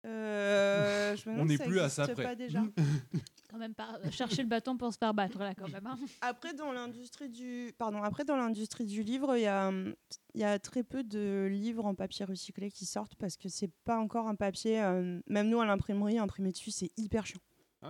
Speaker 11: euh, je me demande
Speaker 3: On
Speaker 11: si
Speaker 3: est plus à
Speaker 11: existe
Speaker 3: ça près.
Speaker 11: pas déjà.
Speaker 7: Quand même, par- chercher le bâton pour se faire battre, là, quand même. hein.
Speaker 11: Après, dans l'industrie du, pardon, après dans l'industrie du livre, il y a, hum, il y a très peu de livres en papier recyclé qui sortent parce que c'est pas encore un papier. euh, même nous à l'imprimerie, imprimer dessus, c'est hyper chiant.
Speaker 3: Ah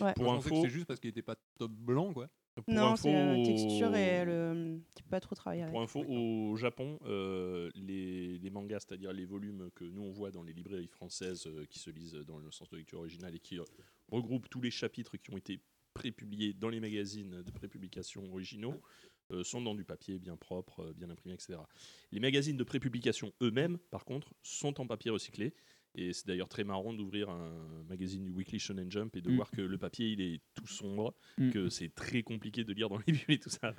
Speaker 11: ouais. Ouais.
Speaker 3: Pour je
Speaker 10: Pour
Speaker 3: pensais que
Speaker 10: info-
Speaker 3: c'est juste parce qu'il était pas top blanc, quoi.
Speaker 11: non, c'est la texture
Speaker 10: euh,
Speaker 11: et le, hum, tu peux pas trop travailler avec.
Speaker 10: Pour info, au Japon, euh, les, les mangas, c'est-à-dire les volumes que nous on voit dans les librairies françaises euh, qui se lisent dans le sens de lecture originale et qui euh, regroupent tous les chapitres qui ont été prépubliés dans les magazines de prépublication originaux, euh, sont dans du papier bien propre, euh, bien imprimé, etc. Les magazines de prépublication eux-mêmes, par contre, sont en papier recyclé. Et c'est d'ailleurs très marrant d'ouvrir un magazine du Weekly Shonen Jump et de
Speaker 9: Mm.
Speaker 10: voir que le papier il est tout sombre,
Speaker 9: Mm.
Speaker 10: que c'est très compliqué de lire dans les bulles et tout ça.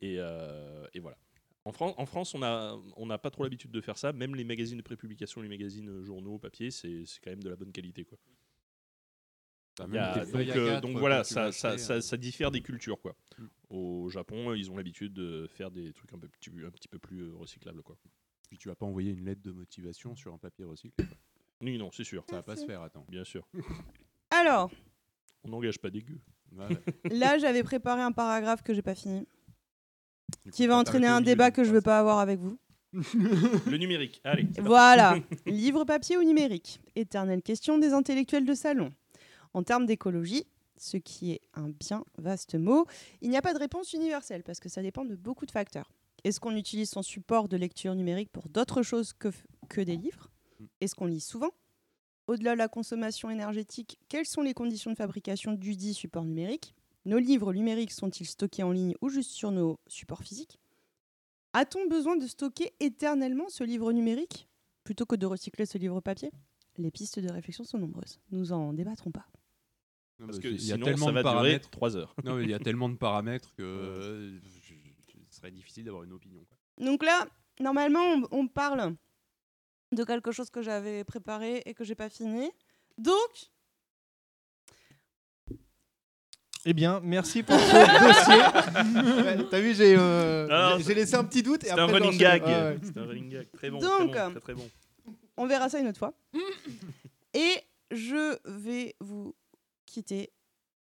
Speaker 10: Et, euh, et voilà. En, Fran- en France, on n'a on n'a pas trop l'habitude de faire ça. Même les magazines de prépublication, les magazines euh, journaux, papier, c'est c'est quand même de la bonne qualité. Quoi.
Speaker 3: Bah,
Speaker 10: Il y
Speaker 3: même
Speaker 10: a-
Speaker 3: tes feuilles
Speaker 10: donc
Speaker 3: à
Speaker 10: euh,
Speaker 3: quatre,
Speaker 10: donc
Speaker 3: quand
Speaker 10: voilà,
Speaker 3: tu
Speaker 10: ça,
Speaker 3: vas
Speaker 10: ça,
Speaker 3: acheter, Mm.
Speaker 10: ça,
Speaker 3: euh,
Speaker 10: ça diffère des cultures. Quoi. Au Japon, euh, ils ont l'habitude de faire des trucs un peu, petit- un petit peu plus euh, recyclables. Quoi.
Speaker 3: Puis tu vas pas envoyer une lettre de motivation sur un papier recyclé. quoi.
Speaker 10: Oui, non, c'est sûr.
Speaker 3: Ça va pas se faire, attends.
Speaker 10: Bien sûr.
Speaker 11: Alors,
Speaker 10: On n'engage pas des gueux.
Speaker 11: là, j'avais préparé un paragraphe que j'ai pas fini,
Speaker 10: Du coup,
Speaker 11: qui va
Speaker 10: t'as
Speaker 11: entraîner
Speaker 10: arrêté au
Speaker 11: un
Speaker 10: milieu
Speaker 11: débat
Speaker 10: d'une
Speaker 11: que je veux pas avoir avec vous.
Speaker 10: Le numérique, allez. c'est parti.
Speaker 11: Voilà, livre papier ou numérique Éternelle question des intellectuels de salon. En termes d'écologie, ce qui est un bien vaste mot, il n'y a pas de réponse universelle parce que ça dépend de beaucoup de facteurs. Est-ce qu'on utilise son support de lecture numérique pour d'autres choses que, f- que des livres Est-ce qu'on lit souvent Au-delà de la consommation énergétique, quelles sont les conditions de fabrication du dit support numérique Nos livres numériques sont-ils stockés en ligne ou juste sur nos supports physiques a-t-on besoin de stocker éternellement ce livre numérique plutôt que de recycler ce livre papier Les pistes de réflexion sont nombreuses. Nous en débattrons pas.
Speaker 3: Non,
Speaker 10: Parce
Speaker 3: mais
Speaker 10: que
Speaker 3: c'est- il y a
Speaker 10: sinon,
Speaker 3: tellement
Speaker 10: ça
Speaker 3: de
Speaker 10: va durer
Speaker 3: paramètres.
Speaker 10: trois heures.
Speaker 3: Non, mais il y a tellement de paramètres que euh, je- je- ce serait difficile d'avoir une opinion. quoi.
Speaker 11: Donc là, normalement, on, on parle de quelque chose que j'avais préparé et que j'ai pas fini. Donc,
Speaker 8: Eh bien, merci pour ce dossier. Ouais, T'as vu, j'ai euh,
Speaker 10: Alors,
Speaker 8: j'ai- j'ai laissé un petit doute. et
Speaker 10: C'est un
Speaker 8: après, j'ai
Speaker 10: running
Speaker 8: enchaîné.
Speaker 10: gag.
Speaker 8: Ouais, ouais.
Speaker 10: C'est un running gag. Très bon.
Speaker 11: Donc,
Speaker 10: très bon, très, très bon.
Speaker 11: on verra ça une autre fois. Et je vais vous quitter.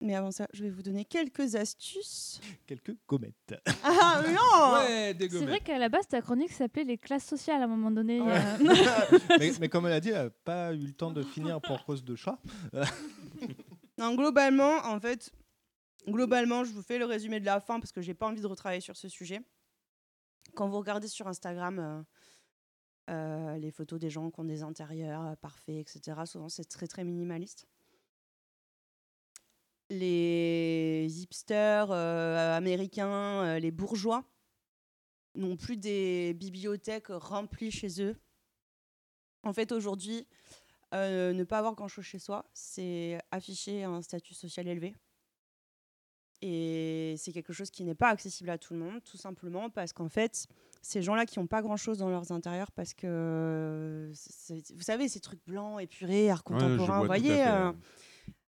Speaker 11: Mais avant ça, je vais vous donner quelques astuces.
Speaker 8: Quelques gommettes.
Speaker 11: Ah non
Speaker 7: C'est vrai qu'à la base, ta chronique s'appelait les classes sociales à un moment donné. euh.
Speaker 10: Ah.
Speaker 8: mais, mais comme elle a dit, elle n'a pas eu le temps de finir pour cause de chat.
Speaker 11: Non, globalement, en fait, globalement, je vous fais le résumé de la fin parce que j'ai pas envie de retravailler sur ce sujet. Quand vous regardez sur Instagram euh, euh, les photos des gens qui ont des intérieurs euh, parfaits, etc., souvent c'est très très minimaliste. Les hipsters euh, américains, euh, les bourgeois, n'ont plus des bibliothèques remplies chez eux. En fait, aujourd'hui, euh, ne pas avoir grand-chose chez soi, c'est afficher un statut social élevé. Et c'est quelque chose qui n'est pas accessible à tout le monde, tout simplement parce qu'en fait, ces gens-là qui n'ont pas grand-chose dans leurs intérieurs, parce que, c'est- c'est- vous savez, ces trucs blancs, épurés, art
Speaker 3: Ouais, je vois
Speaker 11: contemporain, vous
Speaker 3: tout à
Speaker 11: voyez,
Speaker 3: fait,
Speaker 11: euh,
Speaker 3: ouais.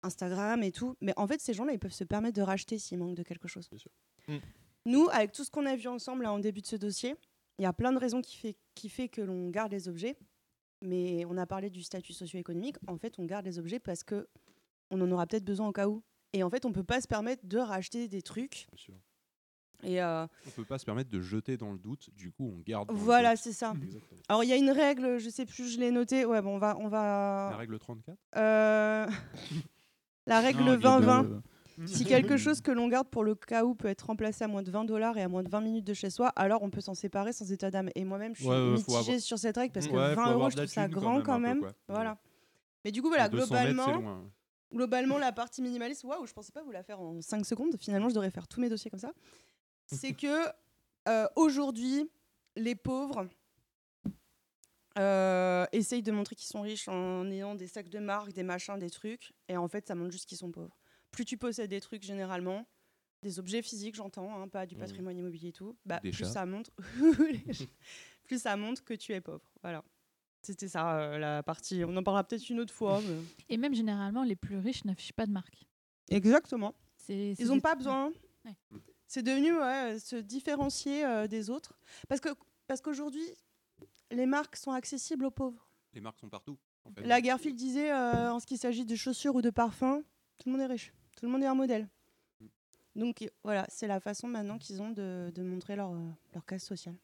Speaker 11: Instagram et tout. Mais en fait, ces gens-là, ils peuvent se permettre de racheter s'il manque de quelque chose.
Speaker 8: Mm.
Speaker 11: Nous, avec tout ce qu'on a vu ensemble là, en début de ce dossier, il y a plein de raisons qui fait, qui fait que l'on garde les objets. Mais on a parlé du statut socio-économique. En fait, on garde les objets parce que on en aura peut-être besoin au cas où. Et en fait, on peut pas se permettre de racheter des trucs Et euh,
Speaker 3: On peut pas se permettre de jeter dans le doute, du coup on garde. dans le
Speaker 11: voilà,
Speaker 3: doute.
Speaker 11: c'est ça.
Speaker 3: Exactement.
Speaker 11: Alors il y a une règle, je sais plus, je l'ai notée. Ouais, bon, on va, on va.
Speaker 3: La règle 34
Speaker 11: Euh, La règle
Speaker 3: Non, il y a deux,
Speaker 11: 20-20.
Speaker 3: euh.
Speaker 11: Si quelque chose que l'on garde pour le cas où peut être remplacé à moins de 20 dollars et à moins de 20 minutes de chez soi, alors on peut s'en séparer sans état d'âme. Et moi-même, je suis
Speaker 3: Ouais, ouais, faut
Speaker 11: mitigée
Speaker 3: avoir-
Speaker 11: sur cette règle parce que
Speaker 3: Ouais, faut
Speaker 11: 20 euros,
Speaker 3: avoir
Speaker 11: je
Speaker 3: de la
Speaker 11: trouve ça
Speaker 3: thune quand
Speaker 11: grand
Speaker 3: même,
Speaker 11: quand
Speaker 3: un peu,
Speaker 11: même.
Speaker 3: quoi.
Speaker 11: Voilà. Mais du coup, voilà,
Speaker 3: 200 mètres,
Speaker 11: globalement,
Speaker 3: c'est loin, ouais.
Speaker 11: globalement, la partie minimaliste, waouh, je pensais pas vous la faire en 5 secondes. Finalement, je devrais faire tous mes dossiers comme ça. C'est que euh, aujourd'hui, les pauvres euh, essayent de montrer qu'ils sont riches en ayant des sacs de marque, des machins, des trucs. Et en fait, ça montre juste qu'ils sont pauvres. Plus tu possèdes des trucs généralement, des objets physiques, j'entends, hein, pas du
Speaker 21: Mhm.
Speaker 11: patrimoine immobilier et tout, bah,
Speaker 21: Des
Speaker 11: plus
Speaker 21: chats.
Speaker 11: ça montre, les chats. plus ça montre que tu es pauvre. Voilà. C'était ça euh, la partie. On en parlera peut-être une autre fois. mais-
Speaker 7: Et même généralement, les plus riches n'affichent pas de marque.
Speaker 11: Exactement.
Speaker 7: C'est- c'est
Speaker 11: Ils n'ont
Speaker 7: des-
Speaker 11: pas besoin.
Speaker 7: Ouais.
Speaker 11: C'est devenu ouais, euh, se différencier euh, des autres. Parce que parce qu'aujourd'hui, les marques sont accessibles aux pauvres.
Speaker 3: Les marques sont partout. en fait.
Speaker 11: Lagerfield disait, euh, en ce qui s'agit de chaussures ou de parfums, tout le monde est riche. Tout le monde est un modèle. Donc euh, voilà, c'est la façon maintenant qu'ils ont de, de montrer leur, euh, leur casse sociale.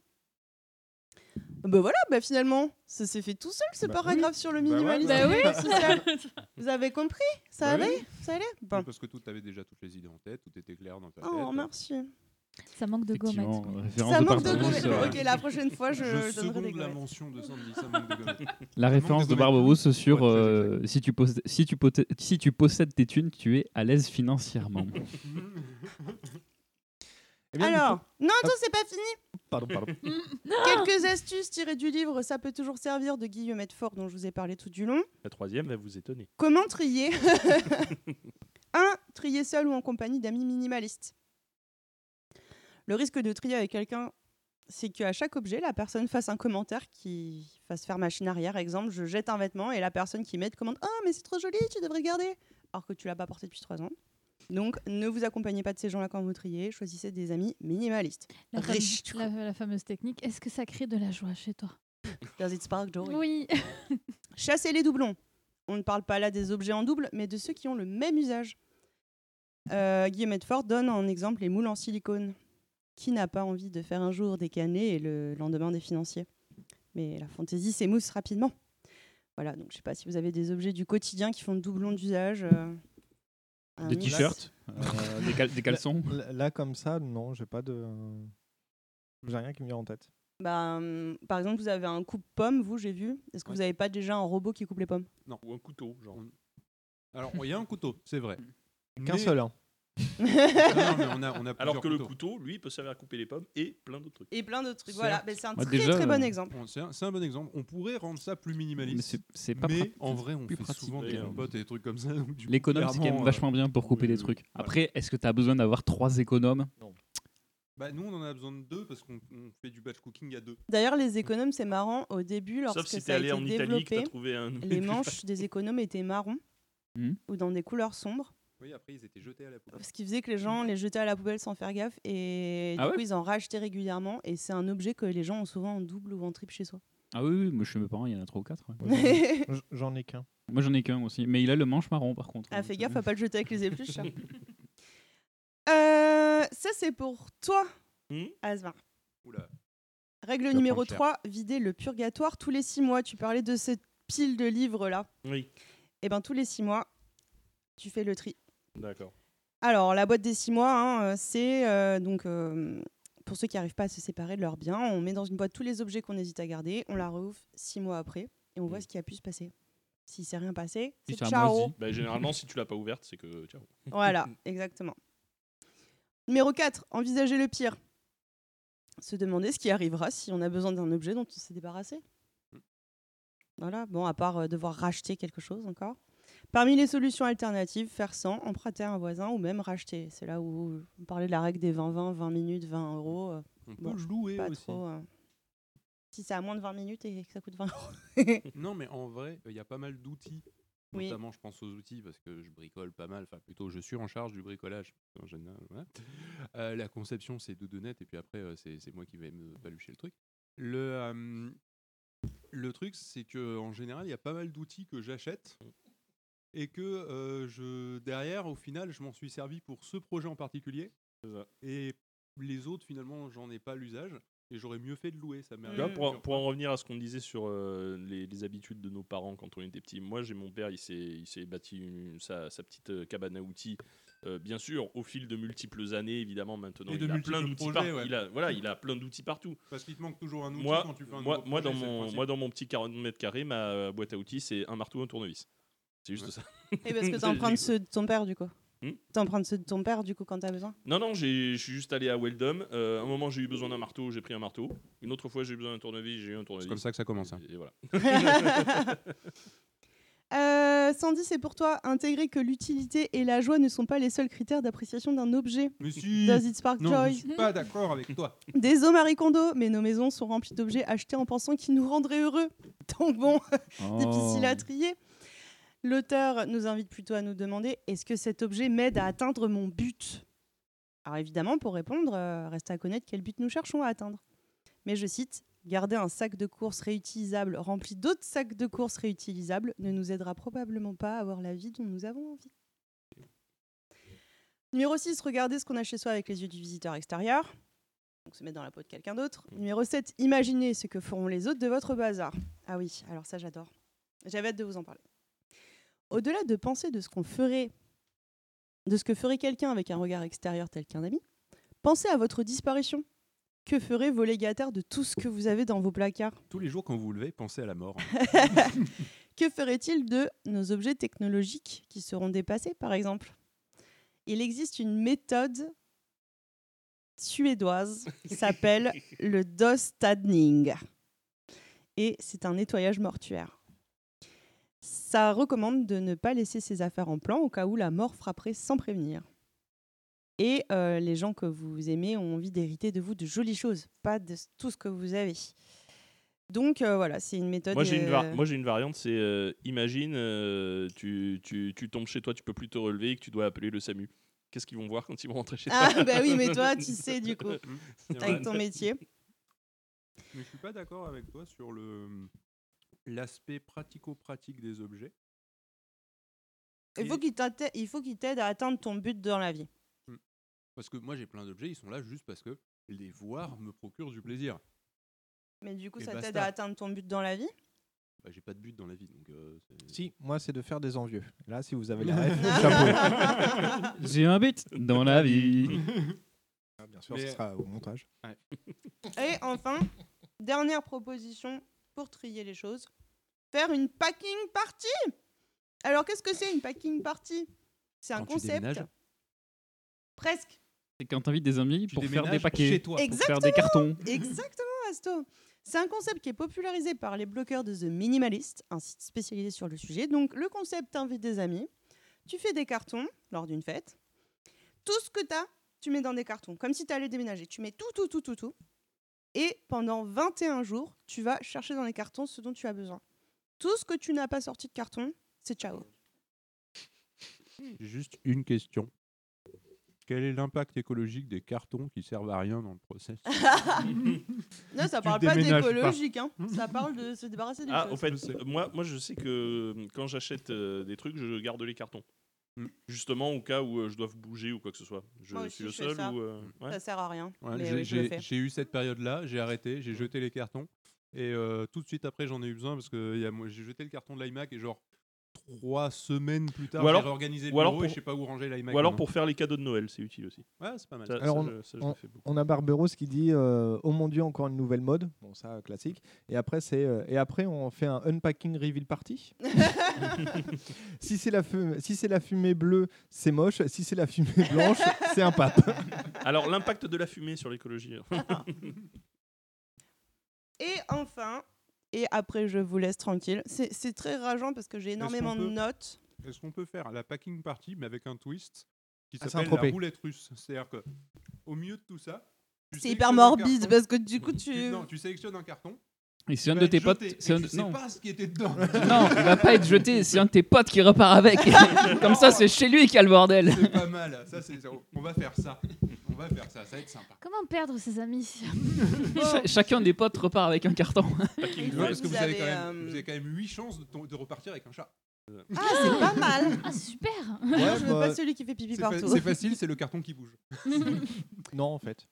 Speaker 11: Bah voilà, bah finalement, ça s'est fait tout seul ce
Speaker 3: Bah
Speaker 11: paragraphe
Speaker 3: oui.
Speaker 11: sur le
Speaker 3: Bah ouais,
Speaker 11: minimalisme.
Speaker 3: bah oui.
Speaker 11: et social. Vous avez compris
Speaker 3: Bah eh,
Speaker 11: Ça
Speaker 3: bah.
Speaker 11: allait
Speaker 3: oui.
Speaker 11: Ah Ça allait
Speaker 3: Oui,
Speaker 11: Bon.
Speaker 3: Parce que tu avais déjà toutes les idées en tête, tout était clair dans ta tête.
Speaker 11: Oh, merci.
Speaker 7: Ça manque de gommettes.
Speaker 9: Effectivement,
Speaker 7: quoi.
Speaker 9: référence
Speaker 11: Ça
Speaker 9: de
Speaker 11: manque de
Speaker 9: Barberousse,
Speaker 11: gommettes.
Speaker 9: euh,
Speaker 11: Ok, la prochaine fois, je,
Speaker 3: Je
Speaker 11: donnerai des
Speaker 3: seconde la
Speaker 11: gommettes.
Speaker 3: mention de Sandy, ça manque de gommettes.
Speaker 9: La référence de Barberousse sur euh, si, tu possè- si, tu possè- si tu possèdes tes thunes, tu es à l'aise financièrement. Eh
Speaker 11: Alors, non, attends, c'est pas fini.
Speaker 9: Ah,
Speaker 8: Pardon, pardon.
Speaker 11: Quelques astuces tirées du livre Ça peut toujours servir de Guillaume Fort, dont je vous ai parlé tout du long.
Speaker 10: La troisième va vous étonner.
Speaker 11: Comment trier 1. Trier seul ou en compagnie d'amis minimalistes. Le risque de trier avec quelqu'un, c'est qu'à chaque objet, la personne fasse un commentaire qui fasse faire machine arrière. Exemple, je jette un vêtement et la personne qui m'aide commente Ah, mais c'est trop joli, tu devrais garder. Alors que tu l'as pas porté depuis 3 ans. Donc, ne vous accompagnez pas de ces gens-là quand vous triez. Choisissez des amis minimalistes.
Speaker 7: La, fame-
Speaker 11: Riches.
Speaker 7: la, la fameuse technique, est-ce que ça crée de la joie chez toi
Speaker 11: Does it spark joy?
Speaker 7: Oui.
Speaker 11: Chasser les doublons. On ne parle pas là des objets en double, mais de ceux qui ont le même usage. Euh, Guillaume Edford donne en exemple les moules en silicone. Qui n'a pas envie de faire un jour des cannelés et le lendemain des financiers Mais la fantaisie s'émousse rapidement. Voilà, donc je sais pas si vous avez des objets du quotidien qui font doublon d'usage. euh, un
Speaker 9: Des
Speaker 11: mix.
Speaker 9: t-shirts, euh, des, cal- des caleçons.
Speaker 8: Là, là, là, comme ça, non, j'ai pas de. J'ai rien qui me vient en tête.
Speaker 11: Bah, hum, par exemple, vous avez un coupe-pomme, vous, j'ai vu. Est-ce que vous n'avez pas déjà un robot qui coupe les pommes
Speaker 3: Non. Ou un couteau, genre. Alors, il y a un couteau, c'est vrai.
Speaker 8: Qu'un
Speaker 3: Mais-
Speaker 8: seul, hein.
Speaker 3: Non, non, mais on a, on a
Speaker 10: Alors
Speaker 3: plusieurs
Speaker 10: que le
Speaker 3: couteaux.
Speaker 10: couteau, lui, peut servir à couper les pommes et plein d'autres trucs.
Speaker 11: Et plein d'autres trucs.
Speaker 10: Certes.
Speaker 11: Voilà, mais c'est un
Speaker 10: Moi,
Speaker 11: très
Speaker 10: déjà,
Speaker 11: très
Speaker 10: euh,
Speaker 11: bon exemple.
Speaker 3: On- C'est un, c'est un bon exemple. On pourrait rendre ça plus
Speaker 9: Mais
Speaker 3: minimaliste.
Speaker 9: c'est- c'est pas
Speaker 3: mais
Speaker 9: pratique.
Speaker 3: en vrai, on
Speaker 9: Plus
Speaker 3: fait
Speaker 9: pratique,
Speaker 3: souvent des
Speaker 9: d'ailleurs.
Speaker 3: potes et des trucs comme ça. donc du coup,
Speaker 9: L'économe, c'est quand même
Speaker 3: clairement, euh,
Speaker 9: vachement bien pour couper des trucs. Après, est-ce que tu as besoin d'avoir trois économes
Speaker 3: Bah, nous, on en a besoin de deux parce qu'on on fait du batch cooking à deux.
Speaker 11: D'ailleurs, les économes, c'est marrant. Au début, lorsque
Speaker 3: Sauf si t'es
Speaker 11: ça a
Speaker 3: allé
Speaker 11: été
Speaker 3: en Italie, que
Speaker 11: développé,
Speaker 3: t'as trouvé un-
Speaker 11: les manches des économes étaient marrons
Speaker 9: Mhm.
Speaker 11: ou dans des couleurs sombres,
Speaker 3: Oui, après, ils étaient jetés à la poubelle.
Speaker 11: ce qui faisait que les
Speaker 3: Hmm.
Speaker 11: gens les jetaient à la poubelle sans faire gaffe et
Speaker 9: Ah
Speaker 11: du coup,
Speaker 9: ouais
Speaker 11: ils en rachetaient régulièrement. Et c'est un objet que les gens ont souvent en double ou en triple chez soi.
Speaker 9: Ah oui, oui, moi chez mes parents, il y en a trois ou quatre. ouais.
Speaker 11: Ouais,
Speaker 8: j'en ai- J'en ai qu'un.
Speaker 9: Moi j'en ai qu'un aussi, mais il a le manche marron par contre.
Speaker 11: Ah,
Speaker 9: donc,
Speaker 11: fais
Speaker 9: euh,
Speaker 11: gaffe à pas le jeter avec les épluches. hein. Euh, ça, c'est pour toi, Asmar.
Speaker 3: Mmh. Oula.
Speaker 11: Règle
Speaker 3: vas
Speaker 11: numéro
Speaker 3: prendre cher.
Speaker 11: 3, vider le purgatoire tous les 6 mois. Tu parlais de cette pile de livres-là.
Speaker 10: Oui.
Speaker 11: Et ben tous les 6 mois, tu fais le tri.
Speaker 10: D'accord.
Speaker 11: Alors, la boîte des six mois, hein, euh, c'est euh, donc euh, pour ceux qui n'arrivent pas à se séparer de leurs biens, on met dans une boîte tous les objets qu'on hésite à garder, on la rouvre six mois après et on voit ce qui a pu se passer. S'il s'est rien passé, c'est ciao.
Speaker 10: Bah, généralement, si tu l'as pas ouverte, c'est que ciao.
Speaker 11: Voilà, exactement. Numéro 4, envisager le pire. Se demander ce qui arrivera si on a besoin d'un objet dont on s'est débarrassé. Voilà, bon, à part euh, devoir racheter quelque chose encore. Parmi les solutions alternatives, faire sans, emprunter à un voisin ou même racheter. C'est là où on parlait de la règle des 20-20, 20 minutes, 20 euros. euh,
Speaker 3: On peut louer
Speaker 11: pas
Speaker 3: aussi.
Speaker 11: trop, euh, si c'est à moins de 20 minutes et que ça coûte 20 euros.
Speaker 3: non, mais en vrai, il y a pas mal d'outils.
Speaker 11: Oui.
Speaker 3: Notamment, je pense aux outils parce que je bricole pas mal. Enfin, plutôt, je suis en charge du bricolage. En général, voilà. Euh, la conception, c'est doudonnette, et puis après, euh, c'est c'est moi qui vais me balucher le truc. Le, euh, le truc, c'est que en général, il y a pas mal d'outils que j'achète et que euh, je derrière, au final, je m'en suis servi pour ce projet en particulier. Et les autres, finalement, j'en ai pas l'usage. Et j'aurais mieux fait de louer, ça m'est
Speaker 10: Tu vois,
Speaker 3: arrivé
Speaker 10: pour,
Speaker 3: plusieurs
Speaker 10: pour
Speaker 3: fois.
Speaker 10: en revenir à ce qu'on disait sur euh, les, les habitudes de nos parents quand on était petit, moi j'ai mon père, il s'est, il s'est bâti une- sa, sa petite euh, cabane à outils. euh, bien sûr, au fil de multiples années, évidemment, maintenant,
Speaker 3: Et de
Speaker 10: il, a
Speaker 3: multiples
Speaker 10: plein d'outils
Speaker 3: projets,
Speaker 10: par-
Speaker 3: ouais. Mm.
Speaker 10: il a- voilà, il a plein d'outils partout.
Speaker 3: Parce qu'il te manque toujours un outil
Speaker 10: moi,
Speaker 3: quand tu fais un
Speaker 10: moi,
Speaker 3: nouveau
Speaker 10: moi,
Speaker 3: projet,
Speaker 10: dans
Speaker 3: c'est le
Speaker 10: mon,
Speaker 3: principe.
Speaker 10: moi, dans mon petit 40 mètres carrés, ma euh, boîte à outils, c'est un marteau, un tournevis. C'est juste ça.
Speaker 11: Et parce que
Speaker 10: C'est-
Speaker 11: t'empruntes ceux de ton père, du coup.
Speaker 10: Hmm
Speaker 11: T'empruntes ceux de ton père, du coup, quand t'as besoin.
Speaker 10: Non, non, j'ai- je suis juste allé à Weldom. Euh, un moment, j'ai eu besoin d'un marteau, j'ai pris un marteau. Une autre fois, j'ai eu besoin d'un tournevis, j'ai eu un tournevis.
Speaker 3: comme ça que ça commence, hein.
Speaker 10: Et, et voilà.
Speaker 11: Euh, Sandy, c'est pour toi intégrer que l'utilité et la joie ne sont pas les seuls critères d'appréciation d'un objet.
Speaker 3: Mais si
Speaker 11: Does it spark
Speaker 3: Non,
Speaker 11: joy
Speaker 3: je suis pas d'accord avec toi.
Speaker 11: Désolé Marie Kondo, mais nos maisons sont remplies d'objets achetés en pensant qu'ils nous rendraient heureux. Donc bon, difficile à trier. L'auteur nous invite plutôt à nous demander est-ce que cet objet m'aide à atteindre mon but Alors évidemment, pour répondre, euh, reste à connaître quel but nous cherchons à atteindre. Mais je cite Garder un sac de courses réutilisable rempli d'autres sacs de courses réutilisables ne nous aidera probablement pas à avoir la vie dont nous avons envie. Numéro 6, regarder ce qu'on a chez soi avec les yeux du visiteur extérieur. Donc se mettre dans la peau de quelqu'un d'autre. Numéro 7, imaginez ce que feront les autres de votre bazar. Ah oui, alors ça j'adore. J'avais hâte de vous en parler. Au-delà de penser de ce qu'on ferait, de ce que ferait quelqu'un avec un regard extérieur tel qu'un ami, pensez à votre disparition. Que feraient vos légataires de tout ce que vous avez dans vos placards
Speaker 3: Tous les jours quand vous vous levez, pensez à la mort.
Speaker 11: Que ferait-il de nos objets technologiques qui seront dépassés, par exemple Il existe une méthode suédoise qui s'appelle le Dostadning. Et c'est un nettoyage mortuaire. Ça recommande de ne pas laisser ses affaires en plan au cas où la mort frapperait sans prévenir. Et euh, les gens que vous aimez ont envie d'hériter de vous de jolies choses, pas de s- tout ce que vous avez. Donc euh, voilà, c'est une méthode.
Speaker 10: Moi j'ai une, var-
Speaker 11: euh,
Speaker 10: moi, j'ai une variante, c'est euh, imagine, euh, tu, tu, tu tombes chez toi, tu peux plus te relever et que tu dois appeler le SAMU. Qu'est-ce qu'ils vont voir quand ils vont rentrer chez toi
Speaker 11: Ah bah oui, mais toi, tu sais du coup, avec ton métier.
Speaker 3: Mais je suis pas d'accord avec toi sur le l'aspect pratico-pratique des objets.
Speaker 11: Il faut qu'il t'atte- il faut qu'il t'aide à atteindre ton but dans la vie.
Speaker 3: Parce que moi j'ai plein d'objets, ils sont là juste parce que les voir me procurent du plaisir.
Speaker 11: Mais du coup,
Speaker 3: Et
Speaker 11: ça t'aide
Speaker 3: basta.
Speaker 11: à atteindre ton but dans la vie.
Speaker 3: Bah, j'ai pas de but dans la vie, donc euh, c'est-
Speaker 8: Si, moi, c'est de faire des envieux. Là, si vous avez la ref, chapeau.
Speaker 9: J'ai un but dans la vie.
Speaker 8: Ah, bien sûr,
Speaker 9: Mais-
Speaker 8: ce sera au montage.
Speaker 11: Et enfin, dernière proposition pour trier les choses faire une packing party. Alors, qu'est-ce que c'est une packing party C'est un
Speaker 9: Quand tu
Speaker 11: concept.
Speaker 9: déménages
Speaker 11: Presque.
Speaker 9: C'est quand t'invites des amis pour faire des
Speaker 3: déménages
Speaker 9: paquets,
Speaker 3: chez toi.
Speaker 9: pour faire des cartons.
Speaker 11: Exactement, Asto. C'est un concept qui est popularisé par les bloqueurs de The Minimalist, un site spécialisé sur le sujet. Donc, le concept t'invite des amis, tu fais des cartons lors d'une fête, tout ce que t'as, tu mets dans des cartons, comme si t'allais déménager. Tu mets tout, tout, tout, tout, tout. Et pendant 21 jours, tu vas chercher dans les cartons ce dont tu as besoin. Tout ce que tu n'as pas sorti de carton, c'est ciao. Hmm.
Speaker 3: Juste une question. Quel est l'impact écologique des cartons qui servent à rien dans le process
Speaker 11: Non, ça
Speaker 3: Tu
Speaker 11: parle pas
Speaker 3: déménages pas.
Speaker 11: d'écologique, hein. ça parle de se débarrasser des
Speaker 10: Ah,
Speaker 11: choses.
Speaker 10: au fait, euh, moi, moi je sais que euh, quand j'achète euh, des trucs, je garde les cartons.
Speaker 3: Hmm.
Speaker 10: Justement, au cas où euh, je dois bouger ou quoi que ce soit. Je
Speaker 11: Moi aussi,
Speaker 10: suis le
Speaker 11: je fais
Speaker 10: seul
Speaker 11: ça.
Speaker 10: ou. euh,
Speaker 3: Hmm.
Speaker 10: ouais.
Speaker 11: Ça sert à rien.
Speaker 3: Mm. Ouais,
Speaker 11: mais
Speaker 3: j'ai-
Speaker 11: oui, je le
Speaker 3: j'ai
Speaker 11: fais.
Speaker 3: j'ai eu cette période-là, j'ai arrêté, j'ai jeté les cartons. Et euh, tout de suite après, j'en ai eu besoin parce que il y a- moi, j'ai jeté le carton de l'iMac et genre trois semaines plus tard,
Speaker 10: Ou
Speaker 3: j'ai
Speaker 10: alors-
Speaker 3: réorganisé le
Speaker 10: ou alors
Speaker 3: bureau et
Speaker 10: pour-
Speaker 3: je sais pas où ranger l'iMac.
Speaker 10: Ou alors
Speaker 3: maintenant.
Speaker 10: pour faire les cadeaux de Noël, c'est utile aussi.
Speaker 3: Ouais, c'est pas mal.
Speaker 10: Ça-
Speaker 3: Alors,
Speaker 10: ça,
Speaker 8: on,
Speaker 10: je- ça, je
Speaker 8: on-
Speaker 10: le fais beaucoup.
Speaker 8: on a Barberos qui dit euh, Oh mon dieu, encore une nouvelle mode. Bon, ça, euh, classique. Et après, c'est, euh, et après on fait un unpacking reveal party. si, c'est la fumée, si c'est la fumée bleue, c'est moche. Si c'est la fumée blanche, c'est un pape.
Speaker 10: Alors, l'impact de la fumée sur l'écologie.
Speaker 3: Ah,
Speaker 11: Et enfin, et après je vous laisse tranquille. C'est c'est très rageant parce que j'ai énormément de
Speaker 3: peut-
Speaker 11: notes.
Speaker 3: Est-ce qu'on peut faire la packing party, mais avec un twist qui
Speaker 8: Ah, c'est
Speaker 3: s'appelle
Speaker 8: un tropé.
Speaker 3: la roulette russe C'est-à-dire que au milieu de tout ça, tu
Speaker 11: C'est hyper
Speaker 3: sélectionnes un
Speaker 11: morbide
Speaker 3: carton.
Speaker 11: parce que du coup tu.
Speaker 3: non, tu sélectionnes un carton.
Speaker 9: Et c'est
Speaker 3: il
Speaker 9: un
Speaker 3: va
Speaker 9: de
Speaker 3: être
Speaker 9: tes potes.
Speaker 3: jeté,
Speaker 9: c'est
Speaker 3: et
Speaker 9: un
Speaker 3: tu
Speaker 9: de-
Speaker 3: sais
Speaker 9: non.
Speaker 3: pas ce qui était dedans.
Speaker 9: non, il va pas être jeté, c'est un de tes potes qui repart avec. Comme ça, c'est chez lui qu'il y a le bordel.
Speaker 3: C'est pas mal. Ça, c'est On va faire ça. On va faire ça. Ça va être sympa.
Speaker 7: Comment perdre ses amis
Speaker 9: Cha- chacun des potes repart avec un carton.
Speaker 3: Parce que vous, avez, quand même,
Speaker 7: euh,
Speaker 3: vous avez quand même 8 chances de, ton- de repartir avec un chat.
Speaker 11: Ah, c'est pas mal.
Speaker 7: Ah, super.
Speaker 11: Ouais, Je veux bah, pas celui qui fait pipi
Speaker 3: c'est fa-
Speaker 11: partout.
Speaker 3: c'est facile, c'est le carton qui bouge.
Speaker 8: Non, en fait.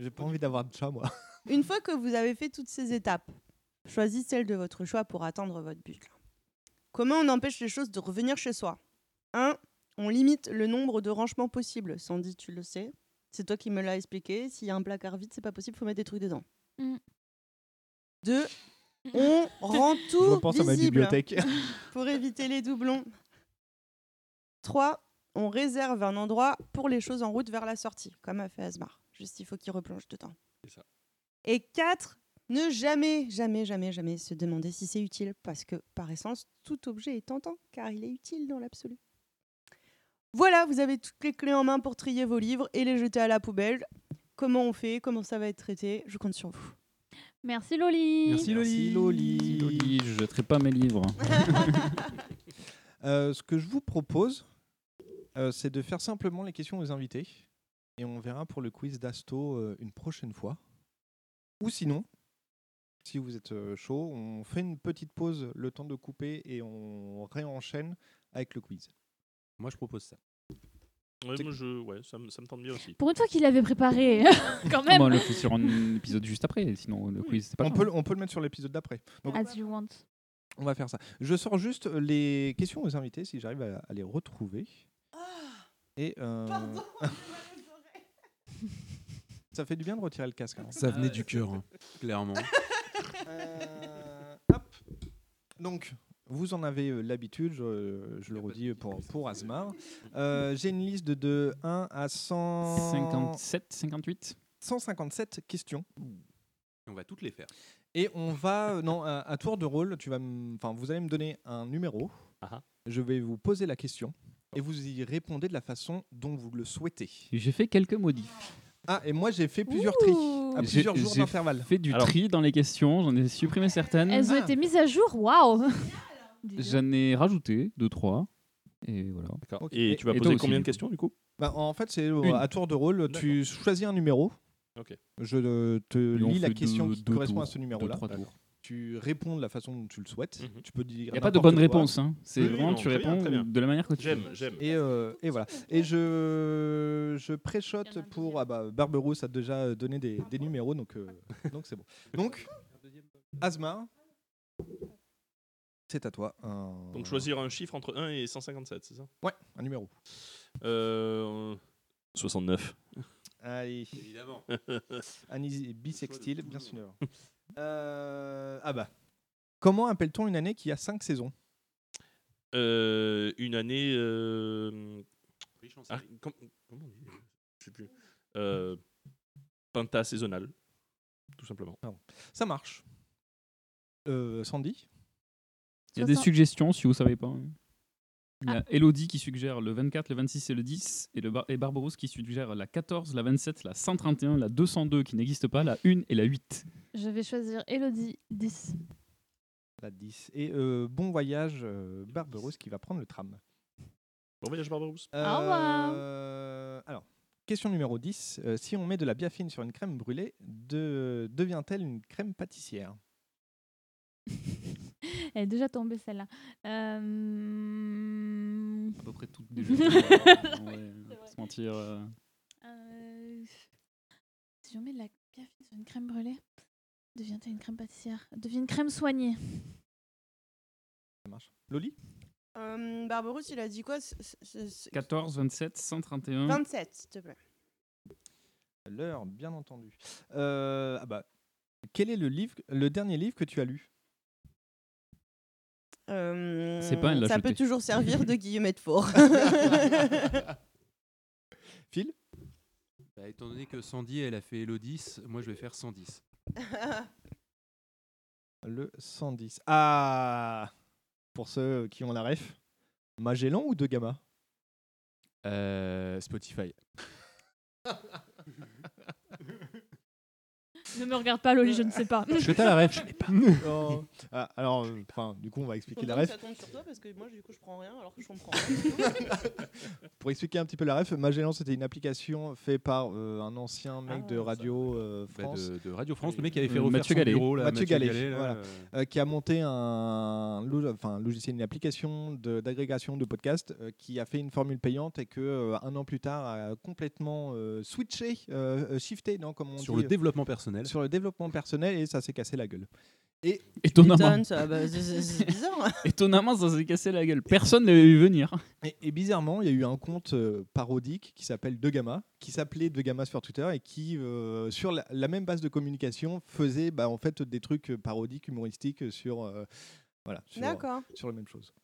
Speaker 8: J'ai pas envie d'avoir de chat, moi.
Speaker 11: Une fois que vous avez fait toutes ces étapes, choisissez celle de votre choix pour atteindre votre but. Comment on empêche les choses de revenir chez soi 1. On limite le nombre de rangements possibles. Sandy, tu le sais. C'est toi qui me l'as expliqué. S'il y a un placard vide, c'est pas possible, faut mettre des trucs dedans. 2. On rend tout
Speaker 8: Je repense à ma
Speaker 11: visible
Speaker 8: bibliothèque.
Speaker 11: pour éviter les doublons. 3. On réserve un endroit pour les choses en route vers la sortie, comme a fait Asmar. Juste, il faut qu'il replonge dedans. Et 4. Ne jamais, jamais, jamais, jamais se demander si c'est utile, parce que par essence, tout objet est tentant, car il est utile dans l'absolu. Voilà, vous avez toutes les clés en main pour trier vos livres et les jeter à la poubelle. Comment on fait Comment ça va être traité Je compte sur vous.
Speaker 7: Merci Loli.
Speaker 8: Loli. Loli.
Speaker 9: Loli, je jetterai pas mes livres.
Speaker 8: Euh, ce que je vous propose, euh, c'est de faire simplement les questions aux invités. Et on verra pour le quiz d'Asto euh, une prochaine fois. Ou sinon, si vous êtes euh, chaud, on fait une petite pause, le temps de couper, et on réenchaîne avec le quiz.
Speaker 3: Moi, je propose ça.
Speaker 10: Ouais, moi, je, ouais, ça, me- ça me tente bien aussi.
Speaker 7: Pour une fois qu'il l'avait préparé, quand même.
Speaker 9: bah, on le fait sur un épisode juste après, sinon le quiz, c'est pas
Speaker 8: on,
Speaker 9: grave.
Speaker 8: peut, le- on peut le mettre sur l'épisode d'après. Donc,
Speaker 7: As you want.
Speaker 8: on va faire ça. Je sors juste euh, les questions aux invités, si j'arrive à, à les retrouver. et euh, ça fait du bien de retirer le casque. hein.
Speaker 3: Ça venait du cœur, hein, clairement.
Speaker 8: Euh, Donc, vous en avez euh, l'habitude, je, je le redis pour, pour Asmar. Euh, J'ai une liste de 1 à 100...
Speaker 9: 57, 58
Speaker 8: 157 questions.
Speaker 3: On va toutes les faire.
Speaker 8: Et on va, euh, non, à, à tour de rôle, tu vas, m- enfin, vous allez me donner un numéro. Je vais vous poser la question et vous y répondez de la façon dont vous le souhaitez.
Speaker 9: J'ai fait quelques modifs.
Speaker 8: Ah, et moi j'ai fait plusieurs tris à
Speaker 9: J'ai-
Speaker 8: plusieurs jours
Speaker 9: j'ai
Speaker 8: d'intervalle.
Speaker 9: fait du tri dans les questions, j'en ai supprimé
Speaker 8: Mm.
Speaker 9: certaines.
Speaker 7: Elles
Speaker 3: Ah.
Speaker 8: Ah.
Speaker 7: ont été mises à jour. Waouh.
Speaker 9: J'en ai rajouté 2-3. Et voilà.
Speaker 8: Ok.
Speaker 10: Et, tu vas
Speaker 9: toi
Speaker 10: poser
Speaker 9: aussi,
Speaker 10: combien
Speaker 9: du
Speaker 10: de questions du coup
Speaker 8: Bah, en fait, c'est euh,
Speaker 9: Une.
Speaker 8: à tour de rôle, tu choisis un numéro.
Speaker 10: Ok.
Speaker 8: Je euh, te
Speaker 9: Et on
Speaker 8: lis la
Speaker 9: fait
Speaker 8: question
Speaker 9: deux-
Speaker 8: qui
Speaker 9: deux
Speaker 8: correspond
Speaker 9: tours,
Speaker 8: à ce
Speaker 9: deux,
Speaker 8: numéro-là.
Speaker 9: trois tours.
Speaker 8: Tu réponds de la façon dont tu le souhaites.
Speaker 10: Mhm.
Speaker 8: Tu peux dire.
Speaker 9: Y a pas de
Speaker 8: n'importe
Speaker 9: bonne
Speaker 8: quoi.
Speaker 9: réponse, hein. C'est Oui, oui, vraiment, non, tu très bien, réponds très bien. de la manière que tu J'aime,
Speaker 10: veux. j'aime.
Speaker 8: Et, euh, et voilà. Et je je préchote pour ah bah Barberousse a déjà donné des, des numéros donc euh, donc c'est bon. Donc Asmar, c'est à toi. Un-
Speaker 10: Donc choisir un chiffre entre 1 et 157, c'est ça
Speaker 8: Ouais, un numéro.
Speaker 10: Euh, 69.
Speaker 8: Allez.
Speaker 3: Évidemment.
Speaker 8: Un is- bisextile, bien sûr. Euh, ah bah. Comment appelle-t-on une année qui a 5 saisons
Speaker 10: Euh, une année. euh, ah, com- comment on dit Je sais plus. Euh, pentasaisonale, tout simplement. Ah,
Speaker 8: Ça marche. Euh, Sandy
Speaker 9: Il y a des suggestions si vous savez pas. Il y a Elodie qui suggère le 24, le 26 et le 10, et, le Bar- et Barbarousse qui suggère la 14, la 27, la 131, la 202 qui n'existe pas, la 1 et la 8.
Speaker 7: Je vais choisir Elodie 10.
Speaker 8: La 10. Et euh, bon voyage, euh, Barberousse qui va prendre le tram.
Speaker 10: Bon voyage, Barbarousse.
Speaker 7: Au revoir.
Speaker 8: Euh, alors, question numéro 10. Euh, si on met de la biafine sur une crème brûlée, de- devient-elle une crème pâtissière
Speaker 7: Elle est déjà tombée celle-là. Euh...
Speaker 9: À peu près toutes déjà. Ouais, on va pas se mentir. euh.
Speaker 7: Euh, Si on met de la biafine sur une crème brûlée, devient-elle une crème pâtissière Devient une crème soignée.
Speaker 8: Ça marche. Loli
Speaker 11: Euh, Barberousse, il a dit quoi C'est- c'est- c'est-
Speaker 9: 14, 27, 131.
Speaker 11: 27, s'il te plaît.
Speaker 8: L'heure, bien entendu. Euh, ah bah, quel est le, livre, le dernier livre que tu as lu
Speaker 11: Euh,
Speaker 8: C'est pas un l'a
Speaker 11: Ça
Speaker 8: jeté.
Speaker 11: peut toujours servir de guillemette four.
Speaker 8: Phil
Speaker 3: Bah, étant donné que Sandy, elle a fait Elodie, moi je vais faire 110.
Speaker 8: Le 110. Ah Pour ceux qui ont la ref, Magellan ou De Gama
Speaker 3: Euh,
Speaker 22: Spotify.
Speaker 7: Ne me regarde pas, Loli, je ne sais pas.
Speaker 8: Je t'as la ref Je l'ai
Speaker 7: pas.
Speaker 8: Oh. Ah, alors, euh, enfin, du coup, on va expliquer la
Speaker 11: Content que
Speaker 8: ref.
Speaker 11: Ça tombe sur toi parce que moi, du coup, je prends rien alors que je comprends. rien.
Speaker 8: Pour expliquer un petit peu la ref, Magellan, c'était une application faite par euh, un ancien mec de Radio euh,
Speaker 3: Bah,
Speaker 8: France.
Speaker 3: de, de Radio France, le mec qui avait fait
Speaker 8: Euh,
Speaker 3: refaire son bureau, là,
Speaker 8: Mathieu Gallet,
Speaker 3: là,
Speaker 8: voilà.
Speaker 3: euh,
Speaker 8: Euh, qui a monté un, lo- enfin, un logiciel, une application de- d'agrégation de, podcasts euh, qui a fait une formule payante et que euh, un an plus tard a complètement euh, switché, euh, euh, shifté, non, comme on
Speaker 3: Sur
Speaker 8: dit,
Speaker 3: le développement personnel.
Speaker 8: Sur le développement personnel et ça s'est cassé la gueule. Et
Speaker 9: Étonnamment.
Speaker 11: Étonne, ça, bah, c'est- c'est- c'est bizarre.
Speaker 9: Étonnamment, ça s'est cassé la gueule. Personne ne l'avait vu venir.
Speaker 8: Et, et bizarrement, il y a eu un compte euh, parodique qui s'appelle De Gamma, qui s'appelait De Gamma sur Twitter et qui, euh, sur la, la même base de communication, faisait bah, en fait des trucs euh, parodiques, humoristiques euh, sur, euh, voilà, sur,
Speaker 11: D'accord.
Speaker 8: sur la même chose.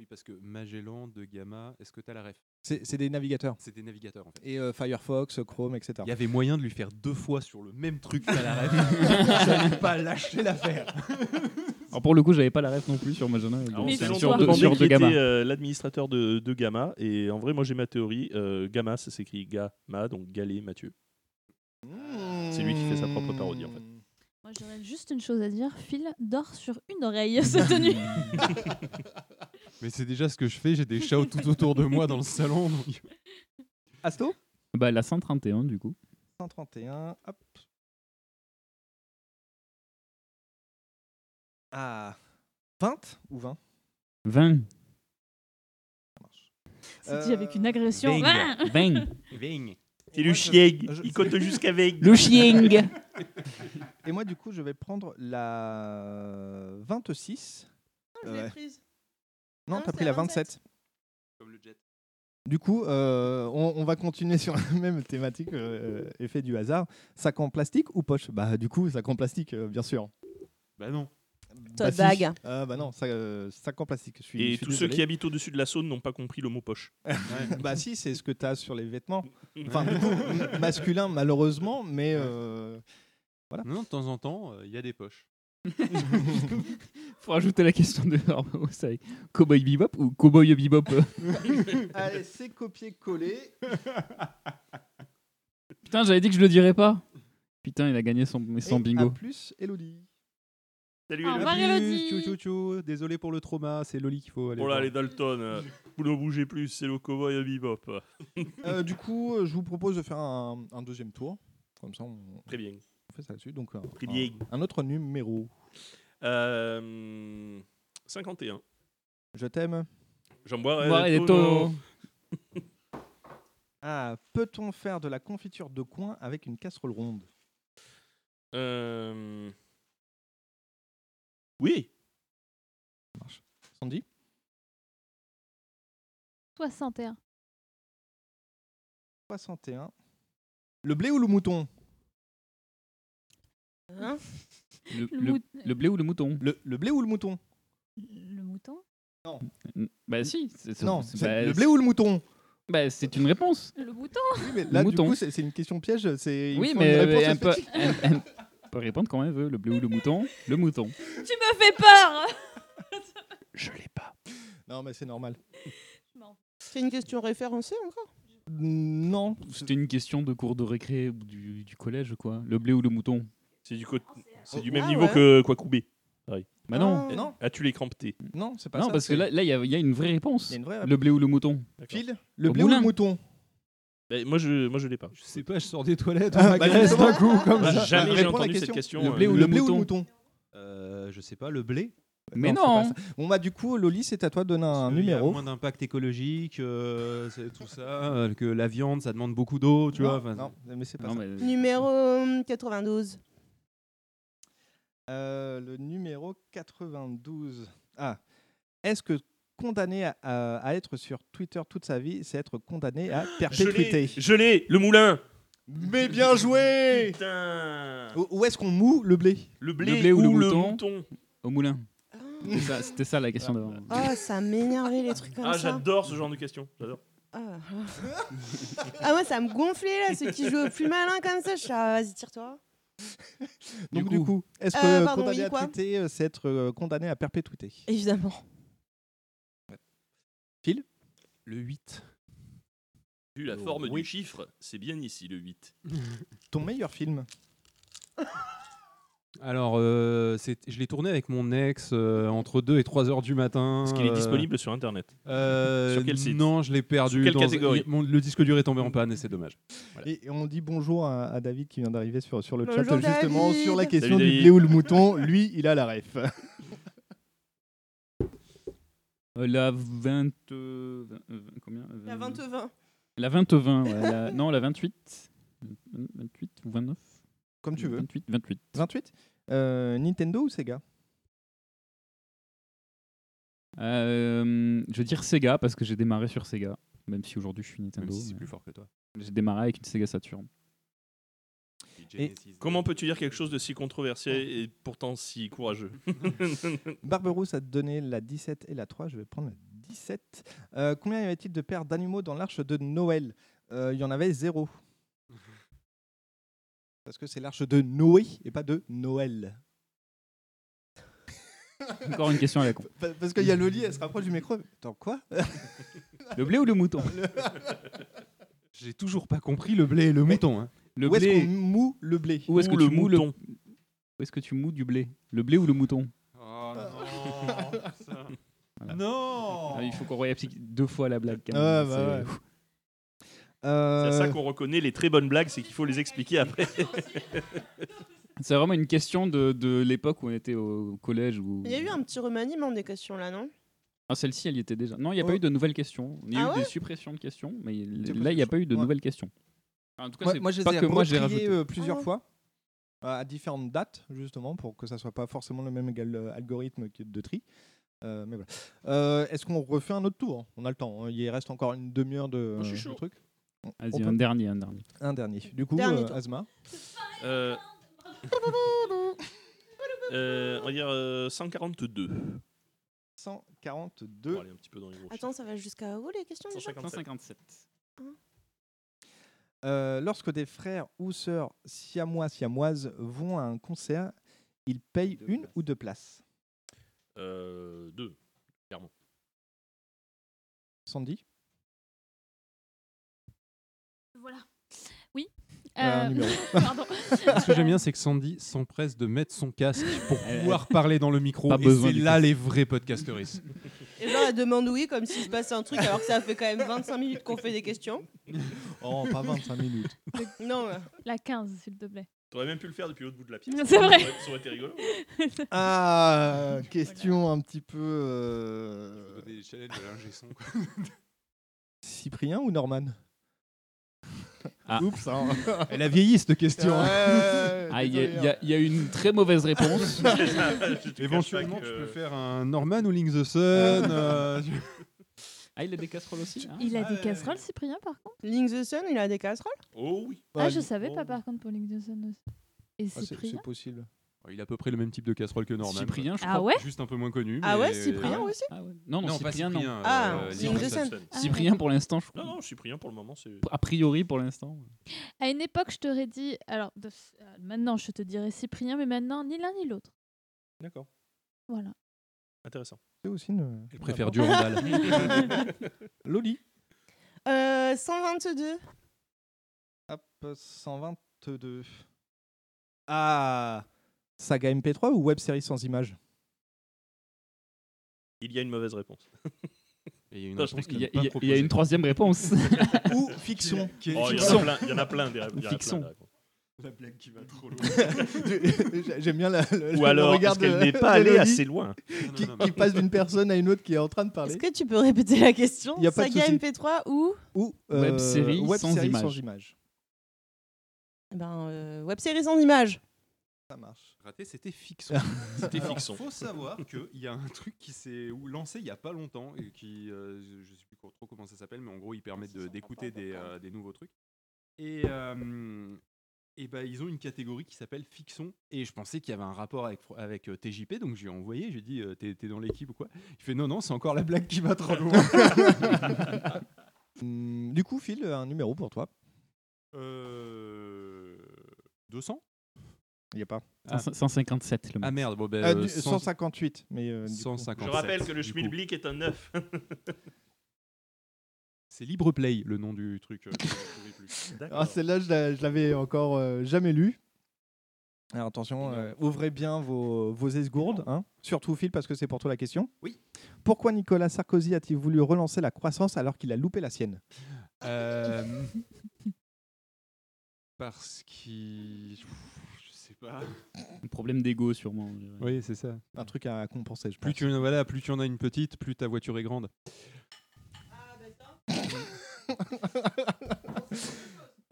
Speaker 3: Oui, parce que Magellan, de Gamma, est-ce que t'as la ref
Speaker 8: C'est c'est des navigateurs.
Speaker 3: C'est des navigateurs en fait.
Speaker 8: Et euh, Firefox, Chrome, etc.
Speaker 3: Il y avait moyen de lui faire deux fois sur le même truc à la ref. J'allais pas lâcher l'affaire.
Speaker 9: Alors pour le coup, j'avais pas la ref non plus sur Magena.
Speaker 8: Ah,
Speaker 10: Alors,
Speaker 9: Donc,
Speaker 10: on s'est
Speaker 9: sur
Speaker 10: longtemps
Speaker 9: deux-
Speaker 10: demandé
Speaker 9: sur
Speaker 10: qui
Speaker 9: deux
Speaker 10: était,
Speaker 9: gammas.
Speaker 10: euh, l'administrateur de, de Gamma. Et en vrai, moi j'ai ma théorie. euh, gamma, ça s'écrit Gamma, donc Galé Mathieu. C'est lui qui fait sa propre parodie en
Speaker 9: Mmh.
Speaker 10: fait.
Speaker 7: Moi, j'aurais juste une chose à dire. Phil dort sur une oreille cette nuit.
Speaker 3: Mais c'est déjà ce que je fais, j'ai des chats tout autour de moi dans le salon. donc-
Speaker 8: Asto
Speaker 9: Bah, la 131, du coup.
Speaker 8: 131, hop. Ah, 20 ou 20
Speaker 9: 20.
Speaker 7: C'est dit avec une agression.
Speaker 9: Bing.
Speaker 7: Ah
Speaker 9: Bing.
Speaker 3: Bing.
Speaker 10: C'est le
Speaker 8: moi, je-
Speaker 10: chien,
Speaker 8: je-
Speaker 10: il compte jusqu'à 20.
Speaker 9: Le chien.
Speaker 8: Et moi, du coup, je vais prendre la 26.
Speaker 11: Ah, Je l'ai
Speaker 8: Ouais.
Speaker 11: prise.
Speaker 8: Non,
Speaker 11: Non,
Speaker 8: t'as
Speaker 11: c'est
Speaker 8: pris la
Speaker 11: la 27.
Speaker 8: 27. Du coup, euh, on, on va continuer sur la même thématique, euh, effet du hasard. Sac en plastique ou poche Bah, du coup, sac en plastique, euh, bien sûr.
Speaker 3: Bah non.
Speaker 8: Bah si.
Speaker 11: bag.
Speaker 8: Ah, bah non, sac, euh, sac en plastique. je suis- je
Speaker 10: Et
Speaker 8: suis
Speaker 10: tous ceux
Speaker 8: désolé.
Speaker 10: qui habitent au-dessus de la Saône n'ont pas compris le mot poche.
Speaker 8: bah si, c'est ce que tu as sur les vêtements. Enfin, du coup, m- masculin, malheureusement, mais euh, voilà.
Speaker 3: Non, de temps en temps, euh, il y a des poches.
Speaker 9: Faut rajouter la question de Arnaud, ça y est. Cowboy Bebop ou Cowboy Bebop euh.
Speaker 8: Allez, c'est copier-coller.
Speaker 9: Putain, j'avais dit que je le dirais pas. Putain, il a gagné son, son
Speaker 8: Et
Speaker 9: bingo.
Speaker 8: à plus, Elodie.
Speaker 10: Salut,
Speaker 3: À
Speaker 8: Ah,
Speaker 10: Elodie.
Speaker 3: plus,
Speaker 10: Elodie.
Speaker 3: tchou, tchou, tchou. Désolé pour le trauma, c'est Loli qu'il faut aller.
Speaker 10: Oh là,
Speaker 3: voir.
Speaker 10: les Dalton, euh, vous ne bougez plus, c'est le cowboy à bebop.
Speaker 8: Euh, du coup, euh, je vous propose de faire un, un deuxième tour. Comme ça, on,
Speaker 10: Très bien.
Speaker 8: on fait ça là-dessus. Donc, un,
Speaker 10: Très bien.
Speaker 8: un- un autre numéro.
Speaker 10: Euh, 51.
Speaker 8: Je t'aime.
Speaker 10: J'en boirai
Speaker 9: Boirai
Speaker 10: des
Speaker 9: des
Speaker 10: tonneaux.
Speaker 9: tonneaux.
Speaker 8: Ah, peut-on faire de la confiture de coin avec une casserole ronde
Speaker 10: Euh, Oui.
Speaker 8: Sandy
Speaker 7: 61.
Speaker 8: 61. Le blé ou le mouton
Speaker 11: Hein
Speaker 9: Le,
Speaker 7: Le
Speaker 9: le-
Speaker 7: mout-
Speaker 9: le blé ou le mouton
Speaker 8: le, le blé ou le mouton
Speaker 7: Le mouton
Speaker 9: Bah si. c'est-
Speaker 8: Non,
Speaker 9: c'est-
Speaker 8: c'est
Speaker 9: bah,
Speaker 8: le blé ou le mouton
Speaker 9: Bah c'est une réponse.
Speaker 7: Le mouton
Speaker 8: Oui, mais
Speaker 9: Le
Speaker 8: là,
Speaker 9: mouton.
Speaker 8: du coup, c'est c'est une question piège. c'est- il
Speaker 9: oui,
Speaker 8: faut
Speaker 9: mais
Speaker 8: une réponse
Speaker 9: euh, elle peut,
Speaker 8: spécifique.
Speaker 9: elle- elle peut répondre quand elle veut. Le blé ou le mouton Le mouton.
Speaker 7: Tu me fais peur
Speaker 9: Je l'ai pas.
Speaker 8: Non, mais c'est normal.
Speaker 11: C'est une question référencée encore
Speaker 8: Mm, Non.
Speaker 9: C'était une question de cours de récré ou du, du collège, quoi. Le blé ou le mouton
Speaker 10: C'est du, co-
Speaker 8: Oh,
Speaker 10: c'est du même
Speaker 9: Ah
Speaker 10: niveau
Speaker 9: ouais.
Speaker 10: que Kwakoubé. Pareil.
Speaker 9: Bah non.
Speaker 3: Ah,
Speaker 10: Eh,
Speaker 8: Non.
Speaker 10: As-tu les cramptés
Speaker 8: Non, c'est pas
Speaker 9: non,
Speaker 8: ça,
Speaker 9: parce que
Speaker 8: c'est-
Speaker 9: là, là, il y, a- il y a une vraie réponse.
Speaker 8: Il y a une vraie
Speaker 9: Le blé ou le mouton
Speaker 8: Phil, le
Speaker 9: Au
Speaker 8: blé ou le
Speaker 9: moulin.
Speaker 8: mouton
Speaker 10: Eh, Moi, je moi, je l'ai pas.
Speaker 3: Je sais pas, je sors des toilettes, on
Speaker 8: Ah, bah,
Speaker 3: m'agresse
Speaker 8: justement.
Speaker 3: d'un coup comme
Speaker 10: Bah,
Speaker 3: ça.
Speaker 10: jamais j'ai
Speaker 8: Réponds à la
Speaker 10: entendu cette question.
Speaker 8: Le
Speaker 10: euh,
Speaker 8: blé ou le, mouton,
Speaker 3: Euh, je sais pas, le blé
Speaker 9: Mais
Speaker 8: c'est
Speaker 9: non.
Speaker 8: pas ça. Bon bah du coup Loli c'est à toi de donner un
Speaker 3: Il y a
Speaker 8: numéro.
Speaker 3: moins d'impact écologique, euh, c'est tout ça, euh, que la viande, ça demande beaucoup d'eau, tu vois. enfin,
Speaker 8: Non, mais c'est pas
Speaker 3: Non,
Speaker 8: ça.
Speaker 3: mais-
Speaker 11: Numéro euh, 92.
Speaker 8: Euh, le numéro 92. Ah. Est-ce que condamné à, à- à être sur Twitter toute sa vie, c'est être condamné à
Speaker 10: Je l'ai,
Speaker 8: perpétuité
Speaker 10: je l'ai, le moulin.
Speaker 8: Mais bien joué
Speaker 10: Putain.
Speaker 8: Où, où est-ce qu'on moue le blé
Speaker 10: Le
Speaker 9: Le
Speaker 10: blé,
Speaker 9: blé ou le mouton,
Speaker 10: mouton
Speaker 9: Au moulin.
Speaker 8: Ah.
Speaker 9: C'était ça- C'était ça la question d'avant.
Speaker 11: Ah, ça m'énervait les trucs comme
Speaker 10: Ah,
Speaker 11: ça.
Speaker 10: j'adore ce genre de question. J'adore.
Speaker 11: Ah. ah ouais, ça me gonflait là, ceux qui jouent au plus malin comme ça. Je suis là, ah, vas-y, tire-toi.
Speaker 8: Donc
Speaker 9: Du
Speaker 8: du
Speaker 9: coup.
Speaker 8: coup, est-ce que
Speaker 11: Euh, pardon,
Speaker 8: condamné
Speaker 11: oui,
Speaker 8: à
Speaker 11: quoi
Speaker 8: tweeter, euh, c'est être euh, condamné à perpétuité
Speaker 11: Évidemment.
Speaker 8: Phil
Speaker 3: Le 8.
Speaker 10: Vu la
Speaker 3: Oh,
Speaker 10: forme
Speaker 3: oui.
Speaker 10: du chiffre, c'est bien ici le 8.
Speaker 8: Ton meilleur film
Speaker 3: Alors, euh, c'est- je l'ai tourné avec mon ex euh, entre 2 et 3 heures du matin.
Speaker 10: Est-ce qu'il est
Speaker 3: euh,
Speaker 10: disponible sur Internet
Speaker 3: euh,
Speaker 10: Sur quel site
Speaker 3: Non, je l'ai perdu.
Speaker 10: Sous quelle
Speaker 3: dans-
Speaker 10: catégorie
Speaker 3: il- mon- Le disque dur est tombé en panne et c'est dommage.
Speaker 8: Et et on dit bonjour à, à David qui vient d'arriver sur, sur le
Speaker 3: Bonjour,
Speaker 8: chat justement
Speaker 3: David.
Speaker 8: sur la question
Speaker 3: Salut,
Speaker 8: du
Speaker 3: David.
Speaker 8: blé ou le mouton. Lui, il a la ref.
Speaker 9: Euh, la 20. euh, vingt- euh, vingt- combien Euh,
Speaker 11: La 20 20.
Speaker 9: La 20-20, ouais, la- non, la 28. 28 ou 29
Speaker 8: Comme tu veux.
Speaker 9: 28, 28.
Speaker 8: 28 Euh, Nintendo ou Sega
Speaker 9: Euh, je vais dire Sega parce que j'ai démarré sur Sega, même si aujourd'hui je suis Nintendo.
Speaker 10: si c'est
Speaker 9: mais
Speaker 10: plus fort que toi.
Speaker 9: J'ai démarré avec une Sega Saturn.
Speaker 10: Comment peux-tu dire quelque chose de si controversé et pourtant si courageux
Speaker 8: Barberousse a donné la 17 et la 3. Je vais prendre la 17. Euh, combien y avait-il de paires d'animaux dans l'arche de Noël Euh, Il y en avait zéro. Parce que c'est l'arche de Noé et pas de Noël.
Speaker 9: Encore une question à la con.
Speaker 8: Pa- Parce qu'il y a Loli, elle se rapproche du micro. Attends, quoi
Speaker 9: Le blé ou le mouton
Speaker 3: J'ai toujours pas compris le blé et le mouton. hein.
Speaker 9: Le
Speaker 8: Où est-ce qu'on moue le blé
Speaker 9: Où est-ce que
Speaker 8: Ou le
Speaker 9: tu moues le-
Speaker 8: mouton.
Speaker 9: Où est-ce que tu moues du blé Le blé ou le mouton Voilà.
Speaker 3: Oh, Non
Speaker 9: Ah, Il faut qu'on réapplique deux fois la blague. quand
Speaker 8: Ouais,
Speaker 9: même,
Speaker 8: bah
Speaker 9: c'est-
Speaker 8: ouais.
Speaker 10: C'est à ça
Speaker 8: Euh,
Speaker 10: qu'on reconnaît les très bonnes blagues, c'est qu'il faut les expliquer après.
Speaker 9: C'est vraiment une question de, de l'époque où on était au collège. Où...
Speaker 11: Il y a eu un petit remaniement des questions là, non
Speaker 9: Ah, Celle-ci, elle y était déjà. Non, il n'y a
Speaker 11: Oh.
Speaker 9: pas eu de nouvelles questions. Il y a
Speaker 11: Ah
Speaker 9: eu
Speaker 11: ouais
Speaker 9: des suppressions de questions, mais
Speaker 8: Suppression
Speaker 9: là, il n'y a pas eu de
Speaker 8: ouais.
Speaker 9: nouvelles questions. En tout cas,
Speaker 8: moi,
Speaker 9: c'est
Speaker 8: moi, je les
Speaker 9: pas
Speaker 8: ai
Speaker 9: que moi, j'ai
Speaker 8: retriés,
Speaker 9: rajouté.
Speaker 8: euh, plusieurs
Speaker 9: Ah ouais.
Speaker 8: fois euh, à différentes dates, justement, pour que ça soit pas forcément le même égal- euh, algorithme que de tri. Euh, mais voilà. Euh, Est-ce qu'on refait un autre tour On a le temps. hein. Il reste encore une demi-heure de,
Speaker 9: je suis
Speaker 8: de
Speaker 9: chaud.
Speaker 8: truc. On-
Speaker 9: Vas-y,
Speaker 8: on
Speaker 9: un
Speaker 8: peut-
Speaker 9: dernier, un dernier.
Speaker 8: Un dernier. Du coup,
Speaker 10: Dernier
Speaker 8: euh,
Speaker 10: tour.
Speaker 8: Asma.
Speaker 10: Euh, euh, on va dire euh, 142.
Speaker 8: 142.
Speaker 10: On va aller un petit peu dans les gros
Speaker 11: Attends, ça va jusqu'à où les questions déjà
Speaker 9: 157.
Speaker 8: Euh, lorsque des frères ou sœurs siamois siamoises vont à un concert, ils payent une ou deux places.
Speaker 10: chiffres. Euh, 2, clairement.
Speaker 8: Sandy
Speaker 7: Voilà. Oui.
Speaker 3: Euh,
Speaker 8: Bah,
Speaker 7: euh,
Speaker 3: numéro.
Speaker 7: pardon.
Speaker 3: Ce que j'aime bien, c'est que Sandy s'empresse de mettre son casque pour
Speaker 9: Elle-
Speaker 3: pouvoir parler dans le micro.
Speaker 9: Pas
Speaker 3: et
Speaker 9: besoin
Speaker 3: c'est
Speaker 9: du
Speaker 3: là
Speaker 9: casque.
Speaker 3: les vrais podcasteristes.
Speaker 11: Et genre, elle demande oui, comme s'il se passait un truc, alors que ça fait quand même 25 minutes qu'on fait des questions.
Speaker 8: Oh, pas 25 minutes.
Speaker 11: Non, ouais.
Speaker 7: La 15, s'il te plaît.
Speaker 10: T'aurais même pu le faire depuis l'autre bout de la pièce.
Speaker 7: C'est vrai.
Speaker 10: Ça aurait- Ça aurait été rigolo.
Speaker 8: Ah, question un petit peu. euh,
Speaker 3: Des challenges de l'ingé son, quoi.
Speaker 8: Cyprien ou Norman
Speaker 10: Ah.
Speaker 8: Oups, hein.
Speaker 3: Elle a vieilli cette question.
Speaker 8: Ouais, ouais, ouais,
Speaker 9: Ah, il y, a-
Speaker 8: désolé,
Speaker 9: il y a- il y a eu une très mauvaise réponse.
Speaker 3: Éventuellement,
Speaker 9: que-
Speaker 3: tu peux faire un Norman ou Link the Sun. euh, tu-
Speaker 9: Ah, il a des casseroles aussi hein
Speaker 2: Ah
Speaker 8: Ah,
Speaker 7: Il a des casseroles, Cyprien, par contre
Speaker 11: Link the Sun, il a des casseroles
Speaker 10: Oh oui.
Speaker 7: Ah, je savais pas, par contre, pour Link the Sun aussi.
Speaker 8: Ah,
Speaker 7: Et Cyprien
Speaker 8: possible.
Speaker 3: Il a à peu près le même type de casserole que Norman.
Speaker 9: Cyprien, je
Speaker 7: Ah crois. ouais
Speaker 3: Juste un peu moins connu.
Speaker 11: Ah ouais,
Speaker 3: mais- euh,
Speaker 11: Cyprien aussi
Speaker 9: Ah, Non, non,
Speaker 3: Non, pas
Speaker 9: Cyprien,
Speaker 3: Cyprien,
Speaker 9: non.
Speaker 3: euh, Ah, euh,
Speaker 10: Link the Sun.
Speaker 9: Cyprien, pour l'instant, je Ah.
Speaker 10: Non, non, Cyprien, pour le moment, c'est.
Speaker 9: A priori, pour l'instant.
Speaker 7: À une époque, je t'aurais dit. Alors, de- euh, maintenant, je te dirais Cyprien, mais maintenant, ni l'un ni l'autre.
Speaker 10: D'accord.
Speaker 7: Voilà.
Speaker 10: Intéressant.
Speaker 8: C'est aussi une.
Speaker 3: Elle préfère Durandal.
Speaker 8: Loli.
Speaker 11: Euh, 122.
Speaker 8: Hop, 122. Ah Saga MP3 ou web série sans images
Speaker 10: Il y a une mauvaise réponse.
Speaker 3: Et il y a une
Speaker 10: Non, je
Speaker 3: réponse
Speaker 10: pense
Speaker 9: Il
Speaker 3: qu'il
Speaker 9: y, a-
Speaker 3: aime pas
Speaker 9: il y a- il y a
Speaker 3: proposer.
Speaker 9: une troisième réponse.
Speaker 8: Ou fiction.
Speaker 10: Oh, il y en a plein- il y en a plein des ré- il y en a plein des
Speaker 9: Fiction.
Speaker 10: réponses.
Speaker 3: La blague qui va trop loin.
Speaker 8: J'ai- J'aime bien la, le,
Speaker 10: Ou alors,
Speaker 8: regard
Speaker 10: est-ce qu'elle
Speaker 8: de-
Speaker 10: n'est pas
Speaker 8: de
Speaker 10: allée
Speaker 8: Loli
Speaker 10: assez loin
Speaker 8: Qui, qui passe d'une personne à une autre qui est en train de parler.
Speaker 11: Est-ce que tu peux répéter la question
Speaker 8: Y a pas de
Speaker 11: Saga
Speaker 8: souci.
Speaker 11: MP3 ou
Speaker 8: Ou
Speaker 9: Web série
Speaker 8: Euh, web
Speaker 9: sans
Speaker 8: série
Speaker 9: images.
Speaker 8: sans images.
Speaker 2: Eh
Speaker 11: ben,
Speaker 2: euh,
Speaker 11: web série sans images
Speaker 8: Ça marche.
Speaker 3: Raté, c'était fiction. C'était
Speaker 10: Alors,
Speaker 3: fiction.
Speaker 10: faut
Speaker 3: Faut savoir qu'il y a un truc qui s'est ou- lancé il y a pas longtemps et qui, euh, je- je sais plus co- trop comment ça s'appelle, mais en gros, ils permettent de- d'écouter des, euh, des nouveaux trucs. Et, euh, et ben, ils ont une catégorie qui s'appelle fiction. Et je pensais qu'il y avait un rapport avec, Fro- avec euh, TJP, donc je lui ai envoyé, je lui ai dit, euh, t'es t'es dans l'équipe ou quoi Il fait, non, non, c'est encore la blague qui va trop loin.
Speaker 8: Hum, du coup, Phil, un numéro pour toi.
Speaker 3: Euh, 200
Speaker 8: Il n'y a pas.
Speaker 3: Ah.
Speaker 9: 157, le
Speaker 3: Ah
Speaker 9: max.
Speaker 3: merde, bon ben.
Speaker 8: Ah,
Speaker 3: euh,
Speaker 8: du-
Speaker 3: cent-
Speaker 8: 158, mais euh, du coup.
Speaker 3: 157.
Speaker 10: Je rappelle que le
Speaker 3: du coup.
Speaker 10: Schmilblick est un 9.
Speaker 3: C'est Libre Play le nom du truc. euh, que je trouvais plus.
Speaker 8: Ah, celle-là, je la- je l'avais encore euh, jamais lue. Alors attention,
Speaker 3: Eh
Speaker 8: euh, ouvrez bien vos, vos esgourdes, hein. surtout Phil parce que c'est pour toi la question.
Speaker 3: Oui.
Speaker 8: Pourquoi Nicolas Sarkozy a-t-il voulu relancer la croissance alors qu'il a loupé la sienne
Speaker 3: Euh, parce qu'il. Je sais pas.
Speaker 9: Un problème d'ego, sûrement. je dirais.
Speaker 3: Oui, c'est ça.
Speaker 8: Un truc à compenser, je
Speaker 3: Plus tu, voilà, plus tu en as une petite, plus ta voiture est grande.
Speaker 9: Ah,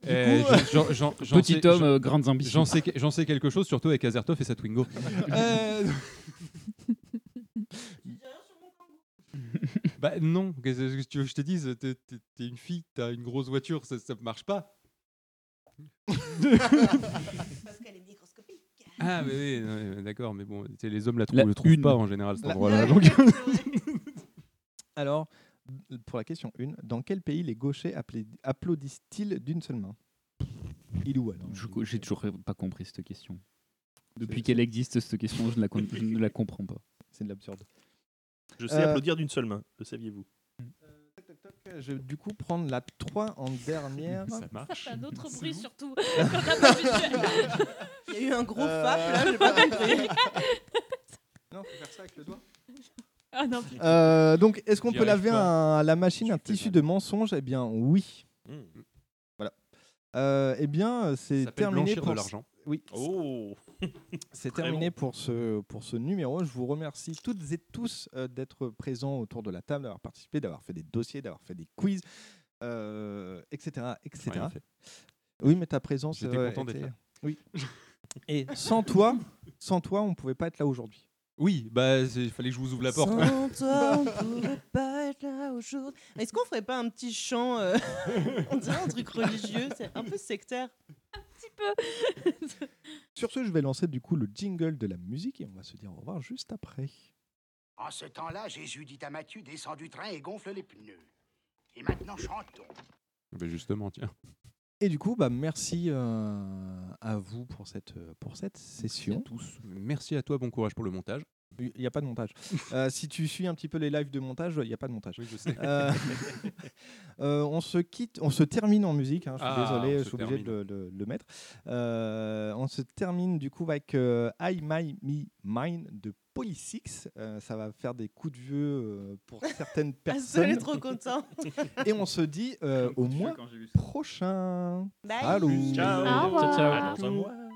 Speaker 3: Eh,
Speaker 9: Du coup-
Speaker 3: je- j'en- j'en- j'en
Speaker 9: Petit
Speaker 3: sais-
Speaker 9: homme,
Speaker 3: j'en-
Speaker 9: euh, grandes ambitions.
Speaker 3: J'en sais, que- j'en sais quelque chose, surtout avec Azertov et sa Twingo. Euh, bah non, qu'est-ce que tu veux que je te dise T'es t'es- t'es une fille, t'as une grosse voiture, ça ne marche pas.
Speaker 20: Parce qu'elle est microscopique.
Speaker 3: Ah, mais oui, non, mais d'accord, mais bon, tu sais, les hommes la trou-
Speaker 9: La
Speaker 3: le trouvent
Speaker 9: une.
Speaker 3: pas en général, cet
Speaker 9: La-
Speaker 3: endroit-là.
Speaker 9: Ouais,
Speaker 3: donc-
Speaker 8: Alors, euh, pour la question 1, dans quel pays les gauchers appla- applaudissent-ils d'une seule main Il ou elle hein.
Speaker 9: Je- J'ai toujours pas compris cette question. Depuis qu'elle existe, cette question, je, ne la con- je ne la comprends pas.
Speaker 8: C'est de l'absurde.
Speaker 10: Je sais
Speaker 8: Euh,
Speaker 10: applaudir d'une seule main, le saviez-vous
Speaker 8: Je vais du coup prendre la 3 en dernière.
Speaker 10: Ça marche.
Speaker 7: Un autre bruit surtout.
Speaker 2: Il y a eu un gros
Speaker 8: Euh,
Speaker 2: fap là, j'ai pas compris.
Speaker 8: non, faut faire ça avec le doigt.
Speaker 7: Ah non.
Speaker 8: Euh, donc, est-ce qu'on
Speaker 3: J'y
Speaker 8: peut
Speaker 3: arrive
Speaker 8: laver un- à la machine un tissu de mensonge Eh bien, oui.
Speaker 3: Mmh.
Speaker 8: Voilà. Euh, eh bien, c'est
Speaker 3: s'appelle
Speaker 8: terminé
Speaker 3: blanchir de
Speaker 8: pour
Speaker 3: l'argent.
Speaker 8: Oui.
Speaker 10: Oh
Speaker 8: C'est
Speaker 10: Très
Speaker 8: terminé
Speaker 10: bon.
Speaker 8: pour ce pour ce numéro. Je vous remercie toutes et tous euh, d'être présents autour de la table, d'avoir participé, d'avoir fait des dossiers, d'avoir fait des quiz, euh, etc., etc.
Speaker 3: Rien fait.
Speaker 8: Oui, mais ta présence.
Speaker 3: J'étais
Speaker 8: euh,
Speaker 3: content d'être
Speaker 8: était-
Speaker 3: là.
Speaker 8: Oui. Et sans toi, sans toi, on pouvait pas être là aujourd'hui.
Speaker 3: Oui, bah c'est- il fallait que je vous ouvre la porte. quoi.
Speaker 2: Sans toi, on pourrait pas être là aujourd'hui. Est-ce qu'on ferait pas un petit chant euh, On dirait un truc religieux, c'est un peu sectaire.
Speaker 8: Sur ce, je vais lancer du coup le jingle de la musique et on va se dire au revoir juste après.
Speaker 19: En ce temps-là, Jésus dit à Matthieu Descends du train et gonfle les pneus. Et maintenant, chantons.
Speaker 3: Bah, justement, tiens.
Speaker 8: Et du coup, bah merci euh, à vous pour cette euh, pour cette session.
Speaker 3: tous. Merci à toi, bon courage pour le montage.
Speaker 8: Il n'y a pas de montage. Euh, si tu suis un petit peu les lives de montage, il n'y a pas de montage.
Speaker 3: Oui, je sais.
Speaker 8: Euh, euh, on se quitte, on se termine en musique. hein, je suis
Speaker 3: Ah,
Speaker 8: désolé,
Speaker 3: on
Speaker 8: je
Speaker 3: se
Speaker 8: suis obligé de le, le- le mettre. Euh, on se termine du coup avec euh, I My Me Mine de Polysix. Euh, ça va faire des coups de vieux euh, pour certaines
Speaker 3: Ah,
Speaker 8: personnes.
Speaker 2: est trop content.
Speaker 8: Et on se dit euh, au mois prochain.
Speaker 2: Bye.
Speaker 8: Allô.
Speaker 2: Ciao. Au revoir.
Speaker 8: Ciao, ciao.
Speaker 10: Dans un mois.